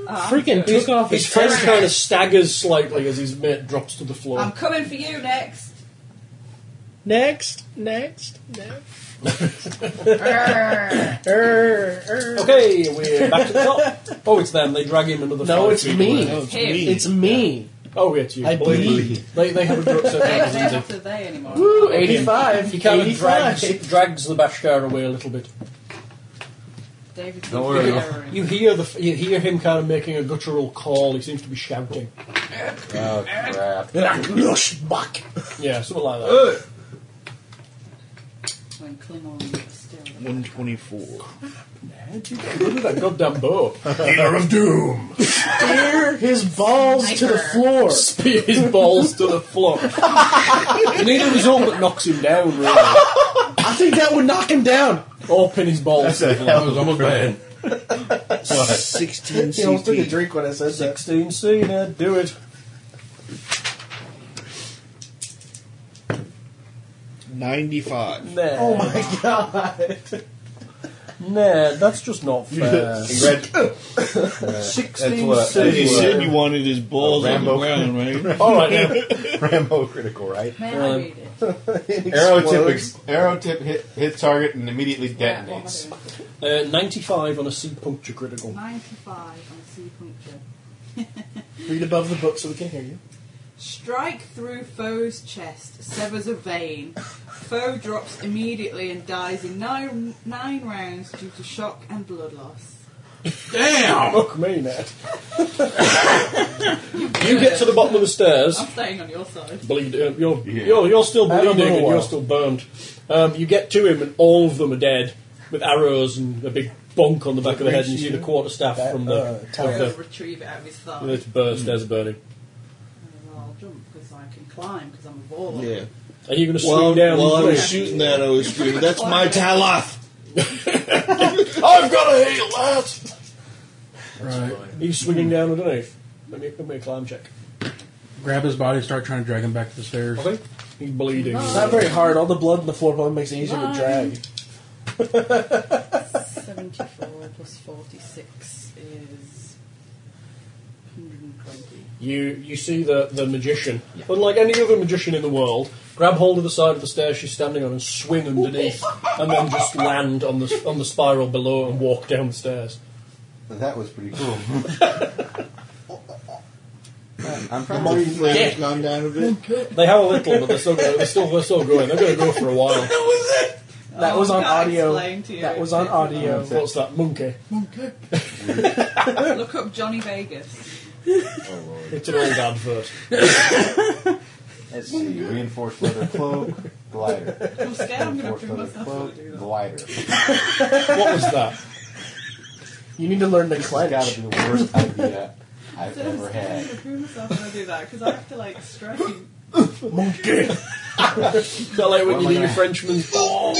S3: Ah,
S5: Freaking
S3: good.
S5: took off his
S4: His friend
S5: tail.
S4: kind of staggers slightly as his mate drops to the floor.
S3: I'm coming for you next.
S5: Next, next, next. Er,
S4: Okay, we're back to the top. Oh, it's them. They drag him another.
S5: No,
S4: five
S5: it's
S4: feet
S5: me.
S4: away.
S5: No, it's Him. me. It's me.
S4: Oh, yeah, it's you.
S5: I
S4: Believe me.
S5: bleed.
S4: They, they haven't dropped
S3: They,
S4: so
S3: they
S4: far.
S3: don't have to they anymore.
S5: Woo, 85.
S4: He kind of
S5: 85.
S4: drags, drags the Bashkar away a little bit.
S3: David's
S2: Don't worry.
S3: error.
S4: You hear the you hear him kind of making a guttural call. He seems to be shouting.
S2: Oh, crap.
S5: back.
S4: Yeah, something like that.
S3: When Klingon still.
S7: 124.
S4: How'd you get rid of that goddamn bow?
S7: Dealer of Doom!
S5: Tear his balls to the
S3: Sniper.
S5: floor.
S4: Spear his balls to the floor. you need a result that knocks him down, really,
S5: I think that would knock him down.
S4: or pin his balls to the floor.
S8: That was almost bad.
S7: 16
S5: He almost took a
S7: CP.
S5: drink when I said that.
S4: 16 C, now do it.
S7: 95.
S4: Nah. Oh my god. Nah, that's just not fair.
S2: He read. That's
S4: 16
S2: what-
S4: C.
S14: He
S2: Yeah.
S14: said you wanted his balls on the
S2: Rambo.
S14: ground, right?
S4: All right, now.
S2: Rambo critical, right?
S3: May I read it?
S2: Arrow tip, ex- arrow tip hit, hit target and immediately
S3: Yeah, what am I
S2: detonates.
S3: doing?
S4: Uh, 95 on a C puncture critical.
S3: 95 on C puncture.
S5: Read above the book so we can hear you.
S3: Strike through foe's chest, severs a vein. Foe drops immediately and dies in nine, nine rounds due to shock and blood loss.
S8: Damn!
S4: Fuck me, Ned. you get to the bottom of the stairs.
S3: I'm staying on your side.
S4: Bleed. Uh, you're, you're, you're still
S5: Have a
S4: bleeding
S5: little
S4: and you're
S5: while.
S4: still burned. Um, you get to him, and all of them are dead with arrows and a big bonk on the back of the head. And you see the quarter staff
S5: That,
S4: from the.
S5: uh, tower.
S4: of
S3: I'll
S4: the
S3: retrieve it out of his thigh.
S4: it's burst, there's burning.
S3: And I'll jump because I can climb because I'm a baller.
S14: Yeah.
S4: Are you going to swing
S14: While,
S4: down?
S14: while I
S4: and-
S14: was shooting that, I was screaming, that's my Taloth!
S4: I've got a heal, lads!
S8: Right.
S4: He's swinging down underneath. Let me, let me a climb check.
S8: Grab his body, start trying to drag him back to the stairs.
S4: Okay. He's bleeding.
S5: It's not very hard. All the blood on the floor probably makes it easier to drag.
S3: 74 plus 46 is 120.
S4: You you see the, the magician. Unlike any other magician in the world, grab hold of the side of the stair she's standing on and swing underneath, and then just land on the on the spiral below and walk down the stairs.
S2: That was pretty cool. I'm
S14: The
S2: probably
S14: flame's gone down a bit.
S4: They have a little, but they're still going. They're still, they're still going. They're going to go for a while.
S5: That
S3: Oh,
S5: was on
S3: that
S5: audio.
S3: explained to you.
S5: That was on audio.
S4: What's that monkey?
S3: Look
S2: Oh,
S3: up Johnny Vegas.
S4: It's an old advert.
S2: Let's see. Reinforced leather cloak, glider.
S3: I'm scared I'm going to
S2: Reinforced
S3: bring
S2: leather
S3: myself up.
S2: cloak, glider.
S5: what was that? You need to learn to clench.
S2: Gotta be the worst idea I've ever
S3: I'm
S2: had.
S3: going to bring myself when I do that because I have to like stretch. and-
S5: Monkey.
S4: Is that like when you leave a Frenchman's
S14: Oh,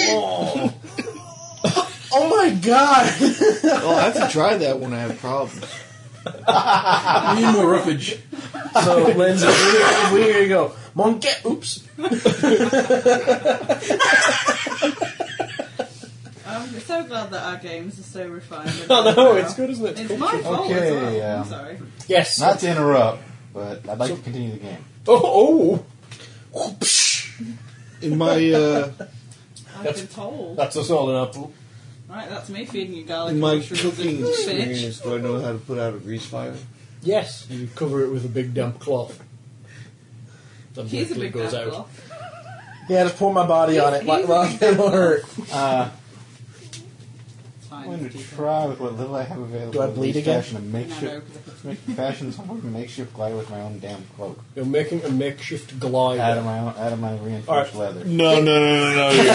S5: Oh my god!
S14: I'll have to try that when I have problems.
S8: Need more roughage.
S5: So, Lindsay, where, where you go? Monkey. Oops.
S3: I'm so glad that our games are so refined.
S4: I know, it's good, isn't it?
S3: It's my fault as well.
S2: Okay, um,
S3: I'm sorry.
S4: Yes.
S2: Not to interrupt, but I'd like to continue the game.
S4: Oh,
S5: Oh,
S14: In my uh,
S3: I've been told.
S4: that's us all in apple.
S3: Right, that's me feeding you garlic
S14: in my
S3: mushrooms and
S14: cooking
S3: spinach.
S14: experience, do I know how to put out a grease fire?
S4: Yes. You cover it with a big damp cloth. Then
S3: He's a
S4: quickly
S3: big
S4: goes out.
S3: apple.
S5: Yeah, just pour my body on it. Like, like it'll hurt.
S2: Uh,
S3: It's
S2: I'm
S3: fine.
S2: going to
S3: keep it.
S2: try with what little I have available.
S5: Do I
S2: to
S5: bleed
S2: leave
S5: again?
S2: Fashion a
S3: No, no,
S2: makeshift,
S3: 'cause
S2: make, fashion some sort of makeshift glider with my own damn cloak.
S4: You're making a makeshift glide.
S2: Out of my own, out of my reinforced leather.
S14: No, no, no, no, no. You're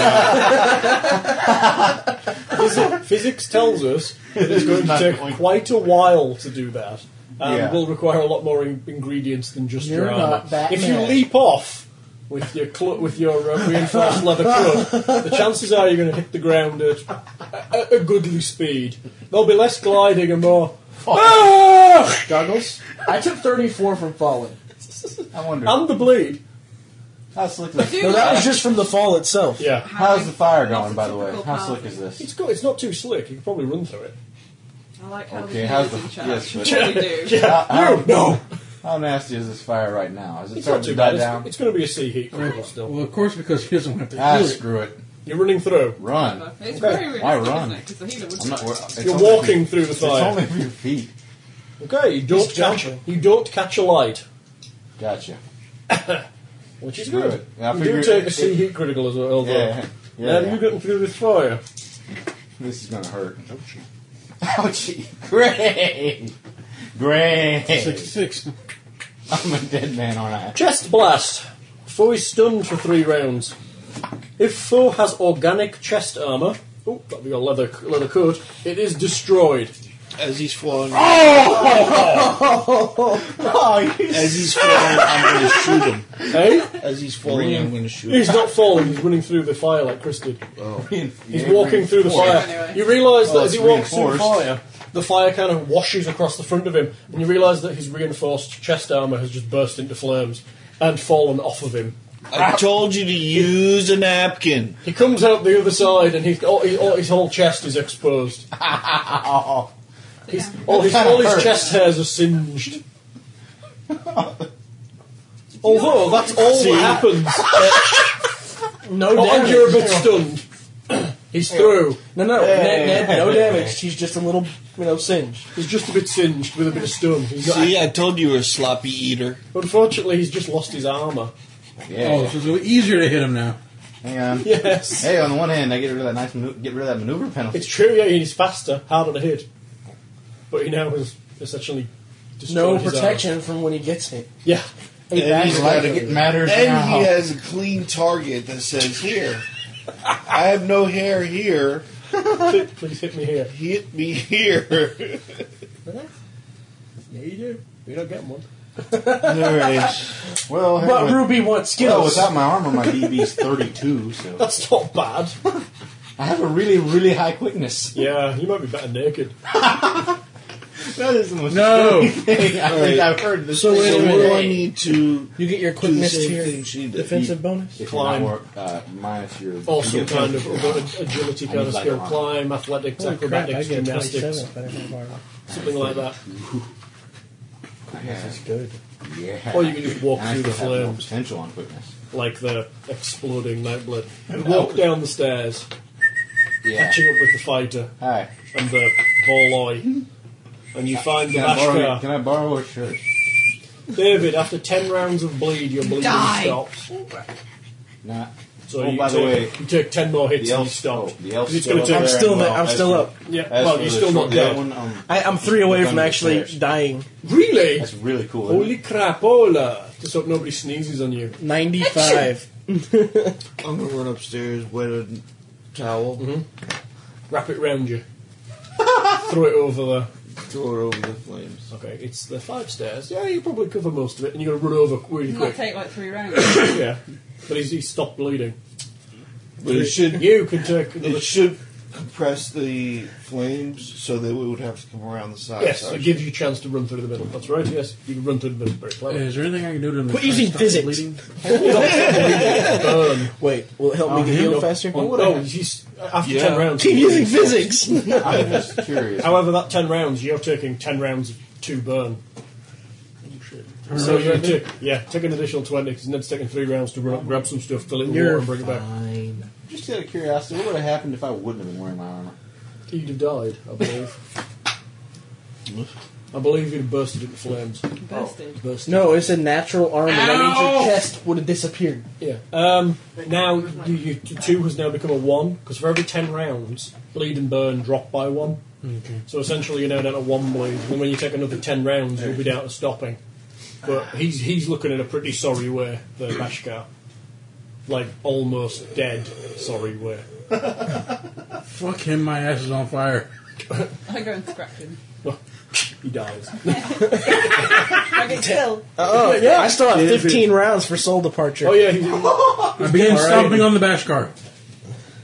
S4: Physics tells us that it's going to
S14: Not
S4: take
S14: going-
S4: quite a while to do that, and
S2: Yeah.
S4: will require a lot more in- ingredients than just
S5: You're
S4: your armor.
S5: not Batman.
S4: If you leap off with your clo with your uh, reinforced leather cloak, the chances are you're going to hit the ground at a, a goodly speed. There'll be less gliding and more. Ah!
S5: Goggles? I took 34 from falling.
S2: I wonder.
S4: And the bleed.
S2: how slick is
S3: Dude,
S5: No, that was just from the fall itself.
S4: Yeah,
S2: How's the fire
S3: Not
S2: going,
S3: a
S2: by the way?
S3: typical
S2: How
S3: path.
S2: slick is this?
S4: it's good. It's not too slick. You can probably run through it.
S3: I like how
S2: Okay,
S3: the
S2: how's
S3: how's
S2: the-
S3: in charge.
S2: yes, but-
S3: What we do.
S2: How, how,
S4: No,
S2: how nasty is this fire right now? Is it
S4: it's not
S2: starting
S4: too
S2: to
S4: bad.
S2: die
S4: It's,
S2: down?
S4: it's going to be a sea heat. probably Still,
S8: Well, of course, because he doesn't have to
S2: ah,
S8: heal it.
S2: screw it.
S4: you're running through.
S14: Uh-huh.
S2: Run.
S3: It's
S4: Okay.
S3: very realistic,
S2: Why run?
S3: isn't it? 'Cause the healer would
S2: I'm not, we're- it's
S4: You're
S2: only-
S4: walking through the
S2: It's
S4: fire.
S2: only a few feet.
S4: Okay, you don't
S5: He's
S4: catch
S5: jumping.
S4: you don't catch a light,
S2: Gotcha.
S4: which is
S2: Good.
S4: good.
S2: Yeah, I
S4: you do
S2: figured-
S4: take a sea heat critical as well. Though.
S2: Yeah.
S4: Now
S2: Yeah.
S4: you're getting through this fire.
S2: This is gonna hurt. Ouchie. Ouchie. Great. Great.
S8: 66.
S2: I'm a dead man, aren't
S4: Chest blast. Foe is stunned for three rounds. If foe has organic chest armor, oh, that'd be your leather leather coat. It is destroyed.
S14: As he's falling,
S5: Oh, you
S14: as he's falling, I'm going to shoot him.
S4: Hey,
S14: As he's falling, I'm going to shoot him.
S4: he's not falling. He's running through the fire like Chris did.
S2: I?
S4: He's walking through the fire.
S3: Anyway.
S4: You realise that
S2: Well,
S4: as he
S2: it's
S4: walks through the
S2: reinforced.
S4: fire, the fire kind of washes across the front of him, and you realise that his reinforced chest armour has just burst into flames and fallen off of him.
S14: I told you to use a napkin.
S4: He comes out the other side, and he's, all, he, all, his whole chest is exposed. He's, all his, all his chest hairs are singed. Although that's all that happens,
S5: No
S4: Oh, and you're a bit
S5: damage.
S4: stunned. He's through.
S5: No, no, Ned, Ned, no damage. She's just a little, you know, singed.
S4: He's just a bit singed with a bit of stun. He's got-
S14: See, I told you you were a sloppy eater.
S4: unfortunately, he's just lost his armour.
S8: Oh,
S2: Yeah.
S8: so it's really easier to hit him now.
S2: Hang on.
S4: Yes.
S2: Hey, on the one hand, I get rid of that nice, manu- get rid of that maneuver penalty.
S4: It's true, yeah, he's faster, harder to hit. But he now has essentially
S5: No
S4: destroyed his
S5: protection from when he gets it.
S4: arm. Yeah.
S14: And he's got
S2: like
S14: a
S2: it matters
S14: And
S2: now.
S14: he has a clean target that says here. I have no hair here.
S4: Please hit me here.
S14: Hit me here.
S4: Yeah, you do. You're not getting one.
S14: there it is.
S2: well, hey,
S5: But
S2: with-
S5: Ruby wants
S2: well,
S5: skills.
S2: without my armor, my DB's 32, so
S4: That's not bad.
S2: I have a really, really high quickness.
S4: yeah, you might be better naked.
S2: That is the most
S8: No.
S2: scary thing I think I've heard this.
S14: So,
S5: wait a
S14: what do
S5: minute.
S14: I need to
S5: you get your
S14: do the
S5: quickness to
S14: same
S5: your
S14: thing she did?
S5: defensive bonus.
S2: If you're not
S4: Climb.
S2: more, uh, minus your
S4: Or
S2: you
S4: some
S2: get
S4: kind of
S2: 10.
S4: ag- agility kind of
S2: like
S4: skill.
S2: that.
S4: Climb, athletics,
S5: Oh,
S4: acrobatics, gymnastics, something like that.
S5: This is good.
S2: Yeah.
S4: Or you can just walk
S2: And I
S4: through the
S2: still have more
S4: flames.
S2: Potential on quickness.
S4: Like the exploding nightblood. You walk down the stairs,
S2: Yeah.
S4: catching up with the fighter
S2: Hi.
S4: and the Voloi, and you find the
S2: Can I, borrow,
S4: Bashkar.
S2: can I borrow a shirt?
S4: David, after ten rounds of bleed, your bleeding
S3: Die.
S4: stops.
S2: Not
S4: So
S2: Oh,
S4: you,
S2: by the
S4: take,
S2: way,
S4: you take ten more hits
S2: the
S4: and you
S2: elf's-
S4: stop.
S2: oh, the elf's
S4: It's
S2: still
S4: gonna
S2: up
S4: take-
S2: there.
S5: I'm still there. I'm
S2: Well,
S5: still
S2: as
S5: up.
S2: for-
S4: Yeah.
S2: as
S4: Well,
S2: for
S4: you're
S2: the
S4: still
S2: short-
S4: not
S2: the
S4: dead.
S2: other one, um,
S5: I, I'm three away
S2: the
S5: from
S2: gun
S5: actually
S2: upstairs.
S5: dying.
S4: Really?
S2: That's really cool. isn't
S4: Holy crap, Ola! Just hope nobody sneezes on you.
S5: 95.
S7: I'm gonna run upstairs, wet a towel,
S4: Wrap it round you. Throw it over the.
S7: throw it over the flames.
S4: Okay, it's the five stairs. Yeah, you probably cover most of it, and you're gonna run over really
S3: It might
S4: quick.
S3: take like three rounds.
S4: yeah, but he's, he's stopped bleeding.
S7: But it should
S4: You can take another.
S7: it should compress the flames so that we would have to come around the side.
S4: yes,
S7: so
S4: it gives you a chance to run through the middle. That's right. Yes, you can run through the middle. Very clever.
S8: Is there anything I can do to
S5: Quit using
S8: stop
S5: physics.
S8: bleeding?
S4: Burn.
S5: Wait, will it help me get
S8: Oh, here you
S5: healed
S8: go.
S5: faster?
S4: Oh, he's after ten rounds.
S5: Keep using physics.
S2: I'm just curious.
S4: However, that ten rounds, you're taking ten rounds of two burn. So you take, yeah, take an additional twenty because Ned's taking three rounds to run up, grab some stuff, fill it with water,
S5: You're
S4: and bring it back.
S5: fine.
S2: Just out of curiosity, what would have happened if I wouldn't have been wearing my armor?
S4: You'd have died, I believe. I believe you'd have bursted into flames.
S3: Bursted.
S4: Burst.
S5: No, it's a natural armor. That means
S3: Ow!
S5: your chest would have disappeared. Uh,
S4: Yeah. Um, now you, you, two has now become a one because for every ten rounds, bleed and burn drop by one.
S8: Okay.
S4: So essentially, you're now down to one bleed, and when you take another ten rounds, you'll be down to stopping. But he's he's looking in a pretty sorry way, the Bashkar. Like almost dead, sorry way.
S8: Fuck him, my ass is on fire.
S3: I go and scratch him.
S4: He dies.
S3: I get killed.
S5: Oh, yeah. I still have
S8: Yeah,
S5: 15 rounds for soul departure.
S4: oh yeah, he,
S8: I began stomping on the bash car.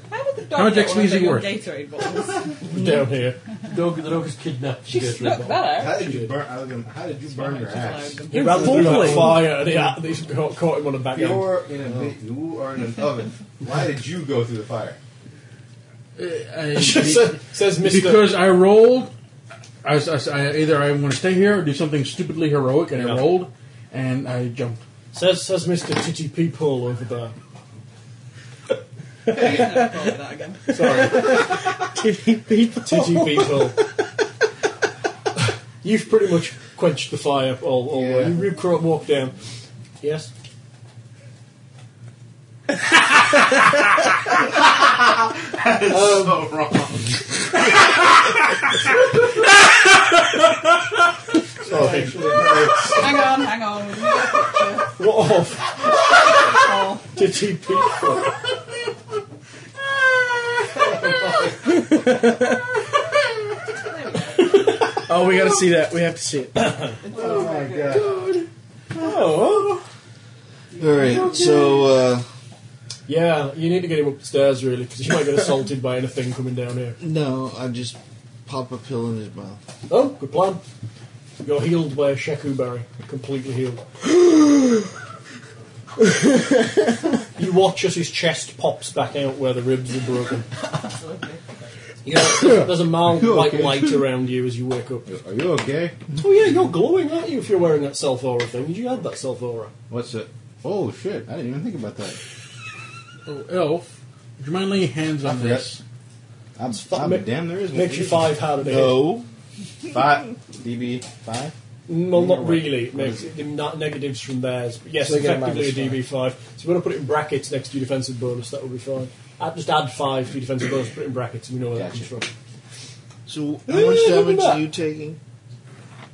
S3: How would the
S8: How
S3: dog
S8: much
S3: get one of
S8: XP is it
S3: your
S8: worth?
S3: Gatorade bottles?
S4: down here.
S6: Dog, the dog is kidnapped.
S3: She snuck that out.
S14: How did you burn? I was gonna- How did you burn your ass?
S5: You're about full
S4: Through that
S5: play.
S4: fire, and he, uh, he's caught, caught him on the back end.
S14: You're in a bit, you are in an oven. Why did you go through the fire?
S4: Says- says Mister.
S8: because I rolled. I, was- I, was- I- either I'm going to stay here or do something stupidly heroic, and
S4: Yeah.
S8: I rolled, and I jumped.
S4: says says Mister Titty Peephole over there.
S3: Please don't call it that again.
S4: Titty Beetle. You've pretty much quenched the fire all, all the way. You cro- walk down. Yes?
S14: so wrong.
S3: Hang on, hang on. We've got a picture.
S4: What of?
S3: Oh,
S4: Titty Beetle.
S5: Oh, we gotta see that. We have to see it.
S7: All right, so uh,
S4: Yeah, you need to get him up the stairs, really, because you might get assaulted by anything coming down here.
S7: no, I just pop a pill in his mouth.
S4: Oh, good plan. You're healed by a Sheku Berry. Completely healed. you watch as his chest pops back out where the ribs are broken.
S3: absolutely.
S4: You know, there's a mild white light around you as you wake up.
S14: Are you okay?
S4: Oh yeah, you're glowing, aren't you? If you're wearing that self aura thing, you had that self aura.
S14: What's it? Oh shit! I didn't even think about that.
S8: Oh, elf, would you mind laying hands on
S14: forgot.
S8: this?
S14: I'm,
S4: fu-
S14: I'm
S4: make-
S14: damn. There is one.
S4: Makes you five harder to
S14: No. Five DB five.
S4: hit. Well, not really. It makes it not negatives from theirs. But yes,
S5: So they get a
S4: effectively a
S5: minus
S4: DB five. So if you want to put it in brackets next to your defensive bonus, that would be fine. Add, just add five to your defensive bonus, put it in brackets, and we know where
S14: Gotcha.
S4: that comes from.
S7: So how
S4: Yeah,
S7: much
S4: look at
S7: damage
S4: that.
S7: are you taking?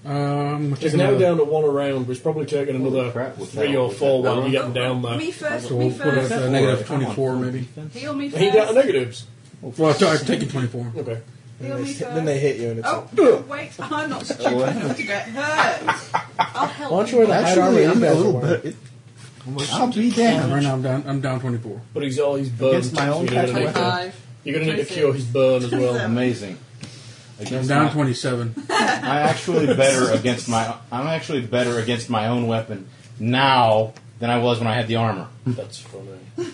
S8: Um, we're
S4: It's
S8: taking
S4: now
S8: another-
S4: down to one around, but it's probably taking another
S14: crap, with
S4: three
S14: that-
S4: or
S14: with
S4: four
S14: that-
S4: while you get them down there.
S3: Me first,
S8: So
S3: me
S8: we'll put it
S3: first.
S8: at uh, negative 24, maybe.
S3: Heal me
S4: He got
S3: first.
S4: negatives.
S8: Well, sorry, I'm taking 24.
S4: Okay.
S3: Heal me first.
S5: then they hit you, and it's like,
S3: Oh, no, wait, I'm not stupid enough to get hurt. I'll help
S5: why don't you wear the hide armor?
S14: Actually,
S2: E
S5: you
S14: I'm a
S5: guys are
S14: little
S5: wearing?
S14: bit. I'll be damned.
S8: Right now, I'm down. I'm down 24.
S4: But he's all he's burned.
S14: Against my own um,
S4: you're gonna
S14: type
S4: need
S14: of
S4: to-
S3: Five.
S4: you're going to need to
S3: Twenty-six.
S4: cure his burn as well.
S2: Amazing.
S8: I'm
S2: Against
S8: down
S2: my-
S8: 27.
S2: I'm actually better against my. I'm actually better against my own weapon now than I was when I had the armor.
S4: That's funny.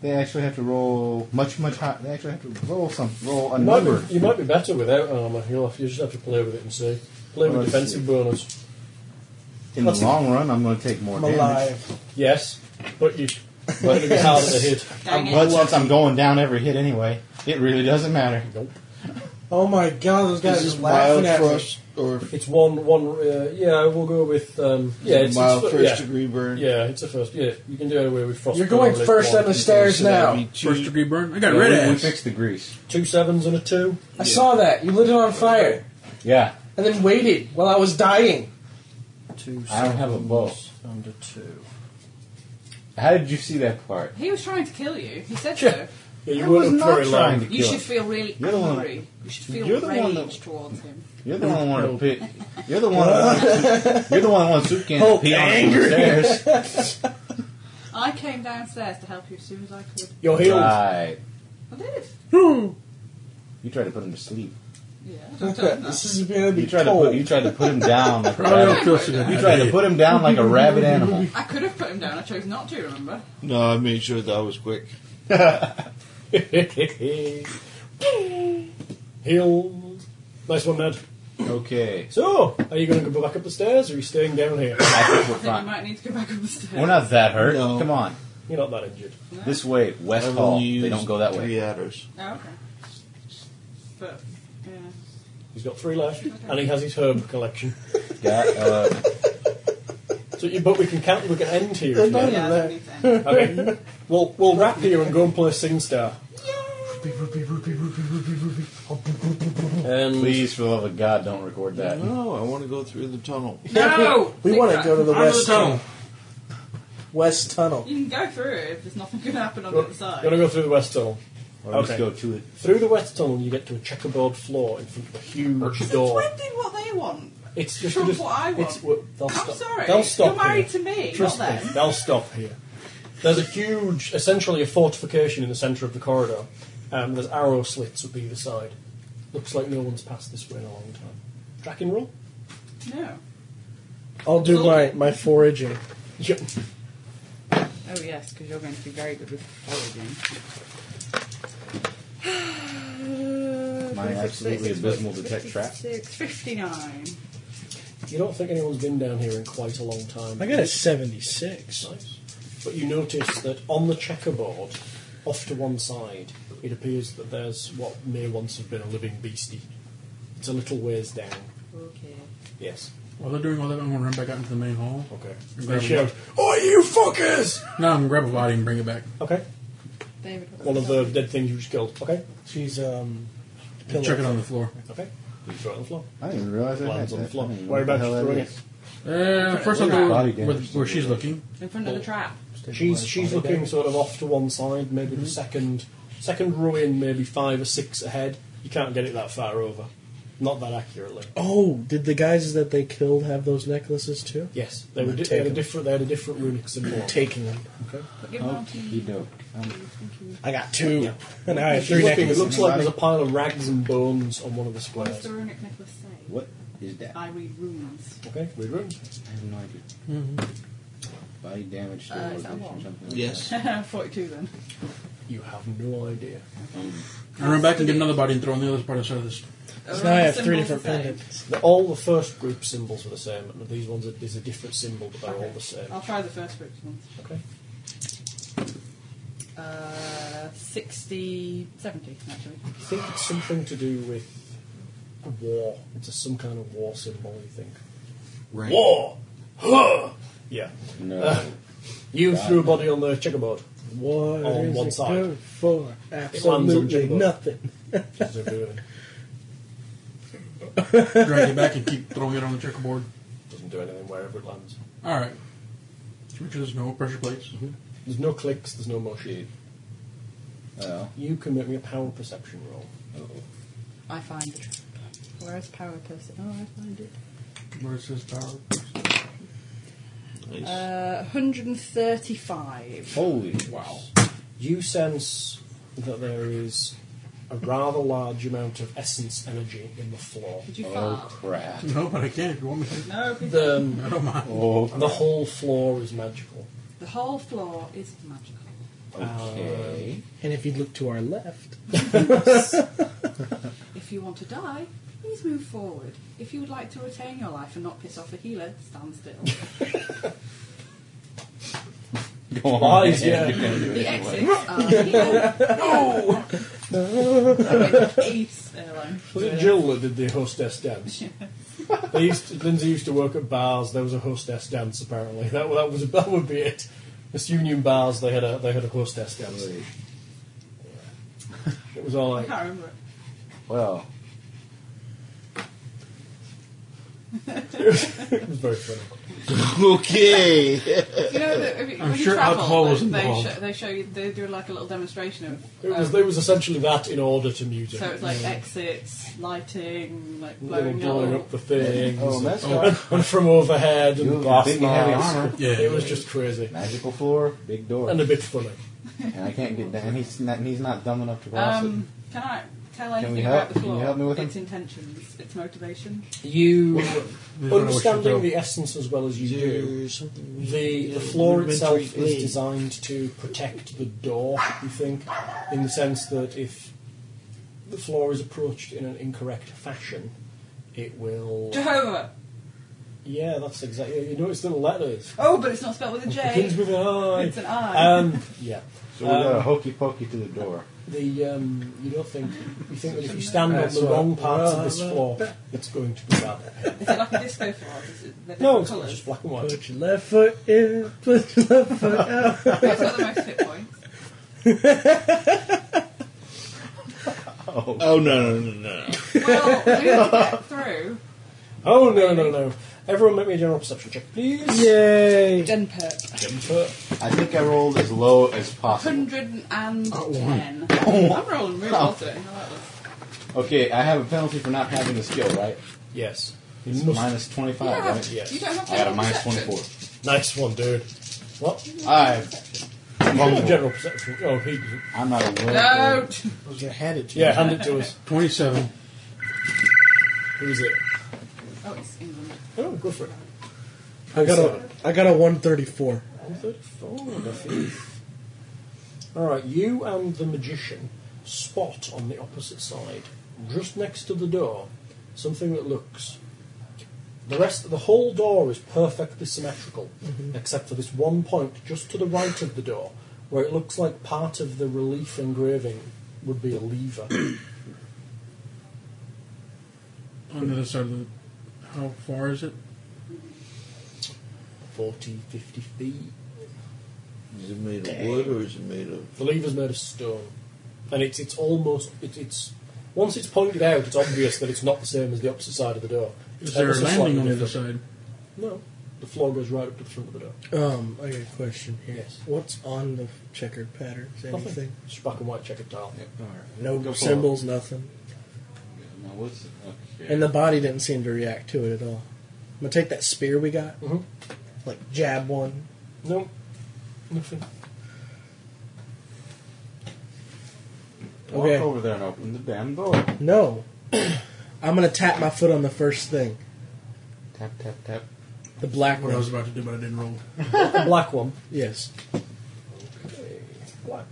S2: They actually have to roll much, much higher. They actually have to roll some, roll a
S4: You might,
S2: number.
S4: be, you might be better without armour. You'll have, you just have to play with it and see. Play with
S2: Let's
S4: defensive
S2: see.
S4: bonus.
S2: In the long run, I'm going to take more
S5: I'm
S2: damage.
S5: alive.
S4: Yes, but you're going to be harder to hit.
S3: Dang it.
S2: But since I'm going down every hit anyway, it really doesn't matter.
S5: Oh my god, those guys
S14: Is
S5: are
S14: this
S5: laughing
S14: mild
S5: at me.
S14: thrust or
S4: It's one one. Uh, yeah, we'll go with um, yeah. It's,
S14: mild
S4: it's,
S14: first
S4: yeah.
S14: degree burn?
S4: Yeah, it's a first. Yeah, you can do it away with frost.
S5: You're going
S4: burn,
S5: first
S4: one.
S5: on the stairs
S14: So that'd
S5: now.
S14: be two-
S8: First degree burn. I got
S2: Yeah,
S8: rid
S2: we, we
S8: of it.
S2: fixed the grease.
S4: Two sevens and a two.
S5: I saw that. You lit it on fire.
S2: Yeah,
S5: And then waited while I was dying.
S6: Two
S2: I don't have a bow.
S4: Under two.
S2: How did you see that part?
S3: He was trying to kill you. He said
S4: Yeah.
S3: so.
S4: Yeah,
S2: I
S4: you
S2: was
S4: weren't
S2: not
S4: very
S2: trying
S4: long.
S2: to
S3: You
S2: kill
S3: should
S2: him.
S3: feel really
S2: You're the one that-
S3: angry. You should feel
S2: You're the one
S3: rage
S2: that-
S3: towards him.
S2: You're the one who wanted to pick. You're the one. who wanted- you're the one who wants soup cans to pee on the stairs.
S3: I came downstairs to help you as soon as I could.
S4: You're healed.
S2: Right.
S3: I did.
S2: You tried to put him to sleep.
S3: Yeah. I've done that.
S5: this is gonna be
S2: You tried to
S5: cold.
S2: put. You tried to put him down. Like a
S8: Royal
S2: rabbit.
S8: Kilson.
S2: You tried to put him down like a rabid animal.
S3: I could have put him down. I chose not to. Remember?
S14: No, I made sure that was quick.
S4: healed. Nice one, Ned.
S2: Okay,
S4: So, are you going to go back up the stairs, or are you staying down here?
S2: I think we're
S3: Then you
S2: fine.
S3: might need to go back up the stairs.
S2: We're not that hurt.
S14: No.
S2: Come on,
S4: You're not that injured.
S2: this way, West
S14: I've
S2: Hall.
S14: only used
S2: They don't go that way.
S14: three adders.
S3: Oh, okay. But yeah.
S4: He's got three left, and he has his herb collection.
S2: Yeah, uh,
S4: So, you, but we can count. We can end here. if you like.
S3: Yeah, I don't need to end.
S4: Okay. We'll we'll wrap here and go and play SingStar. And
S2: please, for the love of God, don't record that.
S14: No, I want to go through the tunnel.
S3: No!
S5: We want to go to the
S8: Out of the
S5: west
S8: tunnel.
S5: west tunnel.
S3: You can go through it if there's nothing going to happen on the
S4: Well,
S3: other
S4: Gonna
S3: side.
S4: go through the west tunnel.
S2: Or
S4: Okay.
S2: just go to it.
S4: Through the west tunnel, you get to a checkerboard floor in front of a huge
S3: It's
S4: door.
S3: Trump did what they want.
S4: It's just,
S3: Trump
S4: just
S3: what I want.
S4: it's, well, they'll
S3: I'm
S4: stop.
S3: sorry.
S4: They'll stop
S3: You're married
S4: here.
S3: to me,
S4: Trust
S3: not
S4: me,
S3: them.
S4: they'll stop here. There's a huge, essentially a fortification in the centre of the corridor. Um, there's arrow slits up either side. Looks like no one's passed this way in a long time. Tracking roll?
S3: No.
S5: I'll do my, my foraging.
S4: Yep.
S3: Oh yes, because you're going to be very good with foraging.
S2: My absolutely abysmal detect trap.
S3: Six fifty-nine.
S4: You don't think anyone's been down here in quite a long time.
S5: I got a 76.
S4: Nice. But you notice that on the checkerboard, off to one side, it appears that there's what may once have been a living beastie. It's a little ways down.
S3: Okay.
S4: Yes.
S8: While they're doing all that, I'm gonna run back out into the main hall.
S4: Okay.
S8: And
S4: They
S8: grab
S4: shout, "Oh, you fuckers!"
S8: No, I'm gonna grab a body and bring it back.
S4: Okay.
S3: David.
S4: One of the dead things you just killed. Okay.
S5: She's, um. pillow.
S8: Chuck it on the floor.
S4: Okay. You throw it on the floor.
S2: I didn't even realize I had
S4: Lands on the
S2: that.
S4: floor.
S2: I don't even know
S4: Where
S2: what
S4: about
S2: the
S4: you
S2: hell
S4: throwing
S2: that
S4: it?
S2: is.
S8: Uh, first, I'll
S2: Body
S8: go
S2: damage.
S8: with where she's looking.
S3: in front of the trap.
S4: She's she's looking sort of off to one side, maybe
S5: Mm-hmm.
S4: the second second row in, maybe five or six ahead. You can't get it that far over. Not that accurately.
S5: Oh, did the guys that they killed have those necklaces too?
S4: Yes, they were. Di-
S5: Take
S4: they had a
S5: them.
S4: different. They had a different runic symbol.
S5: Taking them.
S3: Give them to
S2: You do.
S5: I got two. And I have
S4: She's
S5: three
S4: looking, it
S5: necklaces.
S4: looks like there's a pile of rags and bones on one of the
S3: What's
S4: squares.
S3: the runic necklace say?
S2: What is that? I
S3: I read runes.
S4: Okay, read room.
S2: have no idea. Body damage to
S3: Uh,
S2: the
S3: is that
S2: location,
S3: one?
S2: something like
S14: Yes.
S3: Forty-two then.
S4: You have no idea.
S8: I run back and get another body and throw on the other part of the side of this.
S3: Are
S5: Now I
S3: all
S5: have
S3: the
S5: three
S3: symbols
S5: different
S3: the same?
S5: pendants.
S4: The- all the first group symbols are the same, and these ones are, there's a different symbol, but they're all the same.
S3: I'll try the first group ones.
S4: Okay.
S3: Uh, 60, 70 actually.
S4: You think it's something to do with war? It's a, some kind of war symbol. You think?
S14: Right.
S4: War. Huh. Yeah. Uh,
S2: that. No.
S4: You threw a body on the checkerboard.
S5: What
S4: On
S5: is
S4: one
S5: it
S4: side.
S5: good for?
S4: lands on
S5: Absolutely
S4: Jimbo.
S5: nothing.
S4: Which is doing.
S8: Drag it back and keep throwing it on the checkerboard.
S4: Doesn't do anything wherever it lands.
S8: All right. Just Make sure there's no pressure plates.
S4: There's no clicks. There's no motion.
S2: Oh.
S4: You can make me a power perception roll.
S3: I find the trap. Where's power person? Oh, I find it.
S8: Where it says power.
S3: Uh, 135.
S4: Oh,
S2: Holy.
S8: Wow.
S4: You sense that there is a rather large amount of essence energy in the floor.
S3: Did you
S2: Oh
S3: fart?
S2: crap.
S8: No, but I can't if you want me to.
S3: No, please don't.
S4: The,
S8: I don't mind.
S2: Oh.
S4: the whole floor is magical.
S3: the whole floor is magical.
S2: Okay.
S5: And if you look to our left,
S3: If you want to die, please move forward. If you would like to retain your life and not piss off a healer, stand still.
S2: Go on.
S4: Lies, Oh, yeah.
S3: the exits are here. Ace airline.
S4: Was it Jill that did the hostess dance? they used to- Lindsay used to work at bars. There was a hostess dance apparently. That that was that would be it. Miss Union bars. They had a they had a hostess dance. It was all
S3: I
S4: like
S3: can't remember it.
S2: Well,
S4: it was very funny.
S14: okay.
S3: You know, that if you,
S4: I'm
S3: when
S4: sure
S3: you travel,
S4: alcohol
S3: they-
S4: was
S3: they,
S4: involved.
S3: show, they show you, they do like a little demonstration of.
S4: It was
S3: um,
S4: there was essentially that in order to music.
S3: so it's like exits, lighting, like
S4: They were
S3: blowing,
S4: blowing
S3: up.
S4: up the things,
S2: Oh,
S4: and,
S2: that's
S4: and, and from overhead,
S2: You
S4: and
S2: have
S4: bath
S2: big heavy
S4: masks.
S2: armor.
S4: it was just crazy
S2: magical floor, big door,
S4: and a bit funny.
S2: and I can't get down. And he's not, he's not dumb enough to cross
S3: Um, can I tell
S2: Can we
S3: anything
S2: help-
S3: about the
S2: can you
S3: floor?
S2: help me with
S3: its intentions, its motivation?
S6: You
S4: Understanding the essence as well as you do, the the floor itself
S6: rudimentary
S4: is
S6: blade.
S4: designed to protect the door. You think, in the sense that if the floor is approached in an incorrect fashion, it will.
S3: Jehovah.
S4: Yeah, that's exactly. You notice the letters.
S3: Oh, but it's not spelled with a J.
S4: Begins with an I.
S3: It's an I.
S4: Um, yeah.
S2: it. So we got a
S4: Um,
S2: hokey pokey to the door.
S4: The um, you don't think you think that if you stand
S2: Uh,
S4: on the
S2: so-
S4: wrong part of this floor, it's going to be bad.
S3: Is it like a disco floor? Is it the
S4: No,
S3: different
S4: it's
S3: colours?
S4: just black and white.
S5: Put your left foot in, put your left foot out.
S3: It's got the most hit points.
S14: Oh no no no no!
S3: Well, we need to get through.
S4: Oh no no no! Everyone, make me a general perception check, please.
S5: Yay!
S3: Den perp.
S4: Input.
S2: I think I rolled as low as possible.
S3: 110. I'm rolling really well today. I like this.
S2: Okay, I have a penalty for not having the skill, right?
S4: Yes. You
S2: It's
S4: must-
S2: minus twenty
S3: You
S2: five,
S3: don't have
S2: right?
S3: to.
S4: yes.
S3: You don't have to.
S2: I got a
S3: have
S2: minus twenty
S3: perception.
S2: four.
S4: Nice one, dude. What?
S2: I
S4: General, general perception. Oh, he.
S2: I'm not a word.
S3: Don't.
S5: You had it.
S4: Yeah, hand it to us.
S8: 27.
S4: Who is it?
S3: Oh, it's England.
S4: Oh, go for it.
S5: I got a I got a 134.
S4: All right, you and the magician spot on the opposite side, just next to the door, something that looks. The rest, the whole door is perfectly symmetrical,
S5: Mm-hmm.
S4: except for this one point just to the right of the door, where it looks like part of the relief engraving would be a lever.
S8: On the other side of the. How far is it?
S4: 40, 50 feet.
S14: Is it made of wood or is it made of?
S4: The lever's made of stone, and it's it's almost it, it's once it's pointed out, it's obvious that it's not the same as the opposite side of the door.
S8: Is
S4: It's ever
S8: there a
S4: so
S8: landing
S4: slightly
S8: on the other
S4: different.
S8: side?
S4: No, the floor goes right up to the front of the door.
S5: Um, I got a question here.
S4: Yes.
S5: What's on the checkered pattern? Is
S4: Nothing.
S5: anything?
S4: It's just black and white checkered tile.
S5: No
S2: Go for
S5: symbols, nothing.
S2: Now what's okay.
S5: And the body didn't seem to react to it at all. I'm gonna take that spear we got,
S4: Mhm.
S5: like jab one.
S4: No, nothing.
S2: Walk
S5: okay.
S2: over there and open the damn door.
S5: No, I'm gonna tap my foot on the first thing,
S2: Tap tap tap.
S5: the black
S8: What I
S5: one.
S8: was about to do, but I didn't roll.
S4: The black one.
S5: Yes.
S4: Black.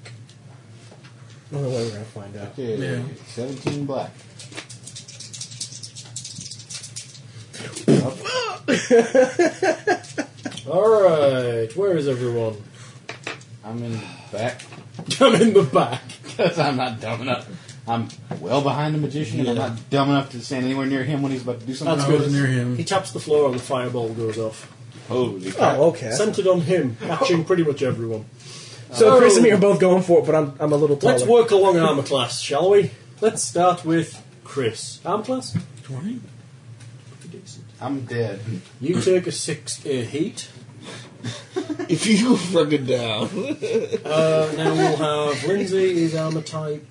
S5: Only way we're gonna find out.
S2: Okay,
S8: Yeah.
S2: seventeen black.
S4: All right, where is everyone?
S2: I'm in the back
S4: I'm in the back.
S2: because I'm not dumb enough. I'm well behind the magician, and I'm not dumb enough to stand anywhere near him when he's about to do something.
S4: That's
S8: I
S4: good.
S8: was near him.
S4: He taps the floor and the fireball goes off,
S2: Holy crap!
S5: Oh, okay.
S4: centered on him, catching pretty much everyone.
S5: So
S4: Oh.
S5: Chris and me are both going for it, but I'm I'm a little taller.
S4: Let's work along armor class, shall we? Let's start with Chris. Armor class?
S8: 20?
S2: I'm dead.
S4: You take a six uh, heat.
S14: If you go fucking down,
S4: Uh, now we'll have Lindsay is armor type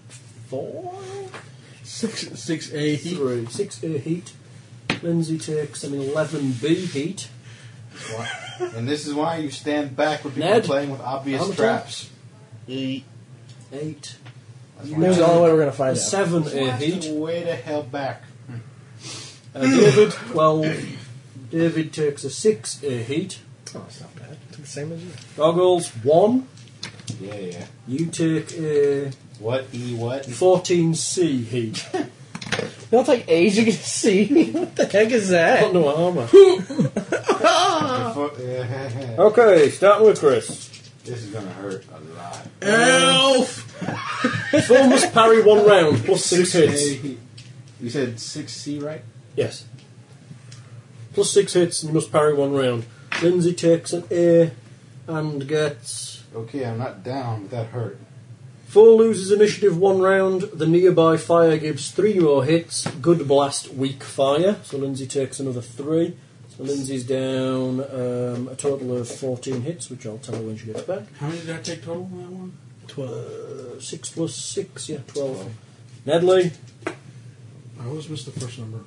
S4: four,
S8: Six, 6A heat.
S4: three, six uh, heat. Lindsay takes an eleven B heat.
S2: and this is why you stand back when people
S4: Ned?
S2: are playing with obvious
S4: I'm a-
S2: traps.
S4: Eight,
S2: That's why
S5: That's the only way we're gonna
S4: a
S5: find out.
S4: seven
S2: you
S4: uh,
S2: have to
S4: heat.
S2: way the hell back.
S4: Uh, David twelve. David takes a six uh, heat.
S5: Oh, it's not bad. It's the same as you.
S4: Goggles one.
S2: Yeah, yeah.
S4: You take a
S2: What e what?
S4: fourteen C heat.
S5: It'll take ages to get to see. what the heck is
S4: Got
S5: that?
S4: no armor.
S2: Before-
S4: Okay, starting with Chris.
S2: This is gonna hurt a lot.
S4: Elf! Thor must parry one round plus six, hits.
S2: You said six C, right?
S4: Yes. Plus six hits, and you must parry one round. Lindsay takes an A and gets.
S2: Okay, I'm not down, but that hurt.
S4: Four loses initiative one round. The nearby fire gives three more hits. Good blast, weak fire. So Lindsay takes another three. So Lindsay's down um, a total of 14 hits, which I'll tell her when she gets back.
S8: How many did I take total on that one?
S4: Uh, six plus six, yeah, 12. Nedley,
S10: I always miss the first number.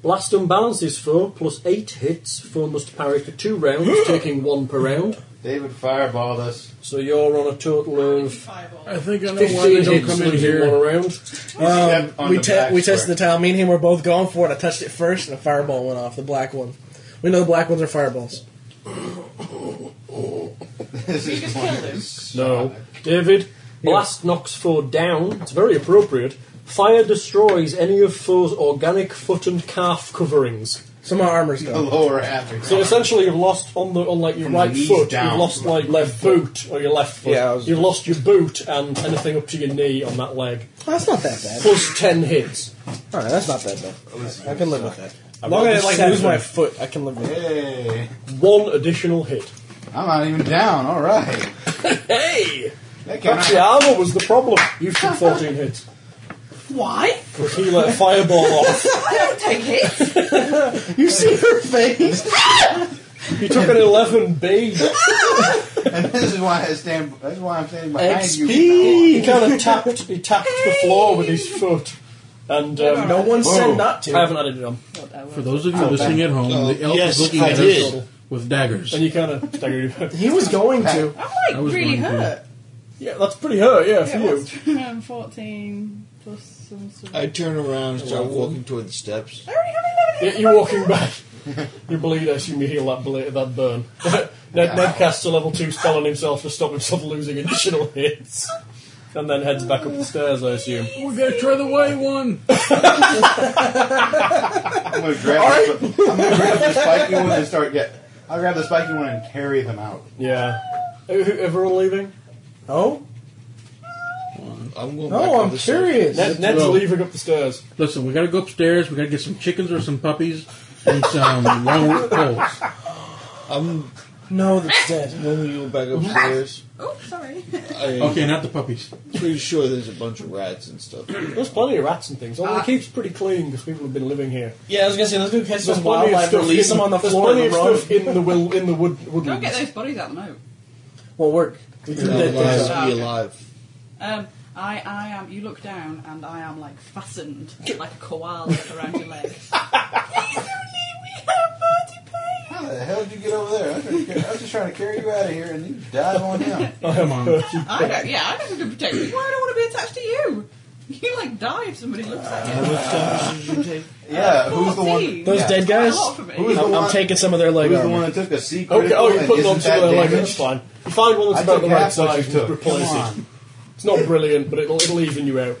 S4: Blast unbalances four plus eight hits. Four must parry for two rounds, taking one per round.
S2: David fireballed us.
S4: So you're on a total of
S8: I think I know why they
S4: fifteen
S8: don't
S4: hits,
S8: come in
S4: losing
S8: here.
S4: one round.
S2: Step on
S5: we
S2: the
S5: te-
S2: back
S5: we
S2: square.
S5: tested the tile. Me and him were both going for it. I touched it first, and a fireball went off. The black one. We know the black ones are fireballs.
S2: This is
S3: just
S2: going
S3: killed
S2: to
S3: him.
S2: suck.
S4: No, Oh. David. Blast knocks four down. It's very appropriate. Fire destroys any of foe's organic foot and calf coverings.
S5: So my armor's
S2: The
S5: gone.
S2: lower half. is
S4: So
S2: gone.
S4: essentially, you've lost on the on like your
S2: From the
S4: right
S2: knees
S4: foot.
S2: down.
S4: You've lost like left boot or your left foot.
S5: Yeah, I was-
S4: You've lost your boot and anything up to your knee on that leg.
S5: Oh, that's not that bad.
S4: Plus ten hits.
S5: All right, that's not that
S2: Oh,
S5: bad. I can live with that. As long
S4: rolled
S5: as I like
S4: seven.
S5: lose my foot, I can live with it.
S2: Hey,
S4: One additional hit.
S2: I'm not even down. All right.
S4: Hey!
S2: That can't
S4: Perhaps the armor was the problem. You took 14 hits.
S3: Why?
S4: Because he let a fireball off.
S3: I don't take hits.
S5: You see her face?
S4: You took an 11B.
S2: And this is why I stand. That's why I'm standing behind you.
S4: He kind of tapped, he tapped the floor with his foot. And um,
S5: No one said not
S4: I
S5: to.
S4: haven't added it on.
S8: For those of you listening at home, the elf
S14: yes,
S8: is looking
S14: I
S8: at
S14: did.
S8: us with daggers.
S4: And you kind of staggered him.
S5: He was going to.
S8: I
S3: I'm like
S8: was
S3: really
S8: going to.
S3: hurt.
S4: Yeah, that's pretty hurt, yeah, for
S3: Yeah,
S4: you.
S3: what's- um, 14 plus some sort of-
S14: I turn around and start walking toward the steps.
S3: I already have
S4: Yeah, you're walking back. You bleed, I assume you heal that, ble- that burn. Ned, Ned casts a level 2 spell on himself to stop himself losing additional hits. And then heads back up the stairs, I assume.
S8: We gotta try the white one.
S2: I'm gonna grab. this- I'm gonna grab the spiky one and start get. I'll grab the spiky one and carry them out.
S4: Yeah. Who- who- Everyone leaving?
S5: Oh,
S14: I'm going back
S5: no,
S14: up
S5: I'm
S14: the steps.
S5: curious.
S4: Ned, Ned's
S8: roll.
S4: leaving up the stairs.
S8: Listen, we gotta go upstairs. We gotta get some chickens or some puppies and some long root poles.
S14: I'm
S5: No, that's dead.
S14: moving you back upstairs.
S3: Oh, sorry.
S14: I,
S8: Okay, not the puppies.
S14: pretty sure there's a bunch of rats and stuff.
S4: There's plenty of rats and things. Although it keeps pretty clean because people have been living here.
S5: Yeah, I was gonna say let's go catch
S4: There's
S5: some
S4: plenty of
S5: wildlife,
S4: stuff.
S5: release them on the
S4: there's
S5: floor,
S4: plenty
S5: and
S4: of
S5: run.
S4: stuff in the will in the wood
S3: Don't get those
S4: woodlands.
S3: bodies out the moat.
S5: Won't work. We
S14: They're
S5: did
S14: not
S5: that
S14: allowed
S5: down.
S14: to be alive.
S3: Um, I, I am. You look down, and I am like fastened, like a koala around your legs.
S2: How the hell did you get over there? I was, trying to ca- I was just trying to carry you out of here, and you dive on him.
S8: Come on.
S3: I don't. Yeah, I don't want to protect you. Why do I want to be attached to you? You like die if somebody looks at you. Uh,
S2: Yeah, who's the one?
S3: 14.
S5: Those
S2: Yeah.
S3: Quite
S5: dead
S3: a
S5: guys.
S3: lot for me.
S2: Who's the
S5: I'm, I'm
S2: one?
S5: taking some of their leg
S2: Who's the one
S5: armor.
S2: that took a C
S4: Okay,
S2: critical
S4: oh, you're
S2: and
S4: putting on
S2: isn't
S4: two of
S2: that
S4: their legs.
S2: damaged?
S4: That's fine. You find one
S2: I
S4: that's about
S2: took
S4: the right
S2: half what you
S4: size and
S2: took. Come
S4: replace it.
S2: on.
S4: It's not brilliant, but it'll it'll even you out.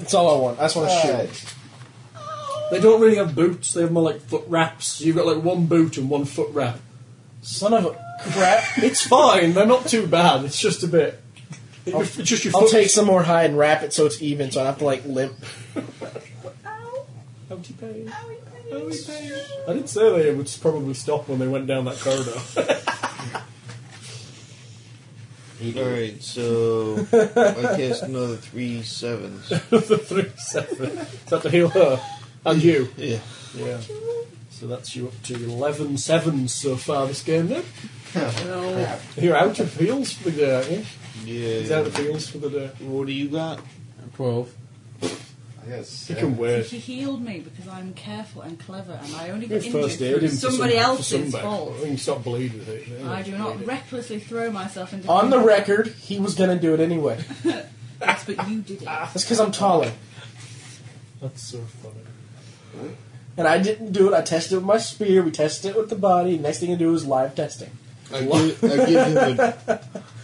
S5: That's all I want. I just want to shoot.
S2: Alright.
S4: They don't really have boots. They have more like foot wraps. You've got like one boot and one foot wrap.
S5: Son of a crap.
S4: It's fine. They're not too bad. It's just a bit. it- It's just your foot.
S5: I'll take some more hide and wrap it so it's even, so I don't have to like limp.
S3: Ow,
S4: Empty page.
S3: ow, you pains.
S4: I did say they would probably stop when they went down that corridor.
S14: Alright, so I cast another three sevens.
S4: the three seven. Is that to heal her and you?
S14: Yeah.
S4: Yeah. So that's you up to 11 7 so far this game then.
S2: Oh,
S3: No.
S4: You're out of heals for the day, aren't you? He's out
S14: Yeah.
S4: of heals for the day.
S14: What do you got?
S8: Twelve.
S2: I guess.
S4: He can wait.
S3: She healed me because I'm careful and clever, and I only
S4: You
S3: get
S4: first
S3: injured through
S4: aid him for some-
S3: somebody
S4: for
S3: else's
S4: sunback.
S3: fault.
S4: You can stop bleeding with it.
S3: I do not recklessly throw myself into
S5: On the
S3: combat.
S5: record, he was gonna do it anyway.
S3: Yes, but you did it.
S5: That's because I'm taller,
S4: That's so funny.
S5: and I didn't do it. I tested it with my spear. We tested it with the body. Next thing you do is live testing.
S14: I give, I give him a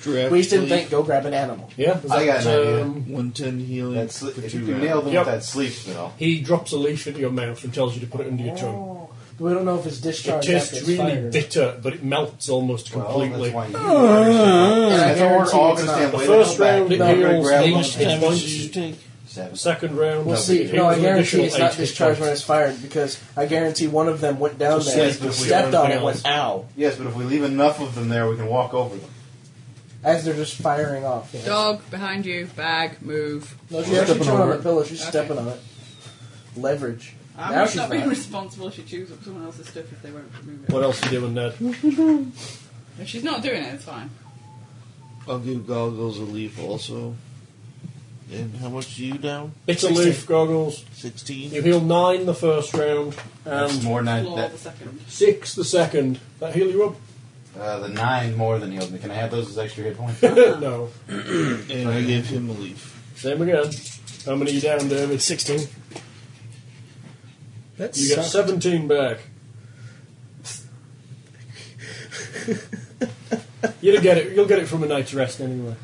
S14: draft.
S5: We just didn't
S14: lead,
S5: think go grab an animal.
S4: Yeah,
S2: I got an
S4: um,
S14: 110 healing.
S2: That's,
S14: for
S2: if
S14: two
S2: you can
S14: rounds.
S2: nail them
S4: Yep.
S2: with that sleep spell.
S4: He drops a leaf into your mouth and tells you to put it under your tongue.
S5: We don't know if it's
S4: It
S5: discharged.
S4: tastes
S5: after Oh, it's
S4: really
S5: fired.
S4: bitter, but it melts almost completely. Uh, the first round it heals each hit points. Second round,
S5: We'll
S4: it
S5: see.
S4: heals
S5: No, I
S4: an
S5: guarantee
S4: additional
S5: it's
S4: eight
S5: not
S4: hit
S5: discharged
S4: points.
S5: when it's fired because I guarantee one of them went down
S2: So
S5: there,
S2: says that we
S5: stepped
S2: learned
S5: on it,
S2: else.
S5: went ow.
S2: Yes, but if we leave enough of them there, we can walk over them.
S5: As they're just firing off. you know.
S3: Dog, behind you, bag, move.
S5: No, she's actually throwing on the pillow. She's
S3: Okay.
S5: stepping on it. Leverage.
S3: I'm
S5: now
S3: not
S5: she's
S3: being
S5: not.
S3: responsible. She chews up someone else's stuff if they won't remove it.
S4: What else are you doing, Ned?
S5: Hmm.
S3: If she's not doing it, it's fine.
S7: I'll give Goggles a leaf also. And how much are you down?
S4: It's a leaf, goggles.
S7: 16.
S4: You heal nine the first round, and
S2: That's more than
S3: Floor
S2: that.
S3: the second.
S4: six the second. That heal you up?
S2: Uh, the nine more than healed me. Can I have those as extra hit points?
S4: no.
S7: And I gave him a leaf.
S4: Same again. How many you down, David? Sixteen.
S5: That
S4: You get
S5: sucks.
S4: seventeen back. You'll get it. You'll get it from a night's rest anyway.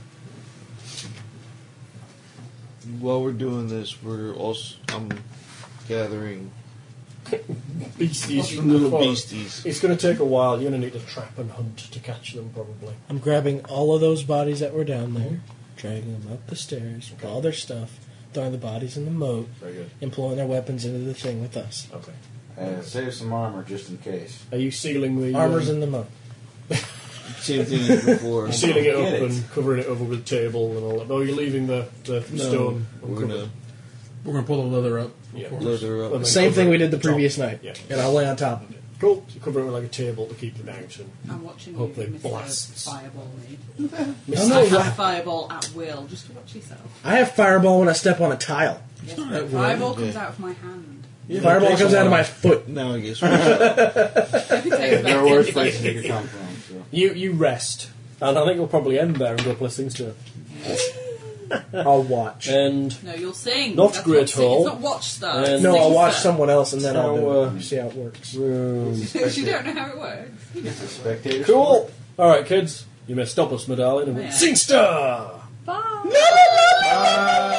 S7: While we're doing this, we're also I'm gathering
S4: Beasties from the
S7: little
S4: forest.
S7: beasties.
S4: It's going to take a while. You're going to need to trap and hunt to catch them, probably.
S15: I'm grabbing all of those bodies that were down there, dragging them up the stairs with all their stuff, throwing the bodies in the moat,
S2: Very good.
S15: and pulling their weapons into the thing with us.
S4: Okay.
S2: Uh, save some armor just in case.
S4: Are you sealing the
S15: Armor's
S4: um,
S15: in the moat.
S7: Same thing as before.
S4: You're sealing it up
S2: Get it.
S4: and covering it over with table and all that. No, you're leaving the, the
S7: No,
S4: stone
S7: we're
S4: uncovered.
S7: gonna
S8: We're gonna pull the leather up.
S4: Yeah.
S7: load her up.
S4: Well, then
S5: Same
S4: cover
S5: thing
S4: it
S5: we did the
S4: with a
S5: previous
S4: towel.
S5: night.
S4: Yeah.
S5: And I'll lay on top of it.
S4: Cool. So you cover it with like a table to keep it out. And
S3: I'm watching
S4: Hope
S3: you,
S4: they
S3: Mr.
S4: blasts.
S3: Fireball me.
S5: No,
S3: I
S5: no,
S3: have
S5: I-
S3: fireball at will. Just watch yourself.
S5: I have fireball when I step on a tile.
S3: Yes, fireball comes out of my hand.
S5: fireball comes out of my foot.
S7: Now I guess we're
S2: Yeah, there are worse places you could come from. So.
S4: you you rest, and I think we'll probably end there and go play things to.
S5: I'll watch.
S4: And
S3: No, you'll sing.
S4: Not
S3: That's
S4: Great
S3: sing-
S4: Hall.
S3: It's not watch stuff.
S4: And-
S3: It's
S5: No,
S3: sing
S5: I'll watch
S3: stuff.
S5: someone else and then I'll
S4: Now,
S5: do
S4: uh,
S5: it. See how it works.
S4: room.
S3: Because you don't know how it works.
S2: It's a spectator.
S4: Cool. All right, kids. You may stop us, my darling. And we
S3: Yeah.
S4: Singster.
S3: Bye.
S2: sport.